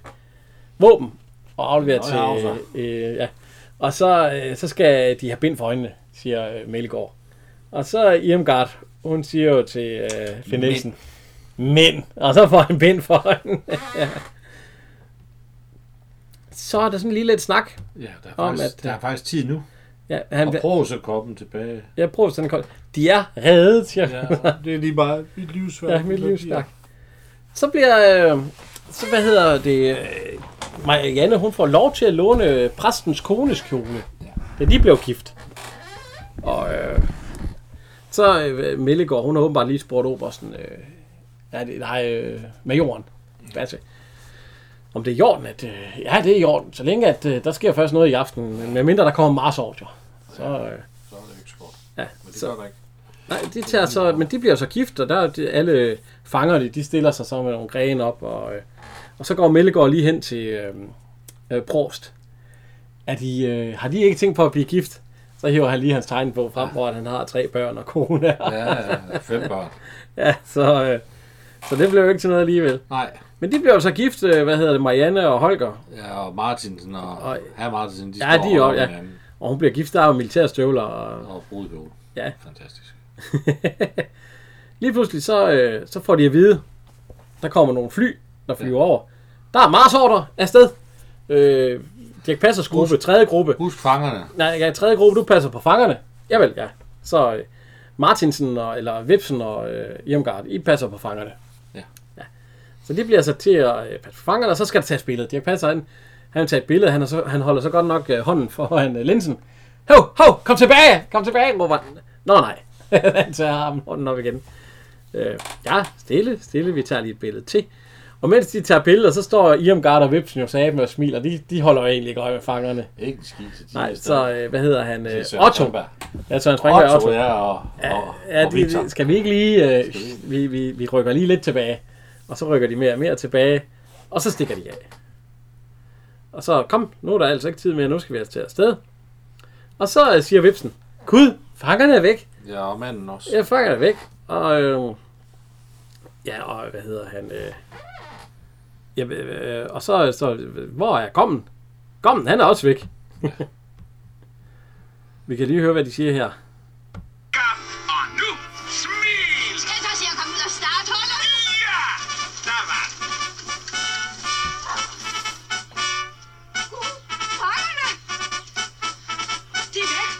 Speaker 1: våben og afleverer
Speaker 2: Nå,
Speaker 1: til...
Speaker 2: ja, altså.
Speaker 1: Øh, ja. Og så, øh, så skal de have bind for øjnene, siger øh, Melgaard. Og så Irmgard, hun siger jo til øh, Finn Nielsen, men, og så får han bind for øjnene. ja. Så er der sådan lige lidt snak
Speaker 2: Ja, der er,
Speaker 1: Om,
Speaker 2: faktisk,
Speaker 1: at-
Speaker 2: der er faktisk tid nu.
Speaker 1: Ja,
Speaker 2: Og
Speaker 1: han,
Speaker 2: prøv så koppen tilbage.
Speaker 1: jeg prøver sådan koldt. De er reddet, siger
Speaker 2: Ja,
Speaker 1: ja. altså,
Speaker 2: det er lige bare mit livsværk.
Speaker 1: ja, mit livsværk. Så bliver, øh, så hvad hedder det, øh, Marianne, hun får lov til at låne præstens kones kjole, da de blev gift. Og øh, så øh, Mellegård, hun har åbenbart lige spurgt obersten, øh, nej, det, nej øh, majoren, Basse, om det er i orden, at, øh, ja, det er i orden, så længe at, øh, der sker først noget i aften, men medmindre der kommer marsordjer. Så, øh,
Speaker 2: Så er det ikke skort.
Speaker 1: ja,
Speaker 2: Men det
Speaker 1: så,
Speaker 2: gør der ikke.
Speaker 1: Nej, de tager så, men de bliver så gift, og der er de, alle fangerne, de stiller sig så med nogle grene op, og, øh, og så går Mellegård lige hen til øh, øh, Prost. Er de, øh, har de ikke tænkt på at blive gift? Så hiver han lige hans tegnbog frem, hvor han har tre børn og kone. Ja,
Speaker 2: Ja, ja, fem børn.
Speaker 1: ja så, øh, så det blev jo ikke til noget alligevel.
Speaker 2: Nej.
Speaker 1: Men de blev jo så gift, øh, hvad hedder det, Marianne og Holger.
Speaker 2: Ja, og Martinsen og,
Speaker 1: Og-
Speaker 2: og herr Martinsen, de
Speaker 1: Ja,
Speaker 2: står
Speaker 1: de er
Speaker 2: over
Speaker 1: også- ja.
Speaker 2: hinanden.
Speaker 1: Og hun bliver gift, der er jo militærstøvler. Og,
Speaker 2: Og brudkjole.
Speaker 1: ja.
Speaker 2: Fantastisk.
Speaker 1: Lige pludselig så, øh, så får de at vide, der kommer nogle fly, der flyver over. Der er Mars-ordre afsted. Øh, Dirk Passers gruppe, tredje gruppe.
Speaker 2: Husk fangerne.
Speaker 1: Nej, ja, tredje gruppe, du passer på fangerne. Javel, ja. Så øh, Martinsen, og, eller Vipsen og øh, Irmgard, I passer på fangerne.
Speaker 2: Ja.
Speaker 1: ja. Så de bliver sat til at øh, passe på fangerne, og så skal der tages billede. Dirk Passer, han, han tager et billede, han, er så, han holder så godt nok øh, hånden foran øh, linsen. Hov, hov, kom tilbage, kom tilbage, råber han. Nå nej, han tager ham hånden op igen. Øh, ja, stille, stille, vi tager lige et billede til. Og mens de tager billeder, så står Irmgard og Vipsen jo sammen og smiler. De, de holder jo egentlig ikke øje med fangerne.
Speaker 2: Ikke en skid til de
Speaker 1: Nej,
Speaker 2: er
Speaker 1: så
Speaker 2: stadig.
Speaker 1: øh, hvad hedder han? Øh,
Speaker 2: Det er Søren
Speaker 1: Otto.
Speaker 2: Strandberg.
Speaker 1: Ja, Søren Springberg
Speaker 2: Otto,
Speaker 1: Otto.
Speaker 2: ja, og, og,
Speaker 1: Ja,
Speaker 2: og
Speaker 1: de,
Speaker 2: Victor.
Speaker 1: de- skal vi ikke lige... Øh, vi, vi, vi rykker lige lidt tilbage. Og så rykker de mere og mere tilbage. Og så stikker de af. Og så, kom, nu er der altså ikke tid mere. Nu skal vi altså til afsted. Og så øh, siger Vipsen, Gud, fangerne er væk.
Speaker 2: Ja, og manden også.
Speaker 1: Ja, fangerne er væk. Og, øh, ja, og hvad hedder han? Øh, ja, øh, og så, så, hvor er Gommen? Gommen, han er også væk. vi kan lige høre, hvad de siger her.
Speaker 5: Kom, og nu, smil!
Speaker 4: Held os i at komme ud og starte hullet.
Speaker 5: Ja, der var den.
Speaker 4: Gud, fangerne! De er væk.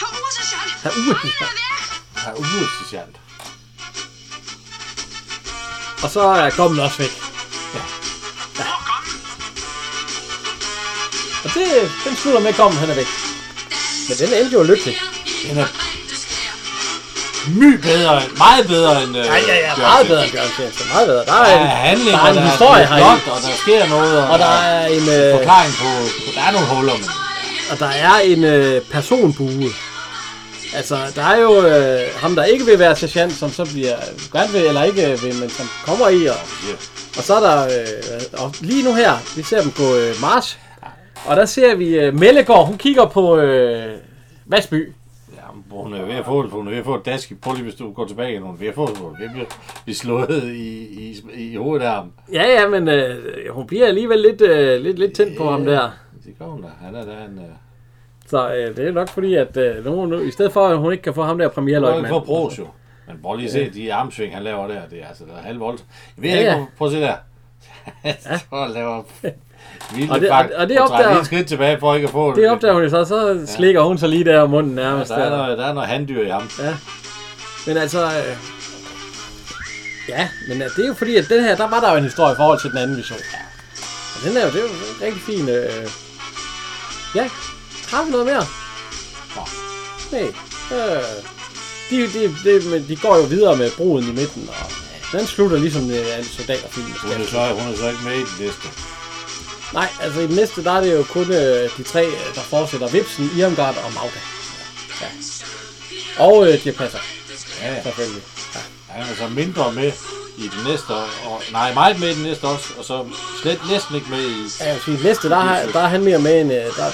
Speaker 4: Kom ud, så sjovt.
Speaker 1: Ja, uh,
Speaker 4: Fangerne er væk.
Speaker 2: Ja, uudsigtsjant.
Speaker 1: Og så er gommen også væk.
Speaker 5: Hvor kom den?
Speaker 1: Og det, den slutter med, at gommen han er væk. Men den endte jo lykkelig.
Speaker 4: Den er...
Speaker 2: My bedre, meget bedre end... Øh,
Speaker 1: Ja, ja, ja, meget bedre end Jørgen Tjeneste. Meget bedre. Der er
Speaker 2: Der
Speaker 1: en,
Speaker 2: er handling,
Speaker 1: der er en
Speaker 2: og
Speaker 1: historie
Speaker 2: der
Speaker 1: her.
Speaker 2: er plot, og der sker noget, og,
Speaker 1: Og der er en, øh,
Speaker 2: forklaring på, på... Der er nogle huller, men...
Speaker 1: og der er en øh, personbue. Altså, der er jo øh, ham, der ikke vil være sergeant, som så bliver godt ved, eller ikke vil, men som kommer i. Og,
Speaker 2: Yeah.
Speaker 1: og så er der, øh, og lige nu her, vi ser dem på øh, Mars. Og der ser vi øh, Mellegård, hun kigger på øh, Vasby.
Speaker 2: Jamen, hun er ved at få det, hun er ved at få et dask. i- Prøv lige, hvis du går tilbage igen, hun er ved at få det, hun er ved at blive- blive slået i, i, i hovedet af ham.
Speaker 1: Ja, ja, men øh, hun bliver alligevel lidt, øh, lidt, lidt tændt på ham der.
Speaker 2: Det gør hun da. Han er da en... Øh,
Speaker 1: Så øh, det er nok fordi, at øh, nu, nu, i stedet for, at hun ikke kan få ham der
Speaker 2: Løgman. for
Speaker 1: premierløgmand.
Speaker 2: pros jo. Men prøv lige at se, de armsving, han laver der, det er altså der er halv volt. Jeg ved
Speaker 1: Ja,
Speaker 2: ja, ikke,
Speaker 1: ja.
Speaker 2: hvor- prøv at se der. så laver vilde
Speaker 1: Og det-
Speaker 2: fang,
Speaker 1: og- og det
Speaker 2: og træder
Speaker 1: opdager-
Speaker 2: lige et skridt tilbage for ikke at få
Speaker 1: Det opdager hun jo så, så slikker hun så lige der om munden nærmest.
Speaker 2: Der er,
Speaker 1: Ja,
Speaker 2: noget, der er noget handdyr i ham.
Speaker 1: men altså... Øh, ja, men øh, det er jo fordi, at den her, der var der jo en historie i forhold til den anden vision. Og den er jo, det er jo en rigtig fin... Øh, ja, har vi noget mere?
Speaker 2: Nå.
Speaker 1: Nej. Øh, de, de, de, men de går jo videre med bruden i midten, og den slutter ligesom øh, alle soldaterfilmen
Speaker 2: Hun
Speaker 1: skal.
Speaker 2: er, så, hun er så ikke med i den liste.
Speaker 1: Nej, altså i den næste, der er det jo kun øh, de tre, øh, der fortsætter. Vipsen, Irmgard og Magda. Ja. Og øh, de passer,
Speaker 2: Ja, ja.
Speaker 1: selvfølgelig.
Speaker 2: Han er så altså mindre med i det næste år. Og, nej, meget med i det næste også, og så slet næsten ikke med i...
Speaker 1: Ja, jeg vil sige, næste, der, har, der er han mere med end... øh, Der, er,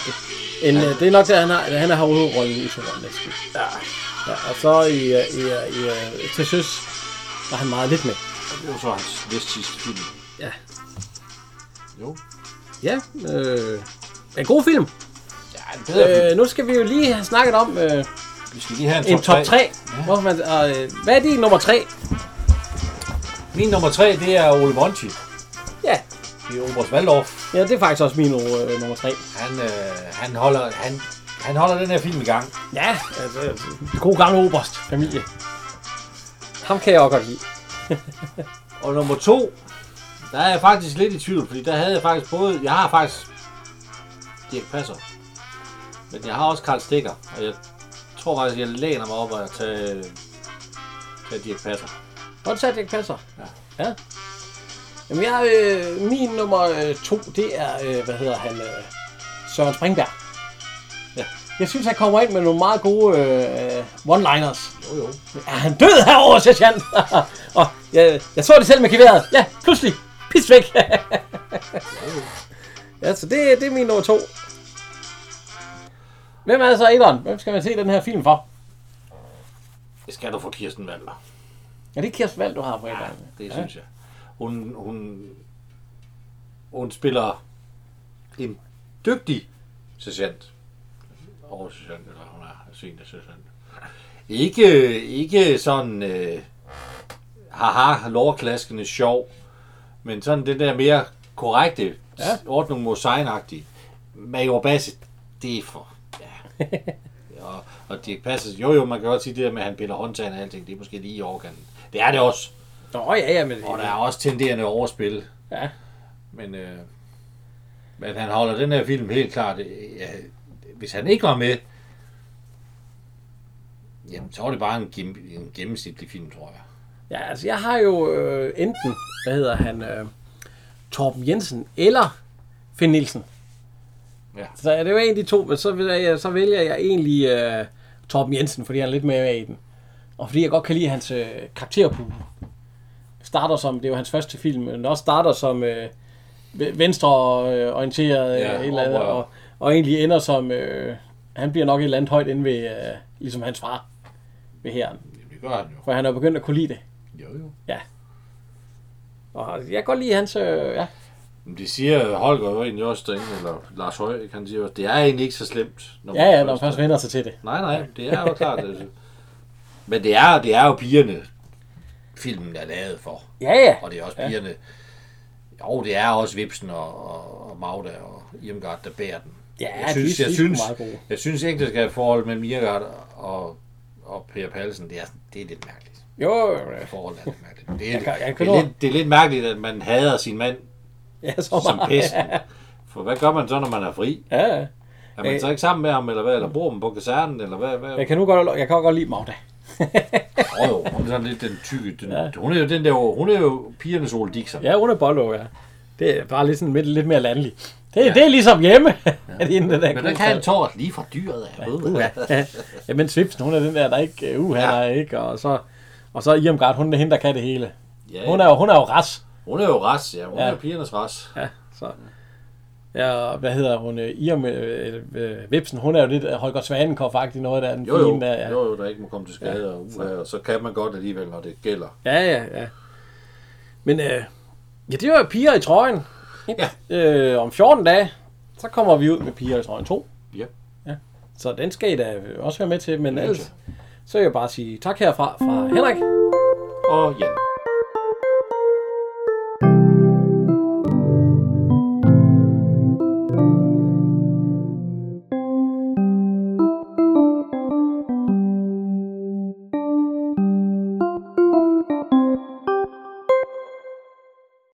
Speaker 1: end øh, det er nok det, han har, han har hovedrollen i toren næsten. Ja. ja. og så i, øh, i, øh, i, øh, til søs, der er han meget lidt med.
Speaker 2: Det var så hans næst sidste film.
Speaker 1: Ja.
Speaker 2: Jo.
Speaker 1: Ja, øh, en god film.
Speaker 2: Ja, en bedre film.
Speaker 1: Øh, nu skal vi jo lige have snakket om øh,
Speaker 2: Vi skal lige have en,
Speaker 1: en top 3.
Speaker 2: tre.
Speaker 1: Hvorfor man, og, øh, hvad er din nummer 3?
Speaker 2: Min nummer tre, det er Ole Monti.
Speaker 1: Ja,
Speaker 2: Det er Oberst Waldorf.
Speaker 1: ja, det er faktisk også min øh, nummer 3.
Speaker 2: Han, øh, han, holder, han, han holder den her film i gang.
Speaker 1: Ja, altså, god gammel oberst familie. Ham kan jeg også godt lide.
Speaker 2: Og nummer to, der er jeg faktisk lidt i tvivl, fordi der havde jeg faktisk både... Jeg har faktisk Dirk Passer, men jeg har også Karl Stikker, og jeg tror faktisk, jeg læner mig op og tager, tager Dirk Passer.
Speaker 1: Godt sat, Dirk Passer. Ja. ja. Jamen, jeg, øh, min nummer øh, to, det er, øh, hvad hedder han, øh, Søren Springberg.
Speaker 2: Ja.
Speaker 1: Jeg synes, han kommer ind med nogle meget gode øh, one-liners.
Speaker 2: Jo, jo.
Speaker 1: Er han død herovre, sergeant? og jeg, jeg så det selv med geværet. Ja, pludselig. Pis væk. ja, så det, det er min nummer to. Hvem er så etteren? Hvem skal man se den her film for?
Speaker 2: Det skal du få Kirsten Waldner.
Speaker 1: Ja, det er Kirsten Vald, du har på etteren.
Speaker 2: Det synes jeg. Hun, hun, hun spiller en dygtig sergeant. Oversergeant, eller hun er senior sergeant. Ikke, ikke sådan øh, haha, lårklaskende sjov, men sådan det der mere korrekte, ja. ordnung mosainagtige. Major Bassett, det er for... Ja. og, og Dirk Passes, jo jo, man kan godt sige det der med, at han piller håndtagene og alting, det er måske lige i overkanten. Det er det også.
Speaker 1: Nå, ja, ja, men...
Speaker 2: Og der er også tenderende overspil.
Speaker 1: Ja.
Speaker 2: Men, øh, men han holder den her film helt klart. øh, Ja, hvis han ikke var med, jamen, så var det bare en, gennem, en gennemsnitlig film, tror jeg.
Speaker 1: Ja, altså jeg har jo øh, enten, hvad hedder han, øh, Torben Jensen eller Finn Nielsen.
Speaker 2: Ja.
Speaker 1: Så er det jo en af de to, men så, vil jeg, så vælger jeg egentlig øh, Torben Jensen, fordi han er lidt mere med i den. Og fordi jeg godt kan lide hans øh, karakterpool. Starter som, det er jo hans første film, men også starter som øh, ve- venstreorienteret øh,
Speaker 2: Ja,
Speaker 1: ja, et eller andet,
Speaker 2: oprører.
Speaker 1: og, og egentlig ender som, øh, han bliver nok et eller andet højt inde ved, øh, ligesom hans far ved herren.
Speaker 2: Jamen, det gør han jo.
Speaker 1: For han er jo begyndt at kunne lide det.
Speaker 2: Jo, jo.
Speaker 1: Ja. Og jeg kan godt lide hans... Øh, ja.
Speaker 2: Men det siger Holger jo egentlig også derinde, eller Lars Høj, ikke? han siger jo, det er egentlig ikke så slemt. Når
Speaker 1: ja, ja, når man først vender sig til det.
Speaker 2: Nej, nej, det er jo klart. Altså. Men det er, det er jo pigerne, filmen er lavet for.
Speaker 1: Ja, ja.
Speaker 2: Og det er også pigerne. Jo, det er også Vipsen og, og, og Magda og Irmgard, der bærer den.
Speaker 1: Ja,
Speaker 2: jeg synes,
Speaker 1: de er sgu
Speaker 2: jeg synes,
Speaker 1: meget gode.
Speaker 2: jeg synes ikke, det skal have forhold mellem Irmgard og, og Per Pallesen. Det er, sådan- det er lidt mærkeligt.
Speaker 1: Jo, øh,
Speaker 2: Forholdet er lidt mærkeligt. Det er,
Speaker 1: Jeg kan- jeg kan
Speaker 2: det, er
Speaker 1: godt-
Speaker 2: lidt, det er lidt mærkeligt, at man hader sin mand
Speaker 1: ja, så
Speaker 2: som
Speaker 1: meget.
Speaker 2: pesten. For hvad gør man så, når man er fri?
Speaker 1: Ja, ja.
Speaker 2: Er man så ikke sammen med ham, eller hvad? Eller bor man på kasernen, eller hvad? hvad?
Speaker 1: jeg kan nu godt, jeg kan godt lide Magda.
Speaker 2: Åh jo, hun er sådan lidt den tykke. Den, ja. Hun er jo den der, hun er jo pigernes Ole Dixon. Ja.
Speaker 1: Ja, hun er Bollo, ja. Det er bare lidt, sådan, lidt, lidt mere landlig. Det, ja. det er ligesom hjemme. Ja. det er den der gode
Speaker 2: Men der kan en
Speaker 1: fald.
Speaker 2: tårt lige fra dyret af. Ja, ved,
Speaker 1: Uha. ja, men Svipsen, hun er den der, der ikke... Uh, ja. der er ikke, og så... Og så Irmgard, hun er hende, der kan det hele.
Speaker 2: Ja,
Speaker 1: Hun er jo, hun er jo ras.
Speaker 2: hun er jo ras, ja. Hun ja.
Speaker 1: Ja.
Speaker 2: er jo pigernes ras.
Speaker 1: Ja, så... Ja, og hvad hedder hun? øh, Irm, øh, øh, Vipsen, hun er jo lidt øh, Holger Svanenkopf-agtig noget der. Den
Speaker 2: Jo, jo,
Speaker 1: fine der, ja.
Speaker 2: jo, jo, der ikke må komme til skade, ja. og, uha, og så kan man godt alligevel, når det gælder.
Speaker 1: Ja, ja, ja. Men øh, ja, det var jo piger i trøjen. ikke? Øh, om 14 dage, så kommer vi ud med piger i trøjen 2.
Speaker 2: Ja.
Speaker 1: Så den skal I da også være med til. Men ellers, så vil jeg bare sige tak herfra fra Henrik.
Speaker 2: Og Jan.